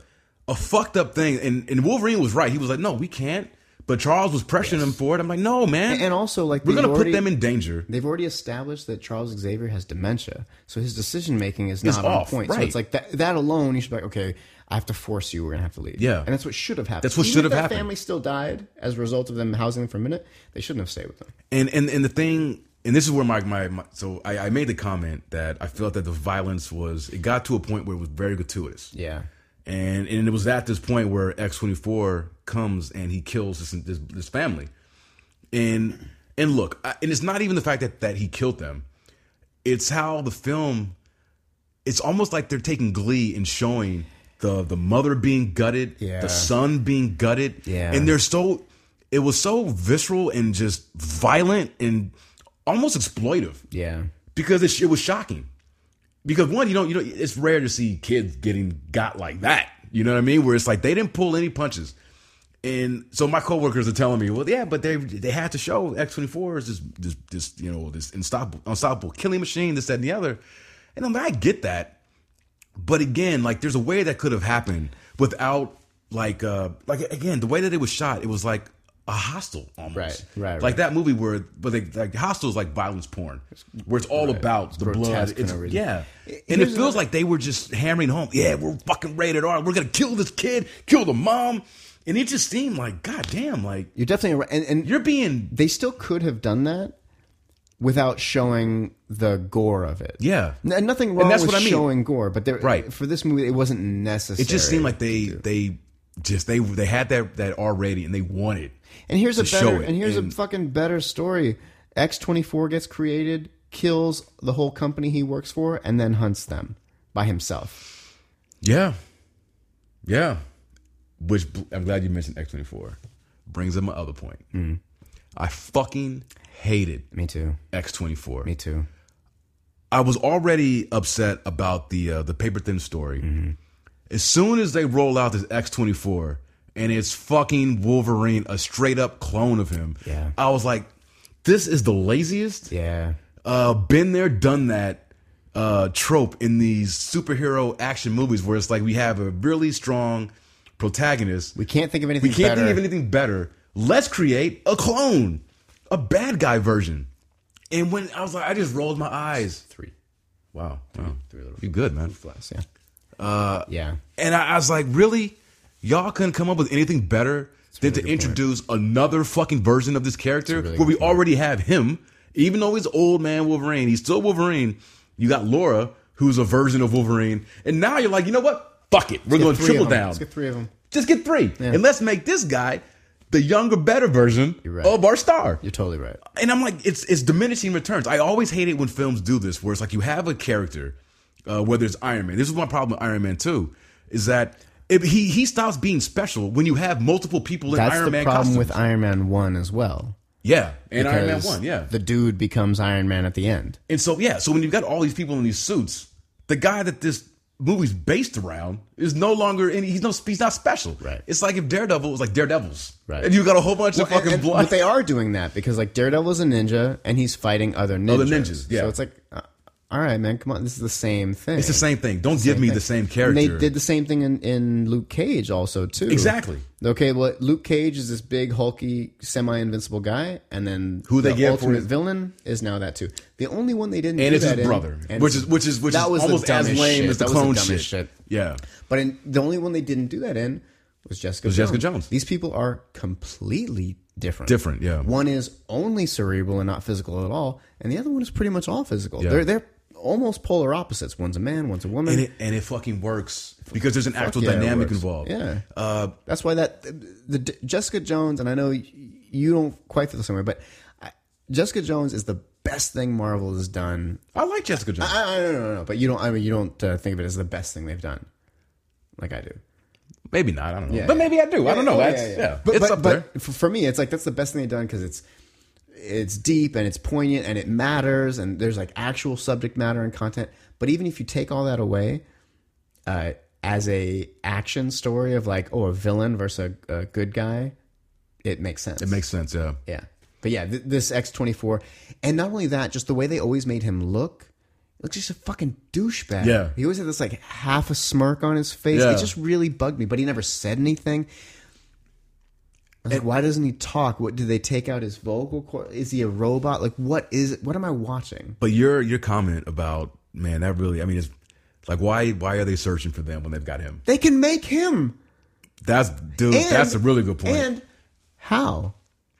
S2: a fucked up thing. And and Wolverine was right. He was like, no, we can't. But Charles was pressuring him for it. I'm like, no, man.
S1: And- and also, like,
S2: we're
S1: they've
S2: gonna
S1: already-
S2: put them in danger.
S1: They've already established that Charles Xavier has dementia, so his decision making is
S2: It's
S1: not
S2: off,
S1: on point. So
S2: right.
S1: it's like that, that alone, you should be like, okay, I have to force you. We're gonna have to leave.
S2: Yeah.
S1: and that's what should have happened.
S2: That's what
S1: Even
S2: should
S1: if
S2: have
S1: that
S2: happened.
S1: Family still died as a result of them housing them for a minute. They shouldn't have stayed with them.
S2: And and and the thing, and this is where my my, my so I, I made the comment that I felt that the violence was it got to a point where it was very gratuitous.
S1: Yeah,
S2: and and it was at this point where X24 comes and he kills this this, this family, and and look, I, and it's not even the fact that that he killed them, it's how the film, it's almost like they're taking glee in showing the the mother being gutted,
S1: Yeah.
S2: the son being gutted,
S1: Yeah.
S2: and they're so, it was so visceral and just violent and almost exploitive
S1: yeah,
S2: because it, it was shocking. Because one, you don't, you know, it's rare to see kids getting got like that. You know what I mean? Where it's like they didn't pull any punches. And so my coworkers are telling me, well, yeah, but they they had to show X twenty four is this this this you know this unstoppable unstoppable killing machine, this that and the other. And I'm like, I get that, but again, like there's a way that could have happened without like uh like again the way that it was shot, it was like a hostile almost.
S1: Right, right,
S2: Like
S1: right.
S2: that movie where, but they, like hostile is like violence porn, where it's all about the blood.
S1: grotesque for
S2: It's,
S1: no reason.
S2: yeah,
S1: Here's
S2: and it feels
S1: another-
S2: like they were just hammering home. Yeah, we're fucking rated R. We're gonna kill this kid, kill the mom, and it just seemed like, goddamn, like
S1: You're definitely right. And, and
S2: you're being,
S1: they still could have done that without showing the gore of it.
S2: yeah.
S1: N- nothing wrong
S2: that's
S1: with
S2: what I mean.
S1: showing gore, but there,
S2: Right.
S1: for this movie, it wasn't necessary.
S2: It just seemed like they they just they they had that that R rating and they wanted.
S1: And here's a
S2: to show
S1: better.
S2: it,
S1: And here's
S2: and-
S1: a fucking better story. X twenty four gets created, kills the whole company he works for, and then hunts them by himself.
S2: Yeah, yeah. Which bl- I'm glad you mentioned X twenty four. Brings up my other point. I fucking hated
S1: Me too.
S2: X twenty four.
S1: Me too.
S2: I was already upset about the uh, the paper thin story.
S1: Mm-hmm.
S2: As soon as they roll out this X twenty four and it's fucking Wolverine, a straight up clone of him.
S1: Yeah.
S2: I was like, this is the laziest.
S1: Yeah.
S2: uh, been there, done that uh, trope in these superhero action movies where it's like we have a really strong protagonist.
S1: We can't think of anything.
S2: We can't
S1: better.
S2: think of anything better. Let's create a clone, a bad guy version. And when I was like, I just rolled my eyes.
S1: Three.
S2: Wow, wow. you good, man.
S1: Plus, yeah. Uh, yeah.
S2: And I, I was like, really? Y'all couldn't come up with anything better than to
S1: really good point.
S2: introduce another fucking version of this character
S1: really
S2: where
S1: good
S2: we already have him, even though he's old man Wolverine, he's still Wolverine. You got Laura, who's a version of Wolverine, and now you're like, you know what? Fuck it, we're
S1: Get
S2: going to
S1: three
S2: triple
S1: of 'em.
S2: down.
S1: Let's get three of them.
S2: Just get three, and let's make this guy the younger, better version
S1: right.
S2: of our star
S1: You're totally right.
S2: and I'm like, it's it's diminishing returns. I always hate it when films do this, where it's like you have a character, uh, whether it's Iron Man. This is my problem with Iron Man Two, is that it, he he stops being special when you have multiple people in
S1: That's
S2: Iron
S1: the
S2: Man
S1: problem
S2: costumes.
S1: with Iron Man One as well.
S2: yeah, and Iron Man
S1: because
S2: One, yeah,
S1: the dude becomes Iron Man at the end.
S2: and so yeah, so when you've got all these people in these suits, the guy that this movie's based around is no longer any. He's no he's not special.
S1: Right.
S2: It's like if Daredevil was like Daredevils,
S1: Right.
S2: and you got a whole bunch of
S1: Well,
S2: fucking
S1: and- and-
S2: blood.
S1: But they are doing that because like Daredevil is a ninja and he's fighting other ninjas.
S2: Other ninjas, yeah.
S1: So it's like, uh, all right, man, come on, this is the same thing.
S2: it's the same thing. Don't give me the same
S1: And
S2: character.
S1: they did the same thing in, in Luke Cage also too.
S2: Exactly.
S1: Okay, well, Luke Cage is this big, hulky, semi-invincible guy, and then
S2: Who they
S1: the
S2: give for
S1: ultimate
S2: his-
S1: villain is now that too. The only one they didn't
S2: and
S1: do
S2: it's his
S1: that in-
S2: brother,
S1: and
S2: which
S1: it's-
S2: is which is which is
S1: that was the
S2: almost as
S1: dumbest
S2: lame
S1: shit.
S2: as the
S1: That was
S2: clone
S1: dumbest
S2: shit.
S1: shit.
S2: Yeah,
S1: But in, the only one they didn't do that in was Jessica.
S2: Was
S1: Jones.
S2: Jessica Jones.
S1: These people are completely different.
S2: Different, yeah.
S1: One is only cerebral and not physical at all, and the other one is pretty much all physical.
S2: Yeah.
S1: They're they're almost polar opposites. One's a man, one's a woman.
S2: and it and it fucking works because there's an actual
S1: yeah, it
S2: dynamic
S1: works.
S2: involved. Uh,
S1: Yeah. That's why that the, the Jessica Jones, and I know y- you don't quite feel the same way, but I, Jessica Jones is the best thing Marvel has done.
S2: I like Jessica Jones.
S1: I, I don't know, no, no, but you don't. I mean, you don't uh, think of it as the best thing they've done, like I do.
S2: maybe not. I don't know.
S1: Yeah,
S2: but
S1: yeah.
S2: maybe I do. I don't know.
S1: Yeah,
S2: That's, yeah,
S1: But,
S2: it's
S1: but,
S2: up there.
S1: but f- for me, it's like that's the best thing they've done because it's it's deep and it's poignant and it matters and there's like actual subject matter and content. But even if you take all that away, uh, as a action story of like oh a villain versus a, a good guy, it makes sense.
S2: It makes sense. Yeah.
S1: yeah. But yeah, th- this X twenty four, and not only that, just the way they always made him look. he Looks just a fucking douchebag.
S2: Yeah.
S1: he always had this like half a smirk on his face.
S2: Yeah.
S1: It just really bugged me, but he never said anything. I was like, why doesn't he talk? What did they take out his vocal cord? Is he a robot? Like, what is? What am I watching?
S2: But your your comment about man, that really. I mean, it's like why why are they searching for them when they've got him?
S1: They can make him.
S2: That's dude.
S1: And,
S2: that's a really good point.
S1: And how?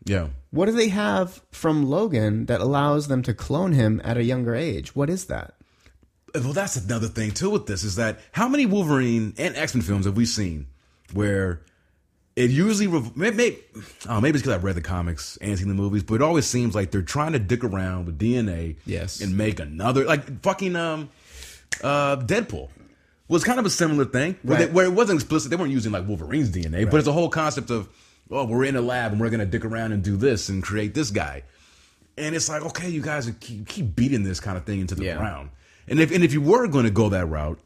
S2: yeah.
S1: What do they have from Logan that allows them to clone him at a younger age? What is that?
S2: Well, that's another thing too with this is that how many Wolverine and X Men films have we seen where it usually maybe maybe, oh, maybe it's because I've read the comics and seen the movies, but it always seems like they're trying to dick around with DNA,
S1: Yes.
S2: and make another like fucking um uh Deadpool was kind of a similar thing where,
S1: Right.
S2: they, where it wasn't explicit. They weren't using like Wolverine's DNA, but it's a whole concept of oh, we're in a lab and we're gonna dick around and do this and create this guy. And it's like, okay, you guys are keep, keep beating this kind of thing into the
S1: Yeah.
S2: ground. And if and if you were going to go that route,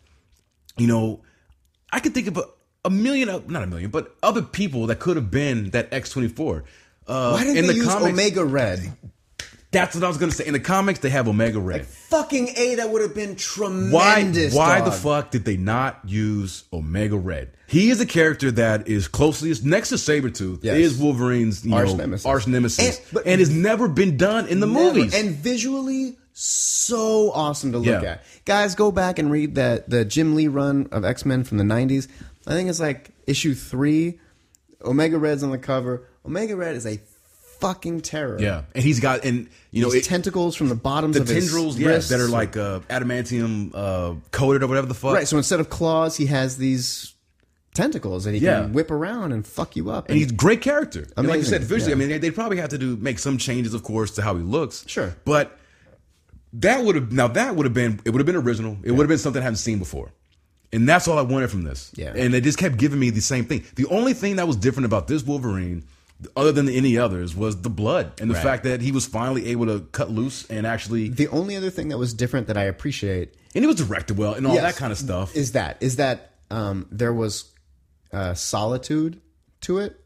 S2: you know, I could think of a, a million, of- not a million, but other people that could have been that X twenty four.
S1: Why didn't
S2: uh, in
S1: they
S2: the
S1: use
S2: comics,
S1: Omega Red?
S2: That's what I was gonna say. In the comics, they have Omega Red.
S1: Fucking A, that would have been tremendous.
S2: why why the
S1: dog.
S2: fuck did they not use Omega Red? He is a character that is closely next to Sabretooth
S1: Yes.
S2: is Wolverine's you
S1: Arch
S2: know,
S1: nemesis.
S2: arch nemesis
S1: And-
S2: and,
S1: but-
S2: has never been done in the
S1: Never.
S2: movies.
S1: and visually so awesome to look
S2: Yeah.
S1: at. Guys, go back and read that the Jim Lee run of X Men from the '90s. I think it's like issue three. Omega Red's on the cover. Omega Red is a fucking terror.
S2: yeah, and he's got and you know
S1: These
S2: it-
S1: tentacles from the bottoms
S2: the
S1: of his
S2: tendrils yeah,
S1: wrists.
S2: that are like uh, adamantium uh, coated or whatever the fuck.
S1: right. So instead of claws, he has these tentacles that he
S2: Yeah.
S1: can whip around and fuck you up.
S2: and he's a great character. And like you
S1: Amazing,
S2: said, visually,
S1: yeah.
S2: I mean, they, they probably have to do make some changes, of course, to how he looks.
S1: Sure.
S2: but that would have now that would have been it would have been original. It would have been something I haven't seen before, and that's all I wanted from this.
S1: Yeah.
S2: and they just kept giving me the same thing. The only thing that was different about this Wolverine. Other than any others, was the blood and the
S1: Right.
S2: fact that he was finally able to cut loose and actually,
S1: the only other thing that was different that I appreciate
S2: and he was directed well and all
S1: Yes.
S2: that kind of stuff.
S1: is that is that um, there was uh, solitude to it,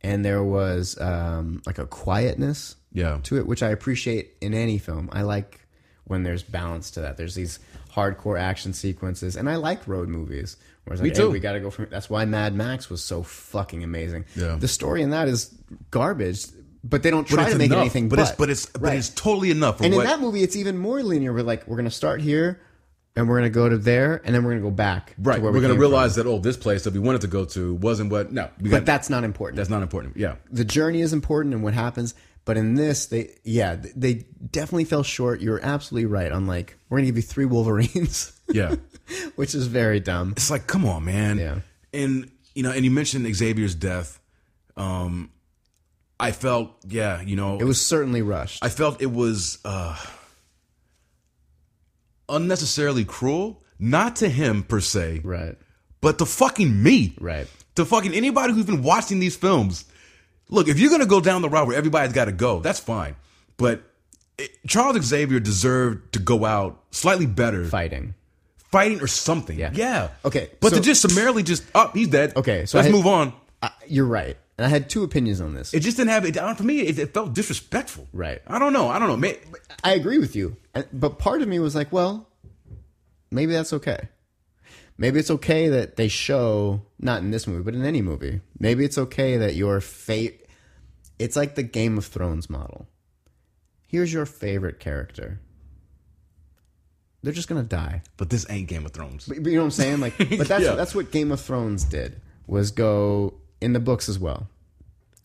S1: and there was um, like a quietness
S2: Yeah.
S1: to it, which I appreciate in any film. I like when there's balance to that. There's these hardcore action sequences, and I like road movies. Where it's like, Hey,
S2: too.
S1: we got to go from. That's why Mad Max was so fucking amazing.
S2: Yeah.
S1: The story in that is garbage, but they don't
S2: but
S1: try
S2: it's
S1: to make
S2: enough.
S1: it anything.
S2: but,
S1: But,
S2: it's but it's but
S1: Right.
S2: it's totally enough. For
S1: And
S2: what,
S1: in that movie, it's even more linear. We're like, we're gonna start here, and we're gonna go to there, and then we're gonna go back.
S2: Right.
S1: to
S2: We're
S1: where we
S2: going to
S1: came
S2: realize that, oh, this place that we wanted to go to wasn't what. No. We
S1: from.
S2: got,
S1: but that's not important.
S2: that's not important. Yeah.
S1: the journey is important and what happens. But in this, they yeah, th- they definitely fell short. You're absolutely right. I'm like, we're gonna give you three Wolverines,
S2: Yeah.
S1: which is very dumb.
S2: it's like, come on, man.
S1: Yeah.
S2: And, you know, and you mentioned Xavier's death. Um, I felt, yeah, you know,
S1: It was certainly rushed.
S2: I felt it was uh, unnecessarily cruel, not to him per se,
S1: right.
S2: but to fucking me.
S1: Right.
S2: To fucking anybody who's been watching these films. Look, if you're going to go down the route where everybody's got to go, that's fine. But it, Charles Xavier deserved to go out slightly better,
S1: Fighting.
S2: fighting or something.
S1: Yeah.
S2: Yeah.
S1: Okay,
S2: But
S1: so-
S2: to just summarily just, oh, he's dead.
S1: Okay, so
S2: Let's
S1: I-
S2: move on.
S1: I, you're right. And I had two opinions on this.
S2: It just didn't have it. I don't- For me, it, it felt disrespectful.
S1: Right.
S2: I don't know. I don't know. May-
S1: I agree with you, And- but part of me was like, well, maybe that's okay. Maybe it's okay that they show not in this movie, but in any movie. Maybe it's okay that your fate. It's like the Game of Thrones model. Here's your favorite character. They're just gonna die.
S2: But this ain't Game of Thrones.
S1: But, but you know what I'm saying? Like, but that's
S2: Yeah.
S1: that's what Game of Thrones did was go in the books as well.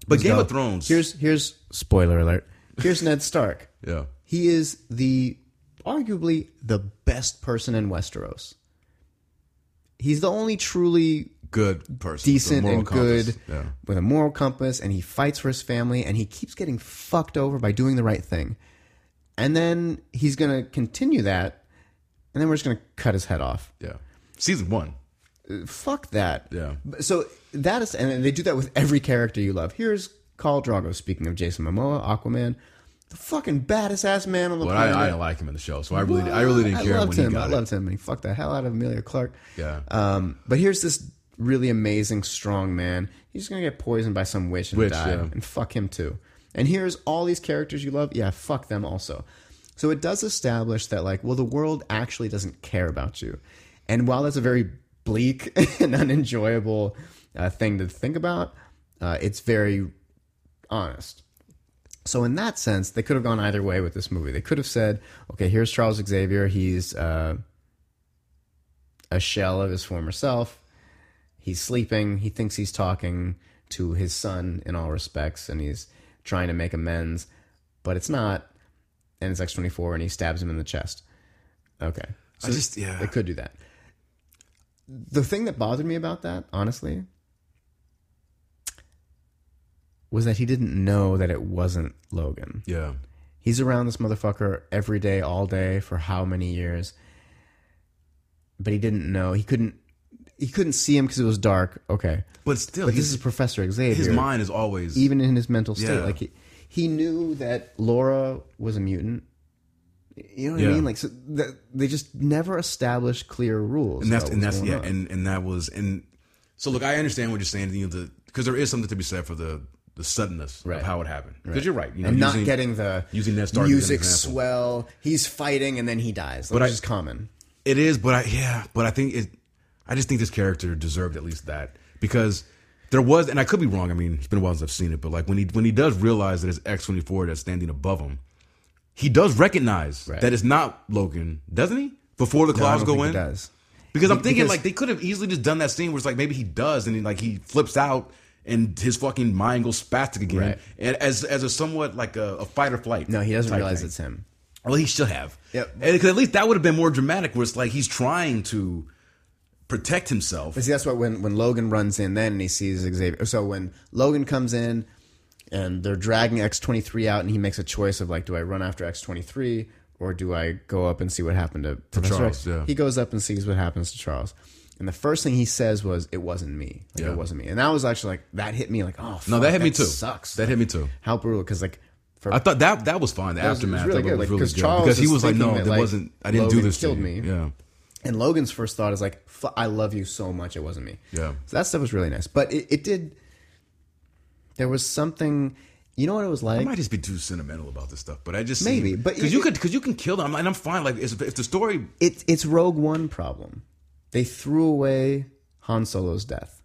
S2: But Game
S1: Go,
S2: of Thrones.
S1: Here's here's spoiler alert. Here's Ned Stark.
S2: yeah.
S1: He is the arguably the best person in Westeros. He's the only truly
S2: Good person. with a
S1: decent
S2: moral
S1: and
S2: compass.
S1: good
S2: Yeah.
S1: with a moral compass and he fights for his family and he keeps getting fucked over by doing the right thing. And then he's going to continue that and then we're just going to cut his head off.
S2: Yeah. Season one.
S1: Fuck that.
S2: Yeah.
S1: But- So that is, and they do that with every character you love. Here's Khal Drago. Speaking of Jason Momoa, Aquaman, the fucking baddest ass man on the
S2: But
S1: planet.
S2: I, I didn't like him in the show, so I really, I really didn't
S1: I
S2: care
S1: loved
S2: when
S1: him.
S2: he got
S1: I
S2: it.
S1: loved him. He fucked the hell out of Amelia Clark.
S2: Yeah.
S1: Um, but here's this really amazing, strong man. He's gonna get poisoned by some witch and
S2: Witch,
S1: die,
S2: yeah.
S1: and fuck him too. And here's all these characters you love. Yeah, fuck them also. So it does establish that, like, well, the world actually doesn't care about you. And while that's a very bleak and unenjoyable uh, thing to think about, uh, it's very honest. So in that sense, they could have gone either way with this movie. They could have said, "Okay, here's Charles Xavier. He's uh, a shell of his former self. He's sleeping. He thinks he's talking to his son in all respects, and he's trying to make amends, but it's not. And it's X24, and he stabs him in the chest. Okay, so
S2: I just, yeah.
S1: they could do that. The thing that bothered me about that, honestly, was that he didn't know that it wasn't Logan.
S2: Yeah.
S1: He's around this motherfucker every day, all day for how many years? But he didn't know. He couldn't. He couldn't see him because it was dark. Okay,
S2: But still,
S1: but this
S2: his,
S1: is Professor Xavier.
S2: his mind is always.
S1: even in his mental state,
S2: Yeah.
S1: like he, he knew that Laura was a mutant. You know what I
S2: Yeah.
S1: mean? Like, so that, they just never established clear rules.
S2: and that's
S1: about
S2: and
S1: what's
S2: that's yeah
S1: going on.
S2: and and that was and so look i understand what you're saying you know the because there is something to be said for the the suddenness
S1: Right.
S2: of how it happened. Because you're right, you know,
S1: and
S2: using-
S1: not getting the
S2: using Ned Stark as an
S1: music
S2: example.
S1: swell. He's fighting and then he dies,
S2: But
S1: which
S2: I-
S1: is common.
S2: It is, but I yeah, but I think it. I just think this character deserved at least that because there was, and I could be wrong. I mean, it's been a while since I've seen it, but like when he when he does realize that it's X twenty four that's standing above him, he does recognize
S1: Right.
S2: that it's not Logan, doesn't he? Before the
S1: No, I
S2: claws
S1: don't
S2: go
S1: think
S2: in,
S1: he does.
S2: because I'm
S1: Be-
S2: thinking
S1: because-
S2: like they could have easily just done that scene where it's like maybe he does and then like he flips out and his fucking mind goes spastic again,
S1: Right.
S2: and as as a somewhat like a, a fight or flight.
S1: No, he doesn't
S2: type
S1: realize
S2: thing.
S1: it's him.
S2: Well, he should have.
S1: Yeah.
S2: And- 'cause at least that would have been more dramatic, where it's like he's trying to protect himself.
S1: But see, that's why when, when Logan runs in, then and he sees Xavier. So when Logan comes in and they're dragging X23 out, and he makes a choice of like, do I run after X23 or do I go up and see what happened to Professor
S2: Charles,
S1: X?
S2: Oh, yeah.
S1: He goes up and sees what happens to Charles. And the first thing he says was, "It wasn't me. Like,
S2: Yeah.
S1: It wasn't me." And that was actually like that hit me like, "Oh, fuck,
S2: no, that hit me too.
S1: Sucks.
S2: That hit me too.
S1: How brutal? Because like, for,
S2: I thought that that was fine. The
S1: was- it was
S2: aftermath
S1: really
S2: of it
S1: good,
S2: was
S1: like,
S2: really
S1: 'cause
S2: good
S1: Charles
S2: because he
S1: is
S2: was like,
S1: thinking
S2: no,
S1: that,
S2: that
S1: like,
S2: wasn't. I didn't do
S1: Logan
S2: this. to
S1: killed
S2: you.
S1: me.
S2: Yeah.
S1: And Logan's first thought is like, F- "I love you so much, it wasn't me."
S2: Yeah.
S1: So that stuff was really nice, but it, it did. There was something, you know what it was
S2: I
S1: like.
S2: might just be too sentimental about this stuff, but I just
S1: Maybe, but
S2: because
S1: it-
S2: you
S1: it-
S2: could because you can kill them, and I'm fine. Like it's- if the story,
S1: It, it's Rogue One problem. They threw away Han Solo's death.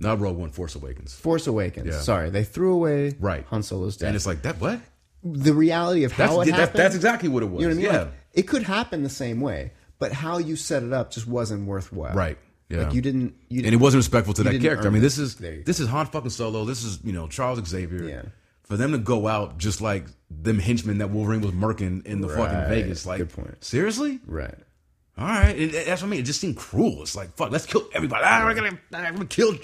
S2: not Rogue One, Force Awakens,
S1: Force Awakens.
S2: Yeah.
S1: Sorry, they threw away
S2: right?
S1: Han Solo's death.
S2: and it's like that. What?
S1: the reality of
S2: That's
S1: how it
S2: that-
S1: happened.
S2: that's exactly what it was.
S1: You know what I mean?
S2: Yeah.
S1: Like, it could happen the same way, but how you set it up just wasn't worthwhile.
S2: Right. Yeah.
S1: Like you didn't. You
S2: and it wasn't respectful to that
S1: didn't
S2: character. I
S1: earn
S2: mean,
S1: it.
S2: this is
S1: There you go.
S2: this is Han fucking Solo. This is you know Charles Xavier.
S1: Yeah.
S2: For them to go out just like them henchmen that Wolverine was murking in the fucking
S1: Right.
S2: Vegas, like
S1: Good point.
S2: seriously,
S1: right.
S2: all right, It- it- that's what I mean. It just seemed cruel. It's like fuck, let's kill everybody. Ah, we're gonna, I'm gonna kill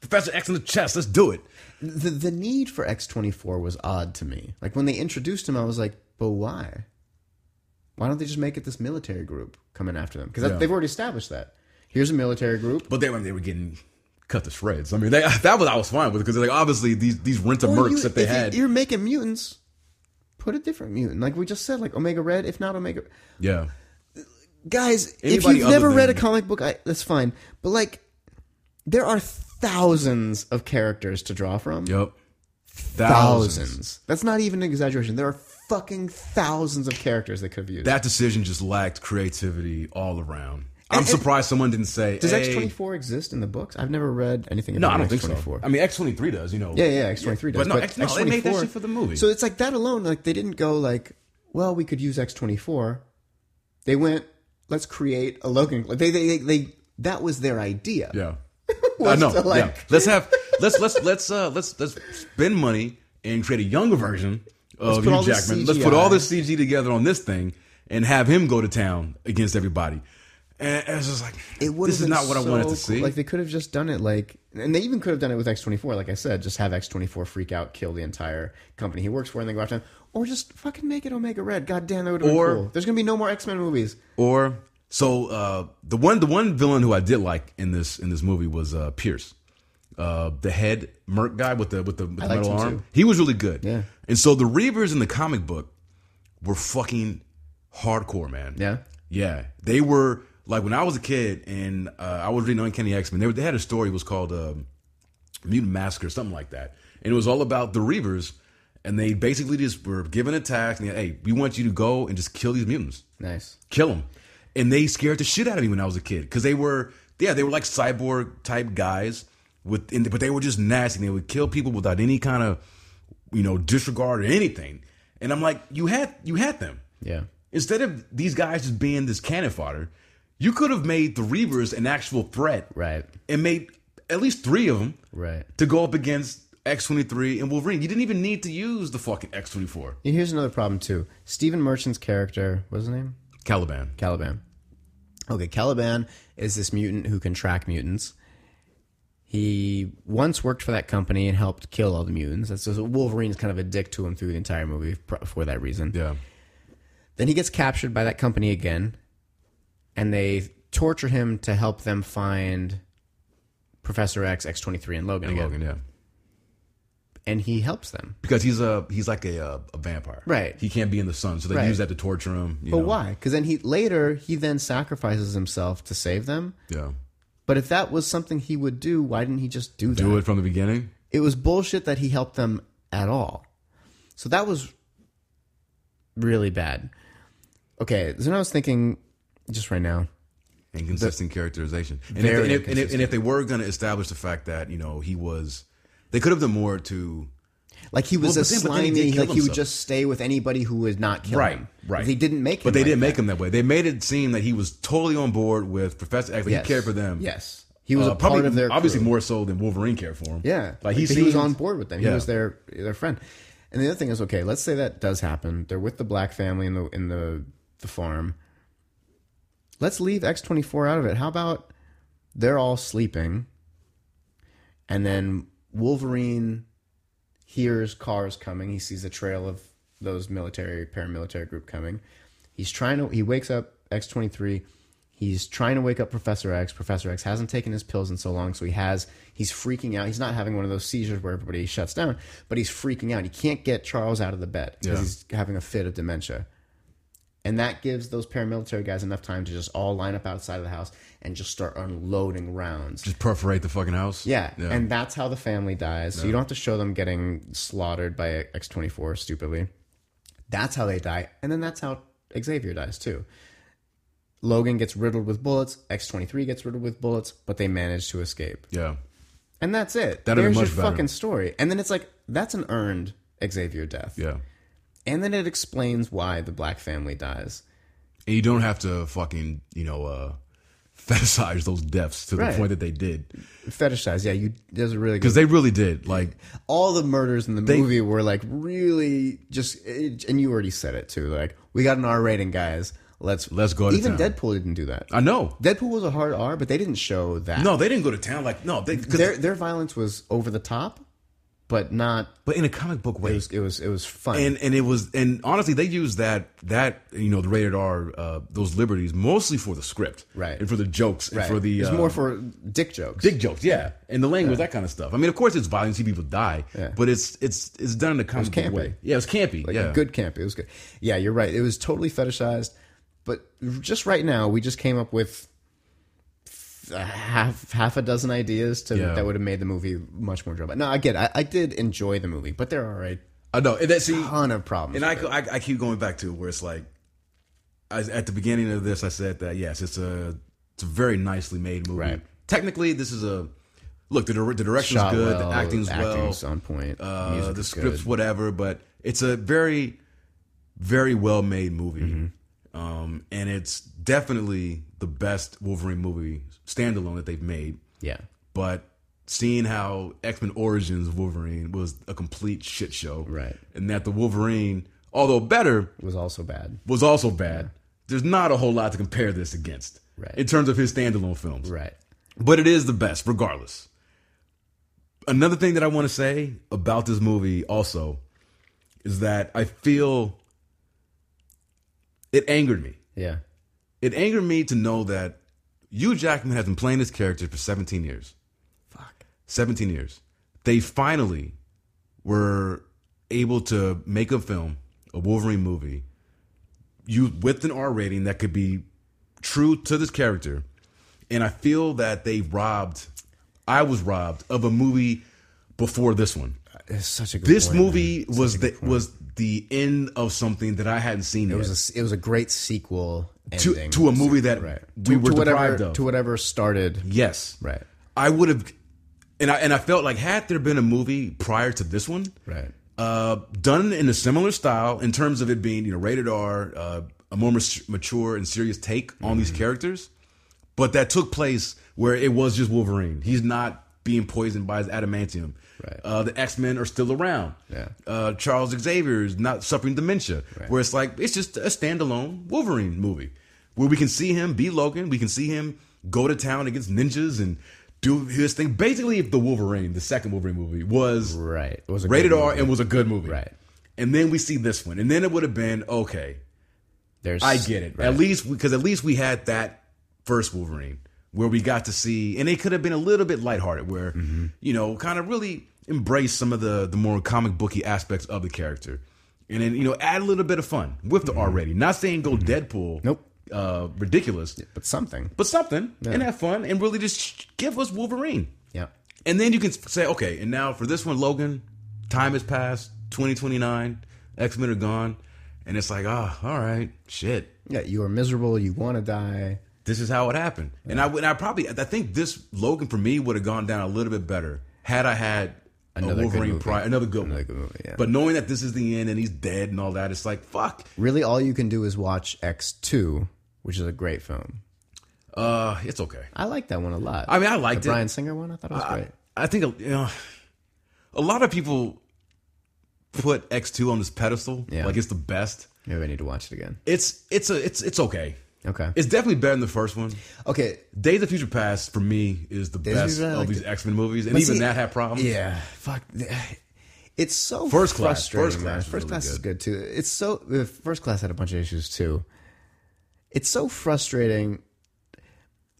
S2: Professor X in the chest. Let's do it.
S1: the the need for X24 was odd to me. Like when they introduced him, I was like, but why? Why don't they just make it this military group coming after them? Because
S2: Yeah.
S1: they've already established that. Here's a military group.
S2: But they were they were getting cut to shreds. I mean, they, that was I was fine with because like obviously these these rent a
S1: Or
S2: mercs
S1: you-
S2: that they
S1: if you-
S2: had.
S1: You're making mutants. Put a different mutant, like we just said, like Omega Red. If not Omega,
S2: yeah,
S1: guys,
S2: Anybody
S1: if you've
S2: other
S1: never read a
S2: than-
S1: comic book, I, that's fine. But like, there are thousands of characters to draw from.
S2: yep,
S1: Thousands. That's not even an exaggeration. There are fucking thousands of characters they could have used.
S2: That decision just lacked creativity all around. I'm
S1: And- and-
S2: surprised someone didn't say
S1: Does
S2: hey,
S1: X twenty four exist in the books? I've never read anything
S2: No,
S1: about
S2: I don't think
S1: X
S2: so.
S1: twenty four.
S2: I mean, X twenty three does, you know.
S1: Yeah, yeah, X twenty three does.
S2: But no, X, no, they made that
S1: X24
S2: shit for the movie.
S1: So it's like that alone. Like they didn't go like, well, we could use X twenty four. They went, let's create a Logan. Like, they, they, they, they, that was their idea.
S2: yeah, I
S1: Was
S2: know.
S1: to, like-
S2: yeah. let's have let's let's let's uh let's let's spend money and create a younger version of
S1: put all
S2: Hugh
S1: this
S2: Jackman. Let's put all
S1: CGI.
S2: this CG together on this thing and have him go to town against everybody. And it's just like
S1: It would.
S2: this is
S1: have been
S2: not what I
S1: so
S2: wanted
S1: cool.
S2: to see.
S1: Like they could have just done it like, and they even could have done it with X twenty four. Like I said, just have X twenty four freak out, kill the entire company he works for, and then go after him. Or just fucking make it Omega Red. God damn, that would have
S2: Or-
S1: been cool. There's gonna be no more X Men movies.
S2: or so uh, the one the one villain who I did like in this in this movie was uh, Pierce, uh, the head merc guy with the with the, with the
S1: liked
S2: metal
S1: him
S2: arm.
S1: too.
S2: He was really good.
S1: Yeah.
S2: And so the Reavers in the comic book were fucking hardcore, man.
S1: Yeah.
S2: Yeah, they were like when I was a kid and uh, I was reading Uncanny X Men. They, were- they had a story. It was called um, Mutant Massacre, something like that, and it was all about the Reavers. And they basically just were given a task, and they, hey, we want you to go and just kill these mutants
S1: Nice.
S2: kill them. And they scared the shit out of me when I was a kid because they were, yeah, they were like cyborg type guys with, and, but they were just nasty. And they would kill people without any kind of, you know, disregard or anything. And I'm like, you had, you had them.
S1: Yeah.
S2: Instead of these guys just being this cannon fodder, you could have made the Reavers an actual threat,
S1: Right.
S2: And made at least three of them,
S1: Right.
S2: to go up against X23 and Wolverine. You didn't even need to use the fucking X24
S1: Yeah, Here's another problem too. Stephen Merchant's character, what's his name?
S2: Caliban.
S1: Caliban. Okay, Caliban is this mutant who can track mutants. He once worked for that company and helped kill all the mutants. That's so Wolverine's kind of a dick to him through the entire movie pr- for that reason.
S2: Yeah,
S1: Then he gets captured by that company again, and they torture him to help them find Professor X, X twenty three, and Logan
S2: and
S1: again.
S2: Logan. Yeah.
S1: And he helps them.
S2: because he's a he's like a uh, a vampire,
S1: Right.
S2: He can't be in the sun, so they
S1: Right.
S2: use that to torture him. you
S1: But
S2: know?
S1: why? Because then he later he then sacrifices himself to save them.
S2: Yeah,
S1: But if that was something he would do, why didn't he just do that?
S2: do it from the beginning.
S1: It was bullshit that he helped them at all. So that was really bad. Okay, so now I was thinking just right now.
S2: inconsistent characterization. And,
S1: Very
S2: if, and, if, and, if, and
S1: inconsistent.
S2: if they were going to establish the fact that you know he was, they could have done more to
S1: Like he was
S2: Well, but
S1: a
S2: then- but then
S1: slimy,
S2: he did kill
S1: like he would
S2: himself.
S1: just stay with anybody who would not kill
S2: right,
S1: him.
S2: right.
S1: They didn't make him.
S2: but they
S1: like
S2: didn't
S1: that.
S2: make him that way. They made it seem that he was totally on board with Professor X. Like
S1: Yes.
S2: He cared for them.
S1: Yes. He was
S2: Uh,
S1: a part
S2: probably,
S1: of their
S2: obviously
S1: crew.
S2: more so than Wolverine cared for him.
S1: Yeah,
S2: like he,
S1: but he was
S2: seems-
S1: on board with them. He
S2: Yeah.
S1: was their their friend. And the other thing is, okay, let's say that does happen. They're with the black family in the in the the farm. Let's leave X twenty four out of it. How about they're all sleeping, and then Wolverine hears cars coming. He sees a trail of those military paramilitary group coming. He's trying to. He wakes up X twenty three. He's trying to wake up Professor X. Professor X hasn't taken his pills in so long, so he has. He's freaking out. He's not having one of those seizures where everybody shuts down, but he's freaking out. He can't get Charles out of the bed because
S2: Yeah.
S1: he's having a fit of dementia. And that gives those paramilitary guys enough time to just all line up outside of the house and just start unloading rounds.
S2: Just perforate the fucking house.
S1: Yeah, and that's how the family dies. So you don't have to show them getting slaughtered by X24 stupidly. That's how they die. And then that's how Xavier dies too. Logan gets riddled with bullets, X23 gets riddled with bullets, but they manage to escape.
S2: yeah.
S1: And that's it.
S2: That'd be
S1: There's
S2: much
S1: your
S2: better.
S1: fucking story. And then it's like that's an earned Xavier death.
S2: Yeah. And
S1: And then it explains why the black family dies.
S2: you don't have to fucking, you know, uh fetishize those deaths to the
S1: Right.
S2: point that they did.
S1: Fetishize, yeah, you there's a really good
S2: Because they really did. Like
S1: all the murders in the movie were like really just it, and you already said it too like we got an r rating guys let's
S2: Let's go to
S1: even
S2: town.
S1: deadpool didn't do that
S2: I know.
S1: deadpool was a hard r but they didn't show that
S2: No, they didn't go to town like no, they cause,
S1: their, their violence was over the top but not
S2: but in a comic book way.
S1: it was it was it was fun
S2: and and it was and honestly they used that that you know the rated R uh, those liberties mostly for the script
S1: Right.
S2: and for the jokes and
S1: Right.
S2: for the
S1: it was
S2: uh,
S1: more for dick jokes
S2: dick jokes yeah and the language that kind of stuff I mean of course it's violent you see people die
S1: Yeah.
S2: but it's it's it's done in a comic book
S1: campy.
S2: way yeah it's campy
S1: like
S2: yeah
S1: good camp it was good yeah you're right it was totally fetishized but just right now we just came up with a half half a dozen ideas to
S2: Yeah.
S1: that would have made the movie much more dramatic. No, again, I, I did enjoy the movie, but there are a
S2: I know and that see
S1: ton of problems.
S2: and I,
S1: with it.
S2: I I keep going back to where it's like I, at the beginning of this I said that yes it's a it's a very nicely made movie
S1: Right.
S2: technically this is a look the, dir- the direction's
S1: Shot
S2: good
S1: well,
S2: the acting's, well
S1: on point.
S2: uh,
S1: music
S2: the
S1: is
S2: script's
S1: good.
S2: whatever, but it's a very, very well made movie.
S1: Mm-hmm.
S2: Um, and it's definitely the best Wolverine movie standalone that they've made.
S1: yeah,
S2: But seeing how X Men Origins Wolverine was a complete shit show,
S1: Right.
S2: And that the Wolverine, although better,
S1: it was also bad.
S2: was also bad. There's not a whole lot to compare this against
S1: Right.
S2: in terms of his standalone films
S1: Right.
S2: but it is the best regardless another thing that i want to say about this movie also is that i feel it angered me
S1: Yeah.
S2: it angered me to know that Hugh Jackman has been playing this character for 17 years.
S1: Fuck.
S2: 17 years. They finally were able to make a film, a Wolverine movie, you with an R rating that could be true to this character. And I feel that they robbed I was robbed of a movie before this one.
S1: It's such a good
S2: This
S1: point,
S2: movie was the was the end of something that I hadn't seen
S1: man. It
S2: yet.
S1: was a, it was a great sequel
S2: to,
S1: ending
S2: to a movie that
S1: right.
S2: we were
S1: whatever
S2: deprived of.
S1: to whatever started
S2: Yes.
S1: Right.
S2: I would have, and I and I felt like had there been a movie prior to this one,
S1: right.
S2: uh, done in a similar style in terms of it being you know rated R, uh, a more mas- mature and serious take on
S1: Mm-hmm.
S2: these characters, but that took place where it was just Wolverine. He's not being poisoned by his adamantium.
S1: Right.
S2: Uh, the X Men are still around.
S1: Yeah.
S2: Uh, Charles Xavier is not suffering dementia. Where it's like it's just a standalone Wolverine movie where we can see him be Logan. We can see him go to town against ninjas and do his thing. Basically, if the Wolverine, the second Wolverine movie, was
S1: Right. It was a good
S2: rated R
S1: movie.
S2: and was a good movie.
S1: Right.
S2: And then we see this one. And then it would have been, okay,
S1: There's
S2: I get it.
S1: right.
S2: At least because at least we had that first Wolverine where we got to see and it could have been a little bit lighthearted where
S1: Mm-hmm.
S2: you know, kind of really embrace some of the the more comic booky aspects of the character. And then, you know, add a little bit of fun with the R rating. Not saying go Deadpool.
S1: Mm-hmm. Nope.
S2: Uh ridiculous.
S1: but something.
S2: But something and have fun and really just give us Wolverine.
S1: Yeah.
S2: And then you can say, okay, and now for this one, Logan, time has passed, 2029, X Men are gone. And it's like, ah, all right, shit.
S1: Yeah, you are miserable. You want to die.
S2: This is how it happened. And I would, I probably, I think this Logan for me would have gone down a little bit better had I had
S1: Another
S2: a
S1: good
S2: Wolverine
S1: movie.
S2: prior, another good
S1: Another
S2: one.
S1: good movie, yeah.
S2: But knowing that this is the end and he's dead and all that, it's like, fuck.
S1: Really, all you can do is watch X two, which is a great film.
S2: Uh, it's okay.
S1: I like that one a lot.
S2: I mean, I Uh, liked
S1: the
S2: it.
S1: Brian Singer one. I thought it was great.
S2: I think you know, a lot of people put X two on this pedestal,
S1: Yeah.
S2: like it's the best.
S1: Maybe I need to watch it again.
S2: It's it's a it's it's okay.
S1: Okay.
S2: It's definitely better than the first one.
S1: okay.
S2: Days of Future Past for me is the
S1: of
S2: best
S1: Future Past, I
S2: of
S1: liked
S2: these
S1: it.
S2: X Men movies, and
S1: But
S2: even
S1: see-
S2: that had problems.
S1: Yeah. Fuck. It's so
S2: First Class-
S1: frustrating,
S2: First Class
S1: man.
S2: was
S1: First
S2: really
S1: class is
S2: good.
S1: good too. It's so uh, first class had a bunch of issues too. It's so frustrating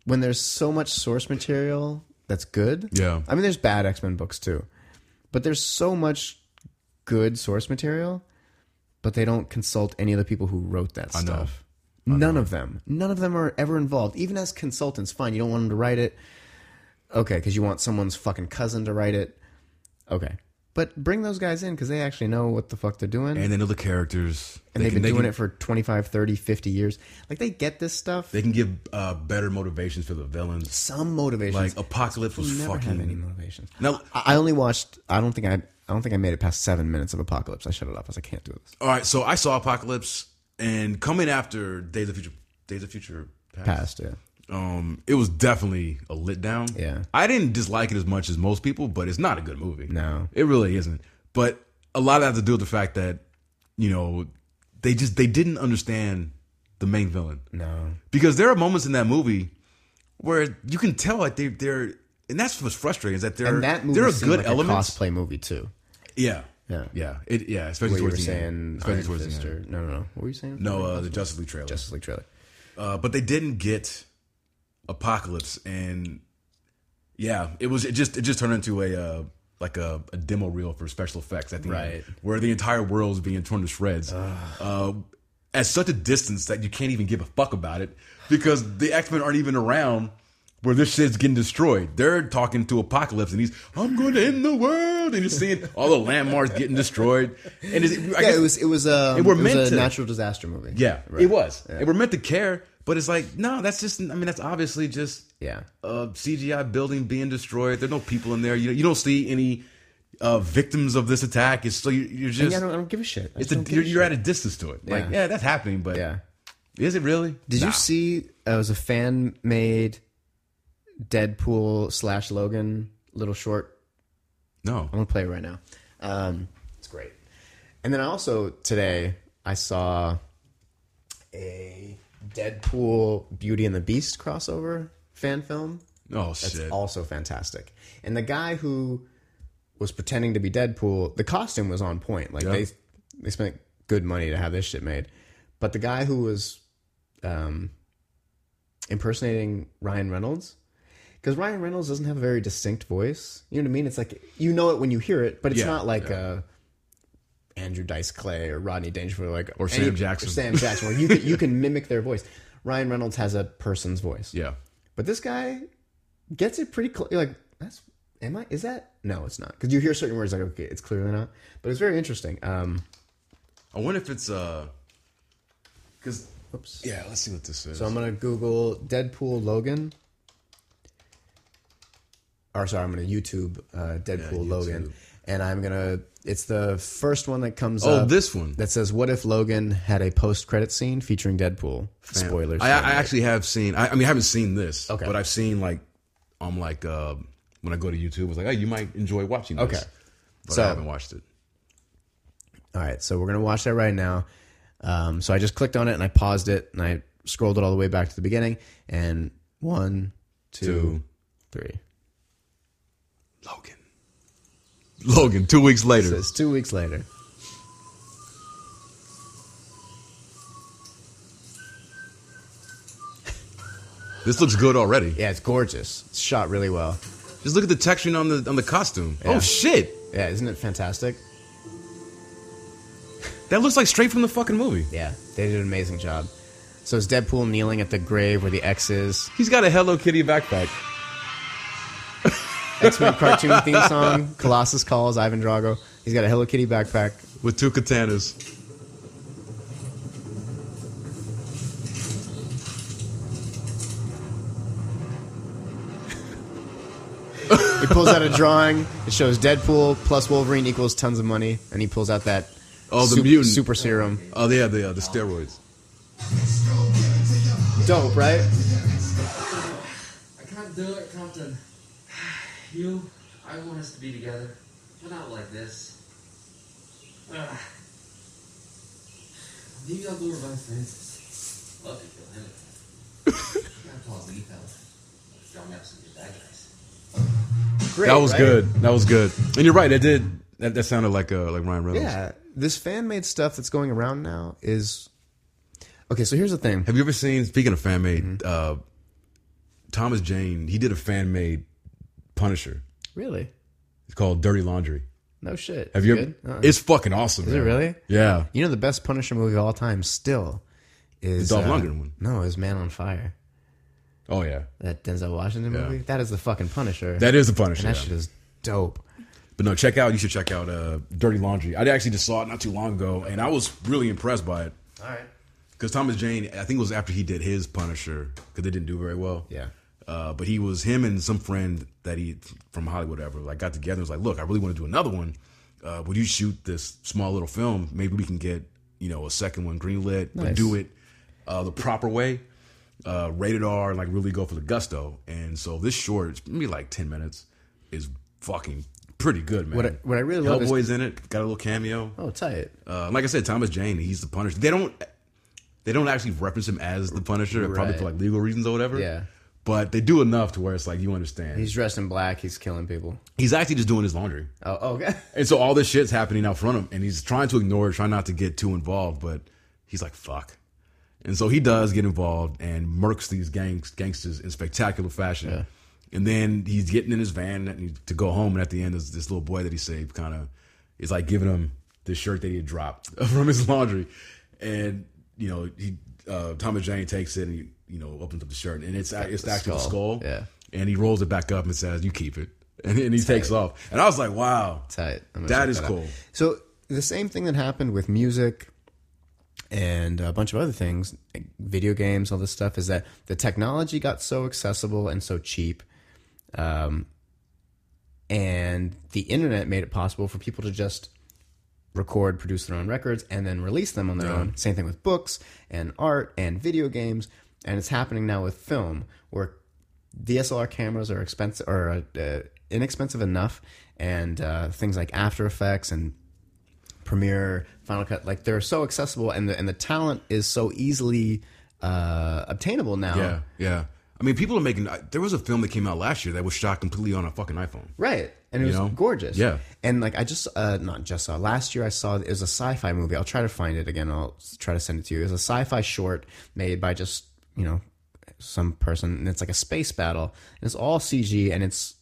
S1: when there's so much source material that's good.
S2: Yeah.
S1: I mean, there's bad X Men books too, but there's so much good source material, but they don't consult any of the people who wrote that
S2: I know.
S1: stuff. None of them. None of them are ever involved. Even as consultants, fine, you don't want them to write it. Okay, because you want someone's fucking cousin to write it. Okay. But bring those guys in because they actually know what the fuck they're doing.
S2: and
S1: And,
S2: they know the characters,
S1: they've been
S2: they
S1: doing it for 25, 30, 50 years. Like, they get this stuff.
S2: They can give uh, better motivations for the villains.
S1: Some motivations.
S2: Like Apocalypse was
S1: never
S2: fucking.
S1: have any motivations.
S2: Now,
S1: I I only watched. I don't think I. I don't think I made it past seven minutes of Apocalypse. I shut it off. I was like, I can't do this.
S2: all right, so I saw Apocalypse, and coming after Days of Future, Days of Future
S1: Past, yeah.
S2: um, it was definitely a lit down.
S1: Yeah.
S2: I didn't dislike it as much as most people, but it's not a good movie.
S1: No.
S2: it really isn't. But a lot of that has to do with the fact that you know they just they didn't understand the main villain
S1: No.
S2: because there are moments in that movie where you can tell like they they're and that's what's frustrating is that there
S1: And that movie
S2: there are
S1: seemed
S2: good
S1: like
S2: elements.
S1: a cosplay movie too.
S2: Yeah,
S1: Yeah.
S2: yeah, it, yeah. Especially
S1: What you were
S2: towards the end.
S1: saying?
S2: Especially
S1: Iron
S2: towards
S1: Fist
S2: the end.
S1: or, no, no, no. What were you saying?
S2: No, uh, the Justice League trailer.
S1: Justice League trailer.
S2: Uh, but they didn't get apocalypse and yeah it was it just it just turned into a uh, like a, a demo reel for special effects at the end
S1: Right.
S2: where the entire world's being torn to shreds uh, at such a distance that you can't even give a fuck about it because the x-men aren't even around where this shit's getting destroyed they're talking to apocalypse and he's i'm going to end the world and you're seeing all the landmarks getting destroyed and it's, I
S1: Yeah,
S2: guess-
S1: it was. It was. Um,
S2: It
S1: it,
S2: were
S1: was
S2: meant
S1: a
S2: to-
S1: natural disaster movie.
S2: yeah,
S1: Right.
S2: it was. And we're meant to care, but it's like, no, that's just. I mean, that's obviously just
S1: Yeah.
S2: a CGI building being destroyed. There's no people in there. You you don't see any uh, victims of this attack. It's so you, you're
S1: And yeah,
S2: just.
S1: I don't, I don't give a shit. I
S2: it's
S1: just
S2: a,
S1: don't give
S2: you're,
S1: a
S2: you're
S1: shit.
S2: at a distance to it. Like,
S1: Yeah.
S2: yeah, that's happening, but
S1: Yeah.
S2: is it really?
S1: Did
S2: Nah.
S1: you see? Uh, it was a fan made Deadpool slash Logan little short.
S2: No.
S1: I'm gonna play it right now. Um, it's great. And then I also today I saw a Deadpool Beauty and the Beast crossover fan film.
S2: Oh
S1: That's
S2: shit.
S1: also fantastic. And the guy who was pretending to be Deadpool, the costume was on point. Like
S2: Yeah.
S1: they they spent good money to have this shit made. But the guy who was um, impersonating Ryan Reynolds, because Ryan Reynolds doesn't have a very distinct voice. You know what I mean? It's like you know it when you hear it, but it's
S2: Yeah,
S1: not like
S2: yeah.
S1: uh Andrew Dice Clay or Rodney Dangerfield, like
S2: Or Sam Jackson.
S1: or Sam Jackson, where you can, you can mimic their voice. Ryan Reynolds has a person's voice.
S2: yeah.
S1: But this guy gets it pretty close. You're like, that's am I? Is that? No, it's not. Because you hear certain words like, okay, it's clearly not. But it's very interesting. Um,
S2: I wonder if it's uh, because
S1: oops.
S2: yeah, let's see what this is.
S1: So I'm gonna Google Deadpool Logan. Or sorry, I'm gonna YouTube uh, Deadpool
S2: YouTube.
S1: Logan, and I'm gonna. It's the first one that comes.
S2: oh,
S1: up
S2: this one.
S1: that says, "What if Logan had a post-credit scene featuring Deadpool?" Spoilers.
S2: I, I actually have seen. I, I mean, I haven't seen this,
S1: Okay.
S2: but I've seen like I'm like uh, when I go to YouTube, it's like, oh, you might enjoy watching. This.
S1: Okay.
S2: but
S1: So-
S2: I haven't watched it.
S1: All right, so we're gonna watch that right now. Um, so I just clicked on it and I paused it and I scrolled it all the way back to the beginning. And one, two,
S2: Two.
S1: three.
S2: Logan. Logan. Two weeks
S1: So
S2: later.
S1: it's two weeks later.
S2: This looks good already.
S1: Yeah, it's gorgeous. It's shot really well.
S2: Just look at the texturing on the on the costume.
S1: Yeah.
S2: Oh shit!
S1: Yeah, isn't it fantastic?
S2: That looks like straight from the fucking movie.
S1: Yeah, they did an amazing job. So it's Deadpool kneeling at the grave where the X is.
S2: He's got a Hello Kitty backpack.
S1: X Men cartoon theme song. Colossus calls Ivan Drago. He's got a Hello Kitty backpack.
S2: with two katanas.
S1: He pulls out a drawing. It shows Deadpool plus Wolverine equals tons of money, and he pulls out that
S2: Oh, the
S1: sup-
S2: mutant.
S1: super serum.
S2: Oh, yeah, the uh, the steroids.
S1: Dope, right?
S8: I can't do it, Captain. You, I want us to be together, but not like this. Ah. Ugh. Maybe I'll go over by Francis. Love to kill him. gotta call Lethal. Strong up some good bad guys.
S1: Great,
S2: that was
S1: right?
S2: good. That was good. And you're right. That did. That, that sounded like uh, like Ryan Reynolds.
S1: Yeah, this fan made stuff that's going around now is okay. So here's the thing.
S2: Have you ever seen? Speaking of fan made, uh, Thomas Jane. He did a fan made Punisher.
S1: Really?
S2: It's called Dirty Laundry.
S1: No shit.
S2: Have you?
S1: Good?
S2: Ever,
S1: Uh-uh.
S2: It's fucking awesome.
S1: Is it
S2: man.
S1: really?
S2: Yeah.
S1: You know the best Punisher movie of all time still is uh,
S2: The Dolph Lundgren one.
S1: No, is Man on Fire.
S2: Oh yeah.
S1: That Denzel Washington
S2: Yeah.
S1: movie. That is the fucking Punisher.
S2: That is the
S1: and
S2: Punisher.
S1: that
S2: yeah.
S1: shit is dope.
S2: But no, check out. You should check out uh, Dirty Laundry. I actually just saw it not too long ago, and I was really impressed by it.
S1: All right.
S2: Because Thomas Jane, I think it was after he did his Punisher, because they didn't do very well.
S1: Yeah.
S2: Uh, but he was him and some friend that he from Hollywood, ever like got together. and Was like, look, I really want to do another one. Uh, would you shoot this small little film? Maybe we can get you know a second one greenlit, but
S1: Nice.
S2: do it uh, the proper way, uh, rated R, and like really go for the gusto. And so this short, it's maybe like ten minutes, is fucking pretty good, man.
S1: What I- what I really love is-
S2: Hellboy's in it. Got a little cameo
S1: Oh, tight.
S2: uh, like I said, Thomas Jane, he's the Punisher. They don't they don't actually reference him as the Punisher, probably for
S1: Right.
S2: like legal reasons or whatever.
S1: Yeah.
S2: But they do enough to where it's like you understand.
S1: He's
S2: He's,
S1: dressed in black. He's killing people.
S2: actually just doing his laundry,
S1: Oh, oh, okay.
S2: and so all this shit's happening out front of him, and he's trying to ignore it, trying not to get too involved, but he's like fuck. And so he does get involved and murks these gangs, gangsters in spectacular fashion. And then he's getting in his van and he- to go home. And at the end, there's this little boy that he saved kind of is like giving him the shirt that he had dropped from his laundry. And, you know, he uh, Thomas Jane takes it and, he, you know, opens up the shirt. And it's, it's the actual
S1: skull.
S2: skull.
S1: Yeah.
S2: And he rolls it back up and says, You keep it. And, and he takes off. And I was like, Wow.
S1: Tight. I'm gonna
S2: That
S1: check
S2: is
S1: out.
S2: cool.
S1: So the same thing that happened with music and a bunch of other things, like video games, all this stuff, is that the technology got so accessible and so cheap, um, and the internet made it possible for people to just record, produce their own records, and then release them on their own. Same thing with books and art and video games, and it's happening now with film, where DSLR cameras are expensive or uh, inexpensive enough, and uh, things like After Effects and Premiere, Final Cut, like they're so accessible, and the and the talent is so easily uh, obtainable now.
S2: Yeah. Yeah. I mean, people are making. uh, There was a film that came out last year that was shot completely on a fucking iPhone.
S1: Right. And it
S2: You
S1: was
S2: know?
S1: gorgeous.
S2: Yeah.
S1: And like I just uh not just saw last year I saw it was a sci-fi movie. I'll try to find it again. I'll s- try to send it to you. It was a sci-fi short made by just, you know, some person and it's like a space battle. And it's all CG and it's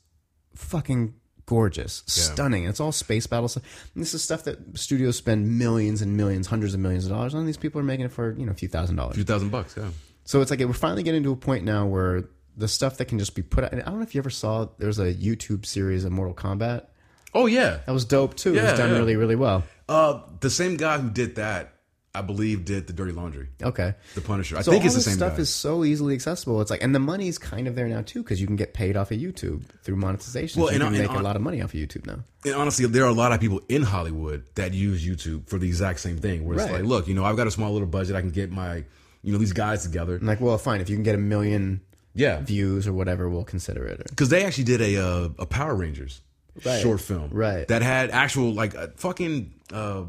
S1: fucking gorgeous. Stunning. It's all space battle stuff. And this is stuff that studios spend millions and millions, hundreds of millions of dollars on. These people are making it for, you know, a few thousand dollars.
S2: Few thousand bucks. Yeah.
S1: So it's like we're finally getting to a point now where the stuff that can just be put out. And I don't know if you ever saw there's a YouTube series of Mortal Kombat.
S2: Oh yeah.
S1: That was dope too. it
S2: Yeah,
S1: was done
S2: yeah.
S1: really, really well.
S2: Uh, the same guy who did that, I believe, did the Dirty Laundry,
S1: Okay.
S2: the Punisher. I
S1: so
S2: think
S1: all
S2: it's the
S1: this
S2: same
S1: stuff
S2: guy.
S1: is so easily accessible. It's like, and the money's kind of there now too, because you can get paid off of YouTube through monetization.
S2: Well,
S1: so
S2: and
S1: you
S2: on-
S1: can
S2: and
S1: make a
S2: on-
S1: lot of money off of YouTube now.
S2: and honestly, there are a lot of people in Hollywood that use YouTube for the exact same thing. Where it's
S1: Right.
S2: like, look, you know, I've got a small little budget. I can get my, you know, these guys together.
S1: I'm like, well, fine. If you can get a million
S2: Yeah,
S1: views or whatever, we'll consider it. Or,
S2: because they actually did a uh, a Power Rangers
S1: Right.
S2: short film,
S1: Right.
S2: That had actual like a fucking uh,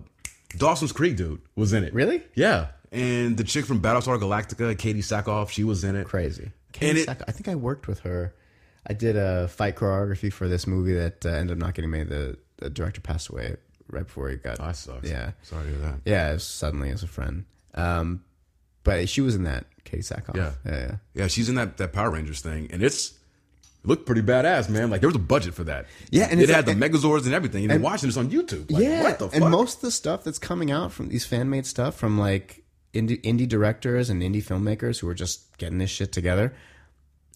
S2: Dawson's Creek dude was in it.
S1: Really?
S2: Yeah. And the chick from Battlestar Galactica, Katie Sackhoff, she was in it.
S1: Crazy.
S2: And
S1: Katie
S2: it-
S1: Sack- I think I worked with her. I did a fight choreography for this movie that uh, ended up not getting made. The, the director passed away right before he got.
S2: I sucks.
S1: Yeah.
S2: Sorry to hear that.
S1: Yeah, it was suddenly as a friend. Um, but she was in that, Katie Sackhoff.
S2: Yeah.
S1: yeah.
S2: Yeah, she's in that, that Power Rangers thing, and it's it looked pretty badass, man. Like there was a budget for that.
S1: Yeah, and
S2: it
S1: it's
S2: had
S1: like-
S2: the Megazords and everything. And, you're watching this on YouTube. Like,
S1: yeah,
S2: what the fuck?
S1: and most of the stuff that's coming out from these fan made stuff from like indie, indie directors and indie filmmakers who are just getting this shit together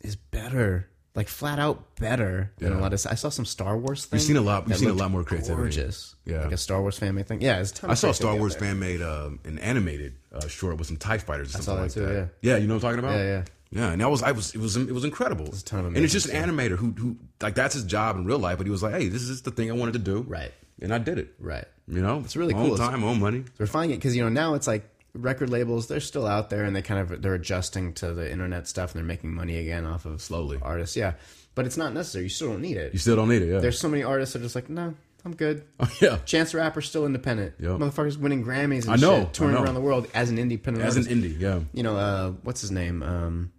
S1: is better. like flat out better than
S2: Yeah.
S1: a lot of. I saw some Star Wars
S2: We've
S1: things.
S2: seen a lot- we've
S1: that
S2: seen a
S1: looked
S2: lot more creativity.
S1: Gorgeous,
S2: Yeah.
S1: like a Star Wars fan made thing. Yeah, it's a ton
S2: I
S1: of
S2: saw a
S1: creativity
S2: Star
S1: out
S2: Wars
S1: there.
S2: fan made uh, an animated uh, short with some Tie Fighters or
S1: saw
S2: something like
S1: that too,
S2: that. Yeah. you know what I'm talking about.
S1: Yeah, yeah.
S2: yeah. And that was I was it was it was incredible.
S1: a ton of
S2: and it's
S1: amazing
S2: just an animator who who like that's his job in real life, but he was like, hey, this is the thing I wanted to do,
S1: Right.
S2: And I did it,
S1: Right.
S2: You know,
S1: It's really
S2: own
S1: cool. It's-
S2: time, own money.
S1: So we're finding it because you know now it's like record labels they're still out there and they kind of they're adjusting to the internet stuff and they're making money again off of
S2: Slowly.
S1: artists. Yeah, but it's not necessary. You still don't need it.
S2: You still don't need it. Yeah, Oh,
S1: There's so many artists that are just like, no, I'm good.
S2: yeah.
S1: Chance the Rapper's still independent.
S2: Yep.
S1: Motherfuckers winning Grammys and
S2: I know,
S1: shit, touring
S2: I know.
S1: around the world as an independent
S2: As an
S1: artist.
S2: indie, yeah.
S1: you know, uh, what's his name? Um,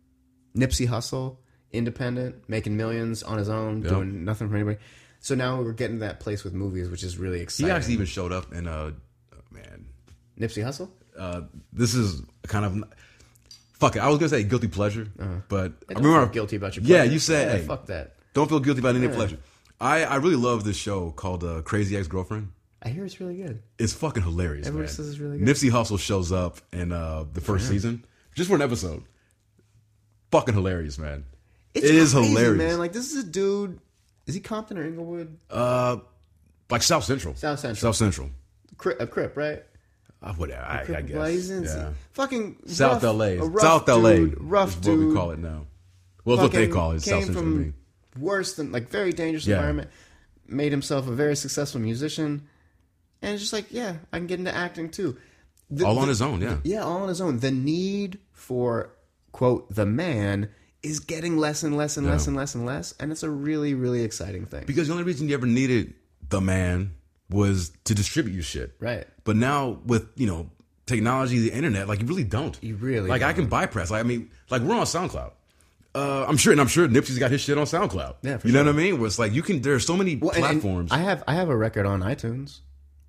S1: Nipsey Hussle, independent, making millions on his own,
S2: Yep.
S1: doing nothing for anybody. So now we're getting to that place with movies, which is really
S2: He
S1: exciting.
S2: actually even showed up in uh, oh, man,
S1: Nipsey Hussle?
S2: uh, this is kind of fuck it. I was gonna say guilty pleasure, but I
S1: don't
S2: remember
S1: feel guilty about your
S2: Yeah,
S1: pleasure.
S2: you said
S1: Yeah,
S2: hey,
S1: fuck that.
S2: Don't feel guilty about any pleasure. I I really love this show called uh, Crazy Ex Girlfriend.
S1: I hear it's really good.
S2: It's fucking hilarious.
S1: Everybody
S2: man.
S1: says it's really good.
S2: Nipsey Hussle shows up in uh, the first season just for an episode. Fucking hilarious, man. It's
S1: crazy,
S2: hilarious.
S1: man. Like this is a dude. Is he Compton or Inglewood?
S2: uh, like South Central.
S1: South Central.
S2: South Central.
S1: Cri- a Crip, right?
S2: Uh, whatever. I, I
S1: Crip
S2: guess.
S1: Blazins.
S2: Yeah.
S1: Fucking
S2: South
S1: rough-
S2: LA.
S1: a rough
S2: South
S1: dude,
S2: LA.
S1: Rough
S2: is
S1: dude.
S2: What we call it now. Well, it's what they
S1: fucking
S2: call it. It's
S1: Came
S2: South Central. to me.
S1: from worse than like very dangerous
S2: Yeah.
S1: environment. Made himself a very successful musician, and it's just like, yeah, I can get into acting too. The-
S2: All on
S1: the-
S2: his own. Yeah.
S1: Yeah, all on his own. The need for quote the man is getting less and less and less
S2: Yeah.
S1: and less and less, and it's a really really exciting thing.
S2: Because the only reason you ever needed the man was to distribute your shit.
S1: Right.
S2: But now with, you know, technology, the internet, like you really don't.
S1: You really
S2: Like I can bypass. Like I mean, like we're on SoundCloud. Uh, I'm sure, and I'm sure Nipsey's got his shit on SoundCloud.
S1: Yeah, for
S2: you know
S1: sure.
S2: what I mean. Where it's like you can. There are so many
S1: Well, and- and
S2: platforms.
S1: I have I have a record on iTunes.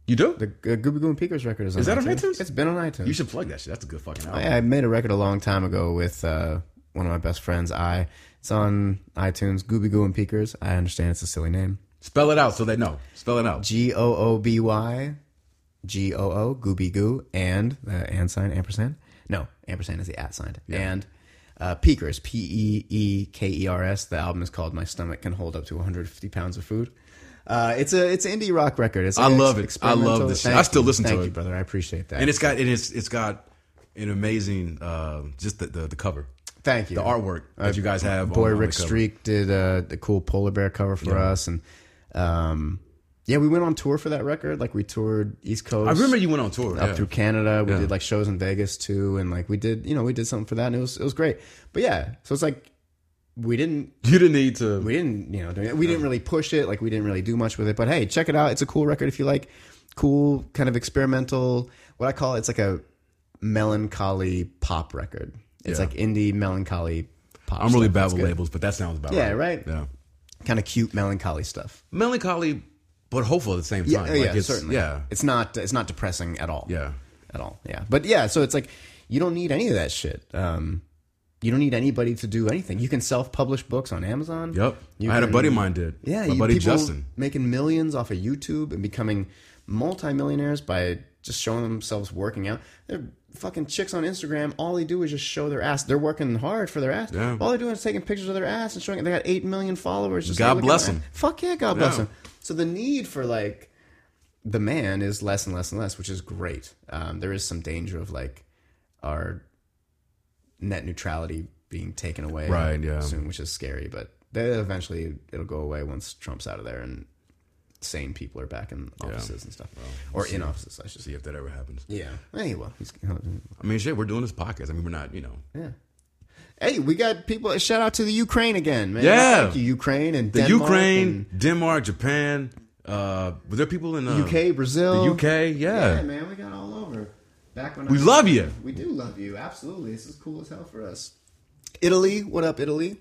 S2: you do.
S1: The uh, Gooby Goo and Peekers record is on
S2: Is that on
S1: iTunes.
S2: iTunes?
S1: It's been on iTunes.
S2: you should plug that shit. That's a good fucking album.
S1: I, I made a record a long time ago with uh, one of my best friends. I it's on iTunes. Gooby Goo and Peekers. I understand it's a silly name.
S2: Spell it out so they know. Spell it out.
S1: G O O B Y, G O O Gooby Goo, and the and sign ampersand. No, ampersand is the at sign. And uh, Peekers, P E E K E R S. The album is called My Stomach Can Hold Up to 150 Pounds of Food. Uh, it's a it's an indie rock record. It's
S2: I
S1: an
S2: love it. I love
S1: experimental-
S2: this shit.
S1: Thank
S2: I still
S1: you.
S2: listen to
S1: Thank
S2: it.
S1: you, brother. I appreciate that.
S2: And it's got and it's it's got an amazing uh, just the, the the cover.
S1: Thank you.
S2: The artwork that you guys have
S1: Boy
S2: on- on
S1: Rick
S2: the cover.
S1: Streak did uh, the cool polar bear cover for us, and um, yeah, we went on tour for that record. Like we toured East Coast.
S2: I remember you went on tour.
S1: up
S2: yeah.
S1: through Canada. We
S2: Yeah.
S1: did like shows in Vegas too, and like we did, you know, we did something for that, and it was it was great. But yeah, so it's like we didn't
S2: You didn't need to.
S1: we didn't you know do it- we didn't really push it like we didn't really do much with it but hey check it out it's a cool record if you like cool kind of experimental what i call it, it's like a melancholy pop record it's
S2: Yeah.
S1: like indie melancholy pop
S2: I'm really
S1: stuff.
S2: bad
S1: It's
S2: with
S1: good.
S2: labels, but that sounds about
S1: Yeah,
S2: right.
S1: right? kind of cute melancholy stuff
S2: Melancholy, but hopeful at the same time.
S1: yeah, oh,
S2: Like,
S1: yeah
S2: it's-
S1: certainly
S2: Yeah,
S1: it's not it's not depressing at all
S2: yeah.
S1: at all. Yeah. But yeah, so it's like you don't need any of that shit. Um, you don't need anybody to do anything. You can self-publish books on Amazon.
S2: Yep.
S1: You
S2: I had a
S1: can-
S2: buddy of mine did.
S1: Yeah,
S2: my
S1: you-
S2: buddy
S1: people
S2: Justin.
S1: making millions off of YouTube and becoming multimillionaires by just showing themselves working out. They're fucking chicks on Instagram. All they do is just show their ass. They're working hard for their ass.
S2: Yeah.
S1: All they're doing is taking pictures of their ass and showing it. They got eight million followers. Just
S2: God
S1: like, look at
S2: bless
S1: my-
S2: 'em.
S1: Fuck yeah, God bless
S2: Yeah.
S1: them. So the need for like the man is less and less and less, which is great. Um, there is some danger of like our net neutrality being taken away
S2: Right, yeah.
S1: soon, which is scary. But they, eventually it'll go away once Trump's out of there and sane people are back in offices and stuff, or in offices, I should
S2: See
S1: say.
S2: if that ever happens.
S1: Yeah. Hey, well, he's,
S2: I mean, shit, we're doing this podcast. I mean, we're not, you know,
S1: yeah. Hey, we got people. Shout out to the Ukraine again, man.
S2: Yeah.
S1: Thank you, Ukraine and
S2: the
S1: Denmark
S2: Ukraine, Denmark, Japan. Uh, were there people in uh,
S1: and UK, Brazil,
S2: The UK, yeah.
S1: Yeah, man, we got all over. Back when
S2: We
S1: I-
S2: love you.
S1: We do love you. Absolutely, this is cool as hell for us. Italy, what up, Italy?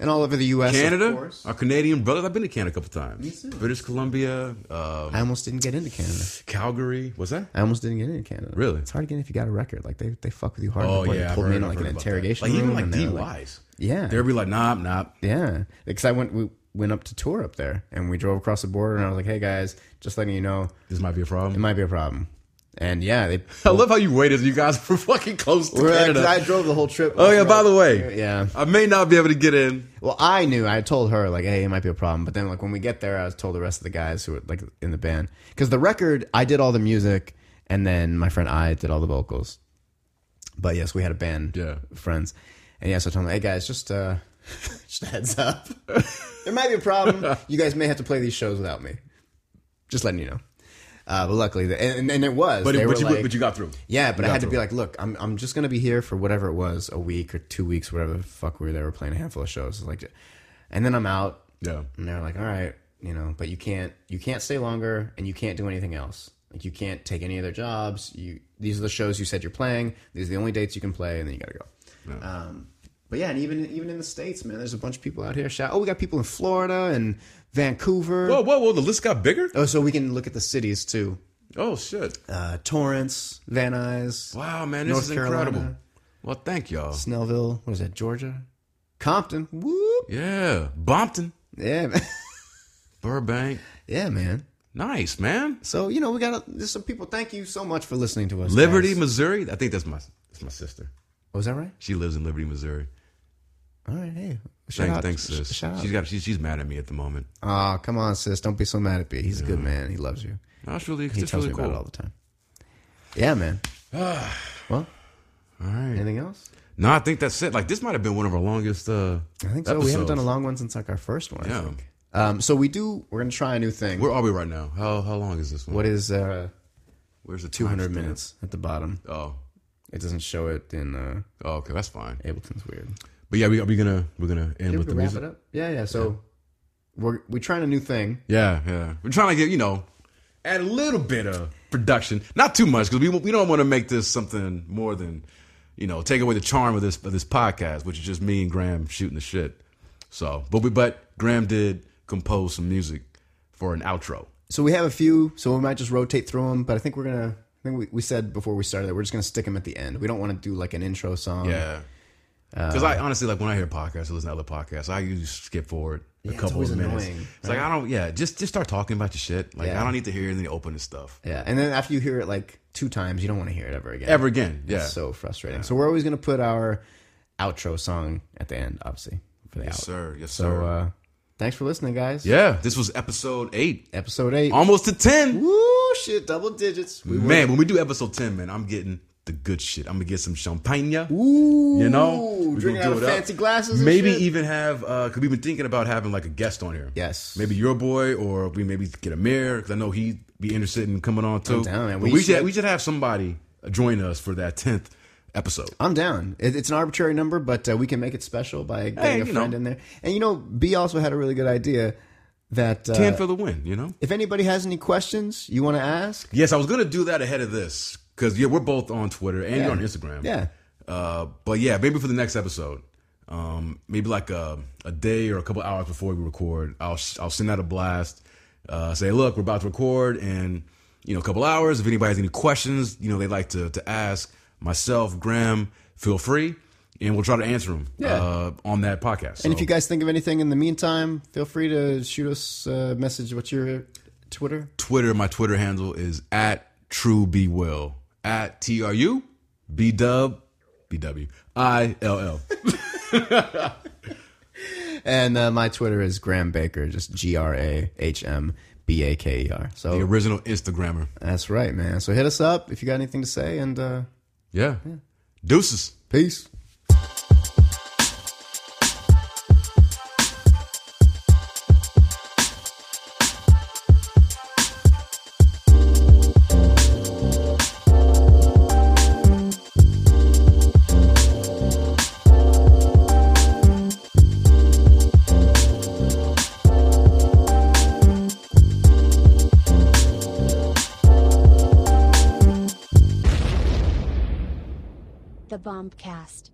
S1: And all over the U.S. of
S2: Canada,
S1: course.
S2: our Canadian brothers. I've been to Canada a couple times.
S1: Me too.
S2: British Columbia, um,
S1: I almost didn't get into Canada.
S2: Calgary. Was that?
S1: I almost didn't get into Canada.
S2: Really?
S1: It's hard to get in if you got a record. Like they, they fuck with you hard.
S2: Oh
S1: Before they
S2: yeah, I've
S1: pulled me
S2: heard-
S1: in
S2: I've
S1: like
S2: heard
S1: an
S2: about that.
S1: interrogation
S2: Like
S1: room.
S2: even like
S1: and they were like-
S2: DUIs.
S1: Yeah.
S2: they'd be like, nah, nah.
S1: Yeah, because I went we went up to tour up there and we drove across the border and I was like, hey guys, just letting you know,
S2: This might be a
S1: it
S2: problem.
S1: might be a problem. And yeah, they.
S2: I love how you waited. You guys were fucking close to
S1: We're like- 'cause
S2: Canada.
S1: I drove the whole trip.
S2: oh yeah. By the way,
S1: Yeah.
S2: I may not be able to get in.
S1: Well, I knew. I told her like, "Hey, it might be a problem." But then, like when we get there, I was told the rest of the guys who were like in the band because the record I did all the music, and then my friend I did all the vocals. But yes, we had a band,
S2: Yeah.
S1: friends, and yes, I told them, "Hey guys, just uh, just a heads up, there might be a problem. You guys may have to play these shows without me. Just letting you know." Uh, but luckily, the, and, and it was.
S2: But,
S1: They
S2: it,
S1: were
S2: but, you,
S1: like-
S2: but you got through.
S1: yeah, but I
S2: got
S1: had to
S2: through.
S1: be like, look, I'm I'm just gonna be here for whatever it was, a week or two weeks, whatever the fuck we were there, we're playing a handful of shows. Like and then I'm out.
S2: Yeah.
S1: And they're like, All right, you know, but you can't you can't stay longer and you can't do anything else. Like you can't take any other jobs. You these are the shows you said you're playing, these are the only dates you can play, and then you gotta go. Um but yeah, and even even in the States, man, there's a bunch of people out here. Shout oh, we got people in Florida and Vancouver.
S2: Whoa, whoa, whoa! The list got bigger.
S1: Oh, so we can look at the cities too.
S2: Oh shit!
S1: Uh, Torrance, Van Nuys.
S2: Wow, man, this
S1: North
S2: is
S1: Carolina.
S2: incredible. Well, thank y'all.
S1: Snellville. What is that? Georgia, Compton. Whoop.
S2: Yeah, Bompton,
S1: Yeah, man.
S2: Burbank.
S1: yeah, man.
S2: Nice, man.
S1: So you know we got there's some people. Thank you so much for listening to us.
S2: Liberty,
S1: guys.
S2: Missouri. I think that's my that's my sister.
S1: Was that right?
S2: She lives in Liberty, Missouri.
S1: All right. Hey. Shout
S2: Thanks,
S1: out.
S2: thanks,
S1: Sh-
S2: sis.
S1: Shout
S2: she's
S1: out.
S2: got she's, she's mad at me at the moment.
S1: Ah, come on, sis. Don't be so mad at B. He's a good man. He loves you.
S2: That's really
S1: He
S2: it's
S1: tells
S2: really
S1: me about
S2: cool.
S1: it all the time. Yeah, man. well,
S2: all right.
S1: anything else?
S2: No, I think that's it. Like this might have been one of our longest. uh
S1: I think so. We haven't
S2: episodes.
S1: done a long one since like our first one. I
S2: Yeah.
S1: think. Um. So we do. We're gonna try a new thing.
S2: Where are we right now? How how long is this one?
S1: what is uh
S2: Where's the
S1: 200
S2: timestamp?
S1: minutes at the bottom?
S2: Oh.
S1: It doesn't show it in uh
S2: oh, okay, that's fine.
S1: Ableton's weird.
S2: But yeah, we we gonna we're gonna end with the
S1: wrap
S2: music.
S1: it up. Yeah, yeah. So we're we're trying a new thing.
S2: Yeah, yeah. We're trying to get you know, add a little bit of production, not too much, because we we don't want to make this something more than, you know, take away the charm of this of this podcast, which is just me and Graham shooting the shit. So, but we but Graham did compose some music for an outro.
S1: So we have a few. So we might just rotate through them. But I think we're gonna. I think we, we said before we started that we're just gonna stick them at the end. We don't want to do like an intro song.
S2: Yeah.
S1: Uh,
S2: Because I honestly like when I hear podcasts, I listen to other podcasts. I usually skip forward a
S1: it's
S2: couple
S1: always
S2: of minutes.
S1: annoying,
S2: it's like I don't, yeah, just just start talking about your shit. Like
S1: Yeah.
S2: I don't need to hear any opening stuff
S1: Yeah. And then after you hear it like two times, you don't want to hear it ever again.
S2: ever again. Yeah,
S1: It's so frustrating. So we're always gonna put our outro song at the end, obviously for the
S2: yes
S1: outro.
S2: sir, yes
S1: So
S2: sir.
S1: uh, thanks for listening, guys.
S2: yeah, this was episode eight.
S1: Episode eight.
S2: almost to 10
S1: Woo! Shit, double digits. We
S2: man when we do episode 10 man i'm getting the good shit i'm gonna get some champagne
S1: Ooh,
S2: you know We're
S1: drinking
S2: gonna
S1: out
S2: do
S1: of
S2: it up.
S1: fancy glasses. and
S2: maybe
S1: shit.
S2: even have uh because we've been thinking about having like a guest on here
S1: Yes.
S2: maybe your boy or we maybe get a mayor because i know he'd be interested in coming on too
S1: down, man.
S2: But
S1: We
S2: we,
S1: should-
S2: should we should have somebody join us for that 10th episode
S1: I'm down. It, it's an arbitrary number, but uh, we can make it special by getting a
S2: you
S1: friend
S2: know.
S1: in there. And you know, B also had a really good idea that uh,
S2: 10 for the win you know
S1: if anybody has any questions you want to ask,
S2: yes i was gonna do that ahead of this because yeah we're both on twitter and
S1: Yeah.
S2: you're on instagram
S1: yeah,
S2: Uh, but yeah, maybe for the next episode, um, maybe like a, a day or a couple hours before we record, I'll s- I'll send out a blast, uh, say, look, we're about to record, and you know, a couple hours. If anybody has any questions, you know, they'd like to to ask myself, Graham, feel free, and we'll try to answer them
S1: Yeah.
S2: uh, on that podcast.
S1: and if
S2: So-
S1: you guys think of anything in the meantime, feel free to shoot us a message. What's your Twitter?
S2: Twitter, my Twitter handle is at True Be Will at T R U B Dub B W I L L.
S1: And uh, my Twitter is Graham Baker, just G R A H M B A K E R.
S2: The
S1: So
S2: original Instagrammer.
S1: that's right, man. So hit us up if you got anything to say, and uh,
S2: yeah. Deuces.
S1: peace.
S9: The Bombcast.